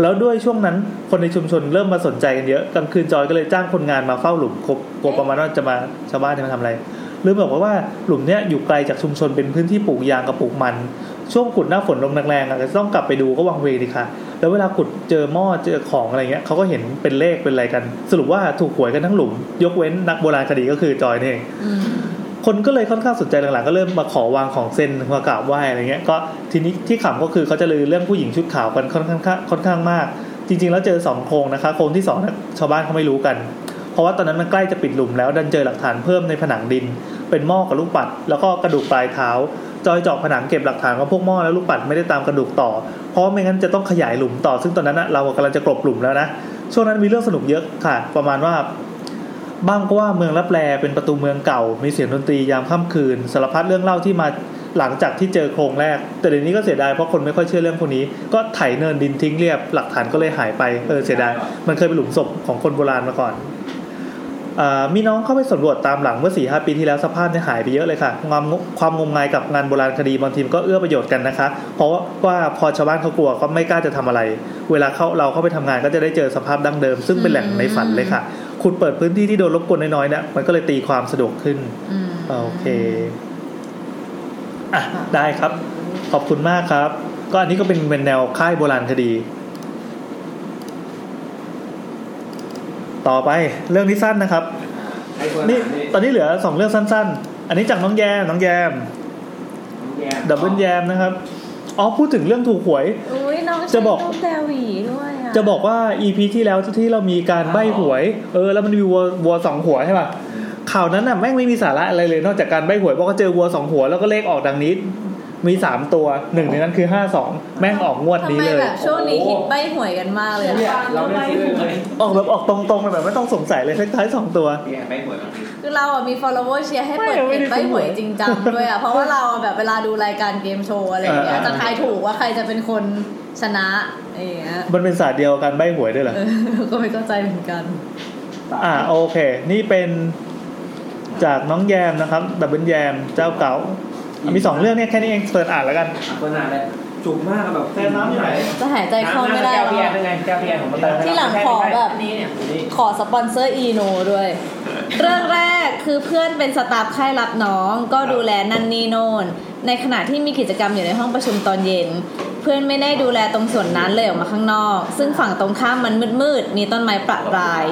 D: แล้วด้วยช่วงนั้นคนในชุมชนเริ่มมาสนใจกันเยอะกลางคืนจอยก็เลยจ้างคนงานมาเฝ้าหลุมกลัวกลัวประมาณว่าจะมาชาวบ้านจะมาทำอะไรลืมบอกว่าว่าหลุมเนี้ยอยู่ไกลจากชุมชนเป็นพื้นที่ปลูกยางกับปลูกมัน ช่วงขุดหน้าฝนลงแรงๆอาจจะต้องกลับไปดูก็วางเวงดีค่ะ แล้วเวลาขุดเจอหม้อเจอของอะไรเงี้ยเขาก็เห็นเป็นเลขเป็นอะไรกัน สรุปว่าถูกหวยกันทั้งหลุม ยกเว้นนักโบราณคดีก็คือจอยนี่เอง
B: อืม
D: คนก็เลยค่อนข้างสนใจหลังๆก็เริ่มมาขอวางของเส้นมากราบไหว้อะไรเงี้ยก็ทีนี้ที่ขำก็คือเขาจะลือเรื่องผู้หญิงชุดขาวกันค่อนข้างค่อนข้างมาก จริง ๆ แล้วเจอสองโครงนะคะโครงที่สองเนี่ยชาวบ้านเขาไม่รู้กัน เพราะว่าตอนนั้นมันใกล้จะปิดหลุมแล้ว ดันเจอหลักฐานเพิ่มในผนังดิน เป็นหม้อกับลูกปัด แล้วก็กระดูกปลายเท้า จอยเจาะผนังเก็บหลักฐานของพวกหม้อและลูกปัดไม่ได้ตามกระดูกต่อ เพราะไม่งั้นจะต้องขยายหลุมต่อ ซึ่งตอนนั้นน่ะเรากำลังจะกลบหลุมแล้วนะช่วงนั้นมีเรื่องสนุกเยอะค่ะ ประมาณว่า บ้างก็ว่าเมืองลับแลเป็นประตูเมืองเก่า มีเสียงดนตรียามค่ำคืน สารพัดเรื่องเล่าที่มาหลังจากที่เจอโครงแรก แต่เดี๋ยวนี้ก็เสียดายเพราะคนไม่ค่อยเชื่อเรื่องพวกนี้ ก็ไถเนินดินทิ้งเรียบ หลักฐานก็เลยหายไปเออเสียดายมันเคยเป็นหลุมศพของคนโบราณมาก่อนอามีน้องเข้าไปสำรวจตามหลังเมื่อสี่ห้าปีที่แล้วสภาพเนี่ยหายไปเยอะเลยค่ะความงความงมงายกับงานโบราณคดีบางทีมก็เอื้อประโยชน์กันนะคะ เพราะว่าพอชาวบ้านเขากลัวก็ไม่กล้าจะทำอะไร เวลาเข้าเราเข้าไปทำงานก็จะได้เจอสภาพดั้งเดิม ซึ่งเป็นแหล่งในฝันเลยค่ะ คุณเปิดพื้นที่ที่โดนรบกวนน้อยๆเนี่ยมันก็เลยตีความสะดวกขึ้น
B: อืม
D: โอเค อ่ะ ได้ครับ ขอบคุณมากครับ ก็อันนี้ก็เป็นเป็นแนวค่ายโบราณคดี ต่อไปเรื่องนี้สั้นนะครับ
I: ไอ้คน
D: นี่
I: หา
D: ตอนนี้เหลือสองเรื่องสั้น ๆ อันนี้จากน้องแยม น้องแยม
I: แยม
D: ดับเบิลแยมนะครับ อ๋อ พูดถึงเรื่องถูกหวย
B: อุ้ยน้อง
D: จะบอก
B: ชื่น้งแต่หวีด้วยอ่ะ
D: จะบอกว่า EP ที่แล้วที่เรามีการใบหวย เออ แล้วมันมีวัววัวสองหัวใช่ป่ะข่าวนั้นน่ะแม่งไม่มีสาระอะไรเลย นอกจากการใบหวยเพราะก็เจอวัวสองหัวแล้วก็เลขออกดังนี้ มีสามตัวหนึ่งในนั้นคือห้าสองแม่งออกงวด
B: ทำ
D: นี้
B: ไม
D: เลย
B: แบบช่วงนี้คิดใบหวยกันมากเลยอะ
I: เนี่ยเราไม่ซื้อเลย
D: ออกแบบออกตรงๆเลยแบบไม่ต้องสงสัยเลยเลขท้ายสองตัว
I: เนี่ยไปหวยบางที
B: คือเราอ่ะมี follower เชียร์ให้เปิด
D: ไม่
B: เพจ
D: ได้
B: ใบหวยจริงจังด้วยอ่ะ เพราะว่าเราอ่ะแบบเวลาดูรายการเกมโชว์อะไรอย่างเงี้ย
D: เออ
B: จะทายถูกว่าใครจะเป็นคนชนะอะไรอย่างเงี้ย
D: มันเป็นศาสตร์เดียวกันใบหวยด้วยเหรอ
B: เออ ก็ไม่เข้าใจเหมือนกัน
D: อ่าโอเค นี่เป็นจากน้องแยมนะครับดับเบิลแยมเจ้าเก่าอ่ะมีสองเรื่องเนี่ยแค่นี้เองเปิดอ่านแล้วกัน
I: อ่ะคนหน้าเลยจุกมากอะแบบ
D: แต่น้ำอยู่ไหน
B: จะหายใจเข้าไม่
I: น้ำ
B: ได้
I: แก้ว
B: แล้
I: เบียร์
B: ว
I: เป็นไงแก้วเบียร์ของมันเติม
B: ที่หลังขอแบบ
S: นี่เนี่ย
I: นี่
B: ขอสปอนเซอร์อีโนด้วย เรื่องแรกคือเพื่อนเป็นสตาฟค่ายรับน้องก็ดูแลนันนี่โนนในขณะที่มีกิจกรรมอยู่ในห้องประชุมตอนเย็น เพื่อนไม่ได้ดูแลตรงส่วนนั้นเลยออกมาข้างนอก ซึ่งฝั่งตรงข้ามมันมืดๆมีต้นไม้ประปราย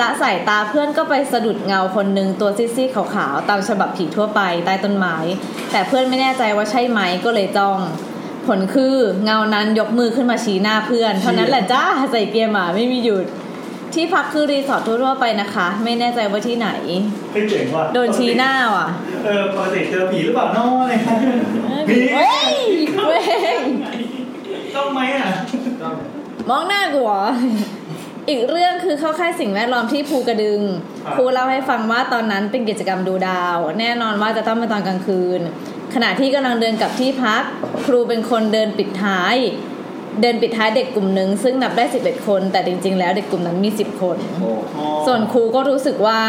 B: ละสายตาเพื่อนก็ไปสะดุดเงาคนหนึ่งตัวซีดๆขาวๆตามฉบับผีทั่วไปใต้ต้นไม้ แต่เพื่อนไม่แน่ใจว่าใช่ไหมก็เลยจ้อง ผลคือเงานั้นยกมือขึ้นมาชี้หน้าเพื่อนเท่านั้นแหละจ้าใส่เกียร์หมาไม่มีหยุด ที่พักคือรีสอร์ททั่วๆไปนะคะ ไม่แน่ใจว่าที่ไหน
D: ไม่เจ๋งว่ะ
B: โดนชี้หน้าว่ะ
D: เออปกติเจอผีหรือเปล่าน้องอะไรครับผี
B: เฮ้ยเว้ย
D: ต้องไหมอ่ะ
B: มองหน้ากูเหรอ อีกเรื่องคือเข้าค่ายสิ่งแวดล้อมที่ภูกระดึง ครูเล่าให้ฟังว่าตอนนั้นเป็นกิจกรรมดูดาว แน่นอนว่าจะต้องเป็นตอนกลางคืน ขณะที่กำลังเดินกลับที่พัก ครูเป็นคนเดินปิดท้าย เดินปิดท้ายเด็กกลุ่มหนึ่งซึ่งนับได้ 11 คน แต่จริง ๆ แล้วเด็กกลุ่มนั้นมี 10 คน ส่วนครูก็รู้สึกว่า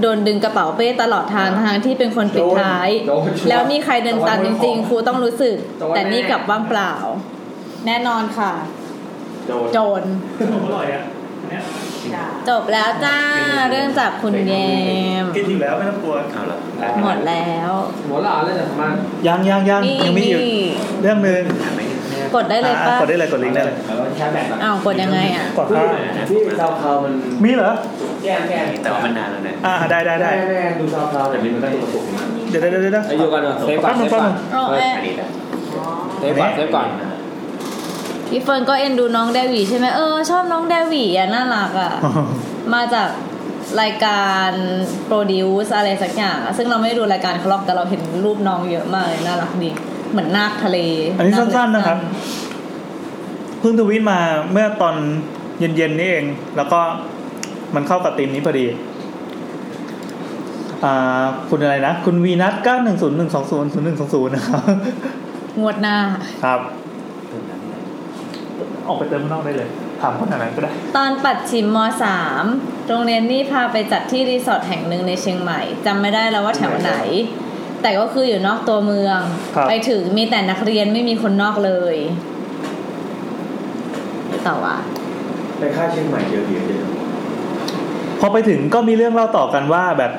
B: โดนดึงกระเป๋าเป้ตลอดทางทางที่เป็นคนปิดท้าย
T: โดนโดนชัวร์
B: แล้วมีใครเดินตามจริง ๆ ครูต้องรู้สึก แต่นี่กลับว่างเปล่า แน่นอนค่ะ
A: โดน
B: โจร
A: อร่อยอ่ะ
B: จบแล้วจ้า เรื่องจากคุณแยม
A: กินอีกแล้วไม่ต้องกลัว
B: หมดแล้ว
I: หัวหลาเลยนะมัน
D: ยังยังยัง
B: นี่
D: ยังมีอีก
B: นี่
D: เรื่องหนึ่ง
B: กดได้เลย
D: อ่ะ
B: ป่ะ
D: กดได้เลยกดลิงก์ได้เลย
B: อ้าวกดยังไงอ่ะ
D: กดข้า
I: ที่ซาวคลาวมัน
D: มีเหรอ
I: แก้มแก้ม
P: แต่ว่ามันนานแล้วนะ
D: อ่าได้ได้ได้
I: แม่ดูซาวคลาว
P: แต่นี่มันก็ตัวผมมา
D: เดี๋ยวเดี๋ยวเดี๋ยวเดี๋ยว
I: อายุกันเหรอเซฟก่อน
D: แป๊บนึง
I: เซฟ
D: แป๊บ
I: ก่อ
D: นึ
I: น
D: ง
B: เอาแม่
P: อันนี้นะ
I: เซฟก่อนเซฟก่อน
B: พี่เฟิร์นก็เอ็นดูน้องเดวี่ใช่ไหมเออ ชอบน้องเดวี่อ่ะน่ารักอ่ะ มาจากรายการโปรดิวส์อะไรสักอย่างอะซึ่งเราไม่ได้ดูรายการเขาหรอกแต่เราเห็นรูปน้องเยอะมากเลยน่ารักดี เหมือนนาคทะเล
D: อันนี้สั้นๆนะครับ เพิ่งทวีตมาเมื่อตอนเย็นๆนี่เอง แล้วก็มันเข้ากับธีมนี้พอดี อ่า คุณอะไรนะ คุณวีนัท9 1 0 1 2 0 0 1 2 0นะครับ
B: งวดหน้า
D: ครับ ออกไปเติมข้างนอกได้เลย ถามคนไหนก็ได้
B: ตอนปัดชิมมสามโรงเรียนนี่พาไปจัดที่รีสอร์ทแห่งหนึ่งในเชียงใหม่จำไม่ได้แล้วว่าแถวไหน แต่ก็คืออยู่นอกตัวเมือง
D: ครับ
B: ไปถึงมีแต่นักเรียนไม่มีคนนอกเลยต่อว่า
P: ไปค่าเชียงใหม่เยอะๆเยอะ
D: พอไปถึงก็มีเรื่องเล่าต่อกันว่าแบบ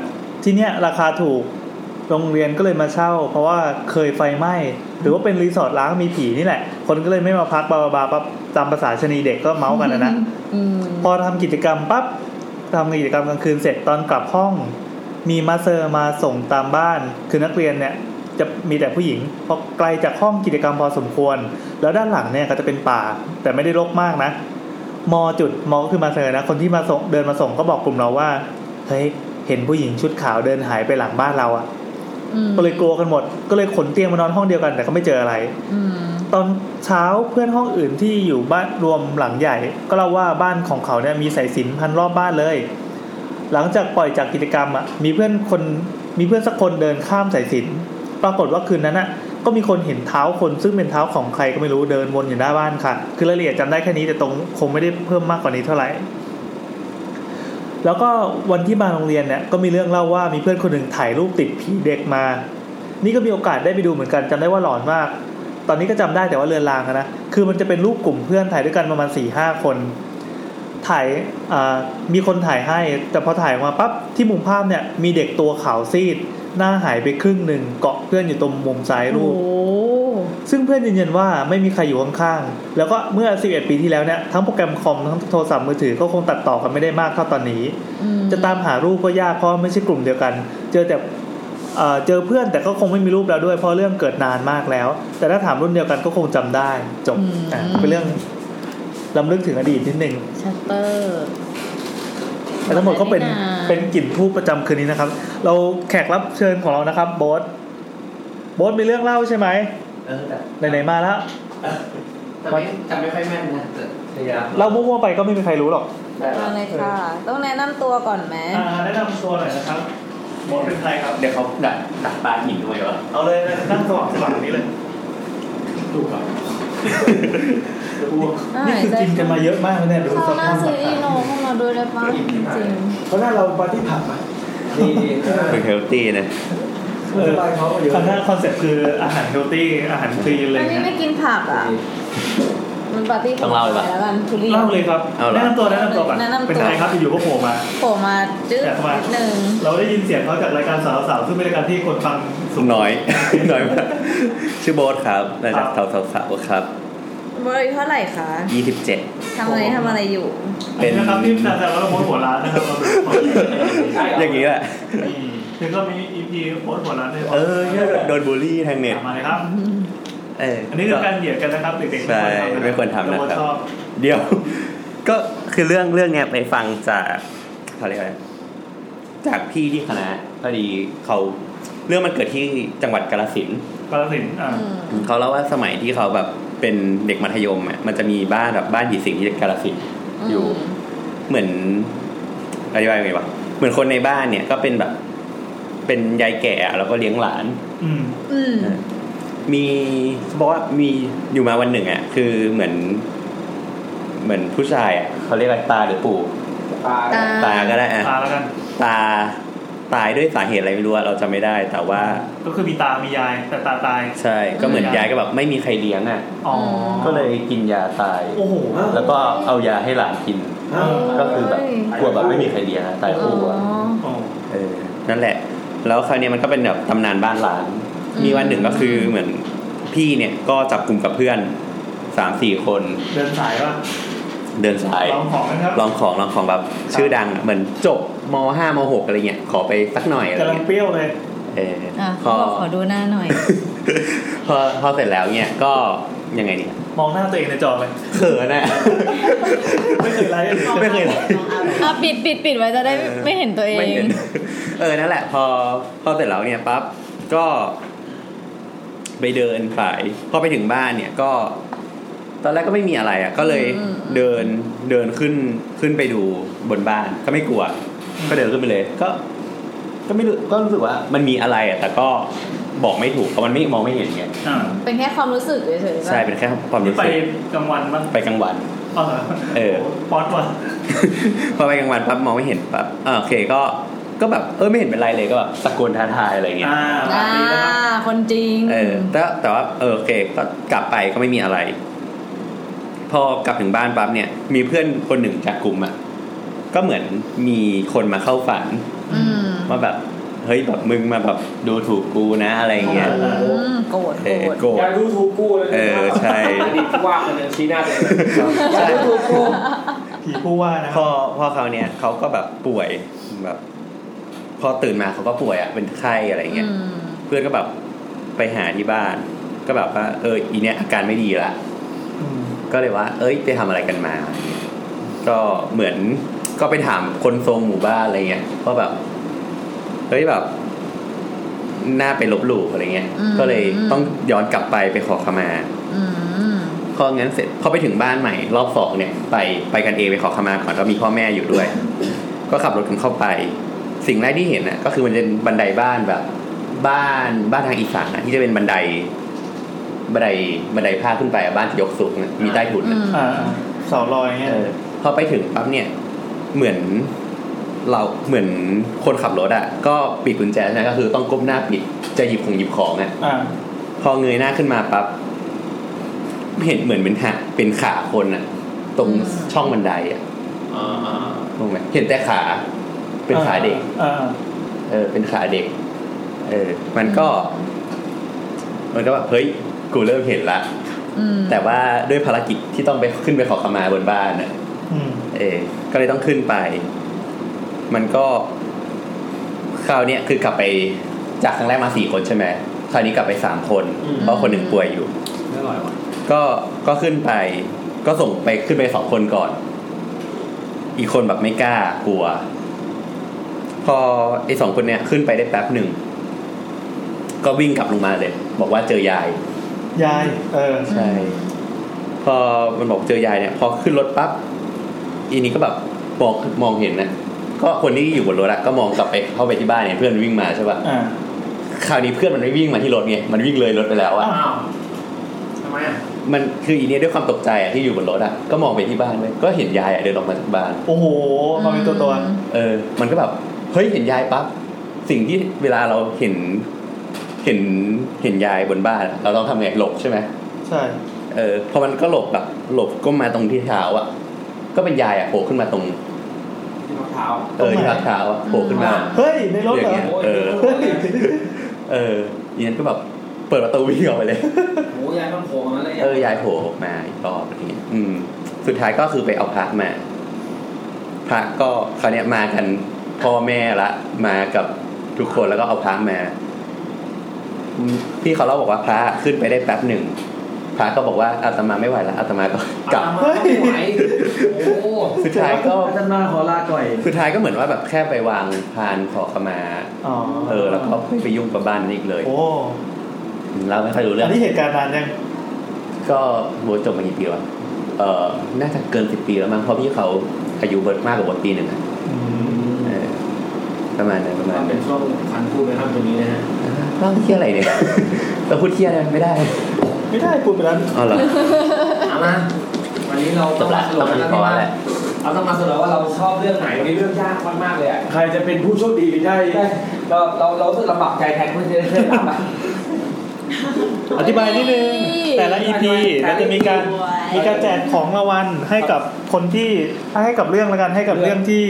D: ที่เนี้ยราคาถูกโรงเรียนก็เลยมาเช่า เพราะว่าเคยไฟไหม้หรือว่าเป็นรีสอร์ทล้างมีผีนี่แหละ คนก็เลยไม่มาพักบาบาบาปั๊บตามภาษาชนีเด็กก็เมาส์กันนะนะ
B: อืม
D: พอทำกิจกรรมปั๊บทำกิจกรรมกลางคืนเสร็จตอนกลับห้อง มีมาสเซอร์มาส่งตามบ้าน คือนักเรียนเนี่ย จะมีแต่ผู้หญิงเพอไกลจากห้องกิจกรรมพอสมควร แล้วด้านหลังเนี่ยก็จะเป็นป่า แต่ไม่ได้รกมากนะ มอจุดมอก็คือมาสเซอร์นะคนที่มาส่งเดินมาส่งก็บอกกลุ่มเราว่าเฮ้ยเห็นผู้หญิงชุดขาวเดินหายไปหลังบ้านเราอะ
B: อืม
D: ก็เลยกลัวกันหมด ก็เลยขนเตียงมานอนห้องเดียวกันแต่ก็ไม่เจออะไร
B: อืม
D: ตอนเช้าเพื่อนห้องอื่นที่อยู่บ้านรวมหลังใหญ่ ก็เล่าว่าบ้านของเขาเนี่ยมีสายสิญจนพันรอบบ้านเลย หลังจากปล่อยจากกิจกรรมอ่ะมีเพื่อนคนมีเพื่อนสักคนเดินข้ามสายสิญจนปรากฏว่าคืนนั้นอ่ะก็มีคนเห็นเท้าคนซึ่งเป็นเท้าของใครก็ไม่รู้เดินวนอยู่หน้าบ้านค่ะ คือรายละเอียดจำได้แค่นี้แต่ตรงคงไม่ได้เพิ่มมากกว่านี้เท่าไหร่ แล้วก็วันที่มาโรงเรียนเนี่ยก็มีเรื่องเล่าว่ามีเพื่อนคนหนึ่งถ่ายรูปติดผีเด็กมา นี่ก็มีโอกาสได้ไปดูเหมือนกันจำได้ว่าหลอนมาก ตอนนี้ก็จำได้แต่ว่าเรือนรางอะนะ คือมันจะเป็นรูปกลุ่มเพื่อนถ่ายด้วยกันประมาณสี่ห้าคน ถ่ายอ่ามีคนถ่ายให้ แต่พอถ่ายออกมาปั๊บที่มุมภาพเนี่ยมีเด็กตัวขาวซีด หน้าหายไปครึ่งหนึ่งเกาะเพื่อนอยู่ตรงมุมซ้ายรูป
B: โอ้
D: ซึ่งเพื่อนยืนยันว่าไม่มีใครอยู่ข้างๆ แล้วก็เมื่อ 11 ปีที่แล้วเนี่ยทั้งโปรแกรมคอมทั้งโทรศัพท์มือถือก็คงตัดต่อกันไม่ได้มากเท่าตอนนี้
B: อืม
D: จะตามหารูปก็ยากเพราะไม่ใช่กลุ่มเดียวกัน เจอแต่เอ่อเจอเพื่อนแต่ก็คงไม่มีรูปแล้วด้วยเพราะเรื่องเกิดนานมากแล้ว แต่ถ้าถามรุ่นเดียวกันก็คงจำได้จบอ่ะเป็นเรื่องลำลึกถึงอดีตนิดนึง
B: ชัตเตอร์
D: แต่ทั้งหมดก็เป็น
B: ไม่นาน
D: เป็นกลิ่นทูบประจำคืนนี้นะครับ เราแขกรับเชิญของเรานะครับโบ๊ทโบ๊ทมีเรื่องเล่าใช่ไหม
P: เออแต่
D: ไหนๆมาแล้ว
I: แต่ไม่จำไม่ค่อยแม่นนะแต่พยายาม
D: เรามั่วๆไปก็ไม่มีใครรู้หรอก
B: มาเลยค่ะ ต้องแนะนำตัวก่อนไหม
D: แนะนำตัวหน่อยนะครับโบทเป็นใครครับ
P: เดี๋ยวเขาดักดักปลาหินทำไมวะ
D: เอาเลยนะนั่งสว่างสว่างนี้เลย
P: ถูกครับ
D: นี่คือกินกันมาเยอะมากแล้วเนี่ยดูส
B: เขาหน้า
D: ภาพ
B: ซีรีส์โนเข้ามาด้วยได้ปะจริง
F: เพราะหน้าเราปาร์ตี้ผับอ่ะ
I: ดีดี
P: เป็นเฮลตี้นะ
D: เออคอนเทนต์คอนเซ็ปต์คืออาหารเฮลตี้อาหารคลีนอะไร
B: อันนี้
D: เงี้ย
B: ไม่กินผักอ่ะ มันปาร์ตี้ของไปแล้วกันทุเรียน
D: เล่าเลยครับ
P: เอา
D: แนะ
P: ละ
D: นำตัวแนะนำตัวก่อน
B: แนะนำตัว
D: เป็นใครครับอยู่ๆก็โผล่มา
B: โผล่มาจืด
D: แอบเข้ามา
B: นิดนึง
D: เราได้ยินเสียงเขาจากรายการสาวสาวๆซึ่งเป็นรายการที่คนฟังสูง
T: น้อย น้อยมากชื่อโบ๊ทครับนายจากสาวสาวสาวครับ
B: บริเท่าไหร่คะ
T: 27
B: ทำอะไรทำอะไรอยู่
T: เป็น
D: นะครับที่แต่เราโพสต์หัวร้านนะครับเราเป็นคน
T: อย่างนี้แหละ
D: ถึงก็มี EP โพสต์หัวร้านด้วย
T: เออเนี่ยโดนบูลลี่ทางเน็ต
D: มาเลยครับ
T: เออ
D: อั
T: อั
D: นนี้คือการเหยียดกันนะครับเด็กๆ
T: ใช่ไม่ควรทำนะครับ
D: ชอบ
T: เดี๋ยว ก็คือเรื่องเรื่องเนี้ยไปฟังจากเขาเรียกอะไรจากพี่ที่คณะพอดีเขาเรื่องมันเกิดที่จังหวัดกาฬสินธุ์
D: กาลสินธุ์อ่า
T: เขาเล่าว่าสมัยที่เขาแบบเป็นเด็กมัธยมอ่ะมันจะมีบ้านแบบบ้านผีสิงที่กาลสินธุ์อยู่
B: อืม
T: เหมือนอธิบายยังไงวะเหมือนคนในบ้านเนี่ยก็เป็นแบบ เป็นยายแก่อะแล้วก็เลี้ยงหลาน
D: อืม
B: อืม
T: มีเขาบอกว่ามีอยู่มาวันหนึ่งอ่ะคือเหมือน เหมือนผู้ชายอ่ะเขาเรียกอะไรตาหรือปู่
C: ตา
B: ตา
T: ตาก็ได้อ่ะ
D: ตาแล้วกัน
T: ตาตายด้วยสาเหตุอะไรไม่รู้อะเราจำไม่ได้ แต่ว่า
D: ก็คือมีตา มียาย แต่ตาตาย
T: ใช่ก็เหมือนยายก็แบบไม่มีใครเลี้ยงอ่ะ
D: อ๋อ
T: ก็เลยกินยาตาย
D: โอ้โห
T: แล้วก็เอายาให้หลานกิน ก็คือแบบกลัวแบบไม่มีใครเลี้ยงอะตายคู่อะ เออนั่นแหละ แล้วคราวเนี้ยมันก็เป็นแบบตำนานบ้านหลาน
B: อืม
T: มีวันหนึ่งก็คือเหมือนพี่เนี่ยก็จับกลุ่มกับเพื่อนสามสี่คน
D: เดินสายป่ะ
T: เดินสาย
D: ลองของกันครับ
T: ลองของลองของแบบชื่อดังเหมือนจบมห้ามหกอะไรเงี้ยขอไปสักหน่อยอะไร
D: กำลัง
T: เงี้ย
D: เปรี้ยวเลย
T: เออ
B: อ่ะ
T: พอ
B: บอกขอดูหน้าหน่อย
T: พอพอเสร็จแล้วเนี่ยก็ยังไงดี
D: มองหน้าตัวเองในจอเลย
T: เขินอะ
D: ไม่เคยไลฟ์
T: ไม่เคยเลย
B: อ่ะปิดปิดปิดไว้จะได้ไม่เห็นตัวเอง
T: ไม่เห็น เออ นั่นแหละ พอ พอเสร็จแล้วเนี่ยปั๊บ ก็ ไปเดินสาย พอไปถึงบ้านเนี่ย ก็ ตอนแรกก็ไม่มีอะไรอ่ะ ก็เลย
B: อืม
T: เดิน เดินขึ้น ขึ้นไปดูบนบ้าน ก็ไม่กลัว ก็เดินขึ้นไปเลย ก็ ก็ไม่รู้ ก็รู้สึกว่า มันมีอะไรอ่ะ แต่ก็บอกไม่ถูก เพราะมันไม่มองไม่เห็นไง
D: อ่า
B: เป็นแค่ความรู้สึกเฉยๆ
T: ใช่ เป็นแค่ความ
D: นี่
T: รู้
D: ไป
T: สึก
D: กลางวันมั้ง
T: ไปกลางวัน
D: อ๋อเหรอ
T: เออ
D: ป๊อตว่ะ
T: พอไปกลางวันปั๊บมองไม่เห็นปั๊บอ่าโอเค ก็ ก็แบบ เออ ไม่เห็นเป็นไรเลย ก็แบบตะโกนท้าทายอะไรอย่างเงี้ย
D: อ่า
B: อ่าคนจริง
T: เออแต่แต่ว่าเออโอเคก็กลับไปก็ไม่มีอะไร พอกลับถึงบ้านปั๊บเนี่ย มีเพื่อนคนหนึ่งจากกลุ่มอ่ะก็เหมือนมีคนมาเข้าฝัน
B: อืม
T: ว่าแบบ เฮ้ยแบบมึงมาแบบดูถูกกูนะอะไรอย่างเงี้ย
B: อืมโกรธ
T: เออ
B: โก
I: อ
B: รธ
T: โกรธ
I: ย่าดูถูกกูเลย
T: เออใช่
I: นี่ว่าคนนึงชี้หน้าเลยอย่าดูถูกกู
D: ผีผู้ว่านะ
T: พอพอเขาเนี่ยเขาก็แบบป่วยแบบ พอตื่นมาเขาก็ป่วยอ่ะเป็นไข้อะไรอย่างเงี้ย
B: อืม
T: เพื่อนก็แบบไปหาที่บ้าน ก็แบบว่า เอออีเนี้ยอาการไม่ดีละก็เลยว่า เอ้ย ไปทำอะไรกันมา ก็เหมือนก็ไปถามคนทรงหมู่บ้านอะไรเงี้ยว่าแบบเฮ้ยแบบน่าไปลบหลู่อะไรเงี้ย
B: อืม
T: ก็เลยต้องย้อนกลับไปไปขอขมา
B: อืม
T: พองั้นเสร็จพอไปถึงบ้านใหม่ รอบสองเนี่ย ไปไปกันเองไปขอขมาก่อนก็มีพ่อแม่อยู่ด้วย ก็ขับรถกันเข้าไป สิ่งแรกที่เห็นน่ะก็คือมันเป็นบันไดบ้านแบบ บ้านบ้านทางอีสานนะที่จะเป็นบันได บันไดบันไดผ้าขึ้นไปอะบ้านจะยกสูงอะมีใต้ถุน
B: อื
T: อะ
B: ม
D: อ่าอ่าเสาลอยเงี้ย
T: เออพอไปถึงปั๊บเนี่ย เหมือนเราเหมือนคนขับรถอ่ะ ก็ปิดกุญแจใช่ไหมก็คือต้องก้มหน้าปิดจะหยิบของหยิบของอ่ะ
D: อ่า
T: พอเงยหน้าขึ้นมาปั๊บเห็นเหมือนเป็นหาเป็นขาคนอ่ะ ตรงช่องบันไดอ่ะตรงไหมเห็นแต่ขา เป็นขาเด็ก
D: อ่า
T: เออ เป็นขาเด็ก เออ มันก็ มันก็แบบเฮ้ยกูเริ่มเห็นละ
B: อืม
T: แต่ว่าด้วยภารกิจที่ต้องไปขึ้นไปขอขมาบนบ้านอ่ะ
D: อืม
T: เออก็เลยต้องขึ้นไป มันก็ คราวเนี้ยคือกลับไปจากครั้งแรกมาสี่คนใช่ไหม คราวนี้กลับไปสามคน เพราะคนหนึ่งป่วยอยู่
I: ไม่อร่อยวะ
T: ก็ก็ขึ้นไป ก็ส่งไปขึ้นไปสองคนก่อน อีกคนแบบไม่กล้ากลัว พอไอ้สองคนเนี้ยขึ้นไปได้แป๊บหนึ่ง ก็วิ่งกลับลงมาเลย บอกว่าเจอยาย
D: ยาย เออ
T: ใช่ พอมันบอกเจอยายเนี่ยพอขึ้นรถปั๊บอีนี้ก็แบบมองมองเห็นนะก็คนที่อยู่บนรถอะก็มองกลับไปเข้าไปที่บ้านเนี่ยเพื่อนมันวิ่งมาใช่ป่ะ
D: อ่า
T: คราวนี้เพื่อนมันไม่วิ่งมาที่รถไงมันวิ่งเลยรถไปแล้วอะ
I: อ้าวทำไมอ่ะ
T: มันคืออีเนี่ยด้วยความตกใจอะที่อยู่บนรถอะก็มองไปที่บ้านเลยก็เห็นยายอะเดินออกมาจากบ้าน
D: โอ้โหมาเป็นตัวตัว
T: เออ มันก็แบบเฮ้ยเห็นยายปั๊บสิ่งที่เวลาเราเห็น เห็นเห็นยายบนบ้านอะเราต้องทำไงหลบใช่ไหม
D: ใช่
T: เออพอมันก็หลบแบบหลบก้มมาตรงที่เท้าอ่ะ ก็เป็นยายอ่ะโผล่ขึ้นมาตรง
I: ที่มะพร้าว
T: เออที่รักเท้าอ่ะโผล่ขึ้นมา
D: เฮ้ย ในรถ
T: อ
D: เหร
T: ย่า
D: อ
T: งเงี้ย
I: โอ้ย
T: เออ
D: เฮ้ย
T: เอออีนั้นก็แบบเปิดประตูวิ่งออกไปเลย
I: หมูยายต้องโผล่มาเลย
T: เออยายโผล่ออกมาอีกรอบอะไรเงี้ยอืม สุดท้ายก็คือไปเอาพระมา พระก็คราวเนี้ยมากันพ่อแม่ละ มากับทุกคนแล้วก็เอาพระมาอืมพี่เขาเล่าบอกว่าพระขึ้นไปได้แป๊บหนึ่งพระก็บอกว่าอาตมาไม่ไหวแล้ว อาตมาก็กลับ
I: เฮ้ยโอ้
T: สุดท้ายก็
F: อาจารย์มาขอลาก่อย
T: สุดท้ายก็เหมือนว่าแบบแค่ไปวางพานขอขมา
D: อ๋อ
T: เออ แล้วก็ไม่ไปยุ่งกับบ้านนี้อีกเลย
D: โอ้
T: เราไม่ค่อยรู้เรื่อ
D: อัน
T: ง
D: นี้เหตุการณ์นานยัง
T: ก็โหจบมากี่ปีวะเออน่าจะเกินสิบปีแล้วมั้งเพราะพี่เขา อายุเบิร์ดมากกว่าเบิร์ดปีหนึ่งอะเออประมาณนั้นประมาณ
P: เป็
T: นั้น น
P: ช่วงพันพูดนะครับตรงนี้นะฮะ
T: เราเที่ยอะไรเนี่ย เราพูดเที่ยอะไรไม่ได้
D: ไม่ได้พูดไปแล้ว
T: อ๋อเหรอ
I: เอามาวันนี้เราต้องมาสรุปแล้ว
T: ต้องมีพอ
I: ว่า
T: แหละ
I: เราต้องมาสรุปว่าเราชอบเรื่องไหนวันนี้เรื่องยากมากๆเลยอะ
F: ใครจะเป็นผู้โชคดีได้
I: เราเราเรารู้สึกลำบากใจแทนคนที่ได้รับอะ
D: อธิบายนิดนึง แต่ละ EP เราจะมีการมีการแจกของรางวัลให้กับคนที่ให้กับเรื่องแล้วกันให้กับเรื่องที่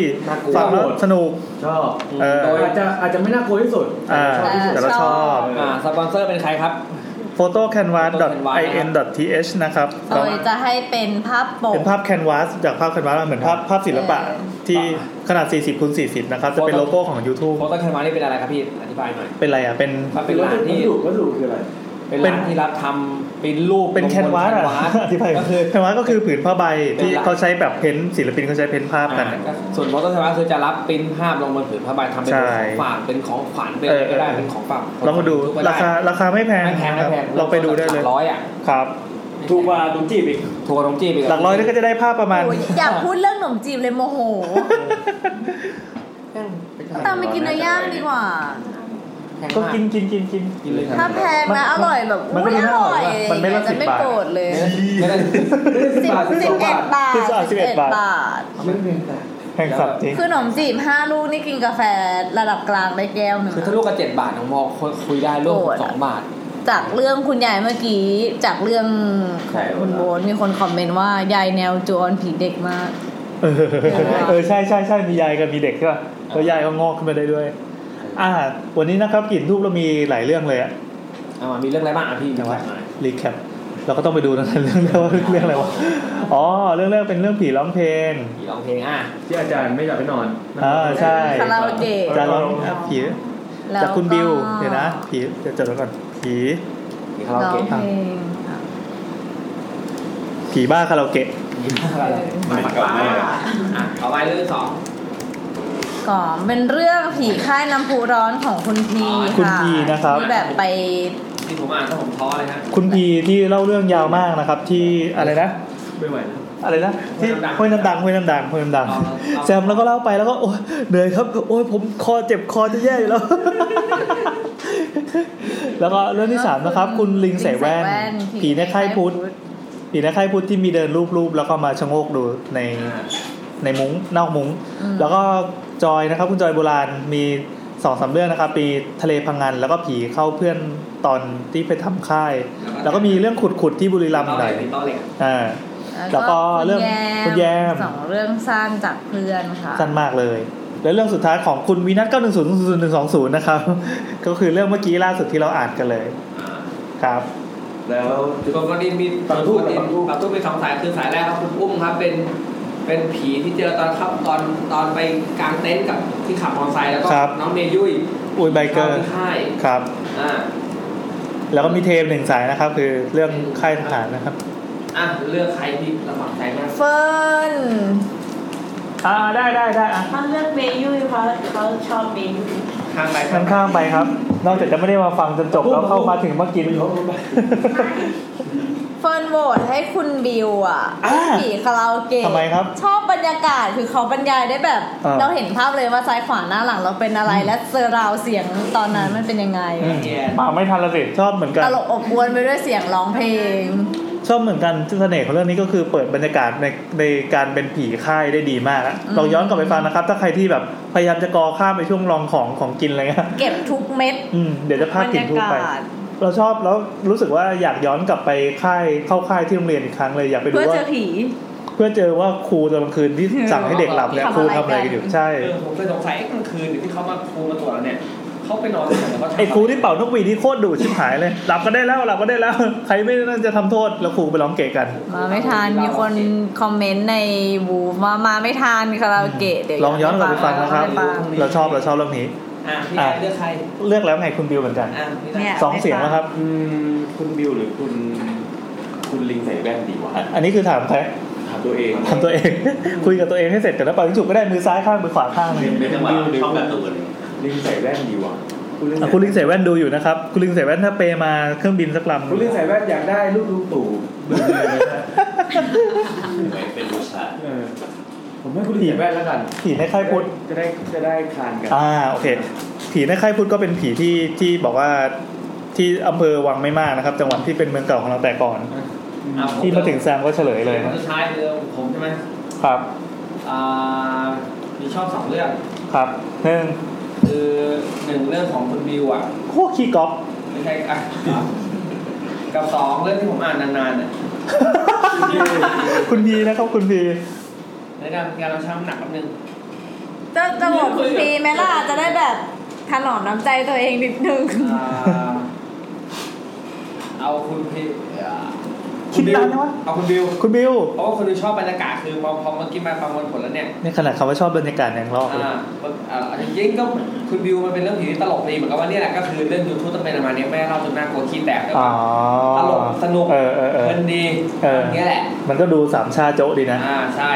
D: ฟังแล้วสนุก
F: ชอบ
D: เออ
F: อาจจะอาจจะไม่น่ากลัวที่สุด
D: อ่าแต่เราชอบ
I: อ่าสปอนเซอร์เป็นใครครับ
D: photocanvas.in.th นะครับ
B: โดยจะให้เป็นภาพปก
D: เป็นภาพแคนวาสจากภาพแคนวาสเหมือนภาพภาพศิลปะที่ขนาด 40คูณ40 นะครับ จะเป็นโลโก้ของ YouTube
I: โฟโต้แคนวานี่เป็นอะไรครับพี่อธิบายหน่อย
D: เป็นอะไรอ่ะ เป็น
I: มันเป็นร้านที่
F: วัสดุคืออะไร
I: เป็น
D: เป็น
I: ร้านที่รับทำเป็นรูป
D: เป็นแคนวาส
I: ลงบ
D: อ่ะ
I: แคน
D: อธิบาย
I: ก็คือ
D: แคนวาสก็คือผืนผ้าใบที่เขาใช้แบบเพ้นท์ศิลปินเขาใช้เพ้นท์ภาพกัน
I: อ่าก็ส่วนโฟโต้แคนวาคือจะรับปริ้นภาพลงบนผืนผ้าใบทำเป็น
D: ใช่
I: ของฝากเป็นของขวัญเป็นอะไรก็ได้เป็นของฝาก
D: ลองมาดู
I: ก็ไ
D: ราคาราคาไม่แพง
I: ไม่แพงไม่แพง
D: ครับลองไปดูได้เลย
I: ร้อยอ่ะ
D: ครับ
I: ถูกกว่าตรงจีบอีกถูกกว่าตรงจีบอีก
D: หลักร้อยนี่ก็จะได้ภาพประมาณ
B: โอ้ยอยากพูดเรื่องขนมจีบเลยโมโหตามไปกินเนื้อย่างดีกว่า
D: ก็กินกินกินกิน
B: ถ้าแพงนะอร่อยแบบ
D: มันก็ไม่
B: อุ้ยอ
D: น่าอร่อ
B: ร่อยย
D: ว่ะมันไม่ละ
B: จะไม่
D: 10บาท
B: โกรธเลย
F: สิบ
B: สิบเอ็ดบาท
D: สิบเอ็ดบาท
B: ท
F: ไม่เพียงแต่
D: แพงสับจริง
B: คือขนมจีบห้าลูกนี่กินกาแฟระดับกลางได้แก้วหนึ่ง
I: คือถ้าลูกกับเจ็ดบาทน้องมองคุยคุยได้ลูกสองบาท
B: จากเรื่องคุณยายเมื่อกี้ จากเรื่องของคุณโบนมีคนคอมเมนต์ว่ายายแนวโจรผีเด็กมาก
D: เออเออใช่ใช่ใช่มียายกับมีเด็กใช่ป่ะแล้วยายก็งอกขึ้นมาได้ด้วย อ่า วันนี้นะครับกลิ่นทูบเรามีหลายเรื่องเลยอะ
I: เอามามีเรื่องอะไรบ้างอ่ะพี่จังหวัด
D: รีแคปเราก็ต้องไปดูนะเรื่องเรื่องว่าเรื่องอะไรวะอ๋อเรื่องแรกเป็นเรื่องผีร้องเพลง
I: ร้องเพลงอ่ะ
P: ที่อาจารย์ไม่หลับไม่นอน
D: อ่าใช่
B: คาราโอเกะ
D: จะร้องผี
B: แล้ว
D: จากคุณ
B: ก็
D: บิวเดี๋ยวนะผีเดี๋ยวจดไว้ก่อนผี
I: คารา
B: ร้
I: โอ
B: อง
I: เกะ
B: เพลง
D: ผีบ้าคาราโอเกะ
I: มาฝักบ้าอ่ะเอาไว้เรื่องที่สอง
B: ก่อนเป็นเรื่องผีค่ายน้ำพุร้อนของคุณพี
D: คุณ
B: ค่ะ
D: พีนะครับ
B: ที่แบบไป
I: ที่ผมอ่านถ้าผมท้อเลยฮะ
D: คุณพีที่เล่าเรื่องยาวมากนะครับ ที่อะไรนะ
P: ไม่ไหวนะ
D: อะไรนะที่ห้วยน้ำดังห้วยน้ำดังห้วยน้ำดังแซมแล้วก็เล่าไปแล้วก็โอยเหนื่อยครับโอ้ยผมคอเจ็บคอจะแย่อยู่แล้ว แล้วก็เรื่องที่สามนะครับ คุณลิงใส่แว่น ผีในค่ายพุทธผีในค่ายพุทธที่มีเดินรูปๆแล้วก็มาชะโงกดูในในมุ้งนอกมุ้ง แล้วก็จอยนะครับ คุณจอยโบราณมีสองสามเรื่องนะครับปีทะเลพังงานแล้วก็ผีเข้าเพื่อนตอนที่ไปทำค่าย แล้วก็มีเรื่องขุดๆที่บุรีรัมย์หน่อย
I: ติดต่อเหล็ก
D: อ่า แล้วก็เรื่องคุณแยม
B: สองเรื่องสั้นจากเพื่อนค่ะ
D: สั้นมากเลย และเรื่องสุดท้ายของคุณวีนัท9100020นะครับ ก็คือเรื่องเมื่อกี้ล่าสุดที่เราอ่านกันเลยครับ
P: แล้ว
I: ส่วนคนนี้มีปัตุปัตุปัตุเป็นสองสายคือสายแรกครับคุณอุ้มครับเป็นเป็นผีที่เจอตอนเข้าตอนตอนไปกลางเต็นท์กับที่ขับมอเตอร์ไซค์แล้วก็
D: ครับ
I: น้องเมย์ยุ้ย
D: อุ้ยไบเกอร์
I: ที่ค่าย
D: ครับ
I: อ่า
D: แล้วก็มีเทมหนึ่งสายนะครับ คือเรื่องค่ายทหารนะครับ
I: อ่ะเลือกใครที่ลำบากใจมาก
B: เฟิร์น
D: อ่าได้ได้ได้อ่ะ
S: มันเลือกเมยุ้ยเพราะเขาชอบเมยุ้ย
I: ข้างไป
D: ข้างข้างไปครับ นอกจากจะไม่ได้มาฟังจนจบแล้วเข้ามาถึงเมื่อกี้
F: ไม่ยอมไป
B: เฟิร์นโหวตให้คุณบิวอ่ะ
D: อ่า
B: ผีคาราโอเกะ
D: ทำไมครับ
B: ชอบบรรยากาศคือเขาบรรยายได้แบบ
D: อ่า
B: เราเห็นภาพเลยว่าซ้ายขวาหน้าหลังเราเป็นอะไร และเซอร์ราวเสียงตอนนั้นมันเป็นยังไง
D: อืมมาไม่ทันละสิชอบเหมือนกัน
B: ตลกอบอวนไปด้วยเสียงร้องเพลง
D: ชอบเหมือนกันเสน่ห์ของเรื่องนี้ก็คือเปิดบรรยากาศในในการเป็นผีค่ายได้ดีมากอะ
B: อืม
D: ลองย้อนกลับไปฟังนะครับ ถ้าใครที่แบบพยายามจะกอข้ามไปช่วงรองของของกินอะไรเงี้ย
B: เก็บทุกเม็ด
D: อืมเดี๋ยวจะพลาด
B: บร
D: กิ
B: ร
D: น
B: ยา
D: ทูไป
B: กาศ
D: เราชอบแล้วรู้สึกว่าอยากย้อนกลับไปค่ายเข้าค่ายที่โรงเรียนอีกครั้งเลยอยากไปดู
B: เพื่อ
D: ว่า
B: เจอผี
D: เพื่อเจอว่าครูตอนกลางคืน ที่สั่งให้เด็กหลับเนี่ย
B: ทำอะไร
D: ครูทำอะไรกันอยู่
B: กัน
D: ใช่
I: เออผมเคยสงสัยกลางคืนที่เขามาครูมาตรวจเราเนี่ยเขาไปนอนที่ไหนแล้วก็ทำะ
D: ไอ้ครูที่เป่านกหวีดที่โคตรดุชิบหายเลยหลับก็ได้แล้วหลับก็ได้แล้ว ใครไม่น่าจะทำโทษแล้วครูไปร้องเกะกัน
B: มาไม่ทันมีคนคอมเมนต์ในบูมามาไม่ทันคาราโอเกะเดี๋ยว
D: ลองย้อนกลับไปฟังนะครับ
B: ย้อไปฟัง
D: เราชอบเราชอบเรื่องนี้
I: อ่ะพี่แอนเลือกใคร
D: เลือกแล้วไงคุณบิวเหมือนกัน
I: อ่ะพี่แอน
B: นี่
D: สองเสียงนะครับ
P: อืมคุณบิวหรือคุณคุณลิงใส่แว่นดีกว่า
D: อันนี้คือถามใคร
P: ถามตัวเอง
D: ถามตัวเอง คุยกับตัวเองให้เสร็จก่อนแล้วไปล่อยจุกก็ได้มือซ้ายข้างมือขวาข้างเลย
P: เป็นจังหวะชอบแบบตัวเลยลิงใส่แว่นดีกว่าคุณลิง
D: อ่ะคุณลิงใส่แว่นดูอยู่นะครับ คุณลิงใส่แว่นถ้าเปมาเครื่องบินสักลำ
F: คุณเล่นใส่แว่นอยากได้ลูกลุงตู่
P: เป็นผู้ชาย
C: ผมให้คุณผีแว่นแล้วกัน
D: ผีในค่ายพุทธ
C: จะได้จะได้คานกัน
D: อ่าโอเค ผีในค่ายพุทธก็เป็นผีที่ที่บอกว่าที่อำเภอวังไม่มากนะครับ จังหวัดที่เป็นเมืองเก่าของเราแต่ก่อน
L: อ่ะผ
D: ที่มาถึงแซมก็เฉลยเลยนะ
L: สุดท้ายคือผมใช่ไหม
D: ครับ
L: อ่ามีชอบสองเรื่อง
D: ครับหนึ่ง
L: คือหนึ่งเรื่องของคุณบิวอ่ะ
D: โคขี้ก๊อป
L: ไม่ใช่อ่ะกับสองเรื่องที่ผมอ่านนานๆน่ะ
D: คุณพีนะครับคุณพี
L: ในการงานเราช้ำหนักแป๊บนึง
B: จะจะบอกคุณพีไหมล่ะจะได้แบบถนอมน้ำใจตัวเองนิดนึง
L: เอาคุณพี่เอ่อ
D: คิดนานไหมวะ
L: เอาคุณบิว
D: คุณบิว
L: เพราะว่าคนดูชอบบรรยากาศคือพอพอเมื่อกี้มาประมวลผลแล้วเนี่ย
D: ในขนาดคำว่าชอบบรรยากาศแห่งรอบเลย
L: อ่าอ่าจริงๆก็คุณบิวมันเป็นเรื่องผีที่ตลกดีเหมือนกับว่าเนี่ยแหละก็คือเรื่องยูทูบต้องเป็นประมาณนี้แม่เล่าจนน่ากลัวขี้แตกแต่
D: อ๋อ
L: ว่าตลกสนุก
D: เออเออเออ
L: เพลินดี
D: เออ
L: อย่างเงี้ยแหละ
D: มันก็ดูสามชาโจ๊ะดีนะ
L: อ่าใช่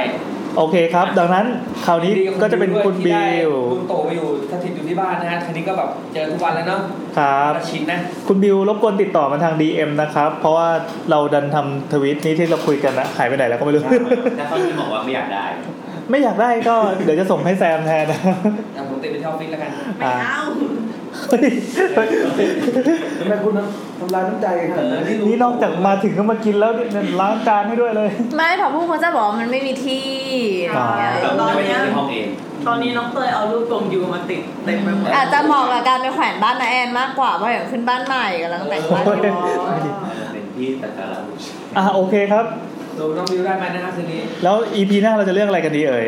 D: โอเคครับ ดังนั้นคราวนี้ก็จะเป็นคุณ
L: ที่
D: บิ
L: ได้
D: ว
L: คุณโตมาอยู่สถิตอยู่ที่บ้านนะฮะทีนี้ก็แบบเจอทุกวันแล้วเนาะ
D: ครับ
L: ชินนะ
D: คุณบิวรบกวนติดต่อมาทาง DM นะครับ เพราะว่าเราดันทำทวิตนี้ที่เราคุยกันนะหายไปไหนแล้วก็ไม่รู้
T: ถ้าเขาจะบอกว่าไม่อยากได้
D: ไม่อยากได้ก็ เดี๋ยวจะส่งให้แซมแทนนะ
L: แต่ผมติดไปที่ออฟฟิศแล้วกัน
D: อ่า
G: ทำไมคุณทำลายน้ำใจกันขนาดนั้น
D: นี่นอกจากมาถึงก็มากินแล้วเนี่ยล้างจานให้ด้วยเลย
B: ไม่พอพูดเขาจะบอกว่ามันไม่มีที่
D: อ๋อ
U: แต่ตอนเนี้ย
T: ห้องเอง
U: ตอนนี้น้องเตยเอารูปกลมยูมาติดเต็มไปหมด
B: อาจจะเหมาะกับการไปแขวนบ้านนาแอนมากกว่าเพราะอย่างขึ้นบ้านใหม่กำลังแต่งบ้านอยู่
T: เป็นที่ตะการะบูชา
D: อ่ะโอเคครับ
L: ดูน้องบิวได้ไหมนะฮะคืนนี้
D: แล้ว EP หน้าเราจะเลือกอะไรกันดีเอ่ย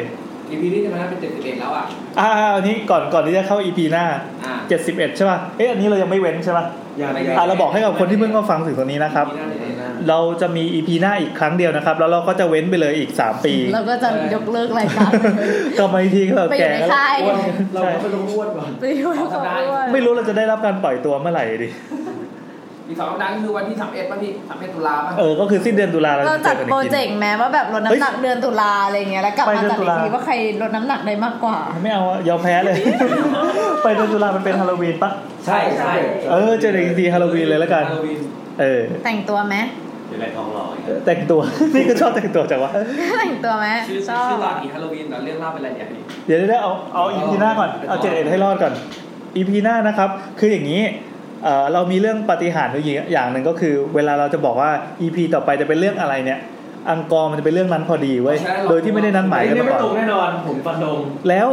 L: EP นี้จะมาเป็นเจ็ดสิบเอ็ดแล้วอ่ะ
D: อ่าอันนี้ก่อนก่อนที่จะเข้า EP หน้า
L: อ่า
D: 71 ใช่ป่ะ เอ๊ะอันนี้เรายังไม่เว้นใช่ป่ะ
L: ยังไม่เว้น
D: อ่ะเราบอกให้กับคนที่เพิ่งมาฟังถึงตรงนี้นะครับ เราจะมี EP หน้าอีกครั้งเดียวนะครับ แล้วเราก็จะเว้นไปเลยอีก 3 ปี
B: เราก็จะยกเลิกร ายการ
D: ก็มา อีกทีก็แบบ
B: ไปอยู่
D: แก่
B: ใน
D: แล้ว
B: ค่าย
D: เราก็ไม่รู้
G: อ้วนว่ะ
B: ไปดูเขาด้วย
D: ไม่รู้เราจะได้รับการปล่อยตัวเมื่อไหร่ดิ
L: อีกสองสัปดาห์ก็คือวันที่สามเอ็ดป่ะพี่สามเอ็ดตุลาป่ะ
D: เออ ก็คือสิ้นเดือนตุลาเรา
B: เรา
D: จะเจอ
B: จัด
D: กันอี
B: โปร
D: กที
B: เจกต์แม้ว่าแบบลดน้ำหนักเดือนตุลาอะไรเงี้ยแล้วกลับ
D: ไป
B: มา
D: เดือน
B: จัด
D: ตุ
B: อี
D: ลา
B: กทีว่าใครลดน้ำหนักได้มากกว่า
D: ไม่เอาอะยอมแพ้เลย ไปเดือนตุลามันเป็นฮาโลวีนปะ
L: ใช่ใช่
D: เออเจอกันอีกทีฮาโลวีนเลยแล้วกัน เออ
B: แต่งตัวไหม
T: เป็นไรทองหล่ออีก
D: แต่งตัว นี่ก็ชอบแต่งตัวจังวะ
B: แต่งตัวไหม
L: ชื่อ
B: ช
L: ชื่
B: อบ
L: อตอนอีฮาโลวีนตอนเรื่องเล่าเป็นอะไรอย่างนี้
D: เดี๋ยวได้เอาเอาอีพีหน้าก่อน เอาเจ็ดเอ็ดให้รอดก่อนอีพีหน้านะครับ คืออย่างนี้เอ่อเรามีเรื่องปาฏิหารย์อยู่อย่างหนึ่งก็คือ เวลาเราจะบอกว่าอีพีต่อไปจะเป็นเรื่องอะไรเนี่ย อังกอร์มันจะเป็นเรื่องนั้นพอดีเว้ย
T: ใช่หรอก
D: โดยที่ไม่ได้นัดหมายกัน
T: ไม่
D: มาก่
T: ตร
D: อง น
T: แน่นอน ผมฟันธง
D: แล้ว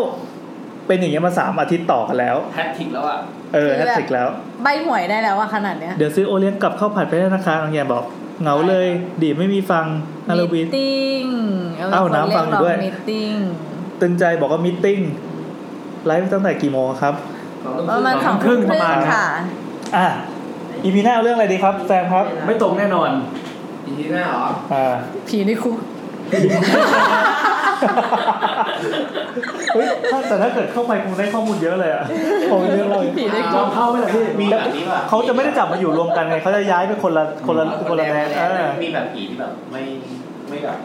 D: เป็นอย่างเงี้ยมาสามอาทิตย์ต่อกันแล้ว
L: แฮตทิกแล้วอ่ะ
D: เออแฮตติกแล้ว
B: ใบหวยได้แล้วอะขนาดเนี้ย
D: เดี๋ยวซื้อโอเลี้ยงกลับข้าวผัดไปได้นะคะน้องแยมบอก เหงาเลย ดีไม่มีฟังฮาโลวีน
B: ติ้ง
D: เอ้าน้ำฟังอยู่ด้วย
B: มีติ้ง
D: ตึงใจบอกว่ามิทติ้งไลฟ์ตั้งแต่กี่โมงครับ
B: ประมาณสองครึ่งประมาณค่ะ
D: อ่ะอีพีหน้าเอาเรื่องอะไรดีครับแซมครับ
T: ไม่ตรงแน่นอน
L: อีพีหน้าเหรอ
D: อ่า
B: ผีในคุก
D: เฮ้ยถ้าแต่ถ้าเกิดเข้าไปคงได้ข้อมูลเยอะเลยอ่ะโอ้ยเยอะเลย
B: ผีในคุก
D: ลองเข้าไหมล่ะพี่
T: มีแบบนี้ป่ะ
D: เขาจะไม่ได้จับมาอยู่รวมกันไงเขาจะย้ายไปคนละคนละคนละแดนเออ
T: มีแบบผีที่แบบไม่ไม่แบบ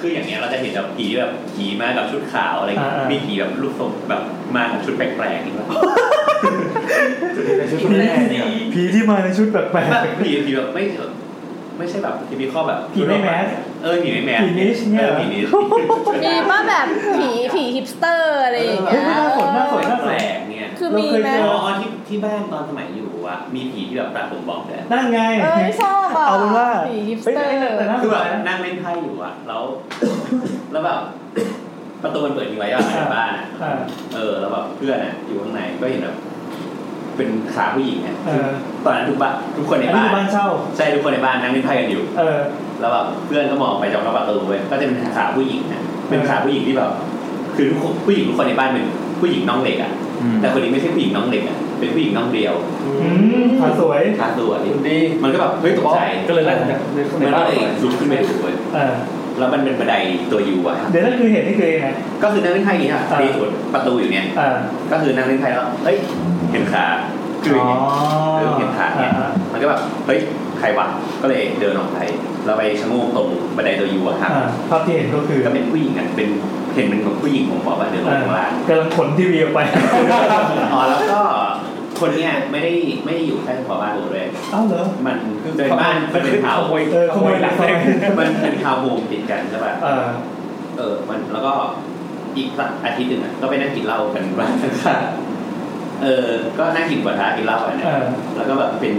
T: คืออย่างเนี้ยเราจะเห็นแบบผีแบบผีมากับชุดขาวอะไรเงี้ย มีผีแบบลูกทรงแบบมากับชุดแปลกๆอีกแล้วชุดแปลกเนี่ย
D: ผีที่มาในชุดแปลก
T: แบบผีผีแบบไม่ไม่ใช่แบบที่มีข้อแบบ
D: ผีไม่แมส
T: เออผีไม่แมส
D: ผีนิชเนี่ย
T: ออผีนิช
B: มีป่ะแบบผีผีฮิปสเตอร์อะไรอย่างเงี้ย
T: แปลกเนี่ย
B: คือมีไหม
T: อ๋อที่ที่บ้านตอนสมัยอยู่อะมีผีที่แบบตาผมบอกแต่
D: ๆนั่นไง
B: เออชอบอ่ะ
D: เอาเป็นว่า
B: ผีฮิปส
D: เฮ้ย
B: เตอร์
D: แต่น่าส
T: คือน แบ
D: ใจ
T: บ
D: นะ
T: นั่งเล่นไพ่อยู่อะแล้ว แล้วแบบประตูมันเปิดทิ้งไว้อะในบ้านอะ
D: อ่า
T: เออ แล้วแบบเพื่อนอะอยู่ข้างในก็เห็นแบบเป็นขาผู้หญิงอะ
D: เออ
T: ตอนนั้นทุกบ้านทุกคนใน
D: อันนี้คือ
T: บ้าน
D: บ้านเช่า
T: ใช่ทุกคนในบ้านนั่งเล่นไพ่กันอยู่
D: เออ
T: แล้วแบบเพื่อนก็มองไปจากหน้าประตูเว้ยก็จะเป็นขาผู้หญิงนะเป็นขาผู้หญิงที่แบบคือทุกคนผู้หญิงทุกคนในบ้านเป็นผู้หญิงน้องเล็กอะแต่คนนี้ไม่ใช่ผู้หญิงน้องเล็กอะเป็นผู้หญิงน้องเดียว
D: อืมขาสวย
T: ขาตัวนี่มันก็แบบเฮ้ยตกใจ
D: ก็เลยไล่มาจาก
T: มันก็เลยลุกขึ้นไปดูเว้ย
D: เออ
T: แล้วมันเป็นบันไดตัวยูอะครับ
D: เดี๋ยวนั่นคือเหตุนี่คือยังไง
T: ก็คือนั่งเล่นไพ่อย่างนี้ค่ะมีถุดประตูอยู่เนี่ย
D: เอ่า
T: ก็คือนั่งเล่นไพ่แล้วเฮ้ย เห็นขาคืออย่างเงี้ยเออเห็นขาเนี่ย มันก็แบบ เฮ้ย ใครวะ ก็เลยเดินออกไป เราไปชะโงกตรงบันไดตัวยูอะครับ
D: อ่าภาพที่เห็นก็คือ
T: ก็เป็นผู้หญิงอะเป็น เห็นเป็นผู้หญิงผมบอกว่าเดินลงข้างล่าง
D: กำลังขนทีวีออกไป
T: อ๋อ แล้วก็คนเนี่ยไม่ได้ไม่ได้อยู่แค่เฉพาะบ้านเราด้วย
D: เอ้าเหรอ
T: มันเป็นบ้านมันเป็นทาวน์
D: เออขโมยหลังแรก
T: มันเป็นทาวน์โฮมติดกันใช่ป่ะ
D: เออ
T: เออมันแล้วก็อีกสักอาทิตย์หนึ่งอะก็ไปนั่งกินเหล้ากันร้านข้างๆเออ ก็นั่งกินกวาทะกินเหล้ากันนะ
D: เออ
T: แล้วก็แบบเป็น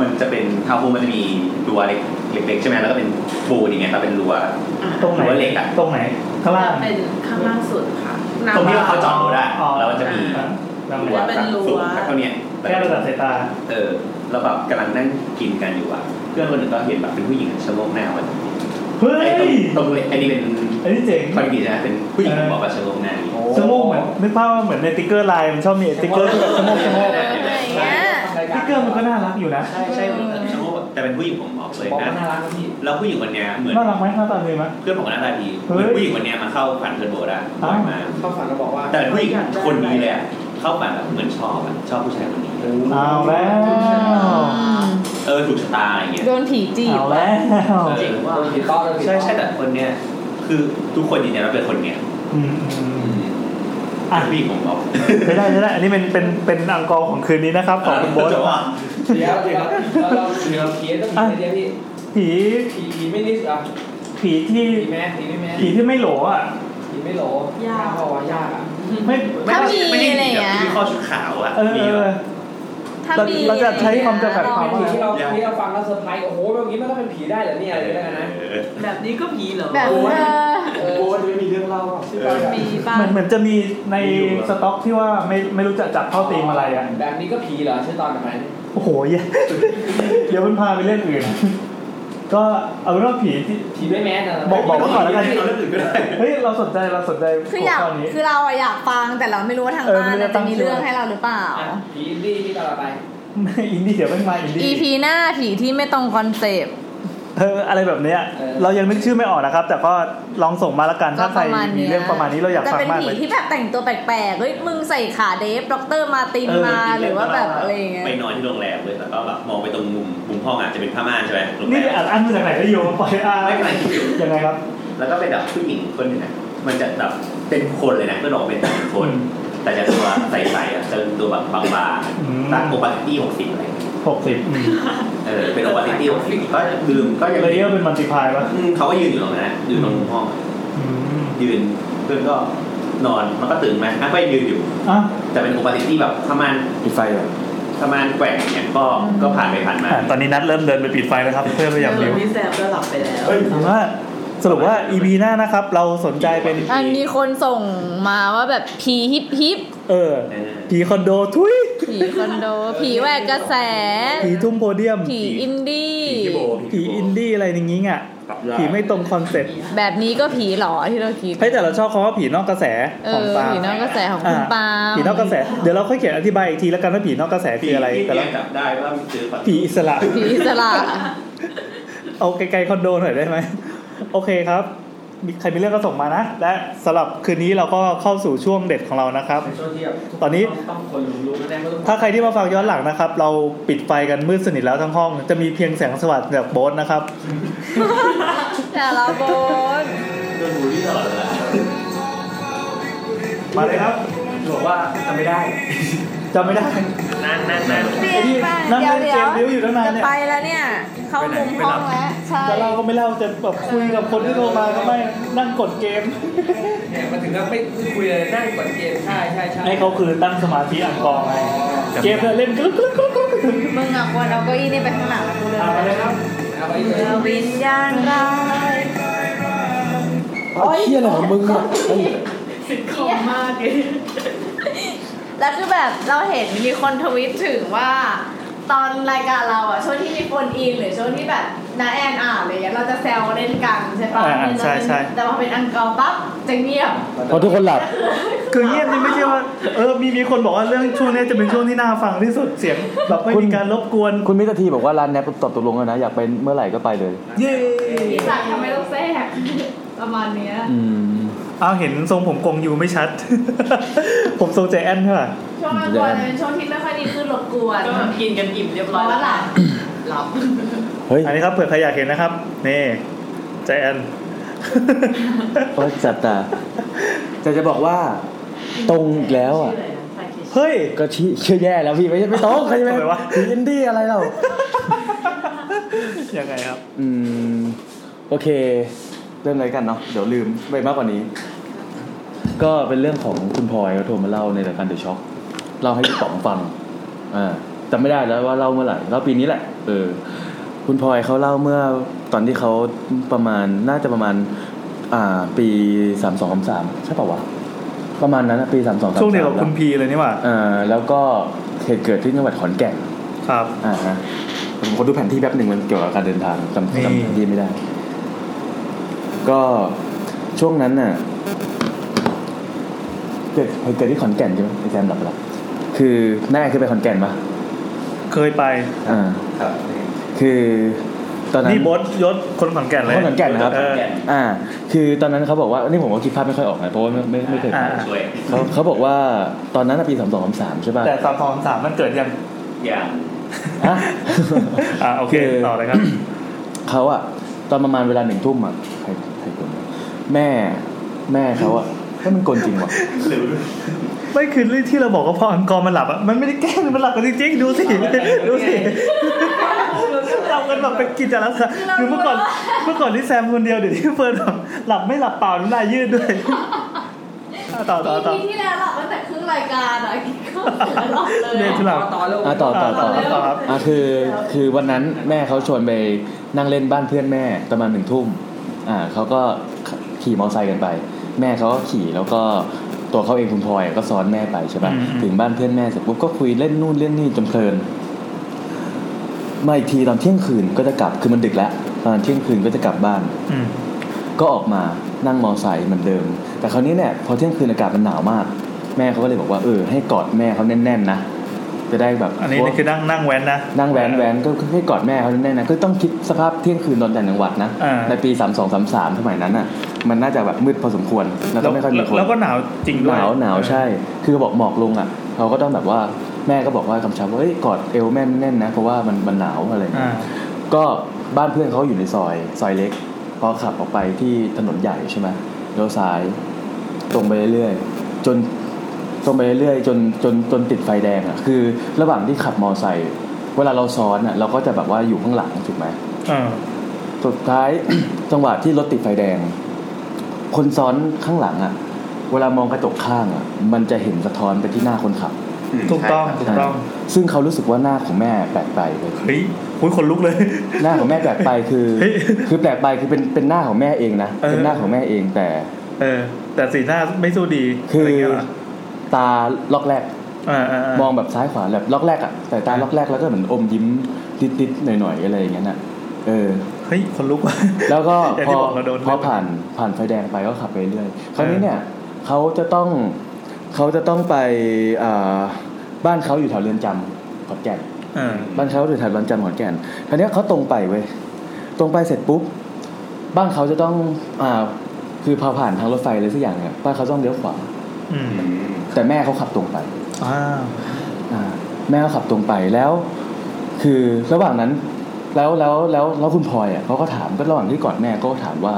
T: มันจะเป็นคาฟูมันจะมีรัวเล็กเล็กๆใช่ไหมแล้วก็เป็นปูนอย่างเงี้ยแล้วเป็นรัว
D: ตรงไหน
T: รัวเหล็กอะ
D: ตรงไหนข้างล่าง
G: เป็นข้างล่างสุดค่ะ
T: ตรงที่ว่าเขาจอดรถอะ
D: อ๋อ
T: แล้วมันจะมีรั้ว
G: จะเป็นรั้ว
T: สูงสักเท่าเนี้ย
D: แค่ระดับสายตา
T: เออเราแบบกำลังนั่งกินกันอยู่อะเพื่อนคนหนึ่งก็เห็นแบบเป็นผู้หญิงชะโงกหน้ามัน
D: เฮ้ย
T: ไอ้ตรงตรงเลยอันนี้เป็น
D: อันนี้เจ๋ง
T: คอนกรีตนะเป็นผู้หญิงบอกว่าชะโงกหน้า
D: สมองเหมือนนึกภาพว่าเหมือนในติ๊กเกอร์ไลน์มันชอบมีไอ้ติ๊กเกอร์ที่แบบสมองสมองติ๊กเกอร์มันก็น่ารักอยู่นะ
T: ใช่ใช่เหมือนชะโงกแต่เป็นผู้หญิงผมบอกเลย
D: บอก
T: นะ
D: ว่าน่ารักนะพี่
T: แล้วผู้หญิงคนเนี้ยเหมือน
D: น่ารักไหมหน้าตาเลยไหม
T: เพื่อนผมก็หน้าตาดี
D: เฮ้ย
T: เหมือนผู้หญิงคนเนี้ยมาเข้าฝันเพื่อนโบได้
D: อ้าว
T: มา
L: เข้าฝันแล้วบอกว่า
T: แต่เป็นผู้หญิงคนนี้เลยอะเข้าฝันแบบเหมือนชอบอะชอบผู้ชายคนนี้
D: เอาแล้ว
T: เออถูกชะตาอะไรเงี้ย
B: โดนผีจีบ
D: เอาแล้ว
T: จริงว่าใช่ใช่แต่คนเนี้ยคือทุกคนยืนยันว่าเป็นคนเนี้ย
D: อืม
T: อ่ะพี่ผมบอก
D: ไม่ได้ไม่ได้อันนี้เป็นเป็นเป็นอังกอร์ของคืนนี้นะครับของคุณโบ๊ท
T: จะว่า
L: เดี๋ยวเดี๋ยวเราเราผีเราผีต้องผีอะไรเดียวพี่
D: ผี
L: ผีผีไม่นิดอ่ะ
D: ผีที่
L: ผีแม่ผีไม่แม่
D: ผีที่ไม่โหลอ่ะ
L: ผีไม่โหลยากพอว่ายากอ่ะ
D: ไม่
B: ถ้ามีอะไรอย่างเงี้ย
T: มีข้อชุดขาวอ่ะ
D: เออ
T: มี
D: เออ
B: ถ้ามี
D: เราจะใช้ความจำกัดความ
L: ผีที่เราผีที่เราฟังแล้วเซอร์ไพรส์โอ้โหแบบนี้มันก็เป็นผีได้เหรอเนี่ยอะไรอย่างเงี้ยนะ
G: แบบนี้ก็ผีเหรอ
B: แบบเออ
L: โอ้ยไม่มีเรื่องเล่า
G: มีบ้า
D: เหมือ
G: ง
D: นเหมือนจะมีในสต็อกที่ว่าไม่ไม่รู้จะจับเข้าตีมอะไรอ่ะ
L: แบบนี้ก็ผีเหรอใช่ตอนไหน
D: โอ้โหเหี้ย เดี๋ยวมันพาไปเรื่องอื่น ก็เอาเป็นว่าผีที่
L: ผีไม่แม่นะ
D: บอกบอกไว้ก่อนแล้วกัน
T: เอาเรื่องอื่นก็ได้
D: เฮ้ยเราสนใจเราสนใจ
B: คืออยาก
D: หัวข้นี้
B: คือเราอะอยากฟังแต่เราไม่รู้ว่าทาง
D: เออ
B: บ้าน
D: ไม่รู้
B: อะ
D: จะตั้
B: จะ
D: ง
B: มี
D: ชื่อ
B: เรื่องให้เราหรือเปล่า
L: ผีดีที่ต่อไป
D: ไม่ อินดี้เดี๋ยวแม่งมาอินดี้
B: EP หน้าผีที่ไม่ตรงคอนเซปต์
D: เอออะไรแบบเนี้ย เรายังนึกชื่อไม่ออกนะครับ แต่ก็ลองส่งมาละกันถ้าใครมีเรื่องประมาณนี้เราอยาก
B: จะ
D: ฟัง
B: เป็น
D: มาก
B: ผี
D: เลย
B: ที่แบบแต่งตัวแปลกๆ เฮ้ย มึงใส่ขาเดฟด็อกเตอร์มาร์ตินมา หรือว่าแบบอะไรอย่างเงี้ย
T: ไปนอนที่โรงแรมเลยแล้วก็แบบมองไปตรงมุมมุมห้องอ่ะจะเป็นผ้าม่านใช่ไหมโรงแร
D: นี่
T: ม
D: อัดอั้นมาจากไหนก็โยมมาปล่อยอ่า
T: ไม่เป็นไรคิดอยู่
D: ยังไงครับ
T: แล้วก็เป็นแบบผู้หญิงคนหนึงอะมันจะแบบเป็นคนเลยนะก็หลอกเป็นแบบคน แต่จะตัวใสๆอ่ะจะเป็นตัวแบบบาง
D: อืม
T: ๆตั้งโอปาร์ตี้หกสิบอะไร
D: หกสิบ
T: เออเป็นโอปาซิตี้ของฟิกก็ดื่มก็ยัง
D: เลเยอร์เป็นมัลติพายปะ
T: อืมเขาก็ยืนอยู่ตรงนั้นนะยืนตรงมุมห้อง
D: อืม
T: ยืนเพื่อนก็นอนมันก็ตื่นมาอ่ะก็ยังยืนอยู่
D: อ่ะ
T: แต่เป็นโอปาซิตี้แบบประมาณ
V: ปิดไฟเหรอ
T: ประมาณแกว่งอย่างเงี้ยก็ก็ผ่านไปผ่านมา
D: อ่ะตอนนี้นัดเริ่มเดินไปปิดไฟแล้วครับ เพื่อพยายาม
G: เอ
D: เร็
G: อ
D: ว
G: พี่แซมก็หลับไปแล้ว
D: ถามว่าสรุปว่า EP หน้านะครับ เราสนใจเป็น
B: อันมีคนส่งมาว่าแบบผีฮิปฮิป
D: เออ
T: เออ
D: ผีคอนโดทุย
B: ผีคอนโด ผีแหวกกระแส
D: ผีทุ่มโพเดียม
B: ผีอินดี้
V: พี่โบ
D: ผี
V: พี่โบ
D: อินดี้อะไรอย่างงี้อ่ะ
V: ปรับยาก
D: ผีไม่ตรงคอนเซ็ปต์
B: แบบนี้ก็ผีหรอที่เราคิด
D: ให้ยแต่เราชอบคำว่าผีนอกกระแส
B: เอ
D: ของ
B: อ
D: ปาล์ม
B: ผีนอกกระแสของคุณปาล์ม
D: ผีนอกกระแส เดี๋ยวเราค่อยเขียนอธิบายอีกทีแล้วกันว่าผีนอกกระแสคืออะไร
T: ที่
D: แต่ละ
T: เรียกจับได้ว่ามันคือแบบ
D: ผีอิสระ
B: ผีอิสระ
D: เอาไกลๆคอนโดหน่อยได้ไหม โอเคครับมีใครมีเรื่องก็ส่งมานะ และสำหรับคืนนี้เราก็เข้าสู่ช่วงเด็ดของเรานะครับ
L: ในช่วงที่แบบ
D: ตอนนี้
L: ต้องคนลุกๆแน่ๆก็ต้อง
D: ถ้าใครที่มาฟังย้อนหลังนะครับ เราปิดไฟกันมืดสนิทแล้วทั้งห้อง จะมีเพียงแสงสว่างจากโบสนะครับ
B: แต่ละโบน
T: โดนบูลลี่ตลอดเวลา
D: มาเลยครับ
O: บอกว่าจำไม่ได้
D: จำไม่ได้
O: นั่งนั่งนั่ง
B: เปลี่ยนไป
D: นั่งเล่น
B: เดี๋ยวเดี๋
D: เกม
B: ยว
D: บิ้วอยู่ตั้งนาน
B: จะ
D: เนี่ย
B: ไปแล้วเนี่ย เข้ามุมห้องแล้ว ใช่
D: จะเล่าก็ไม่เล่าจะแบบคุยกับคนที่โทรมาก็ไม่นั่งกดเกม
L: เนี่ยมาถึงก็ไม่คุยเลยนั่งกดเกมใช่ใช่ใช่
D: ให้เขาคือตั้งสมาธิอังกอร์ไงเกมเนี่ยเล่นกรึ๊กกรึ๊กกรึ๊กกรึ๊กกรึ๊ก
B: มึงอ่ะควรเอาเก้าอี้นี่ไปข้างหลังแล้วกู
D: อ่ะมา
B: เดินไป
D: เลยครับ
L: เอาไป
B: เมื่
L: เลย
B: อวิญญาณร้าย
E: เอาเที่ยอะไรของมึงอ่ะเฮ้ย
G: สิทคอมมากเลย
B: แล้วคือแบบเราเห็นมีคนทวิตถึงว่า ตอนรายการเราอะช่วงที่มีคนอินหรือช่วงที่แบบนาแอนอ่านอะไรเงี้ยเราจะแซวเล่นกันใช่ปะ
D: อ่าใช่ใช่
B: แต่พอเป็นอังกอร์ปั๊บจะเงียบ
V: เพราะทุกคนหลับ
D: คือเงียบนี่ไม่ใช่ว่าเออมีมีคนบอกว่าเรื่องช่วงเนี้ยจะเป็นช่วงที่น่าฟังที่สุดเสียงแบบไม่มีการรบกวน
C: คุณมิตรทีบอกว่าร้านแนปตอบตกลงแล้วนะ อยากไปเมื่อไหร่ก็ไปเลย
D: เย้
B: อีสัตว์ทำไมต้องแทรกประมาณเนี้ย
C: อืม
D: เอาเห็นทรงผมกงอยู่ไม่ชัด ผมทรงใจแอนใช่ป่ะ
B: ช่วงอังกอร์จะเป็นช่วงที่ไม่ค่อยดีขึ้นรบกวน
G: ก็แบบกินกันอิ่มเรียบ
B: ร้
G: ร้
B: อแล้
G: อย ยแล้ว ว
B: ล่ะ
G: ล่ะหลับ
C: เฮ้ย
D: อันนี้ครับเผื่อใครอยากเห็นนะครับ นี่ใจแอน
C: โอ๊ยจับตาแต่จะบอกว่าตรงอีกแล้วอ่ะ
D: เฮ้ย
C: ก็ชี้ชื่อแย่แล้วพี่ไม่ใช่ไม่ตรงใช่ไหม
D: ทำไมวะ
C: ผีอินดี้อะไรเรา
D: ยังไงครับ
C: อืม โอเค
G: เรื่องอะไรกันเนาะเดี๋ยวลืมไปมากกว่านี้ ก็เป็นเรื่องของคุณพลอยเขาโทรมาเล่าในรายการเดอะช็อคเล่าให้พี่ป๋องฟังอ่าจำไม่ได้แล้วว่าเล่าเมื่อไหร่เล่าปีนี้แหละเออคุณพลอยเขาเล่าเมื่อตอนที่เขาประมาณน่าจะประมาณ อ่า ปีสามสองสามใช่ป่าวะประมาณนั้นนะปีสามสองสาม
D: ช่วงเดียวกับคุณพีเลยนี่หว่า
G: อ่าแล้วก็เหตุเกิดที่จังหวัดขอนแก่น
D: ครับ
G: อ่าฮะผมขอดูแผนที่แป๊บหนึ่งมันเกี่ยวกับการเดินทางจำ
D: นี่
G: จำแผนที่ไม่ได้ ก็ช่วงนั้นน่ะเกิดเหตุเกิดที่ขอนแก่นใช่ไหมไอแซมหลับไปแล้วคือแม่เคยไปขอนแก่นปะ
D: เคยไป
G: อ่าคือตอนนั้น
D: นี่บดยศคนขอนแก่นเลย
G: คนขอนแก่นนะครับ
D: เออ
G: อ่า คือตอนนั้นเขาบอกว่า นี่ผมก็คิดภาพไม่ค่อยออกนะเพราะว่าไม่ไม่ไม่เคยไป
D: อ่า
G: เขาเขาบอกว่าตอนนั้นน่ะปีสองสองสามสามใช่ป่ะ
D: แต่สามสองสามมันเกิดยัง
P: อย่าง
D: อ่าโอเคต่อเลย ครับ
G: เขาอะตอนประมาณเวลาหนึ่งทุ่มอะใครใครกลวะแม่ แม่เขาอะให้ยมันกลจริงวะ
D: ไม่คือเรื่องที่เราบอกว่าพออังกอร์มันหลับอ่ะมันไม่ได้แกล้งมันหลับกันจริงๆดู สิดูสิหลับกันแบบเป็นกิจลักษณะคือเมื่อก่ อนเมื่อก่อนที่แซมคนเดียวเดี๋ยวที่เฟิร์นแบบหลับไม่หลับเปล่าน้ำลายยืด ด้วยอ่ะต่อต่อต่อ
B: ปีที่แล้วหลับตั้งแต่ครึ่งรายการอะกินข้าวเสร็จแล้วหลับเลย
D: เดทหลับ
G: อ่ะต่อต่อต่ออ่ะคือคือวันนั้นแม่เขาชวนไปนั่งเล่นบ้านเพื่อนแม่ประมาณหนึ่งทุ่มอ่าเขาก็ขี่มอเตอร์ไซค์กันไป แม่เขาก็ขี่แล้วก็ตัวเขาเองคุณพลอยก็ซ้อนแม่ไปใช่ป่ะ
D: อืมอืม
G: ถึงบ้านเพื่อนแม่เสร็จปุ๊บก็คุยเล่นนู่นเล่นนี่จนเพลิน มาอีกทีตอนเที่ยงคืนก็จะกลับคือมันดึกแล้วตอนเที่ยงคืนก็จะกลับบ้าน
D: อืม
G: ก็ออกมานั่งมอไซค์เหมือนเดิม แต่คราวนี้เนี่ยพอเที่ยงคืนอากาศมันหนาวมาก แม่เขาก็เลยบอกว่าเออให้กอดแม่เขาแน่นๆนะจะได้แบบ
D: อันนี้นี่คือนั่งนั่งแว้นนะ
G: นั่งแหวนแหวนก็ให้กอดแม่เขาแน่นๆนะก็ต้องคิดสภาพเที่ยงคืนตอนแต่างจังหวัดนะ
D: อ่า
G: ในปี3 2 3 3สมัยนั้นอ่ะ มันน่าจะแบบมืดพอสมควรแล้วก็ไม่ค่อยมีคน
D: แล้วก็หนาวจริงด้วย
G: หนาวหนาวใช่ คือบอกหมอกลงอ่ะเขาก็ต้องแบบว่าแม่ก็บอกว่ากำชับว่าเอ้ยกอดเอวแม่แน่นๆนะเพราะว่ามันมันหนาวอะไรอย่างเงี้ย
D: อ่า
G: ก็บ้านเพื่อนเขาอยู่ในซอยซอยเล็ก พอขับออกไปที่ถนนใหญ่ใช่ไหมเลี้ยวซ้าย ตรงไปเรื่อยๆจนตรงไปเรื่อยๆจนจนจนติดไฟแดงอ่ะคือ ระหว่างที่ขับมอไซค์เวลาเราซ้อนอ่ะเราก็จะแบบว่าอยู่ข้างหลังถูกไหม
D: อ่า
G: สุดท้าย จังหวะที่รถติดไฟแดง คนซ้อนข้างหลังอะ่ะ เวลามองกระจกข้างอะ่ะ มันจะเห็นสะท้อนไปที่หน้าคนขับ
D: อืมถูกต้อง
G: ใช่ค
D: ถู
G: รับ
D: กต้อง
G: ซึ่งเขารู้สึกว่าหน้าของแม่แปลกไปเลย
D: เฮ้ยคุยขนลุกเลย
G: หน้าของแม่แปลกไปคือ คือแปลกไปคือเป็นเป็นหน้าของแม่เองนะ
D: เออ
G: เป็นหน้าของแม่เองแต่
D: เออ แต่สีหน้าไม่สู้ดี
G: คือ อตาล็อกแรก
D: อ่าอ่าม
G: องแบบซ้ายขวาแบบล็อกแรกอะ่ะแต่ตาล็อกแรกแล้วก็เหมือนอมยิ้มติดๆหน่อยๆอะไรอย่างเงี้ยน่ะเออ
D: เฮ้ยคนลุก ว่ะ
G: แล้วก็
D: อย่าง
G: พ
D: ที่
G: อ
D: บอกเราโดน
G: พอผ่านผ่านไฟแดงไปก็ขับไปเรื่อยคราวนี้
D: เออ
G: เนี่ยเขาจะต้องเขาจะต้องไปอ่าบ้านเขาอยู่แถวเรือนจำขอนแก่น
D: อ่า
G: บ้านเขาอยู่แถวเรือนจำขอนแก่นคราวนี้เขาตรงไปเว้ยตรงไปเสร็จปุ๊บบ้านเขาจะต้องอ่าคือพอผ่านทางรถไฟเลยสักอย่างเนี่ยบ้านเขาต้องเลี้ยวขวา
D: อืม
G: แต่แม่เขาขับตรงไป
D: อ่า
G: อ่าแม่ก็ขับตรงไปแล้ว คือระหว่างนั้น แล้วแล้วแล้วแล้วคุณพลอยอ่ะเขาก็ถามก็ระหว่างที่กอดแม่ก็ถามว่า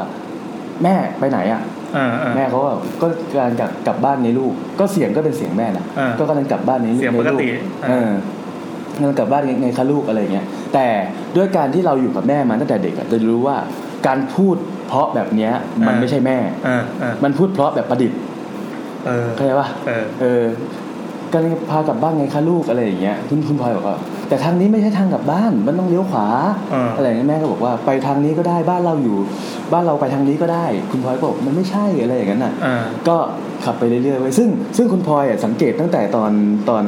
G: แม่ไปไหนอ่ะ
D: อ่าอ่า
G: แม่เขาก็ก็กำลังกลับกลับบ้านในลูก ก็เสียงก็เป็นเสียงแม่นะ
D: อ่า
G: ก็กำลังกลับบ้านในลูก
D: เสียงปกติ
G: ในลูเออกำลังกลับบ้านในในคะลูกอะไรอย่างเงี้ย แต่ด้วยการที่เราอยู่กับแม่มาตั้งแต่เด็กอะจะรู้ว่าการพูดเพราะแบบเนี้ยมันไม่ใช่แม่
D: อ่าอ่า
G: มันพูดเพราะแบบประดิษฐ์
D: เออ
G: เข้าใจป่ะ
D: เออ
G: เออก็เลยพากลับบ้านไงคะลูกอะไรอย่างเงี้ยคุณคุณพลอยบอกว่า แต่ทางนี้ไม่ใช่ทางกลับบ้าน มันต้องเลี้ยวขวา
D: อ่า
G: อะไรอย่างเงี้ยแม่ก็บอกว่าไปทางนี้ก็ได้บ้านเราอยู่ บ้านเราไปทางนี้ก็ได้ คุณพลอยก็บอกมันไม่ใช่อะไรอย่างนั้นน่ะ
D: อ่า
G: ก็ขับไปเรื่อยๆไว้ยซึ่งซึ่งคุณพลอยอ่ะสังเกตตั้งแต่ตอนตอน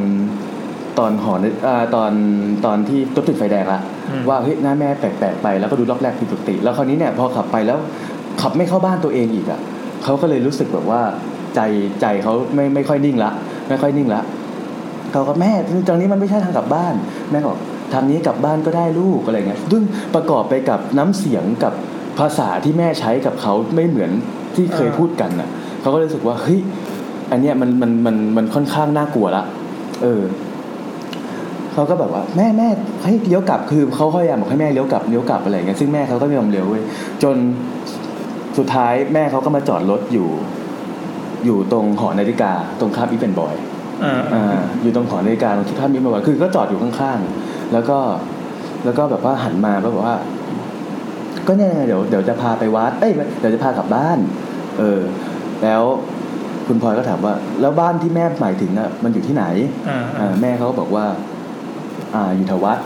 G: ตอนหอนาฬิอ่าตอนตอนที่รถติดไฟแดงละ
D: อืม
G: ว่าเฮ้ยหน้าแม่แปลกๆไปแล้วก็ดูล็อกแรกผิดปกติ แล้วคราวนี้เนี่ยพอขับไปแล้วขับไม่เข้าบ้านตัวเองอีกอ่ะเขาก็เลยรู้สึกแบบว่าใจใจเขาไม่ไม่ค่อยนิ่งละไม่ค่อยนิ่งละเขาก็แม่ตรงนี้มันไม่ใช่ทางกลับบ้าน แม่ก็บอกทางนี้กลับบ้านก็ได้ลูกอะไรเงี้ยซึ่งประกอบไปกับน้ำเสียงกับภาษาที่แม่ใช้กับเขาไม่เหมือนที่เคยพูดกันอ่ะ เขาก็เลยรู้สึกว่าเฮ้ยอันเนี้ยมันมันมันมันค่อนข้างน่ากลัวละเออเขาก็แบบว่า แม่แม่ให้ยเลี้ยวกลับคือเขาพยายามบอกให้แม่เลี้ยวกลับเลี้ยวกลับอะไรอย่างเงี้ยซึ่งแม่เขาก็ไม่ยอมเลี้ยวเว้ยจนสุดท้ายแม่เขาก็มาจอดรถอยู่ อยู่ตรงหอนาฬิกา ตรงข้ามอีเป็นบอย
D: อ่า
G: อ่าอยู่ตรงหอนาฬิกาตรงที่ท่ามิตรมาวันคือก็จอดอยู่ข้างๆ แล้วก็แล้วก็แบบว่าหันมาแล้วบอกว่า ก็เนี่ยไงเดี๋ยวเดี๋ยวจะพาไปวัดเอ้ยเดี๋ยวจะพากลับบ้าน เออ แล้วคุณพลอยก็ถามว่า แล้วบ้านที่แม่หมายถึงอ่ะมันอยู่ที่ไหน
D: อ่า
G: อ่าแม่เขาก็บอกว่า อ่าอยู่แถววัด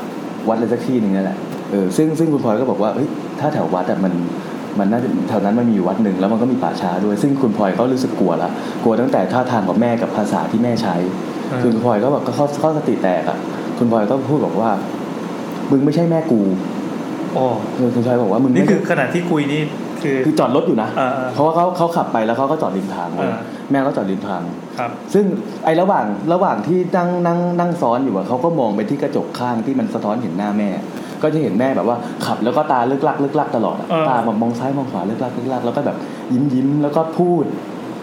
G: วัดอะไรสักที่หนึ่งนั่นแหละเออซึ่งซึ่งคุณพลอยก็บอกว่าเฮ้ยถ้าแถววัดอะมันมันน่าจะแถวนั้นมันมีอยู่วัดหนึ่งแล้วมันก็มีป่าช้าด้วย ซึ่งคุณพลอยก็รู้สึกกลัวละกลัวตั้งแต่ท่าทางของแม่กับภาษาที่แม่ใช้
D: อืม
G: คือคุณพลอยก็แบบก็เข้าเข้าสติแตกอะคุณพลอยก็พูดบอกว่า มึงไม่ใช่แม่กู
D: อ๋อ
G: คุณพลอยบอกว่ามึง
D: นี่
G: ไม่
D: คือขณะที่คุยนี่คือ
G: คือจอดรถอยู่นะเพราะว่าเขาเขาขับไปแล้วเขาก็จอดริมทางเลย
D: อ่า
G: แม่ก็จอดริมทาง
D: ครับ
G: ซึ่งไอ้ระหว่างระหว่างที่นั่งนั่งนั่งซ้อนอยู่อะเขาก็มองไปที่กระจกข้างที่มันสะท้อนเห็นหน้าแม่ ก็จะเห็นแม่แบบว่าขับแล้วก็ตาเลิกลักเลิกลักตลอดอะ
D: เออ
G: ตาแบบมองซ้ายมองขวาเลิกลักเลิกลักแล้วก็แบบยิ้มยิ้มแล้วก็พูด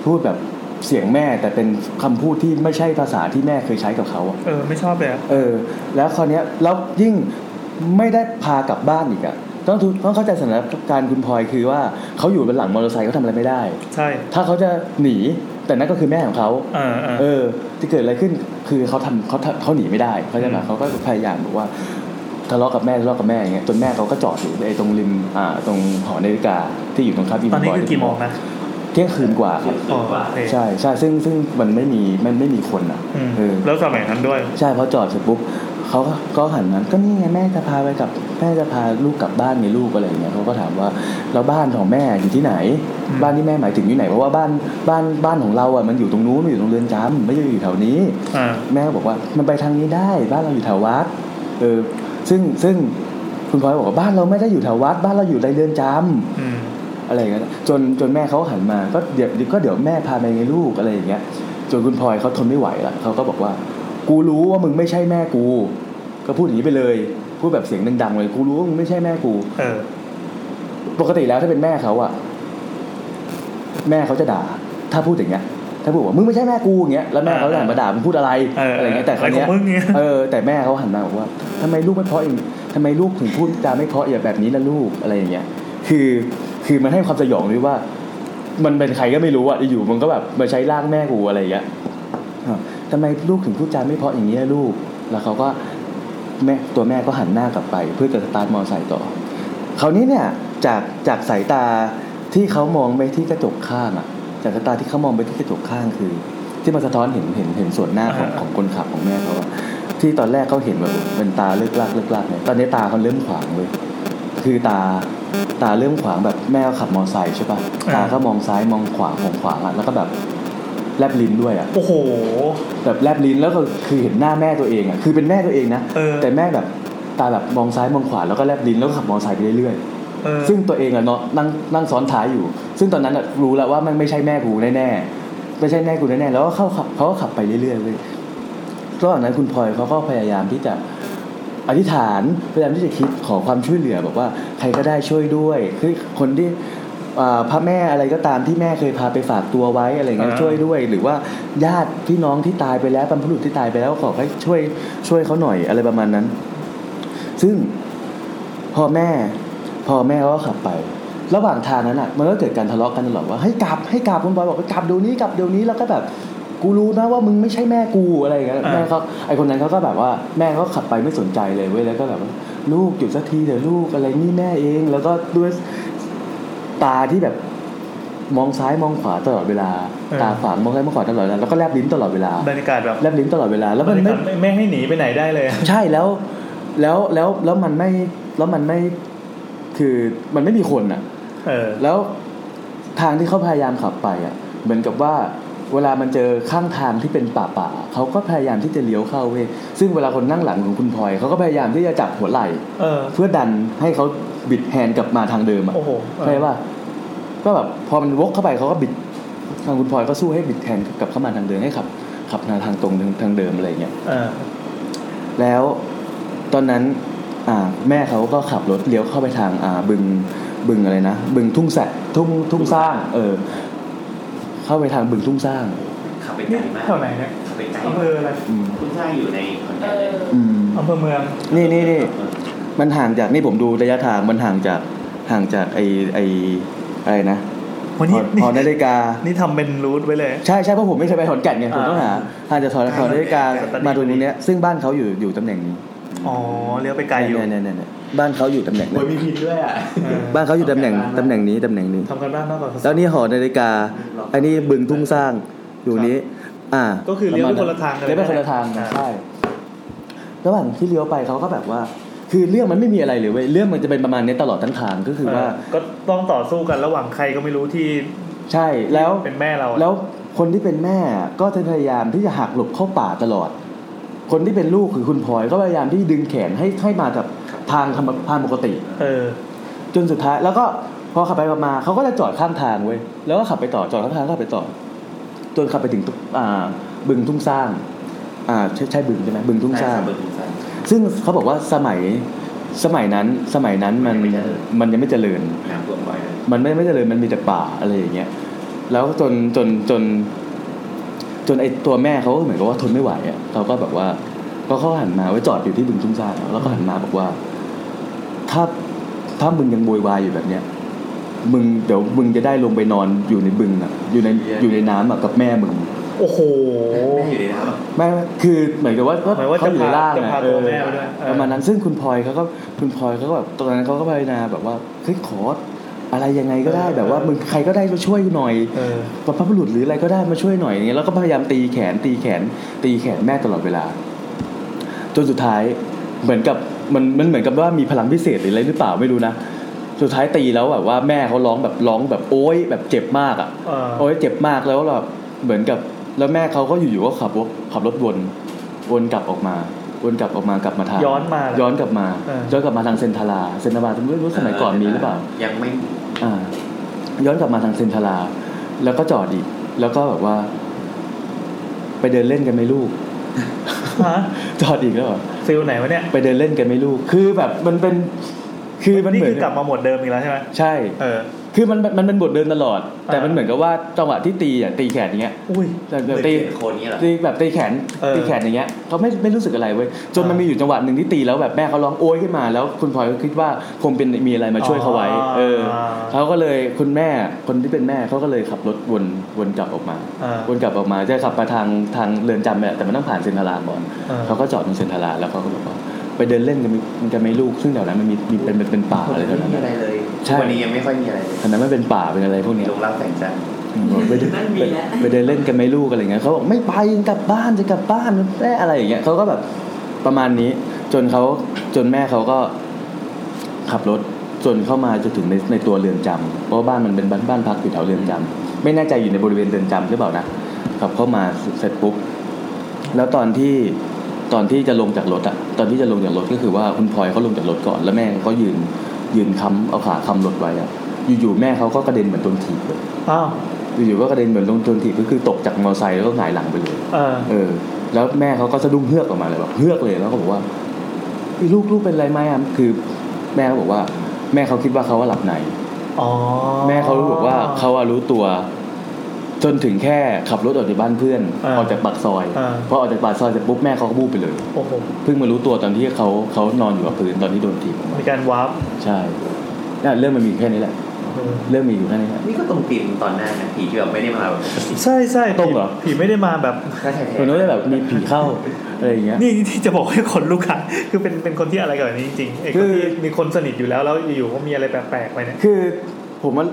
G: พูดแบบเสียงแม่แต่เป็นคำพูดที่ไม่ใช่ภาษาที่แม่เคยใช้กับเขาอะ
D: เออไม่ชอบเลยอะ
G: เออแล้วคราวเนี้ยแล้วยิ่งไม่ได้พากลับบ้านอีกอะต้องทุต้องเข้าใจสถานการณ์คุณพลอยคือว่าเขาอยู่บนหลังมอเตอร์ไซค์เขาทำอะไรไม่ได้
D: ใช่
G: ถ้าเขาจะหนีแต่นั่นก็คือแม่ของเขา
D: เออเออ
G: เออที่เกิดอะไรขึ้นคือเขาทำเขาทำเขาหนีไม่ได้เขาจะมาเขาก็พยายามบอกว่าทะเลาะกับแม่ทะเลาะกับแม่อย่างเงี้ยจนแม่เขาก็จอดอยู่ไอ้ตรงริมอ่าตรงหอนาฬิกาที่อยู่ตรงข้ามอิม
D: ตอนนี้คือกี่โมงนะ
G: เที่ยงคืนกว่าครับ
D: เที่ยงคืนกว่า
G: ใช่ใช่ซึ่งซึ่งมันไม่มีมันไม่มีคนอ่ะ
D: อืม
G: เออ
D: แล้วสมัยนั้นด้วย
G: ใช่พอจอดเสร็จปุ๊บเขาก็ก็หันมาก็นี่ไงแม่จะพาไปกับแม่จะพาลูกกลับบ้านมีลูกอะไรอย่างเงี้ยเขาก็ถามว่าแล้วบ้านของแม่อยู่ที่ไหน บ้านที่แม่หมายถึงอยู่ไหนเพราะว่าบ้านบ้านบ้านของเราอ่ะมันอยู่ตรงนู้นมันอยู่ตรงเรือนจำไม่ได้อยู่แถวนี้
D: อ่า
G: แม่ก็บอกว่ามันไปทางนี้ได้ บ้านเราอยู่แถววัดเออซึ่งซึ่งคุณพลอยบอกว่าบ้านเราไม่ได้อยู่แถววัด บ้านเราอยู่ในเรือนจำ
D: อืม
G: อะไรอย่างเงี้ยจนจนแม่เขาหันมาก็เดี๋ยวก็เดี๋ยวแม่พาไปไงลูกอะไรอย่างเงี้ยจนคุณพลอยเขาทนไม่ไหวละเขาก็บอกว่า กูรู้ว่ามึงไม่ใช่แม่กู ก็พูดอย่างนี้ไปเลย พูดแบบเสียงดังๆเลยกูรู้ว่ามึงไม่ใช่แม่กู
D: เออ
G: ปกติแล้วถ้าเป็นแม่เขาอะแม่เขาจะด่า ถ้าพูดอย่างเงี้ย ถ้าพูดว่ามึงไม่ใช่แม่กูอย่างเงี้ยแล้วแม่เขาจะหันมาด่ามึงพูดอะไรอะไรเงี้ยแต่ครั้งเนี้ย
D: อะไรของมึงเนี่ย
G: เออแต่แม่เขาหันมาบอกว่าทำไมลูกไม่เพราะอย่างทำไมลูกถึงพูดจาไม่เพราะอย่างแบบนี้ล่ะลูกอะไรอย่างเงี้ย คือคือมันให้ความสยองด้วยว่า มันเป็นใครก็ไม่รู้อะอยู่ๆมันก็แบบมาใช้ร่างแม่กูอะไรอย่างเงี้ยอ้าวทำไมลูกถึงพูดจาไม่เพราะอย่างนี้ยลูก แล้วเขาก็แม่ตัวแม่ก็หันหน้ากลับไป เพื่อจะสตาร์ทมอเตอร์ไซค์ต่อ คราวนี้เนี่ยจากจากสายตาที่เขามองไปที่กระจกข้างอะจากสายตาที่เขามองไปที่กระจกข้างคือ ที่มันสะท้อนเห็นเห็นเห็นส่วนหน้าของของคนขับของแม่เขาอะที่ตอนแรกเขาเห็นแบบเป็นตาเลือกลากเลือกลากเนี่ยตอนนี้ตาเขาเริ่มขวางเลย คือตาตาเริ่มขวางแบบแม่ก็ขับมอไซค์ใช่ปะ
D: อ่า
G: ตาก็มองซ้ายมองขวาของขวาอะแล้วก็แบบแลบลิ้นด้วยอะ
D: โอ้โห
G: แบบแลบลิ้นแล้วก็คือเห็นหน้าแม่ตัวเองอ่ะคือเป็นแม่ตัวเองนะแต่แม่แบบตาแบบมองซ้ายมองขวาแล้วก็แลบลิ้นแล้วก็ขับมอเตอร์ไซค์ไปเรื่อย
D: เออ
G: ซึ่งตัวเองอ่ะเนาะนั่งนั่งซ้อนท้ายอยู่ ซึ่งตอนนั้นอะรู้แล้วว่ามันไม่ใช่แม่กูแน่ๆไม่ใช่แม่กูแน่ๆแล้วก็เข้าขับเขาก็ขับไปเรื่อยๆเลยระหว่างนั้นคุณพลอยเขาก็พยายามที่จะ อธิษฐานพยายามที่จะคิดขอความช่วยเหลือบอกว่าใครก็ได้ช่วยด้วยคือคนที่เอ่อพระแม่อะไรก็ตามที่แม่เคยพาไปฝากตัวไว้อะไรเงี้ย
D: อ่า
G: ช่วยด้วย หรือว่าญาติพี่น้องที่ตายไปแล้วบรรพบุรุษที่ตายไปแล้วขอให้ช่วยช่วยเขาหน่อยอะไรประมาณนั้น ซึ่งพอแม่พอแม่เขาก็ขับไป ระหว่างทางนั้นอ่ะ มันก็เกิดการทะเลาะกันตลอดว่าให้กลับให้กลับคุณบอยบอกว่ากลับเดี๋ยวนี้กลับเดี๋ยวนี้แล้วก็แบบกูรู้นะว่ามึงไม่ใช่แม่กูอะไรอย่างเงี้ย
D: อ่า
G: แม่เขาไอคนนั้นเขาก็แบบว่าแม่เขาขับไปไม่สนใจเลยเว้ยแล้วก็แบบว่าลูกหยุดสักทีเดี๋ยวลูกอะไรนี่แม่เอง แล้วก็ด้วยตาที่แบบมองซ้ายมองขวาตลอดเวลา
D: เออ
G: ตาขวางมองซ้ายมองขวาตลอดเวลาแล้วก็แลบลิ้นตลอดเวลา
D: บรรยากาศแบบ
G: แลบลิ้นตลอดเวลา แล้ว
D: บร
G: มั
D: รยา
G: นไม่
D: กาศไม่ไม่ให้หนีไปไหนได้เลย
G: ใช่แล้วแล้วแล้วแล้วมันไม่แล้วมันไม่คือมันไม่มีคนอ่ะ
D: เออ
G: แล้วทางที่เขาพยายามขับไปอ่ะ เหมือนกับว่าเวลามันเจอข้างทางที่เป็นป่าป่าๆเขาก็พยายามที่จะเลี้ยวเข้าเว้ยซึ่งเวลาคนนั่งหลังของคุณพลอยเขาก็พยายามที่จะจับหัวไหล่
D: เออ
G: เพื่อดันให้เขาบิดแฮนด์กลับมาทางเดิมอ่ะ
D: โอ้โหเออ
G: เข้าใจป่ะก็แบบพอมันวกเข้าไปเขาก็บิดทางคุณพลอยก็สู้ให้บิดแฮนด์กลับเข้ามาทางเดิมให้ขับขับมาทางตรงทางเดิมอะไรอย่างเงี้ย
D: เออ
G: แล้วตอนนั้นอ่าแม่เขาก็ขับรถเลี้ยวเข้าไปทางอ่าบึงบึงอะไรนะ บึงทุ่งแสะทุ่งทุ่งสร้าง เออ เข้าไปทางบึงทุ่งสร้าง
P: ขับไปไกลมาก
D: เท่าไหร่เนี่ย
P: ขับไปไกล
D: อำเภออะไร
P: คุณสร้างอยู่ในขอนแก่นเลย
G: อืม
D: อำเภอเมือง
G: นี่นี่นี่มันห่างจากนี่ผมดูระยะทางมันห่างจากห่างจากไอไออะไรนะ
D: วันนี้
G: หอ
D: นี่
G: หอนาฬิกา
D: นี่ทำเป็นรูทไว้เลย
G: ใช่ใช่เพราะผมไม่เคยไปขอนแก่นไงผมต้องหาห่างจากถอนถอนนาฬิกามาตรงนี้เนี้ยซึ่งบ้านเขาอยู่อยู่ตำแหน่งนี้
D: อ๋อเลี้ยวไปไกลอยู่
G: เนี่ยเนี่ยเนี่ยบ้านเขาอยู่ตำแหน่ง
T: โอ้ยมีผิดด้วยอ่ะ
G: บ้านเขาอยู่ตำแหน่งตำแหน่งนี้ตำแหน่งนี้
D: ทำกันบ้านมากกว่า
G: แล้วนี่หอนาฬิกา อันนี้บึงทุ่งสร้างอยู่นี้ อ่า
D: ก็คือเลี้ยวไปคนละทางกั
G: เลี้ยวไปคนละทางใช่ ระหว่างที่เลี้ยวไปเขาก็แบบว่า คือเรื่องมันไม่มีอะไรเลยเว้ยเรื่องมันจะเป็นประมาณนี้ตลอดทั้งทางก็คือว่า
D: ก็ต้องต่อสู้กันระหว่างใครก็ไม่รู้ที่
G: ใช่แล้ว
D: เป็นแม่เราอะ
G: แล้วคนที่เป็นแม่ก็พยายามที่จะหักหลบเข้าป่าตลอด คนที่เป็นลูกคือคุณพลอยก็พยายามที่ดึงแขนให้ให้มาแบบทางธรรมทางปกติ
D: เออ
G: จนสุดท้ายแล้วก็พอขับไปขับมาเขาก็จะจอดข้างทางเว้ยแล้วก็ขับไปต่อจอดข้างทางก็ขับไปต่อ จนขับไปถึงตุ๊อ่า บึงทุ่งสร้าง อ่าใช่ใช่บึงใช่ไหมบึงทุ่งสร้าง ซึ่งเขาบอกว่าสมัยสมัยนั้นสมัยนั้นมันมันยังไม่เจริญ
P: น้ำท่วมบ่อยนะ
G: มันไม่ไม่เจริญมันมีแต่ป่าอะไรอย่างเงี้ย แล้วจนจนจน จนไอตัวแม่เขาก็เหมือนกับว่าทนไม่ไหวอ่ะเขาก็แบบว่าก็เขาหันมาไว้จอดอยู่ที่บึงทุ่งซ่านแล้วก็หันมาบอกว่า ถ้าถ้ามึงยังโวยวายอยู่แบบเนี้ย มึงเดี๋ยวมึงจะได้ลงไปนอนอยู่ในบึงอ่ะ อยู่ในอยู่ในน้ำอ่ะกับแม่มึง
D: โอ้โห
G: แม่คือเหมือนกับว่า
D: หมายว่า
G: เขาอยู่
D: จะพา
G: ในร่าง
D: จะ
G: อะ
D: พา
G: เอ
D: ตัว
G: อ
D: แม่ไปด้วยเออ
G: ประมาณนั้นซึ่งคุณพลอยเขาก็คุณพลอยเขาก็แบบตอนนั้นเขาก็พยายามแบบว่าเฮ้ยขออะไรยังไงก็ได้แบบว่ามึงใครก็ได้มาช่วยหน่อยบรรพบุรุษหรืออะไรก็ได้มาช่วยหน่อยอย่างเงี้ยแล้วก็พยายามตีแขนตีแขน ตีแขนแม่ตลอดเวลา จนสุดท้ายเหมือนกับมันมันเหมือนกับว่ามีพลังพิเศษหรืออะไรหรือเปล่าไม่รู้นะสุดท้ายตีแล้วแบบว่าแม่เขาร้องแบบร้องแบบโอ๊ยแบบเจ็บมากอ่ะ
D: เออ
G: โอ้ยเจ็บมากแล้วแบบเหมือนกับแล้วแม่เขาก็อยู่ๆก็ขับรถขับรถวนวนกลับออกมา วนกลับออกมากลับมาทาง
D: ย้อนมาเหรอ
G: ย้อนกลับมา
D: เออ
G: ย้อนกลับมาทางเซนทาราเซนทาราไม่รู้สมัยก่อนมีหรือเปล่า
P: ยังไม่มี
G: อ่า ย้อนกลับมาทางเซนทารา แล้วก็จอดอีก แล้วก็แบบว่า ไปเดินเล่นกันไหมลูก จอดอีกแล้วเหรอ
D: ฟิลไหนวะเนี่ย
G: ไปเดินเล่นกันไหมลูก คือแบบมันเป็น คือมันเหมือน
D: กลับมาหมดเดิมอีกแล้วใช่ไหม
G: ใช่
D: เออ
G: คือมันมันมันเป็นบทเดินตลอด แต่มันเหมือนกับว่าจังหวะที่ตีอ่ะตีแขนอย่างเงี้ย
D: อุ้ย
G: แต่แบบตี
P: คนนี้เหรอ
G: ตีแบบตีแขนตีแขนอย่างเงี้ยเขาไม่ไม่รู้สึกอะไรเว้ยจนมันมีอยู่จังหวะหนึ่งที่ตีแล้วแบบแม่เขาร้องโอยขึ้นมาแล้วคุณพลอยก็คิดว่าคงเป็นมีอะไรมาช่วยเขาไว้
D: อ๋อ
G: เออเขาก็เลยคุณแม่คนที่เป็นแม่เขาก็เลยขับรถวนวนกลับออกมา
D: อ่า
G: วนกลับออกมาจะขับมาทางทางเรือนจำเนี่ยแต่มันต้องผ่านเซนทรัลลาก่อน
D: เออ
G: เขาก็จอดตรงเซนทรัลลาแล้วเขาก็บอกว่าไปเดินเล่นกันไหมกันไหม่ลูกซึ่งแถวนั้นมันมีมีเป็นเป็นเป็นป่าอะไรแถวนั้น
P: ไม่มีอะไรเลย
G: ใช่
P: วันนี้ยังไม่ค่อยมีอะไรเลย
G: อันนั้นมันเป็นป่าเป็นอะไรพวกเนี้ย
P: ลงรับแสงจันทร์
G: ไปเดิน
P: นั่นมีแล้ว
G: ไปเดินเล่นกันไหมลูกอะไรเงี้ยเขาบอกไม่ไปกลับบ้านจะกลับบ้านแม่อะไรอย่างเงี้ยเขาก็แบบประมาณนี้ จนเขาจนแม่เขาก็ขับรถจนเข้ามาจนถึงในในตัวเรือนจำเพราะว่าบ้านมันเป็นบ้านบ้านพักอยู่แถวเรือนจำไม่แน่ใจอยู่ในบริเวณเรือนจำหรือเปล่านะขับเข้ามาเสร็จปุ๊บแล้วตอนที่ตอนที่จะลงจากรถอะตอนที่จะลงจากรถก็คือว่าคุณพลอยเขาลงจากรถก่อนแล้วแม่เขาก็ยืนยืนค้ำเอาขาค้ำรถไว้อะอยู่ๆแม่เขาก็กระเด็นเหมือนโดนถีบเลย
D: อ้าว
G: อยู่ๆก็กระเด็นเหมือนลงทุนถีบก็คือตกจากมอเตอร์ไซค์แล้วก็หงายหลังไปเลย
D: เออ
G: เออ แล้วแม่เขาก็สะดุ้งเฮือกออกมาเลยแบบเฮือกเลยแล้วก็บอกว่าอีลูกลูกเป็นไรไหมอ่ะคือแม่เขาบอกว่า แม่เขาคิดว่าเขาว่าหลับใน
D: อ๋อ
G: แม่เขารู้บอกว่าเขาอะรู้ตัว จนถึงแค่ขับรถออกจากบ้านเพื่อน
D: อ่า
G: ออกจากปากซอย
D: อ่า
G: พอออกจากปากซอยเสร็จปุ๊บแม่เขาก็บูบไปเลย
D: โอ้โห
G: เพิ่งมารู้ตัวตอนที่เขาเขานอนอยู่กับพื้นตอนที่โดนถีบออกมา
D: มีการวาร์ป
G: ใช่เนี่ยเรื่องมันมีอยู่แค่นี้แหละ
D: เออ
G: เรื่องมีอยู่แค่ นี้แหละ
P: นี่ก็ตรงตีมตอนหน้านะผีที่แบบไม่ได้มาแบบ
D: ใช่ใช่
G: ตรงเหรอ
D: ผีไม่ได้มาแบบ
G: เหมือนว่าแบบมีผีเข้าอะไรอย่างเงี้ย
D: นี่ที่จะบอกให้คนลูกค้าคือเป็นเป็นคนที่อะไรกับแบบนี้จริงๆไอ้คนที่มีคนสนิทอยู่แล้วแล้วอยู่ๆก็มีอะไรแปลกๆไปเนี่ย
G: คือผมมัน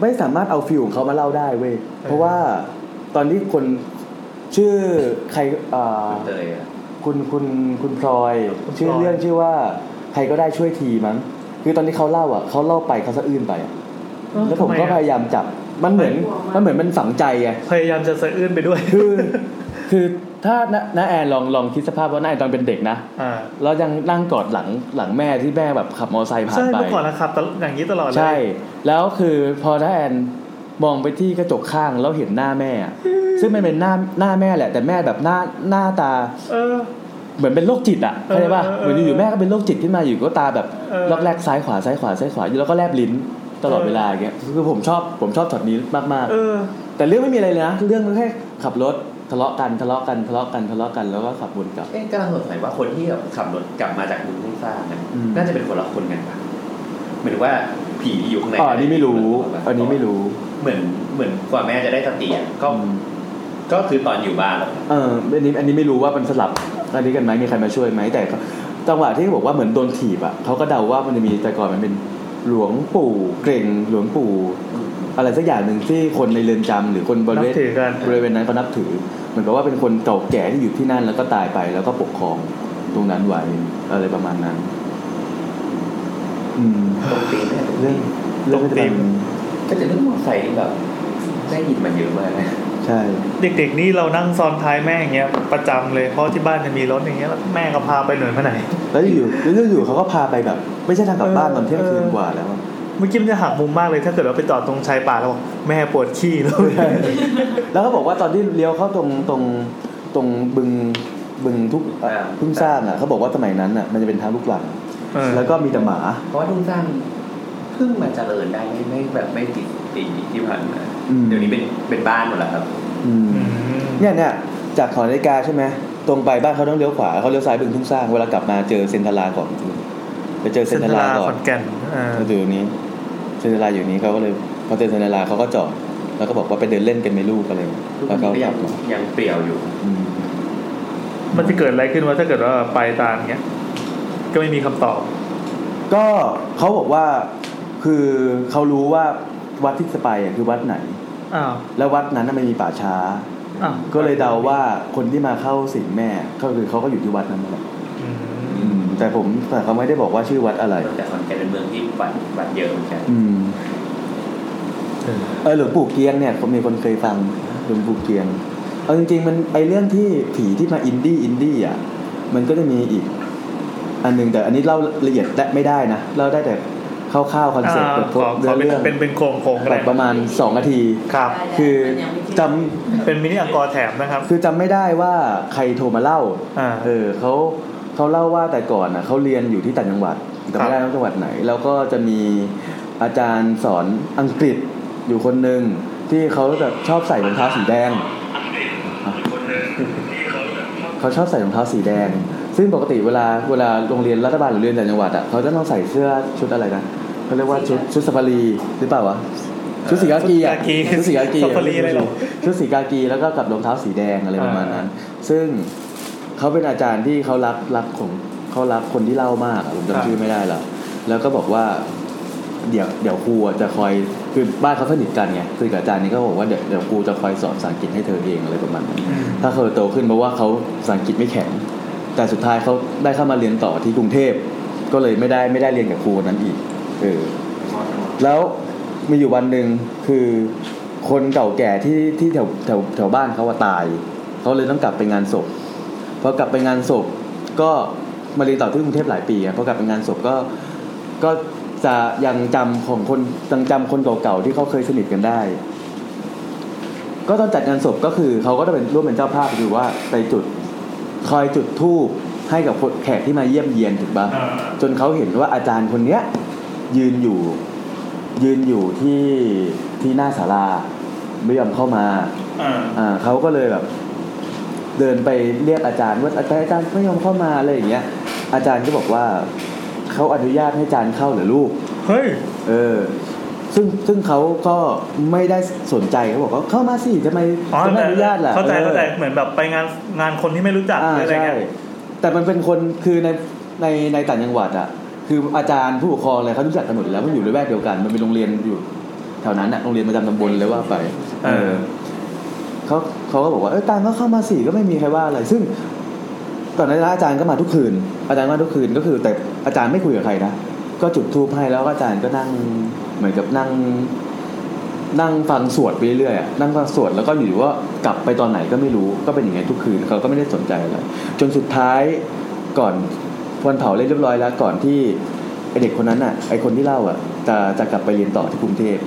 G: ไม่สามารถเอาฟิลของเขามาเล่าได้เว้ย เพราะว่าตอนที่คนชื่อใครอ่า
P: เตยอะ
G: คุณคุณคุณพลอย
D: คุณพลอย
G: ชื่อเรื่องชื่อว่าใครก็ได้ช่วยทีมั้งคือตอนที่เขาเล่าอ่ะเขาเล่าไปเขาสะอื้นไปอะ
D: เออ
G: แล้วผม
D: ทำไ
G: ก็พยายามจับมันเหมือนมันเหมือนมันฝังใจไง
D: พยายามจะสะอื้นไปด้วย
G: คือคือถ้าน้าแอนลองลองคิดสภาพว่าน้าแอนตอนเป็นเด็กนะ
D: อ่า
G: แล้วยังนั่งกอดหลังหลังแม่ที่แม่แบบขับมอเตอร์ไซค์ผ่าน
D: ใช่
G: ไป
D: เมื่อก่อนนะครับตลอดอย่างนี้ตลอดเลย
G: ใช่ แล้วคือพอน้าแอนมองไปที่กระจกข้างแล้วเห็นหน้าแม่อะซึ่งมันเป็นหน้าหน้าแม่แหละ แต่แม่แบบหน้าหน้าตา
D: เออ
G: เหมือนเป็นโรคจิตอ่ะเข้าใจป่ะ
D: เออเออ
G: เหมือนอยู่ๆแม่ก็เป็นโรคจิตขึ้นมาอยู่ก็ตาแบบ
D: เออ
G: ลอกแรกซ้ายขวาซ้ายขวาซ้ายขวาแล้วก็แลบลิ้นตลอดเวลาอย่างเงี้ยคือผมชอบผมชอบช็อตนี้มาก
D: เออ
G: ๆ แต่เรื่องไม่มีอะไรเลยนะเรื่องแค่ขับรถทะเลาะกันทะเลาะกันทะเลาะกันทะเลาะกันแล้วก็ขับวนกลับ
P: เอ๊ะกำลังสงสัยว่าคนที่แบบขับรถกลับมาจากบุญทุ่งซ่านนะ
G: อืม
P: น่าจะเป็นคนละคนกันปะเหมือนว่าผีที่อยู่ข้างใน
G: อ๋ออันนี้ไม่รู้อันนี้ไม่รู้
P: เหมือนเหมือนกว่าแม่จะได้สติอะก็ก็คือตอนอยู่บ้านแหละ
G: เอออันนี้อันนี้ไม่รู้ว่ามันสลับอันนี้กันไหมมีใครมาช่วยไหมแต่ก็ จังหวะที่บอกว่าเหมือนโดนถีบอ่ะเขาก็เดาว่ามันจะมีแต่ก่อนมันเป็นหลวงปู่เกรงหลวงปู่ อะไรสักอย่างหนึ่งที่คนในเรือนจำหรือคนบริเวณ
D: นับถือกัน
G: บริเวณนั้นเขานับถือ เหมือนกับว่าเป็นคนเก่าแก่ที่อยู่ที่นั่นแล้วก็ตายไปแล้วก็ปกครองตรงนั้นไว้อะไรประมาณนั้น อืมเรื่องเรื่องที่มัน
T: ก็จะเรื่องมอไซค์แบบได้ยินมาเยอะมากนะ
G: ใช่
D: เด็กๆนี่เรานั่งซ้อนท้ายแม่อย่างเงี้ยประจำเลยเพราะที่บ้านจะมีรถอย่างเงี้ยแล้วแม่ก็พาไปหน่วยมาไหน
G: แล้วอยู่แล้วอยู่ๆเขาก็พาไปแบบ ไม่ใช่ทางกลับบ้านตอนเที่ยงคืนกว่าแล้วอะ
D: เมื่อกี้มันจะหักมุมมากเลยถ้าเกิดว่าไปจอดตรงชายป่าแล้วบอกแม่ปวดขี้แล้ว
G: แล้วเขาบอกว่าตอนที่เลี้ยวเข้าตรงตรงตรงบึงบึงทุกเพิ่งสร้างอ่ะเขาบอกว่าสมัยนั้นอ่ะมันจะเป็นทางลูกหลัง แล้วก็มีแต่หมา
T: เพราะว่าทุ่งสร้างเพิ่งมาเจริญได้ไม่ไม่แบบไม่ติดตีที่ผ่านมา
G: อืม
T: เดี๋ยวนี้เป็นเป็นบ้านหมดแล้วครับ
G: อืมเนี่ยเนี่ยจากหอนาฬิกาใช่ไหมตรงไปบ้านเขาต้องเลี้ยวขวาเขาเลี้ยวซ้ายบึงทุ่งสร้างเวลากลับมาเจอเซนทรัลลาก่อนไปเจอเซนทรัลลาก่อ
D: ข
G: น
D: อนแก่นอ่า
G: เขาอยู่นี้เซนทรัลลาอยู่นี้เขาก็เลยพอเจอเซนทรัลลาเขาก็จอดแล้วก็บอกว่าไปเดินเล่นกันไหม่ลูกอะไร
T: ทุก
G: แล้ว
T: วัน
G: ก็
T: นี้
G: ก
T: ก็ยั
G: ลั
T: ง
G: บมา
T: ยังเปรี่ยวอยู่
G: อืม
D: มันจะเกิดอะไรขึ้นวะถ้าเกิดว่าไปตามเงี้ย ก็ไม่มีคำตอบ
G: ก็เขาบอกว่าคือเขารู้ว่าวัดที่จะไปอ่ะคือวัดไหน
D: อ้าว
G: แล้ววัดนั้นน่ะมันมีป่าช้า
D: อ้าว
G: ก็เลยเดาว่าคนที่มาเข้าสิงแม่ก็คือเขาก็อยู่ที่วัดนั้นนั่นแหละอืมแต่ผมแต่เขาไม่ได้บอกว่าชื่อวัดอะไร
T: แต่ขอนแก่นเป็นเมืองที่วัดวัดเยอะเหมือนกัน
G: อืมเออหลวงปู่เกียงเนี่ยผมมีคนเคยฟังหลวงปู่เกียงเอาจริงๆ มันไอเรื่องที่ผีที่มาอินดี้อินดี้อ่ะมันก็จะมีอีก อันหนึ่งแต่อันนี้เล่าละเอียดได้ไม่ได้นะเล่าได้แต่คร่าวๆคอนเซ็ปต์
D: อ่า
G: แบบ
D: ขอขอเป็นเป็นเป็นโครงโครงๆก็
G: แบ
D: ได้
G: บประมาณสองนาที
D: ครับ
G: คือจำ
D: เป็นมินิอังกอร์แถมนะครับ
G: คือจำไม่ได้ว่าใครโทรมาเล่า เออเขาเขาเล่าว่าแต่ก่อนอ่ะเขาเรียนอยู่ที่ต่างจังหวัดแต่ไม่ได้ว่าจังหวัดไหน แล้วก็จะมีอาจารย์สอนอังกฤษอยู่คนหนึ่งที่เขาแบบชอบใส่รองเท้าสีแดง เขาชอบใส่รองเท้าสีแดง ซึ่งปกติเวลาเวลาโรงเรียนรัฐบาลหรือเรียนต่างจังหวัดอ่ะเขาจะต้องใส่เสื้อชุดอะไรนะเขาเรียกว่าชุดชุดสฟารีหรือเปล่าวะชุดสีกากีอะ
D: ชุ
G: ชุ
D: ด
G: ด
D: สีกาก
G: สีา
D: กี
G: กี
D: สฟารีอะไรหรอ
G: ชุดสีกากีแล้วก็กับรองเท้าสีแดงอะไรประมาณนั้น ซึ่งเขาเป็นอาจารย์ที่เขารักรักของเขารักคนที่เล่ามากอะผม
D: ครับ
G: จำชื่อไม่ได้แล้วแล้วก็บอกว่า เดี๋ยวเดี๋ยวครูอะจะคอยคือบ้านเขาสนิทกันไงคือกับอาจารย์นี่ก็บอกว่าเดี๋ยวเดี๋ยวครูจะคอยสอนภาษาอังกฤษให้เธอเองอะไรประมาณนั้น ถ้าเขาโตขึ้นเพราะว่าเขาภาษาอังกฤษไม่แข็ง แต่สุดท้ายเขาได้เข้ามาเรียนต่อที่กรุงเทพ ก็เลยไม่ได้ไม่ได้เรียนกับครูคนนั้นอีก เออ แล้วมีอยู่วันหนึ่งคือคนเก่าแก่ที่ที่แถวแถวแถวบ้านเขาว่าตาย เขาเลยต้องกลับไปงานศพ พอกลับไปงานศพก็มาเรียนต่อที่กรุงเทพหลายปีอะพอกลับไปงานศพก็ก็จะยังจำของคนยังจำคนเก่าๆที่เขาเคยสนิทกันได้ ก็ตอนจัดงานศพก็คือเขาก็จะเป็นร่วมเป็นเจ้าภาพคือว่าไปจุดคอยจุดธูปให้กับคนแขกที่มาเยี่ยมเยียนถูกปะจนเขาเห็นว่าอาจารย์คนเนี้ย ยืนอยู่ ยืนอยู่ที่ที่หน้าศาลาไม่ยอมเข้ามาอ่าเขาก็เลยแบบ เดินไปเรียกอาจารย์ว่าอาจารย์อาจารย์ไม่ยอมเข้ามาอะไรอย่างเงี้ย อาจารย์ก็บอกว่าเขาอนุญาตให้อาจารย์เข้าเหรือลูก
D: เฮ้ย
G: เออ ซึ่งซึ่งเขาก็ไม่ได้สนใจเขาบอกว่าเข้ามาสิทำไม
D: อ๋อ
G: ทำไมอนุญาตล่ะ
D: เข้าใจเข้าใจ
G: ออ
D: เหมือนแบบไปงานงานคนที่ไม่รู้จักหรืออะไรเงี้ย
G: ใช่แต่มันเป็นคนคือในในในต่างจังหวัดอ่ะ คืออาจารย์ผู้ปกครองอะไรเขารู้จักกันหมดอยู่แล้วมันอยู่ในแวกเดียวกัน มันเป็นโรงเรียนอยู่แถวนั้นอ่ะโรงเรียนประจำตำบลเลยว่าไป เออเขาเขาก็บอกว่าเออตังก็เข้ามาสี่ก็ไม่มีใครว่าอะไร ซึ่งตอนนั้นอาจารย์ก็มาทุกคืน อาจารย์มาทุกคืนก็คือ แต่อาจารย์ไม่คุยกับใครนะก็จุดทูปให้แล้วก็อาจารย์ก็นั่งเหมือนกับนั่ง นั่งฟังสวดไปเรื่อยๆอะนั่งฟังสวดแล้วก็อยู่ๆว่ากลับไปตอนไหนก็ไม่รู้ ก็เป็นอย่างเงี้ยทุกคืนเขาก็ไม่ได้สนใจอะไร จนสุดท้ายก่อนวันเผาเรียบร้อยแล้วก่อนที่ไอเด็กคนนั้นอ่ะไอคนที่เล่าอ่ะจะจะกลับไปเรียนต่อที่กรุงเทพ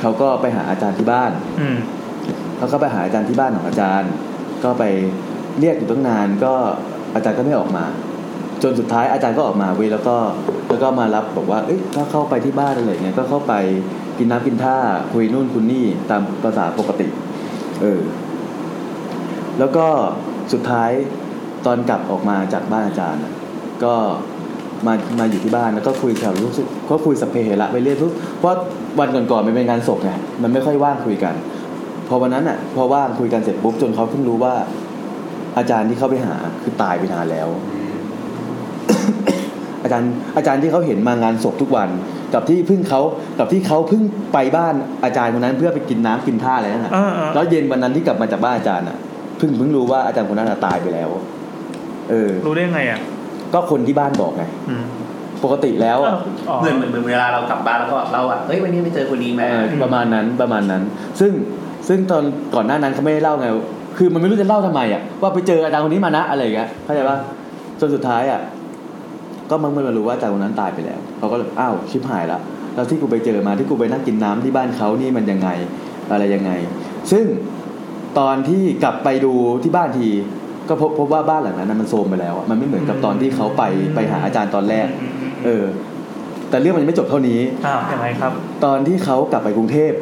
G: เขาก็ไปหาอาจารย์ที่บ้าน
D: อืม
G: เขาก็ไปหาอาจารย์ที่บ้านของอาจารย์ ก็ไปเรียกอยู่ตั้งนานก็อาจารย์ก็ไม่ออกมา จนสุดท้ายอาจารย์ก็ออกมาเว้ยแล้วก็แล้วก็มารับบอกว่าเอ้ยถ้าเข้าไปที่บ้านอะไรเงี้ยก็เข้าไปกินน้ำกินท่าคุยนู่นคุยนี่ตามภาษาปกติ เออ แล้วก็สุดท้ายตอนกลับออกมาจากบ้านอาจารย์น่ะก็มามาอยู่ที่บ้านแล้วก็คุยแถวรู้สึกก็คุยสัพเพเหระไปเรื่อยทุกเพราะวันก่อนๆมันเป็นงานศพไงมันไม่ค่อยว่างคุยกัน พอวันนั้นอ่ะ พอว่างคุยกันเสร็จปุ๊บจนเขาเพิ่งรู้ว่า อาจารย์ที่เข้าไปหาคือตายไปนานแล้ว อาจารย์อาจารย์ที่เขาเห็นมางานศพทุกวัน กับที่เพิ่งเขากับที่เขาเพิ่งไปบ้านอาจารย์คนนั้นเพื่อไปกินน้ำกินท่าอะไรนั่นแหละ
D: อ่าๆ
G: แล้วเย็นวันนั้นที่กลับมาจากบ้านอาจารย์อ่ะเพิ่งเพิ่งรู้ว่าอาจารย์คนนั้นอะตายไปแล้ว เออ
D: รู้ได้ไงอ่ะ
G: ก็คนที่บ้านบอกไง
D: อืม
G: ปกติแล้วอะ
P: เหมือนเหมือนเหมือนเวลาเรากลับบ้านแล้วก็เล่าอ่ะเฮ้ยวันนี้ไปเจอคนนี้มา
G: เออประมาณนั้นประมาณนั้น ซึ่งซึ่งตอนก่อนหน้านั้นเขาไม่ได้เล่าไง คือมันไม่รู้จะเล่าทำไมอ่ะว่าไปเจออาจารย์คนนี้มานะอะไรอย่างเงี้ยเข้าใจปะจนสุดท้ายอ่ะก็มันมันมารู้ว่าอาจารย์คนนั้นตายไปแล้วเขาก็เลยอ้าวชิบหายละแล้วที่กูไปเจอมาที่กูไปนั่งกินน้ำที่บ้านเขานี่มันยังไงอะไรยังไง ซึ่งตอนที่กลับไปดูที่บ้านที ก็พบพบว่าบ้านหลังนั้นนะมันโทรมไปแล้วอะมันไม่เหมือนกับตอนที่เขาไปไปหาอาจารย์ตอนแรก เออ แต่เรื่องมันยังไม่จบเท่านี้
D: อ้าวยังไงครับ
G: ตอนที่เขากลับไปกรุงเทพ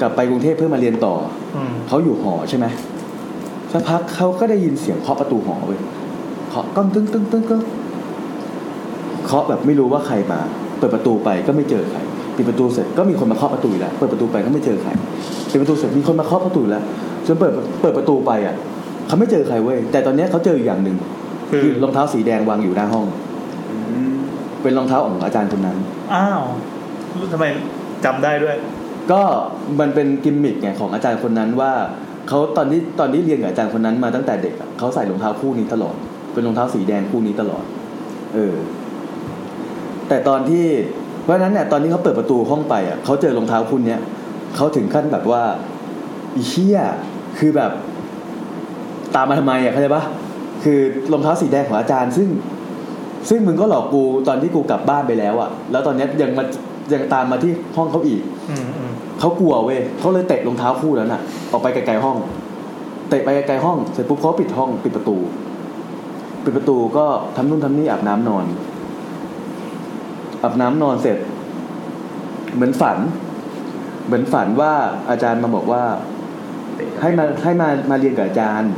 G: กลับไปกรุงเทพเพื่อมาเรียนต่อ
D: อืม
G: เขาอยู่หอใช่ไหมสักพักเขาก็ได้ยินเสียงเคาะประตูหอเว้ยเคาะก้องตึ้งตึ้งตึ้งตึ้งเคาะแบบไม่รู้ว่าใครมา เปิดประตูไปก็ไม่เจอใครปิดประตูเสร็จก็มีคนมาเคาะประตูอีกแล้วเปิดประตูไปก็ไม่เจอใครปิดประตูเสร็จมีคนมาเคาะประตูอีกแล้วจนเปิดเปิดประตูไปอ่ะเขาไม่เจอใครเว้ยแต่ตอนเนี้ยเขาเจออยู่อย่างหนึ่งคือรองเท้าสีแดงวางอยู่หน้าห้องเป็นรองเท้าของอาจารย์คนนั้น
D: อ้าวรู้ทำไมจำได้ด้วย
G: ก็มันเป็นกิมมิคไงของอาจารย์คนนั้นว่าเขาตอนที่ตอนที่เรียนกับอาจารย์คนนั้นมาตั้งแต่เด็กอะเขาใส่รองเท้าคู่นี้ตลอด เป็นรองเท้าสีแดงคู่นี้ตลอด เออ แต่ตอนที่เพราะฉะนั้นเนี่ยตอนที่เขาเปิดประตูห้องไปอ่ะเขาเจอรองเท้าคู่เนี้ยเขาถึงขั้นแบบว่าอีเชี่ยคือแบบ ตามมาทำไมอ่ะเข้าใจปะคือรองเท้าสีแดงของอาจารย์ซึ่ง ซึ่งมึงก็หลอกกูตอนที่กูกลับบ้านไปแล้วอ่ะ แล้วตอนเนี้ยยังมายังตามมาที่ห้องเขาอีก
D: อืมอืม
G: เขากลัวเว้ยเขาเลยเตะรองเท้าคู่นั้นน่ะ ออกไปไกลๆห้อง เตะไปไกลๆห้อง เสร็จปุ๊บเขาปิดห้องปิดประตู ปิดประตูก็ทำนู่นทำนี่อาบน้ำนอน อาบน้ำนอนเสร็จ เหมือนฝัน เหมือนฝันว่าอาจารย์มาบอกว่า ให้มาให้มามาเรียนกับอาจารย์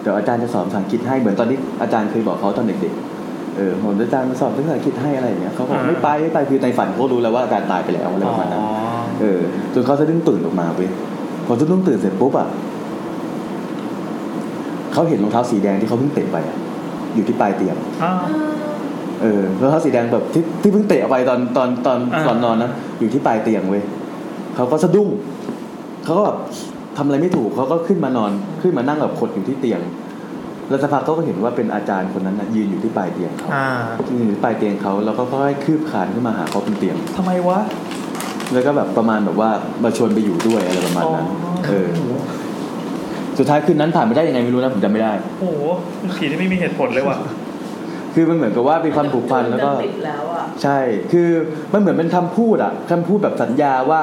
G: เดี๋ยวอาจารย์จะสอนภาษาอังกฤษให้เหมือนตอนที่อาจารย์เคยบอกเขาตอนเด็กๆ เออผมอาจารย์มาสอนภาษาอังกฤษให้อะไรอย่างเงี้ยเขาบอกไม่ไปไม่ไปคือในฝันเขารู้แล้วว่าอาจารย์ตายไปแล้วอะไรประมาณนั้น เออจนเขาสะดุ้งตื่นออกมาเว้ยพอสะดุ้งตื่นเสร็จปุ๊บอ่ะเขาเห็นรองเท้าสีแดงที่เขาเพิ่งเตะไปอ่ะอยู่ที่ปลายเตียง
D: อ้าว
G: เออรองเท้าสีแดงแบบที่ที่เพิ่งเตะออกไปตอนตอนตอน
D: อ่า
G: ตอนนอนนะอยู่ที่ปลายเตียงเว้ยเขาก็สะดุ้งเขาก็แบบทำอะไรไม่ถูกเขาก็ขึ้นมานอนขึ้นมานั่งแบบขดอยู่ที่เตียง แล้วสักพักเขาก็เห็นว่าเป็นอาจารย์คนนั้นนะยืนอยู่ที่ปลายเตียงเขา
D: อ่า
G: ยืนอยู่ที่ปลายเตียงเขาแล้วก็ค่อยๆคืบคลานขึ้นมาหาเขาบนเตียง
D: ทำไมวะ
G: แล้วก็แบบประมาณแบบว่ามาชวนไปอยู่ด้วยอะไรประมาณนั้น เออ สุดท้ายคืนนั้นผ่านไปได้ยังไงไม่รู้นะผมจำไม่ได้
D: โอ้โหผีนี่ไม่มีเหตุผลเลยว่ะ
G: คือมันเหมือนกับว่าเป็นความผูกพันแล้วก็
S: ติดแล้วอ่ะ
G: ใช่ คือมันเหมือนเป็นคำพูดอะคำพูดแบบสัญญาว่า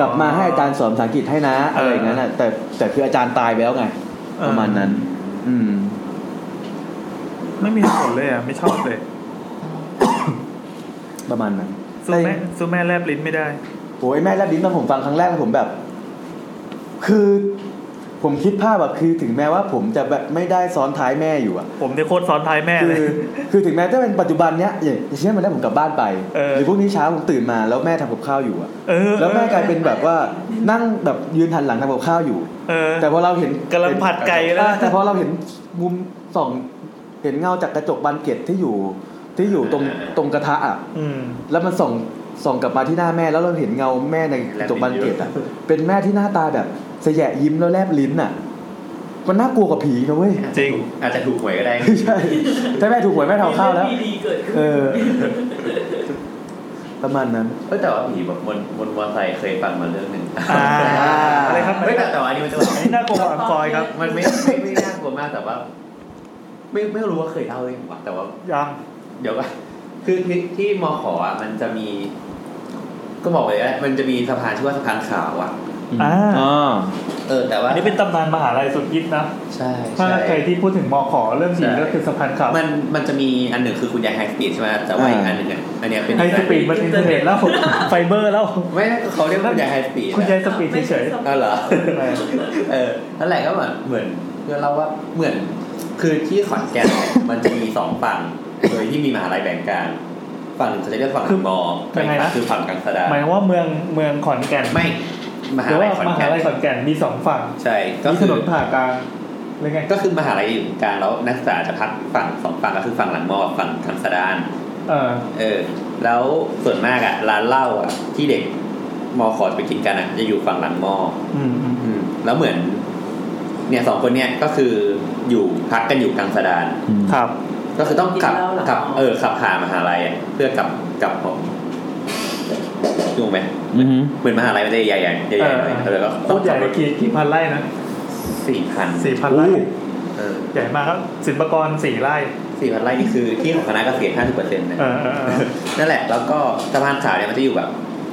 G: กลับมาให้อาจารย์สอนภาษาอังกฤษให้นะ อะไรอย่างนั้นอะแต่แต่คืออาจารย์ตายไปแล้วไง ประมาณนั้น อืม
D: ไม่มีเหตุผลเลยอ่ะ ไม่ชอบเลย
G: ประมาณนั้น
D: สู้แม่สู้แม่แลบลิ้นไม่ได้
G: โอ้ยแม่แลบลิ้นตอนผมฟังครั้งแรกแล้วผมแบบ คือผมคิดภาพแบบคือถึงแม้ว่าผมจะแบบไม่ได้ซ้อนท้ายแม่อยู่อะ
D: ผมเนี่ยโคตรซ้อนท้ายแม่เลย
G: คือคือถึงแม้จะเป็นปัจจุบันเนี้ยอย่างอย่างเช่นวันนี้ผมกลับบ้านไป
D: เออ
G: หรือพรุ่งนี้เช้าผมตื่นมาแล้วแม่ทำกับข้าวอยู่อะ
D: เออ
G: แล้วแม่กลายเป็นแบบว่านั่งแบบยืนหันหลังทำกับข้าวอยู่
D: เออ
G: แต่พอเราเห็น
D: กำลังผัดไก่แล้ว
G: เออแต่พอเราเห็นมุมส่องเห็นเงาจากกระจกบานเกล็ดที่อยู่ ที่อยู่ตรงตรงกระทะอะ
D: อืม
G: แล้วมันส่องส่องกลับมาที่หน้าแม่แล้วเราเห็นเงาแม่ในกระจกบานเกล็ดอะเป็นแม่ที่หน้าตาแบบเสยะยิ้มแล้วแลบลิ้นอะมันน่ากลัวกว่าผีนะ เว้ย
D: จริง
P: อาจจะถูกหวยก็ ได้
G: ใช่ถ้าแม่ถูกหวยแม่ทำข้าวแล้ว
S: มีเรื่องดีๆเกิดขึ้น
G: เออ ประมาณนั้น
P: เออแต่ว่าผีแบบบนบนมอเตอร์ไซค์เคยฟังมาเรื่องหนึ่ง
D: อ่าอะไรครับ
P: เฮ้ยแต่แต่ว่าอันนี้มันจะแบบ
D: น่ากลัวกว่าอัมกอยครับ
P: มันไม่ ไม่ไม่น่ากลัวมากแต่ว่า ไม่ไม่รู้ว่าเคยเล่าหรือเปล่าแต่ว่า
D: ยัง
P: เดี๋ยวก็ คือที่ที่มขอ่ะมันจะมี ก็บอกเลยนะมันจะมีสะพานชื่อว่าสะพานขาวอ่ะ
D: อ่า
P: เออ แต่ว่า
D: อันนี้เป็นตำนานมหาลัยสุดยิบนะ
P: ใช่
D: ถ้า
P: ใช่
D: ใครที่พูดถึงมอขอเรื่องผีก็คือสะพานขาว
P: มันมันจะมีอันหนึ่งคือคุณยายไฮสปีดใช่ไหมแต่ว่าอีกอันหนึ่งเนี่ยอันเนี้ยเป็น
D: ไฮสปีดมันอินเทอร์เน็ตแล้ว ไฟเบอร์แล้ว
P: ไม่เขาเรียกว่าคุณยายไฮสปีด
D: คุณยายสปีดเฉย
P: อ๋อเหรอ เออนั่นแหละก็เหมือนเหมือนเพื่อนเล่าว่าเหมือน คือที่ขอนแก่น เนี่ย มันจะมีสองฝั่งโดยที่มีมหาลัยแบ่งกลางฝั่งจะเรียกฝั่งมอ
D: ยั
P: ฝั่
D: งไงนะ
P: คือฝั่งกังสดาน
D: หมายความว่าเมืองเมืองขอนแก่น
P: ไม่ ม
D: ห
P: หา
D: รือ
P: ลั
D: ว่าย
P: ขอน
D: มหา
P: แก่น
D: ลัยขอนแก่นมีสองฝั่ง
P: ใช่ก็
D: มีถ
P: คือน
D: นผ่ากลาง รือไง
T: ก็คือมหาลัยอยู่กลางแล้วนักศึกษาจะพักฝั่งสองฝั่งก็คือฝั่งหลังมอกับฝั่งทางสดาน
D: เออ
T: เออ แล้วส่วนมากอะร้านเหล้าอะที่เด็กมอขอดไปกินกันอะจะอยู่ฝั่งหลังมอ
D: อืมอืม
T: อืมแล้วเหมือน เนี่ยสองคนเนี่ยก็คืออยู่พักกันอยู่กลางสะดาน
D: ครับ
T: ก็คือต้องขับ
S: กินเหล้าเหรอ
T: ขับ เออขับผ่ามหาลัยอะเพื่อกลับกลับผมถูกไหมเหมือนมหาลัยมันจะใหญ่ๆใหญ่ๆหน่อย
D: เออ
T: แล้วก็
D: โคตรใหญ่กี่กี่พันไร่นะ
T: สี่พัน
D: สี่พันไร่
T: เออ
D: ใหญ่มากครับสินปกรสี่ไร่
T: สี่พันไร่นี่คือที่ของคณะเกษตรห้าสิบเปอร์เซ็นต์นะ
D: เออเออเออ
T: นั่นแหละ แล้วก็สะพานขาวเนี่ยมันจะอยู่แบบ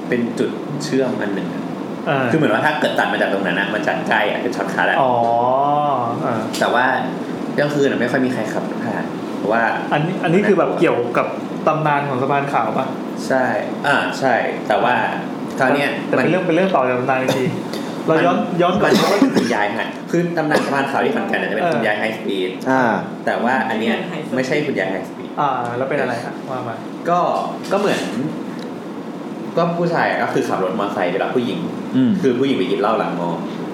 T: เป็นจุดเชื่อมอันหนึ่งอะ
D: เออ
T: คือเหมือนว่าถ้าเกิดตัดมาจากตรงนั้นนะมันจะใกล้อะเป็นช็อตคัทอะ
D: อ๋อเออ
T: แต่ว่าเรื่องคืนนะไม่ค่อยมีใครขับผ่านเพราะว่า
D: อันนี้อันนี้คือแบบเกี่ยวกับตำนานของสะพานขาวปะ
T: ใช่ อ่าใช่ แต่ว่าคราวเนี้ย
D: แต่เป็นเรื่องเป็นเรื่องต่อจากตำนานอีกที เราย้อนย้อนกลับ
T: มันไม่ได้เป็นยายไฮคือตำนานสะพานขาวที่ขอนแก่นนะจะเป็น
D: เออ
T: คุณยายไฮสปีด
G: อ่า
T: แต่ว่าอันเนี้ยไม่ใช่คุณยายไฮสปีด
D: อ่า แล้วเป็นอะไรอะว่ามา
T: ก็ก็เหมือน ก็ผู้ชายอะก็คือขับรถมอเตอร์ไซค์ไปรับผู้หญิง
G: อืม
T: คือผู้หญิงไปกินเหล้าหลังมอ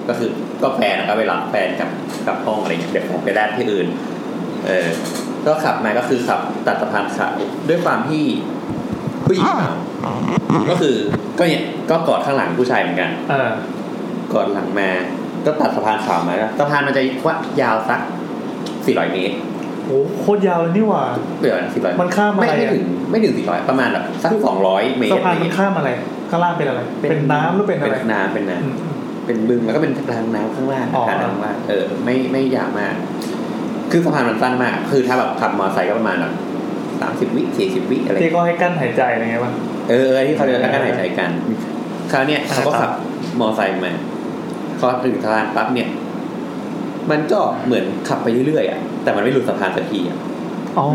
T: ก็คือก็แฟนอะก็ไปรับแฟนกลับกลับห้องอะไรเงี้ยเดี๋ยวผมไปแลกที่อื่น เออ ก็ขับมาก็คือขับตัดสะพานขาวด้วยความที่ผู้หญิงเมาก็คือก็เนี่ยก็กอดข้างหลังผู้ชายเหมือนกัน
D: เออ
T: กอดหลังมา ก็ตัดสะพานขาวมาแล้วสะพานมันจะว่ายาวสัก 400 เมตร
D: โหโคตรยาวเลยนี่หว่า
T: เกือบ400
D: มันข้ามอะไร
T: ไม่ไม่
D: อะ
T: ถึงไม่ถึง 400 ประมาณแบบสัก 200 เมตร
D: สะพาน
T: อะไร
D: มั
T: เงี้
D: น
T: ย
D: ข้ามอะไร ข้างล่างเป็นอะไร เป็นน้ำหรือเป็นอะไร
T: เป็นน้ำเป็นน้ำเป็นบึงแล้วก็เป็นทางน้ำข้างล่าง
D: อ๋อ
T: ทางน้ำว่างเออ ไม่ไม่ยาวมาก คือสะพานมันสั้นมาก คือถ้าแบบขับมอเตอร์ไซค์ก็ประมาณแบบสามสิบวิสี่สิบวิอะไร
D: ที่ก็ให้กั้นหายใจอะไรเงี้ยปะ
T: เออเออที่เขาเดินแล้วก็หายใจกัน คราวเนี้ยเขาก็ขับมอเตอร์ไซค์มาพอถึงสะพานปั๊บเนี่ย มันก็เหมือนขับไปเรื่อยๆอ่ะแต่มันไม่หลุดสะพานสักทีอ่ะ
D: อ๋อ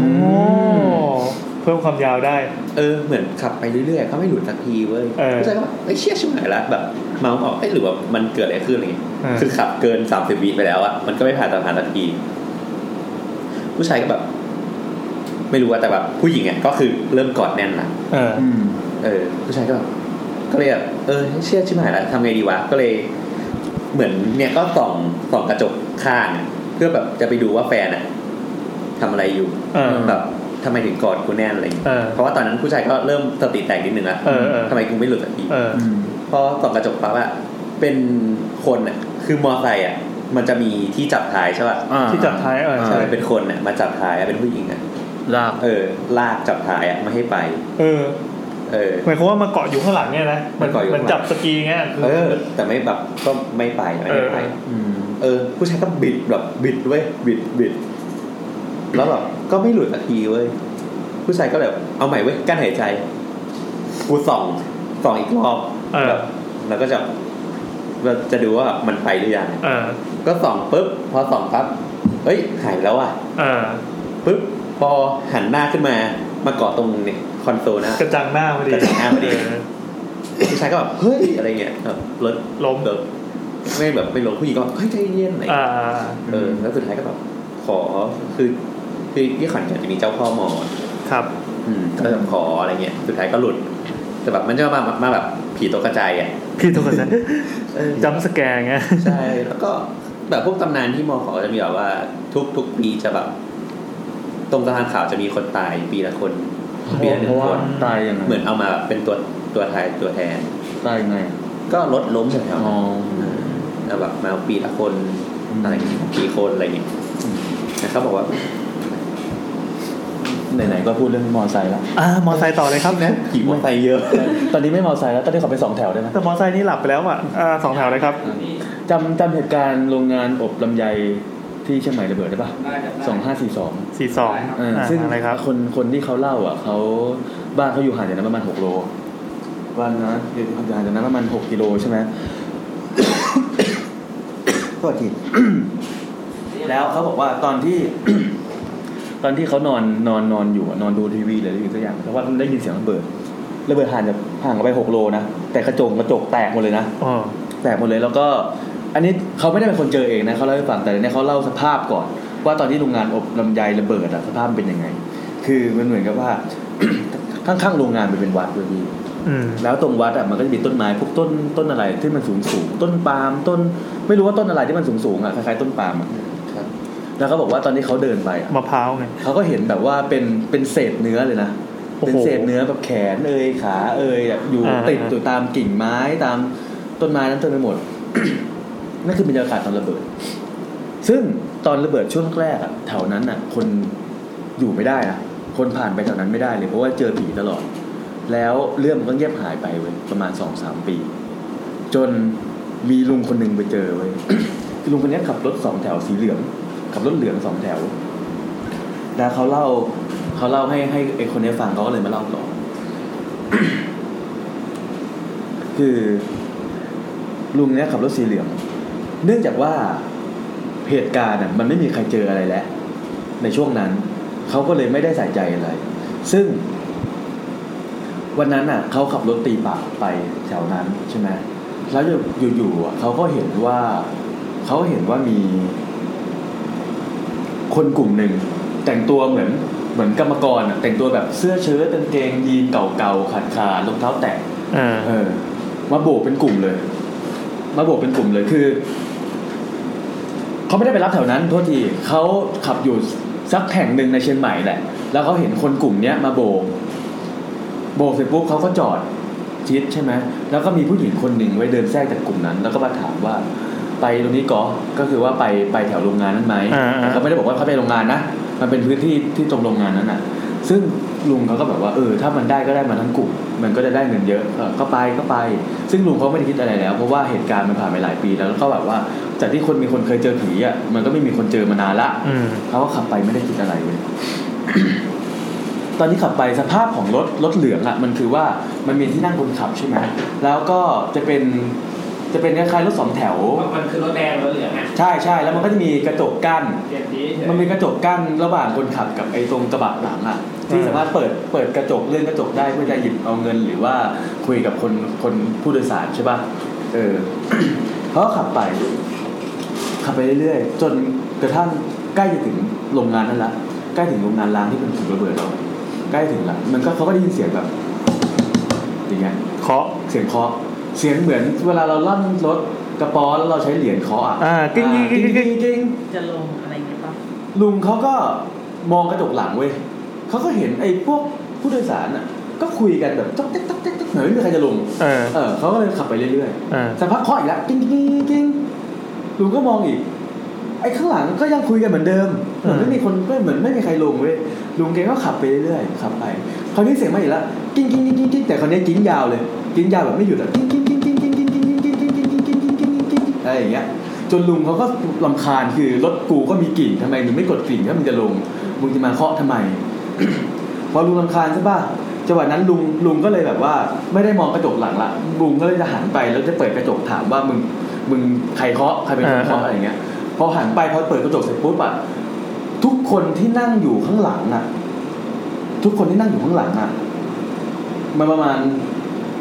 D: เพิ่มความยาวได้
T: เออเหมือนขับไปเรื่อยๆเขาไม่หลุดสักทีเว้ย
D: เออ
T: ผู้ชายก็แบบไอ้ยเชี่ยชิบหายละแบบเมาออกเอ้ยหรือว่ามันเกิดอะไรขึ้นอะไรเงี้ย
D: เออ
T: คือขับเกินสามสิบวิไปแล้วอะมันก็ไม่ผ่านสะพานสักที ผู้ชายก็แบบ ไม่รู้อะแต่แบบผู้หญิงอะก็คือเริ่มกอดแน่นละ
D: เออ
T: เออ ผู้ชายก็แบบก็เลยแบบเออเชื่อชิบหายแล้วทำไงดีวะก็เลย เหมือนเนี่ยก็ส่องส่องกระจกข้างอะเพื่อแบบจะไปดูว่าแฟนอะทำอะไรอยู่
D: เออ
T: แบบทำไมถึงกอดกูแน่นอะไรอย่างเงี้ย
D: เออ
T: เพราะว่าตอนนั้นผู้ชายก็เริ่มสติแตกนิดนึงละ
D: เออเออ
T: ทำไมกูไม่หลุดสักที
D: เออ
T: พอส่องกระจกปั๊บอะเป็นคนอะคือมอไซค์อะมันจะมีที่จับท้ายใช่ป่ะ
D: อ่าที่จับท้ายเออใช่
T: ใช่เป็นคนอะมาจับท้ายอะเป็นผู้หญิงอะ
G: ลาก
T: เออ ลากจับท้ายอะไม่ให้ไป
D: เออ
T: เออ
D: หมายความว่ามันเกาะอยู่ข้างหลังเนี่ยนะมัน
T: มันเกาะอยู่
D: มัน
T: ข้างหลัง
D: จับสกีเงี้ยคือ
T: เออ แต่ไม่แบบก็ไม่ไปไม่ให้ไป
D: เออ
T: เออ ผู้ชายก็บิดแบบบิดเว้ยบิดบิดแล้วแบบก็ไม่หลุดสักทีเว้ยผู้ชายก็แบบเอาใหม่เว้ยกั้นหายใจกูส่องส่องอีกรอบ
D: เออ
T: แล้วก็จะเราจะดูว่ามันไปหรือยัง
D: เออ
T: ก็ส่องปุ๊บพอส่องปั๊บเอ้ยหายไปแล้วอ่ะ
D: เออ
T: ปุ๊บพอหันหน้าขึ้นมามาเกาะตรงเนี่ยคอนโซลหนะ
D: กระจังหน้าพอดี
T: กระจกหน้าพอดี
D: เออ
T: ผู้ชายก็แบบเฮ้ยอะไรเงี้ยแบบรถ
D: ล้ม
T: แบบไม่แบบไม่ลงผู้หญิงก็แบบเฮ้ยใจเย็นอะไร
D: อ่า
T: เออแล้วสุดท้ายก็แบบขอคือคือที่ขอนแก่นจะมีเจ้าพ่อหมอ
D: ครับ
T: อืมก็แบบขออะไรเงี้ยสุดท้ายก็หลุด แต่แบบมันจะมามามาแบบผีตกกระจายอ่ะ
D: พี่ทุกคนนะ
T: เออ
D: จัมป์สแกร์เงี้ย
T: ใช่ แล้วก็แบบพวกตำนานที่มอขอจะมีแบบว่าทุกทุกปีจะแบบ ตรงสะพานขาวจะมีคนตายปีละคน ปีละหนึ่
G: เพ
T: ง
G: ราะ
T: ค
G: ว่าน ตายยังไง
T: เหมือนเอามาเป็นตัวตัวทายตัวแทน
G: ตายยังไง
T: ก็รถล้มแถวๆ
G: อ๋อ
T: นั้นแล้วแบบมาปีละคนอะไรอย่างเงี้ยกี่คนอะไรอย่างเงี้ยแต่เขาบอกว่า
G: ไหนๆก็พูดเรื่องมอไซค์แล้ว
D: อ่ามอไซค์ต่อเลยครับนะ
T: ขี่มอเตอร์ไซค์เยอะ
G: ตอนนี้ไม่มอไซค์แล้วตอนนี้ขอไปสองแถวได้ไหม
D: แต่มอไซค์นี่หลับไปแล้วอ่ะอ่าสองแถวเลยครับ
G: จำจำเหตุการณ์โรงงานอบลำไยที่เชียงใหม่ระเบิดได้ปะ
L: ได้ครับได้
G: สองห้าสี่สอง
D: สี่สอง
G: เออซึ่ง
D: อะไรครับ
G: คนคนที่เขาเล่าอ่ะเขาบ้านเขาอยู่ห่างจากนั้นประมาณหกโลบ้านนะอยู่ห่างจากนั้นประมาณหกกิโลใช่ไหม ก็ที แล้วเขาบอกว่าตอนที่ ตอนที่เขานอนนอนนอนอยู่อะนอนดูทีวีหรืออะไรอยู่สักอย่างเพราะว่าได้ยินเสียงระเบิดระเบิดห่างจากห่างออกไปหกโลนะแต่กระจงกระจกแตกหมดเลยนะ
D: อ๋อ
G: แตกหมดเลยแล้วก็ อันนี้เขาไม่ได้เป็นคนเจอเองนะเขาเล่าให้ฟังแต่เนี่ยเขาเล่าสภาพก่อน ว่าตอนที่โรงงานอบลำไยระเบิดอะสภาพมันเป็นยังไง คือมันเหมือนกับว่า ข้างๆโรงงานมันเป็นวัดเลยพี่
D: อืม
G: แล้วตรงวัดอะมันก็จะมีต้นไม้พวกต้นต้นอะไรที่มันสูงสูงๆต้นปาล์มต้น ไม่รู้ว่าต้นอะไรที่มันสูงสูงๆอะคล้ายๆต้นปาล์มอะ แล้วก็บอกว่าตอนที่เขาเดินไปอะ
D: มะพร้าวไง
G: เขาก็เห็นแบบว่าเป็นเป็นเศษเนื้อเลยนะ
D: โอ้โห
G: เป็นเศษเนื้อแบบแขนเอยขาเอยแบบอยู่
D: อ่า
G: ติดอยู่ตามกิ่งไม้ตามต้นไม้นั้นเต็มไปหมด นั่นคือบรรยากาศตอนระเบิด ซึ่งตอนระเบิดช่วงแรกๆอะแถวนั้นอะคนอยู่ไม่ได้อะคนผ่านไปแถวนั้นไม่ได้เลยเพราะว่าเจอผีตลอด แล้วเรื่องมันก็เงียบหายไปเว้ยประมาณสองสามปี จนมีลุงคนหนึ่งไปเจอเว้ย ลุงคนเนี้ยขับรถสองแถวสีเหลือง ขับรถเหลืองสองแถว แล้วเขาเล่าเขาเล่าให้ให้ไอคนเนี้ยฟังเขาก็เลยมาเล่าต่อ คือลุงเนี้ยขับรถสีเหลือง เนื่องจากว่าเหตุการณ์อะมันไม่มีใครเจออะไรแล้ว ในช่วงนั้นเขาก็เลยไม่ได้ใส่ใจอะไร ซึ่ง วันนั้นอ่ะเขาขับรถตีปากไปแถวนั้นใช่ไหมแล้วอยู่อยู่ๆอ่ะเขาก็เห็นว่าเขาเห็นว่ามี คนกลุ่มหนึ่ง แต่งตัวเหมือนเหมือนกรรมกรอ่ะแต่งตัวแบบเสื้อเชิ้ตกางเกงยีนเก่าๆขาดขาดๆรองเท้าแตะ
D: อ่า
G: เออมาโบกเป็นกลุ่มเลย มาโบกเป็นกลุ่มเลยคือเขาไม่ได้ไปรับแถวนั้นโทษทีเขาขับอยู่สักแห่งหนึ่งในเชียงใหม่แหละ แล้วเขาเห็นคนกลุ่มเนี้ยมาโบก โบกเสร็จปุ๊บเขาก็จอดชิดใช่ไหมแล้วก็มีผู้หญิงคนหนึ่งไว้เดินแทรกจากกลุ่มนั้น แล้วก็มาถามว่า ไปตรงนี้ก่อก็คือว่าไปไปแถวโรงงานนั้นไหม
D: อ่าๆ
G: แต่เขาไม่ได้บอกว่าเขาไปโรงงานนะมันเป็นพื้นที่ที่ตรงโรงงานนั้นน่ะ ซึ่งลุงเขาก็แบบว่าเออถ้ามันได้ก็ได้มาทั้งกลุ่มมันก็จะได้เงินเยอะเออก็ไปก็ไป ซึ่งลุงเขาไม่ได้คิดอะไรแล้ว เพราะว่าเหตุการณ์มันผ่านไปหลายปีแล้วแล้วก็แบบว่าจากที่คนมีคนเคยเจอผีอ่ะมันก็ไม่มีคนเจอมานานละ
D: อืม
G: เขาก็ขับไปไม่ได้คิดอะไรเลย ตอนที่ขับไปสภาพของรถรถเหลืองอะ่ะ มันคือว่ามันมีที่นั่งคนขับใช่ไหม แล้วก็จะเป็นจะเป็นคล้ายๆรถสองแถว
I: มันคือรถแดงรถเหลืองอ่ะ
G: ใช่ใช่แล้วมันก็จะมีกระจกกั้น
I: เจ็ดนี้
G: มันมีกระจกกั้นระหว่างคนขับกับไอ้ตรงกระบะหลังอะ่ะ ที่สามารถเปิดเปิดกระจกเลื่อนกระจกได้เพื่อจะหยิบเอาเงิน หรือว่าคุยกับคนคนผู้โดยสารใช่ปะ่ะเออ เขาก็ขับไป ขับไปเรื่อยๆ จนกระทั่งใกล้จะถึงโรงงานนั่นละใกล้ถึงโรงงานล้างที่เป็นถุงระเบิดแล้วใกล้ถึงละมันก็เขาก็ได้ยินเสียงแบบอย่างเงี้ย
D: เคาะ
G: เสียงเคาะเสียงเหมือน เวลาเราลั่นรถกระป๋อแล้วเราใช้เหรียญเคาะอ่ะ
D: อ่ากิ้งกิ้งกิ้งกิ้ง
G: กิ้ง
S: จะลงอะไรอย่างเงี้ยปะ
G: ลุงเขาก็มองกระจกหลังเว้ยเขาก็เห็นไอ้พวกผู้โดยสารอ่ะ ก็คุยกันแบบจ๊อกแจ๊กจ๊อกแจ๊กจ๊อกเหมือนไม่มีใครจะลง
D: เออ
G: เออเขาก็เลยขับไปเรื่อย
D: เออ
G: ๆสักพักเคาะอีกแล้วกิ้งกิ้งกิ้งกิ้งลุงก็มองอีก ไอ้ข้างหลังก็ยังคุยกันเหมือนเดิม เหมือนไม่มีคนเหมือนไม่มีใครลงเว้ย ลุงแกก็ขับไปเรื่อยๆ ขับไป คราวนี้เสียงมาอีกแล้วกิ้งกิ้งกิ้งกิ้งกิ้งแต่คราวนี้กิ้งยาวเลย กิ้งยาวแบบไม่หยุดอะกิ้งกิ้งกิ้งกิ้งกิ้งกิ้งกิ้งกิ้งกิ้งกิ้งกิ้งกิ้งกิ้งกิ้งกิ้งกิ้งกิ้งอะไรอย่างเงี้ย จนลุงเขาก็ลำคาญคือรถกูก็มีกลิ่นทำไมมึงไม่กดกลิ่นถ้ามึงจะลง มึงจะมาเคาะทำไม พอลุงลำคาญใช่ป่ะจังหวะนั้นลุงลุงก็เลยแบบว่า ไม่ได้มองกระจกหลังละลุงก็เลยจะหันไปแล้วจะเปิดกระจกถามว่ามึงมึงใครเคาะใครเป็นคนเคาะอะไรอย่างเงี้ย พอหันไปพอเปิดกระจกเสร็จปุ๊บอะทุกคนที่นั่งอยู่ข้างหลังอะทุกคนที่นั่งอยู่ข้างหลังอะมันประมาณ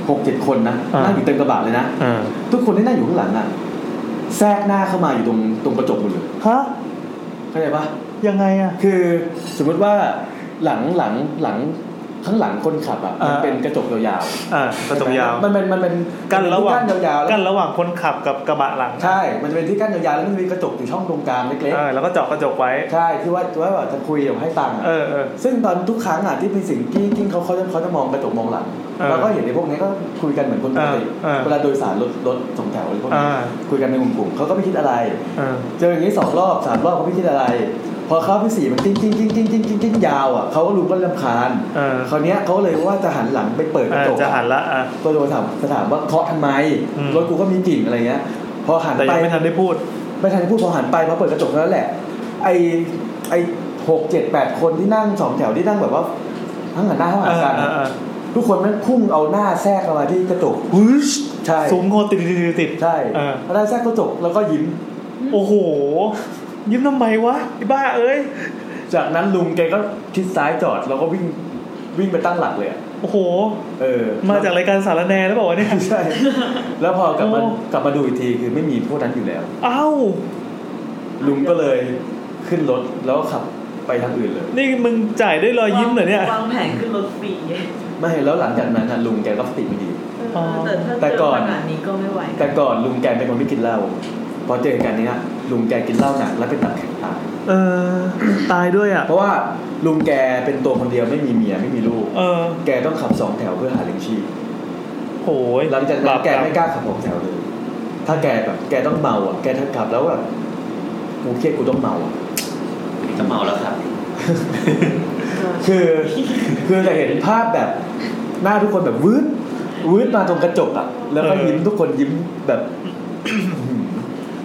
G: หกเจ็ดคนนะ
D: อ่านั่
G: นั่งอยู่เต็มกระบะเลยนะ
D: อ่า
G: ทุกคนที่นั่งอยู่ข้างหลังอะแทรกหน้าเข้ามาอยู่ตรงตรงกระจกหมดเลย
D: ฮะ
G: เข้าใจปะ
D: ยังไงอ่ะ
G: คือสมมุติว่าหลังหลังหลังข้างหลังคนขับอ่ะมัน
D: อ่า
G: เป็นกระจกยาว
D: อ่ากระจกยาว
G: ๆมันเป็นมันเป็น
D: กั้นระหว่าง
G: กั้นยาวๆแล้ว
D: กั้นระหว่างคนขับกับกระบะหลัง
G: ใช่ มันจะเป็นที่กั้นยาวๆแล้วมันมีกระจกอยู่ช่องตรงกลางเล็ก
D: เออแล้วก็เจาะกระจกไว้
G: ๆใช่ที่ว่าที่ว่าแบบจะคุยแบบให้ตังค์อะ
D: เออเออ
G: ซึ่งตอนทุกครั้งอ่ะที่เป็นสิ่งกิ้งกิ้งเขาเขาจะเขาจะมองกระจกมองหลัง
D: เออ
G: เราก็เห็นในพวกนี้ก็คุยกันเหมือนคนปกติ
D: เออเออ
G: เวลาโดยสารรถรถสองแถวอะไรพวกนี้
D: อ่า
G: คุยกันในกลุ่มๆเขาก็ไม่คิดอะไร
D: เออ
G: เจออย่างนี้สองรอบสามรอบเขาไม่คิดอะไร พอเข้าที่สี่มันกิ้งกิ้งกิ้งกิ้งกิ้งกิ้งกิ้งยาวอ่ะเขาก็รู้ว่าลำคาญ
D: เออ
G: คราวเนี้ยเขาเลยว่าจะหันหลังไปเปิดก
D: เอ
G: ระ
D: อ
G: จก
D: จะหันละอ่ะ
G: ก็โดนถามจะถามว่าเคาะทำไม
D: อืม
G: รถกูก็มีกลิ่นอะไรเงี้ย พอหัน
D: แต่
G: ไป
D: ยังไม่ทันได้พูด
G: ไม่ทันพูดพอหันไปพอเปิดกระจกเท่านั้นแหละ ไอไอหกเจ็ดแปดคนที่นั่งสองแถวที่นั่งแบบว่าทั้งหันหน้าทั้งหันกัน
D: เออเออเออ
G: ทุกคนแมันพุ่งเอาหน้าแทรกเข้ามาที่กระจกใช่
D: สูงโงติดติดติดติด
G: ใช่
D: เออ
G: เอาหน้าแทรกกระจกแล้วก็ยิ้ม
D: โอ้โห ยิ้มทำไมวะไอ้บ้าเอ้ย
G: จากนั้นลุงแกก็ทิศซ้ายจอดแล้วก็วิ่งวิ่งไปตั้งหลักเลยอะ
D: โอ้โห
G: เออ
D: มาจากรายการสารแหนหรือเปล่าวะเนี่ย
G: ใช่ แล้วพอกลับมา
D: โอ้
G: กลับมาดูอีกทีคือไม่มีพวกนั้นอยู่แล้ว
D: อ้าว
G: ลุงก็เลยขึ้นรถแล้วก็ขับไปทางอื่นเลย
D: นี่มึงจ่ายด้วยรอยยิ้มเหรอเนี่ย
S: วางแผนขึ้นรถฟรี
G: ไม่แล้วหลังจากนั้นน่ะลุงแกก็สติไม่ดี
S: เออแต่ถ้า
G: แต่
S: เจ
G: ก่
S: อ
G: อน
S: ขนาดนี้ก็ไม่ไหว
G: แต่ก่อนลุงแกเป็นคนไม่กินเหล้าพอเจอเหตุการณ์เนี้ยลุงแกกินเหล้าหนักแล้วเป็นตับแข็งตาย
D: เออ ตายด้วยอ่ะ
G: เพราะว่าลุงแกเป็นตัวคนเดียวไม่มีเมียไม่มีลูก
D: เออ
G: แกต้องขับสองแถวเพื่อหาเลี้ยงชีพ
D: โอ้ย
G: หลังจากนั้นแกไม่กล้าขับสองแถวเลย ถ้าแกแบบ แกต้องเมาอ่ะแกถ้าขับแล้วแบบกูเครียดกูต้องเมาอ่ะ
T: ก็เมาแล้วครับ
G: คือคือจะเห็นภาพแบบหน้าทุกคนแบบวืดวืดมาตรงกระจกอ่ะแล้วก็ยิ้มทุกคนยิ้มแบบ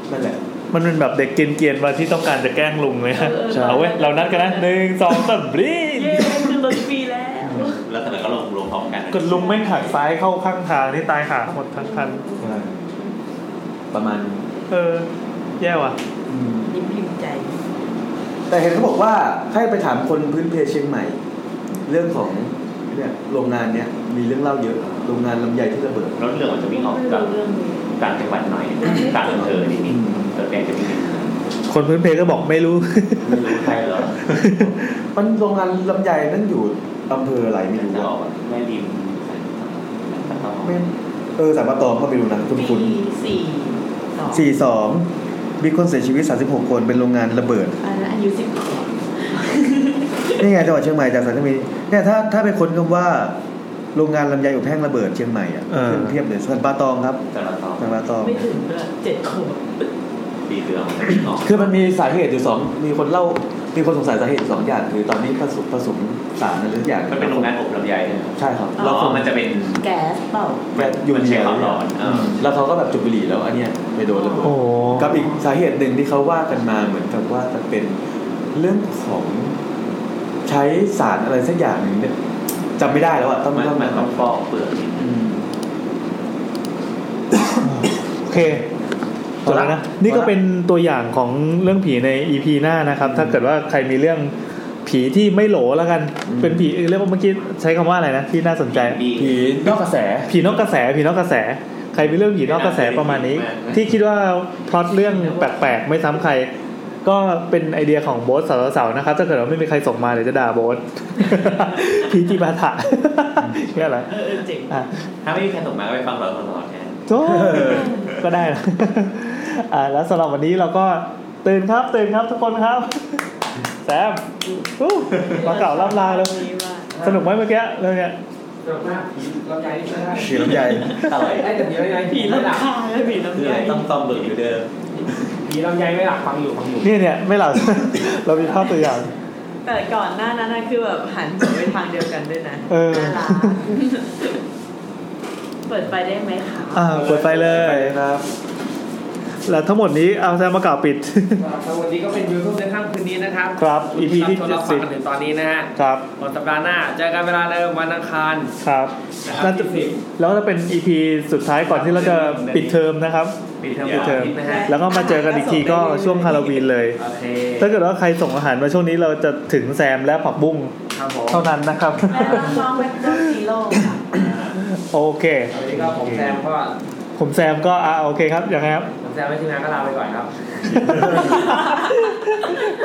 G: นั่นแหละ
D: มันเป็นแบบเด็กเกรียนๆมาที่ต้องการจะแกล้งลุงเลยฮะ
G: ใช่
D: เอาเว้ยเรานัดกันนะหนึ่งสองสามรี
B: เย้ขึ้นรถฟรีแล้ว
T: แล้วแต่ก็ลงลงพร้อมกัน
D: กดลุงไม่หักซ้ายเข้าข้างทางนี่ตายหาหมดทั้งคัน
G: ประมาณ
D: เออ แย่ว่ะ
B: ยิ้มพิมพ์ใจ
G: แต่เห็นเขาบอกว่าให้ไปถามคนพื้นเพเชียงใหม่ เรื่องของเนี่ยโรงงานเนี้ยมีเรื่องเล่าเยอะโรงงานลำไยที่ระเบิด
T: รถเรือมันจะวิ่งออกจากกลางจังหวัดหน่อยกลางอำเภอนิดนึงรถแดงจะวิ่ง
D: คนพื้นเพก็บอกไม่รู้
T: ไม่รู้ใครเหรอ
G: มันโรงงานลำไยนั่นอยู่อำเภออะไรไม่รู้อะ
T: แม่ริม
G: ไม่เออสามปะตองก็ไม่รู้นะคุณคุณ
B: ปีสี่สอง
G: สี่สองมีคนเสียชีวิต 36 คนเป็นโรงงานระเบิด
B: อันนั้นอายุสิบขวบ
G: นี่ไงจังหวัดเชียงใหม่จากสารคดีเนี่ยถ้าถ้าไปค้นคำว่าโรงงานลำไยอบแห้งระเบิดเชียงใหม่อ่ะ
D: เออ
G: ขึ้นเทียบเลยสันปาตองครับ
T: สันปาตอง
G: สันปาตอง
B: ไม่ถึงด้วยเจ็ดขวบ
T: ปีเรือมันจะวิ่งออก
G: คือมันมีสาเหตุอยู่สองมีคนเล่า มีคนสงสัยสาเหตุอยู่สองอย่าง คือตอนนี้ผสมผสมสารอะไรสักอย่าง
T: มันเป็นโรงงานอบลำไย
G: ใช่ครับ
T: แล้วมันจะเป็น
B: แก๊สเปล่า
G: แบบอยู่
T: มันใช้ความร้อน
G: มแล้วเขาก็แบบจุดบุหรี่แล้วอันเนี้ยไปโดนระเบิดกับอีกสาเหตุหนึ่งที่เขาว่ากันมาเหมือนกับว่าจะเป็นเรื่องของใช้สารอะไรสักอย่างหนึ่งเนี่ยจำไม่ได้แล้วอะต้องมันมัน
T: ต้องฟอกเปลือก
D: โอเคจบแล้วนะ นี่ก็เป็นตัวอย่างของเรื่องผีใน EP หน้านะครับ ถ้าเกิดว่าใครมีเรื่องผีที่ไม่โหลแล้วกัน เป็นผีเรียกว่าเมื่อกี้ใช้คำว่าอะไรนะ ที่น่าสนใจ
G: ผีนอกกระแส
D: ผีนอกกระแส ผีนอกกระแส ใครมีเรื่องผีนอกกระแสประมาณนี้ ที่คิดว่าพล็อตเรื่องแปลกๆ ไม่ซ้ำใคร ก็เป็นไอเดียของโบสสาวสาวๆนะครับ ถ้าเกิดว่าไม่มีใครส่งมาเดี๋ยวจะด่าโบ ส ผีจีบาถะ เนี่ยเหรอ
T: เออเจ๋ง
D: อ่ะ
T: ถ้าไม่มีใครส่งมาก็ไปฟังร้อยคนร้อนแทน
D: โถ่ก็ได้นะ อ่าแล้วสำหรับวันนี้เราก็ตื่นครับ ตื่นครับทุกคนครับ แซมอู้มาเก่าล่ำลาแล้วสนุกไหมเมื่อกี้เรื่องเนี้ย
L: สนุกมากผีลำไยนี่ก็ได้
G: ผีลำไย
L: อะไรได้แต่ผีลำไยผีลำไย
T: ผีลำไยต้องซ่อมเบอร์อยู่เดิม
L: ผีลำไยไม่หลักฟังอยู่ฟังอยู่
D: เนี่ยเนี่ยไม่หลับ เรามีภาพตัวอย่าง
B: แต่ก่อนหน้านั้นน่ะคือแบบหันไปทางเดียวกันด้วยนะ
D: เออ
B: น่ารั กเปิดไปได้ไหมคะ
D: อ่าเปิดไฟเลย
G: ครับ
D: แล้วทั้งหมดนี้เอาแซมมาเก่าปิด
L: ครับวันนี้ก็เป็นยูทูบในค่ำคืนนี้นะครับ
D: ครับ EP ที่
L: ขอบคุณครับสำหรับฟังกัน
D: 70
L: ถึงตอนนี้นะฮะ
D: ครับ
L: วันสัปดาห์หน้าเจอกันเวลาเดิมวันอังคาร
D: ครับ
L: นะครับ
D: แล้วจะ
L: 40
D: แล้วจะเป็น EP สุดท้ายก่อนที่เราจะปิดเทอมนะครับ
L: ปิดเทอม
D: ปิดเทอม
L: วันอาทิตย์นะฮะ
D: แล้วก็มาเจอกันอีกทีก็ช่วงฮาโลวีนเลย
L: โอเค
D: ถ้าเกิดว่าใครส่งอาหารมาช่วงนี้เราจะถึงแซมและผักบุ้ง
L: ครับผม
D: เท่านั้นนะครับ
B: น้องเว็บเจ้าซีโร่ค่ะ
D: โอเค
L: วันนี้ก็ผมแซมก็
D: ผมแซมก็อ่าโอเคครับอย่างไง ครับ
L: ผมแซมไม่ทีมงานก็ลาไปก่อนครับ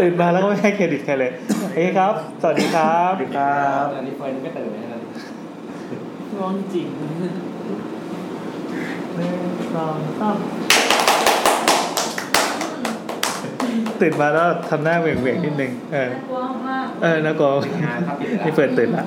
D: ตื่นมาแล้วก็ไม่ให้เครดิตใครเลยโอเคครับ สวัสดีครับสวัสดีครับ
L: อันนี้เฟิร์นไม่ตื่นเลยนะ
B: ร้องจริง
D: หนึ่งสองสามตื่นมาแล้วทำหน้าเหวี่ยงๆนิดนึงเออ
B: กลัวมาก
D: เออแล้วก็ นี่เฟิร์นตื่นละ